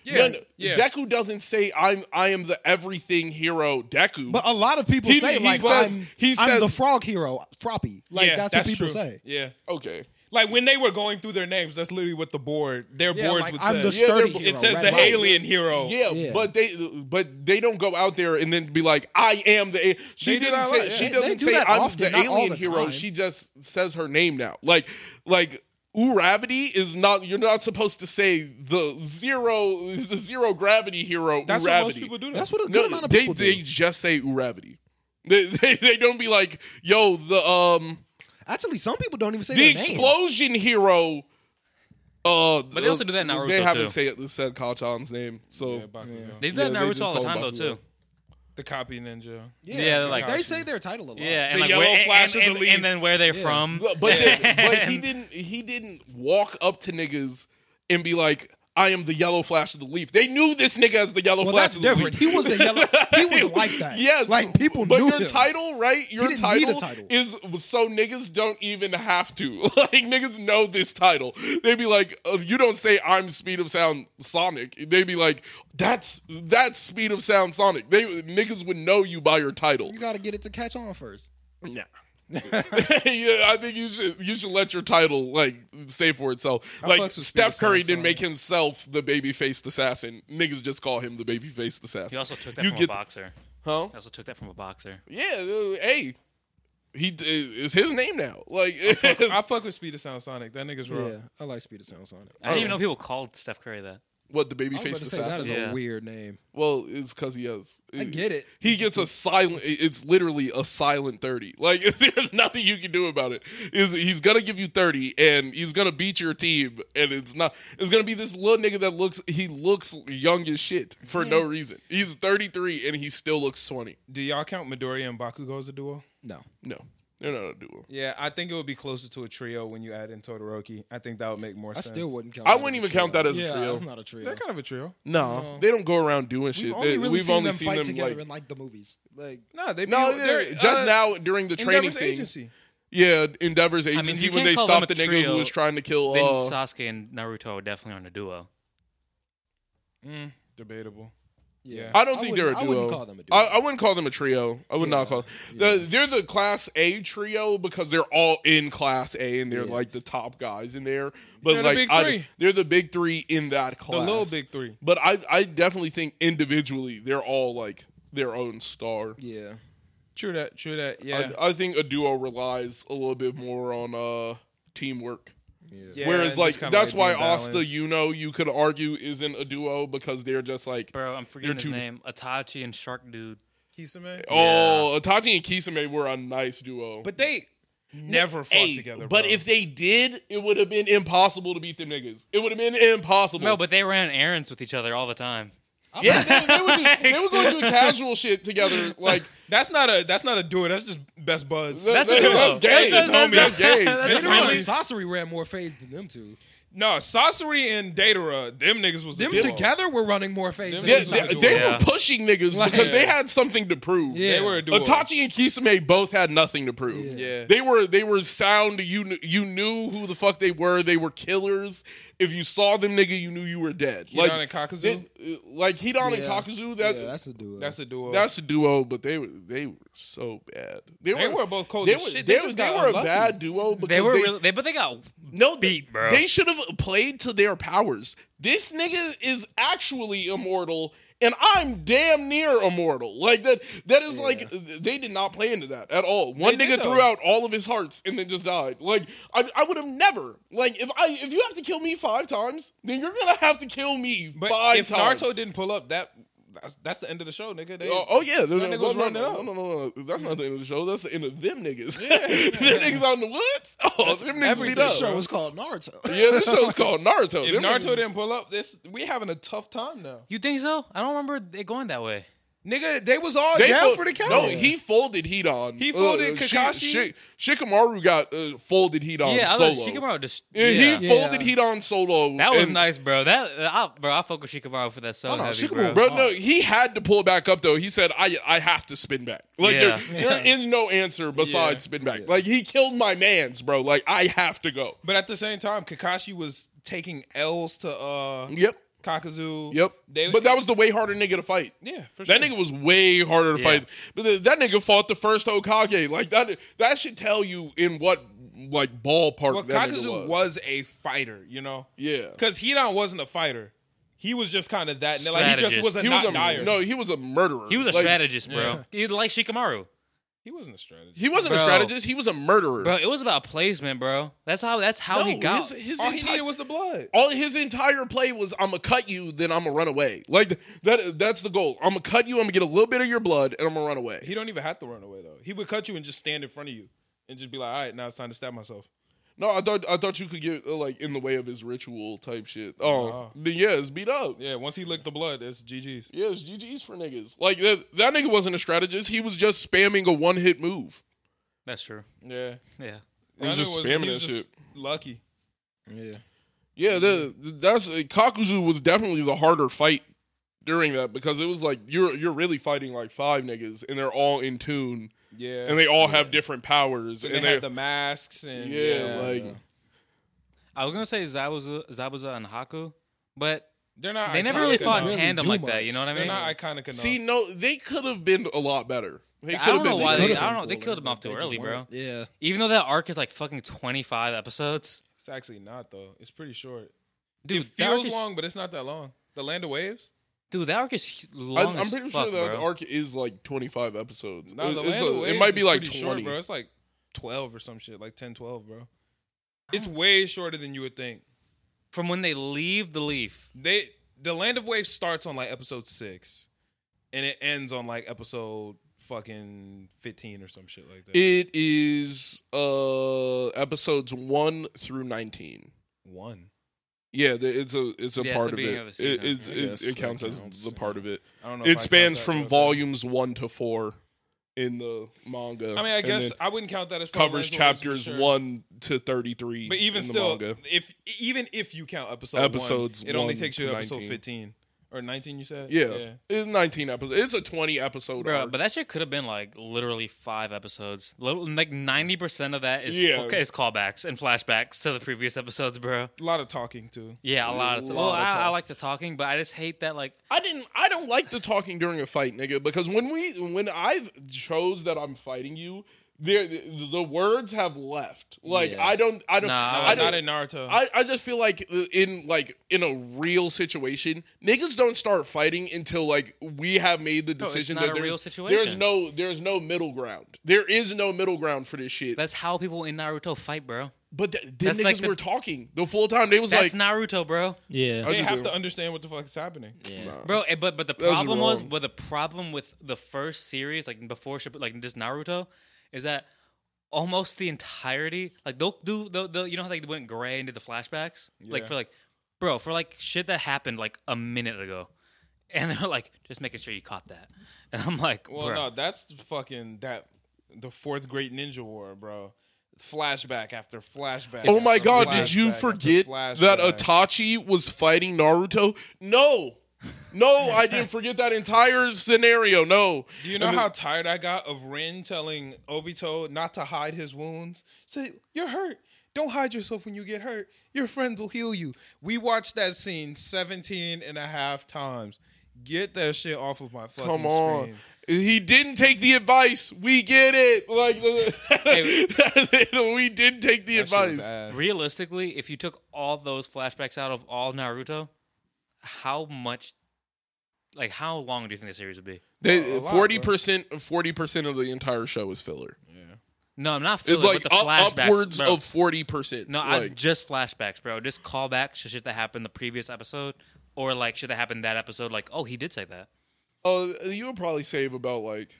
A: No,
B: yeah,
A: no,
B: yeah.
A: Deku doesn't say I'm I am the everything hero Deku.
C: But a lot of people
A: He-
C: say
A: he
C: like
A: says-
C: I'm,
A: he
C: I'm the
A: says-
C: frog hero, Froppy. Like
B: Yeah,
C: that's, what people
B: true.
C: say.
B: Yeah,
A: okay.
B: like when they were going through their names, that's literally what the board their
C: Yeah,
B: boards
C: like,
B: would
C: I'm
B: say.
C: the
A: Yeah,
C: sturdy
A: they're-
C: hero.
B: it says
C: right,
B: the
C: right.
B: alien hero.
A: Yeah,
C: Yeah.
A: but they but they don't go out there and then be like, I am the. A-. She
B: They do
A: didn't
B: that a
A: say
B: lot,
A: she
B: yeah.
C: They
A: doesn't
C: do
A: say
C: that
A: I'm
C: often,
A: the
C: not all
A: alien
C: the
A: hero.
C: time.
A: She just says her name now. Like like Uravity is not. You're not supposed to say the zero the zero gravity hero.
B: that's
A: Uravity.
B: what most people do. Now.
C: That's what a good
A: No,
C: amount of
A: they
C: people
A: they
C: do.
A: just say Uravity. They, they they don't be like yo the um
C: Actually, some people don't even say
A: the
C: their name.
A: explosion hero. Uh,
G: But they also do that in Naruto,
A: They haven't
G: too.
A: said, said Kachan's name, so
B: Yeah, Bakugo.
G: they do that
A: Yeah,
G: in
A: they
G: Naruto
A: just
G: all the
A: call
G: time though
A: Bakugo.
G: too.
B: the copy ninja.
G: Yeah, they're like-
C: they say their title a lot.
G: Yeah, and
B: The
G: like
B: yellow
G: where, and-
B: flash
G: and,
B: of the
G: and-
B: leaf.
G: and then where they're from.
A: But but, they- but he didn't he didn't walk up to niggas and be like, I am the yellow flash of the leaf. They knew this nigga as the yellow
C: Well,
A: flash
C: that's
A: of the
C: different.
A: leaf.
C: He was the yellow. He was like that.
A: Yes,
C: like people
A: But
C: knew
A: your
C: him.
A: title, right? Your
C: didn't need
A: title,
C: a title.
A: is so niggas don't even have to. Like niggas know this title. They'd be like, uh, you don't say I'm Speed of Sound Sonic. They'd be like, that's that's Speed of Sound Sonic. They niggas would know you by your title.
C: You got to get it to catch on first.
A: Nah. yeah, I think you should you should let your title like say for itself.
B: fucks
A: like
B: with
A: Steph
B: Speedy
A: Curry
B: Sound
A: didn't
B: Sonic.
A: make himself the baby faced assassin. Niggas just call him the baby faced assassin.
G: He also took that
A: You
G: from
A: get-
G: a boxer.
A: Huh?
G: He also took that from a boxer.
A: Yeah, uh, hey. He d- is his name now. Like
B: I fuck with Speed of Sound Sonic. That nigga's raw.
C: Yeah, I like Speed of Sound Sonic.
G: I didn't even know people called Steph Curry that.
A: what the baby
C: I was about
A: faced
C: to say that
A: assassin?
C: is
G: Yeah.
C: a weird name.
A: well, it's cuz he has
C: I get it.
A: He gets a silent. It's literally a silent thirty. Like there's nothing you can do about it. Is he's gonna give you thirty, and he's gonna beat your team, and it's not. It's gonna be this little nigga that looks. He looks young as shit for no reason. He's thirty three, and he still looks twenty.
B: Do y'all count Midoriya and Bakugo as a duo?
C: No,
A: No, no, no, no, duo.
B: Yeah, I think it would be closer to a trio when you add in Todoroki. I think that would make more
C: I
B: sense.
C: still wouldn't count.
A: I
C: that as
A: wouldn't
C: a
A: even
C: trio.
A: count that as a
C: yeah,
A: trio.
C: that's not a trio.
B: They're kind of a trio.
A: No, they don't go around doing shit.
C: We've
A: They-
C: only really
A: we've
C: seen
A: only
C: them
A: seen
C: fight
A: them
C: together
A: like.
C: in like the movies. Like
B: No, they be,
A: no,
B: they're,
A: yeah, just
B: uh,
A: now during the training
B: Endeavor's
A: thing.
B: agency.
A: Yeah, Endeavor's agency
G: mean, you can't
A: when they
G: call them
A: stopped the
G: a
A: nigga who
G: trio.
A: was trying to kill.
G: Then
A: Uh,
G: Sasuke and Naruto are definitely on a duo.
B: Mm, debatable.
C: yeah,
A: I don't think they're a duo.
C: wouldn't- I wouldn't call them a duo.
A: I, I wouldn't call them a trio. I would not call. the- they're the class A trio because they're all in class A and they're like the top guys in there. But
B: They're the
A: like,
B: big
A: I-
B: three.
A: they're the big three in that
B: The
A: class.
B: little big three.
A: But I, I definitely think individually they're all like their own star.
C: yeah,
B: True that. True that. Yeah.
A: I, I think a duo relies a little bit more on uh teamwork.
B: Yeah,
A: Whereas
B: it's
A: like
B: kinda
A: that's why
B: being
A: Asta,
B: balanced.
A: you know, you could argue isn't a duo because they're just like
G: Bro, I'm forgetting his
A: two-
G: name. Itachi and Shark Dude.
B: Kisame.
A: oh Itachi and Kisame were a nice duo.
B: But they never fought
A: Hey,
B: together.
A: But
B: bro.
A: if they did, it would have been impossible to beat them niggas. It would have been impossible.
G: No, but they ran errands with each other all the time.
A: yeah, they, they would do, they were going to do casual shit together. Like
B: that's not a that's not a duo. That's just best buds.
A: That-
G: That's a
A: that-
G: duo.
A: that's gay.
G: That's-
A: That's
G: that's-
A: gay.
G: that's-
A: That's
G: that's
A: gay.
G: really-
C: Sasori ran more phase than them two.
B: No, Sorcery and Datara, them niggas was
I: Them
B: the dog.
I: together were running more faith.
B: Them
I: than
A: Yeah,
B: niggas
I: each
A: they,
I: other.
B: Yeah.
A: they
D: Yeah.
A: were pushing niggas
I: Like-
A: because they had something to prove.
I: Yeah.
B: They were a duo.
A: Itachi and Kisame both had nothing to prove.
B: Yeah.
A: They were they were sound. You kn- you knew who the fuck they were. They were killers. If you saw them, nigga, you knew you were dead.
B: Hidan
A: like
B: and Kakuzu.
A: it- like Hidan
C: Yeah.
A: and Kakuzu. That,
C: yeah,
A: that's
C: that's a dude.
B: That's a
A: a
B: duo.
A: duo, but they were they were so bad.
B: they were both cold
A: They were,
B: as Oh, shit.
A: they,
B: They,
A: were-
B: just
A: they
B: got
A: were a
B: unlucky.
A: bad duo because
D: They were
A: they,
D: really, they, but they got
A: no they-
D: beat, bro.
A: They should have played to their powers. This nigga is actually immortal, and I'm damn near immortal. Like that. That is like they did not play into that at all. One
B: They
A: nigga
B: did, though.
A: threw out all of his hearts and then just died. Like I, I would have never. Like if I if you have to kill me five times, then you're gonna have to kill me
B: But
A: five
B: if
A: times.
B: Naruto didn't pull up, that that's, that's the end of the show, nigga. They,
A: Oh, oh, yeah, no,
B: That
A: no,
B: nigga
A: no,
B: was
A: no,
B: running it
A: no,
B: up.
A: no, no, no, that's not the end of the show. That's the end of them niggas. them niggas out in the woods. Oh, them niggas
B: everything.
A: beat up.
C: This show was called Naruto.
A: Yeah, this show's called Naruto.
B: if
A: Them
B: Naruto
A: niggas-
B: didn't pull up, this we having a tough time now,
D: You think so? I don't remember it going that way.
B: nigga. They was all
A: They
B: down
A: fol-
B: for the count.
A: No, he folded heat on. Uh,
B: He folded
A: Shi-
B: Kakashi.
A: Shi- Shikamaru got uh, folded heat on
D: yeah, I
A: solo.
D: was Shikamaru. Just,
A: Yeah,
D: yeah.
A: He
C: Yeah.
A: folded heat on solo.
D: that was
A: and-
D: nice, bro. That I, bro, I fuck with Shikamaru for that so
C: Oh, no,
D: heavy,
C: Shikamaru-
D: bro.
A: Bro, no, he had to pull back up though. He said, "I, I have to spin back. Like
D: Yeah.
A: there, there is no answer besides spin back. Like he killed my man's, bro. Like I have to go.
B: but at the same time, Kakashi was taking L's to uh
A: Yep,
B: Kakuzu.
A: yep.
B: They,
A: but that was the way harder nigga to fight.
B: yeah, for sure.
A: That nigga was way harder to fight. But th- that nigga fought the first Hokage. Like that. That should tell you in what like ballpark
B: well,
A: that nigga
B: Kakuzu was. a fighter, you know,
A: Yeah.
B: because Hidan wasn't a fighter. He was just kind of that. Like, he just
D: Strategist.
B: was a
A: he
B: not
A: was a
B: dyer.
A: no. He was a murderer.
D: He was a
A: Like,
D: strategist, bro. He was like Shikamaru,
B: he wasn't a strategist.
A: He wasn't a
D: Bro.
A: strategist. He was a murderer.
D: bro. It was about placement, bro. That's how. That's how
A: No,
D: he got.
A: his, his
B: All he
A: entire-
B: needed was the blood.
A: all his entire play was I'm gonna cut you, then I'm gonna run away. Like that. That's the goal. I'm gonna cut you. I'm gonna get a little bit of your blood, and I'm gonna run away.
B: He don't even have to run away though. He would cut you and just stand in front of you and just be like, "All right, now it's time to stab myself."
A: No, I thought I thought you could get uh, like in the way of his ritual type shit. Oh,
B: Oh.
A: then yeah, it's beat up.
B: Yeah, once he licked the blood, it's GG's.
A: Yeah, it's GG's for niggas. Like that, that nigga wasn't a strategist. He was just spamming a one hit move.
D: That's true.
B: Yeah,
D: Yeah.
A: He was
B: That
A: just
B: nigga
A: spamming
B: he
A: that
B: just Lucky.
C: Yeah.
A: Yeah, the, that's uh, Kakuzu was definitely the harder fight during that because it was like you're you're really fighting like five niggas and they're all in tune
B: Yeah,
A: and they all have different powers
B: and
A: and
B: they
A: they
B: had the masks and
A: yeah, like
D: I was gonna say Zabuza, Zabuza and Haku, but
B: they're not.
D: they never
B: iconic
D: really fought in
B: enough.
C: really
D: tandem
C: do
D: like that.
C: much.
D: You know what I
B: They're
D: mean?
B: not iconic enough.
A: see no they could have been a lot better. They
D: I
A: could
D: don't
A: have
D: know
A: been
D: why
A: they
D: they.
A: could have
D: I don't know. They killed him off too early, bro.
C: Yeah.
D: Even though that arc is like fucking twenty five episodes,
B: it's actually not though. It's pretty short.
D: dude.
B: It
D: that arc
B: feels
D: is-
B: long, but it's not that long. The Land of Waves.
D: Dude, that arc is hu-
A: I,
D: long.
A: I'm pretty
D: as fuck,
A: sure that
D: bro.
A: arc is like 25 episodes.
B: No,
A: It-
B: the
A: it's
B: Land
A: a-
B: of Waves
A: it might be
B: is
A: like
B: pretty
A: 20.
B: short, bro. It's like twelve or some shit, like 10, 12, bro. It's way shorter than you would think.
D: from when they leave the leaf.
B: they the land of waves starts on like episode six and it ends on like episode fucking 15 or some shit like that
A: It is uh episodes 1 through 19.
B: one
A: Yeah, the, it's a it's a
D: Yeah, it's
A: part of
D: the
A: it.
D: beginning of the
A: it,
D: season.
A: it,
D: I
A: it-
C: guess
A: it
C: it
A: counts as
C: counts.
A: the part of it.
B: i don't know if
A: It
B: I
A: spans
B: count that
A: from
B: as-
A: volumes one to four in the manga.
B: i mean i
A: and
B: guess
A: then
B: i wouldn't count that as part of
A: covers
B: Land of Waves for
A: chapters
B: sure.
A: one to thirty three.
B: but even
A: in
B: still
A: the manga.
B: if even if you count episode one,
A: Episodes
B: it only
A: one
B: takes you
A: to
B: to episode
A: 19.
B: 15 or 19 you said
A: yeah, it's nineteen episodes. It's a twenty episode
D: Bro,
A: arc.
D: but that shit could have been like literally five episodes. Little- Like ninety percent of that is
A: Yeah.
D: is callbacks and flashbacks to the previous episodes, bro.
B: a lot of talking too
D: Yeah, a lot of.
A: lot
D: well,
A: of
D: I, I
A: talk.
D: like the talking, but I just hate that. Like,
A: I didn't. I don't like the talking during a fight, nigga. Because when we when I've chose that I'm fighting you, there the, the words have left. Like
C: Yeah.
A: I don't. I don't.
D: Nah,
A: I
B: I
A: don't.
B: not in naruto
A: I, I just feel like uh, in like in a real situation, niggas don't start fighting until like we have made the
D: No, it's
A: decision
D: not
A: that
D: a
A: there's,
D: real situation.
A: there's no there's no middle ground. There is no middle ground for this shit.
D: that's how people in Naruto fight, bro.
A: but th- them
D: that's
A: niggas
D: like the-
A: were talking the full time. They was like,
D: That's Naruto, bro.
J: Yeah.
B: they
A: just
B: have
A: do.
B: to understand what the fuck is happening
D: Bro, eh, but but the
A: was
D: problem was,
A: wrong.
D: but the problem with the first series, like before, Shipp- like just Naruto, is that almost the entirety, like they'll do, they'll, they'll, you know how they went gray and did the flashbacks, like
B: Yeah.
D: for like, bro, for like shit that happened like a minute ago, and they're like just making sure you caught that, and I'm like,
B: Well,
D: bro,
B: no, that's the fucking that the fourth great ninja war, bro. flashback after flashback.
A: Oh my
B: after
A: god, did
B: flashback
A: you
B: after
A: forget that
B: flashback.
A: Itachi was fighting Naruto? No. No, I didn't forget that entire scenario. No.
B: Do you know how tired I got of Rin telling Obito not to hide his wounds? Say, you're hurt. Don't hide yourself when you get hurt. Your friends will heal you. We watched that scene 17 and a half times. Get that shit off of my fucking
A: Come on.
B: screen.
A: He didn't take the advice. We get it. Like we did take the
B: That shit was
A: advice.
B: ass.
G: Realistically, if you took all those flashbacks out of all Naruto, how much, like, how long do you think the series would be?
B: A lot, bro.
A: Forty percent, forty percent of the entire show is filler.
G: No, I'm not
A: It's
G: feeling
A: like
G: with the
A: up-
G: flashbacks.
A: upwards
G: bro.
A: of forty percent.
G: no, I,
A: like,
G: just flashbacks, bro. Just callbacks to shit that happened the previous episode, or like shit that happened that episode. Like, oh, he did say that.
A: Oh, you would probably save about like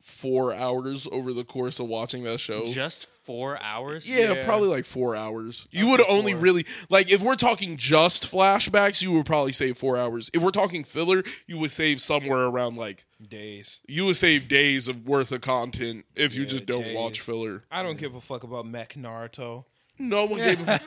A: four hours over the course of watching that show.
G: Just four hours.
A: yeah,
B: Oh. Yeah.
A: probably like four hours. You would only
B: four.
A: really like if we're talking just flashbacks, you would probably save four hours. If we're talking filler, you would save somewhere around like
B: Days.
A: you would save days of worth of content if you
B: Yeah,
A: just don't
B: days.
A: watch filler.
B: I don't give a fuck about Mech Naruto.
A: No one gave a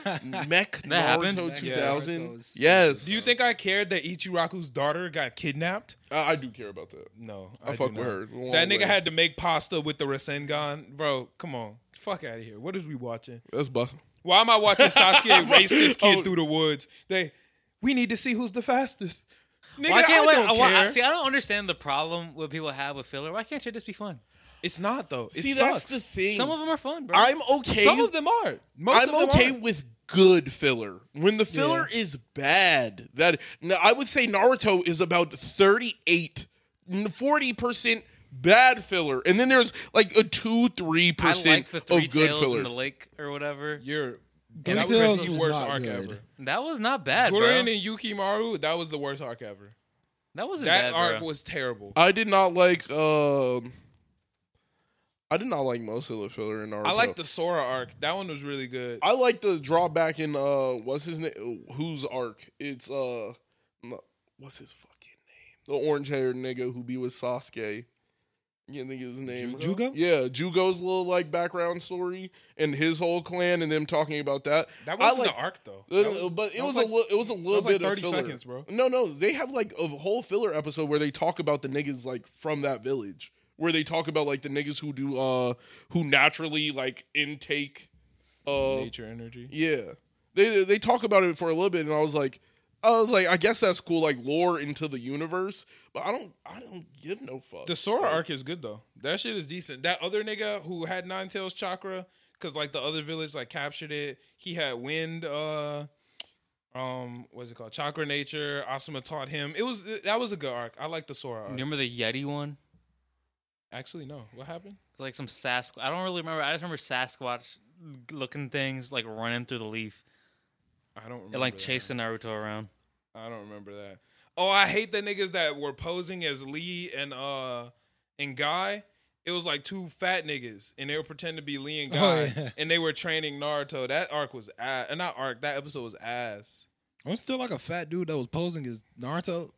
A: Mech Naruto
G: That happened?
C: Mech
A: 2000.
C: Naruto is-
A: Yes.
B: Do you think I cared that Ichiraku's daughter got kidnapped?
A: I, I do care about that?
B: No.
A: I,
B: do
A: fuck with
B: not.
A: her. Long
B: That nigga
A: way.
B: had to make pasta with the Rasengan. Bro, come on. Fuck out of here. What is we watching?
A: that's busting.
B: Why am I watching Sasuke race this kid
A: Oh.
B: through the woods? They, we need to see who's the fastest. Nigga,
G: Why can't
B: I
G: wait?
B: don't
G: I,
B: care.
G: wa- I- see, I don't understand the problem what people have with filler. Why can't it just be fun?
B: it's not though. It
A: See, that's
B: sucks.
A: the thing.
G: Some of them are fun, bro.
A: I'm okay.
B: Some of them are. Most
A: I'm
B: of them
A: okay
B: aren't.
A: with good filler. When the filler is bad, that now I would say Naruto is about 38 40% bad filler. And then there's like a 2
G: I
A: 3%
G: like the three
A: of good
G: tails
A: filler.
G: in the lake or whatever.
B: You're.
C: Three
B: that
C: Tails
B: was the
C: was
B: worst
C: not
B: arc
C: good.
B: ever.
G: That was not bad, bro.
B: Guren and Yukimaru, that was the worst arc ever.
G: That wasn't
B: That
G: bad,
B: arc
G: bro.
B: was terrible.
A: I did not like um I did not like most of the filler in Naruto.
B: I like the Sora arc. That one was really good.
A: I like the drawback in uh what's his name whose arc? It's uh no- what's his fucking name? The orange haired nigga who be with Sasuke. You think his name
C: Jugo?
A: Yeah, Jugo's little like background story and his whole clan and them talking about that.
B: That wasn't
A: I like,
B: the arc though.
A: uh,
B: That was-
A: but it
B: that
A: was,
B: like-
A: a li- it was a little
B: was like
A: bit
B: 30
A: of filler.
B: seconds, bro.
A: No, no, they have like a whole filler episode where they talk about the niggas like from that village, where they talk about like the niggas who do uh who naturally like intake uh
B: nature energy.
A: yeah, they they talk about it for a little bit, and I was like, I was like, I guess that's cool, like lore into the universe, but I don't, I don't give no fuck.
B: The Sora arc is good though. That shit is decent. That other nigga who had Nine Tails chakra, because like the other village like captured it. He had wind. uh Um, what's it called? Chakra nature. Asuma taught him. It was that was a good arc. I like the Sora arc.
G: Remember the Yeti one?
B: Actually, no. What happened?
G: Like some Sasquatch. I don't really remember. I just remember Sasquatch looking things like running through the leaf
B: I don't remember.
G: and like
B: that.
G: chasing Naruto around.
B: I don't remember that. Oh, I hate the niggas that were posing as Lee and uh and Guy. It was like two fat niggas, and they were pretending to be Lee and
C: Oh,
B: Guy,
C: yeah.
B: and they were training Naruto. That arc was ass. uh, Not arc. That episode was ass.
C: I'm still like a fat dude that was posing as Naruto.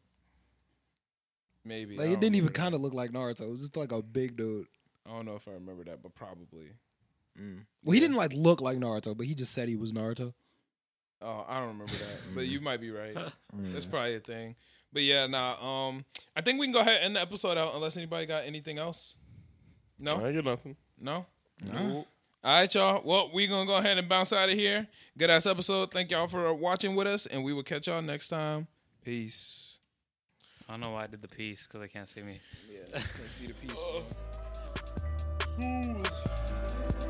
B: Maybe
C: Like
B: I
C: it
B: don't
C: didn't even
B: remember
C: kind of look like Naruto. It was just like a big dude.
B: that. I don't know if I remember that, but probably.
C: Well, he didn't like look like Naruto, but he just said he was Naruto.
B: Oh, I don't remember that, but you might be right. That's probably a thing. But yeah, nah. Um, I think we can go ahead and end the episode out unless anybody got anything else. No.
A: I get nothing.
B: No? Nope. All right, y'all. Well, we're going to go ahead and bounce out of here. Good ass episode. Thank y'all for watching with us, and we will catch y'all next time. Peace.
G: I don't know why I did the piece because they can't see me.
B: Yeah, see the peace.
A: Ooh, it's-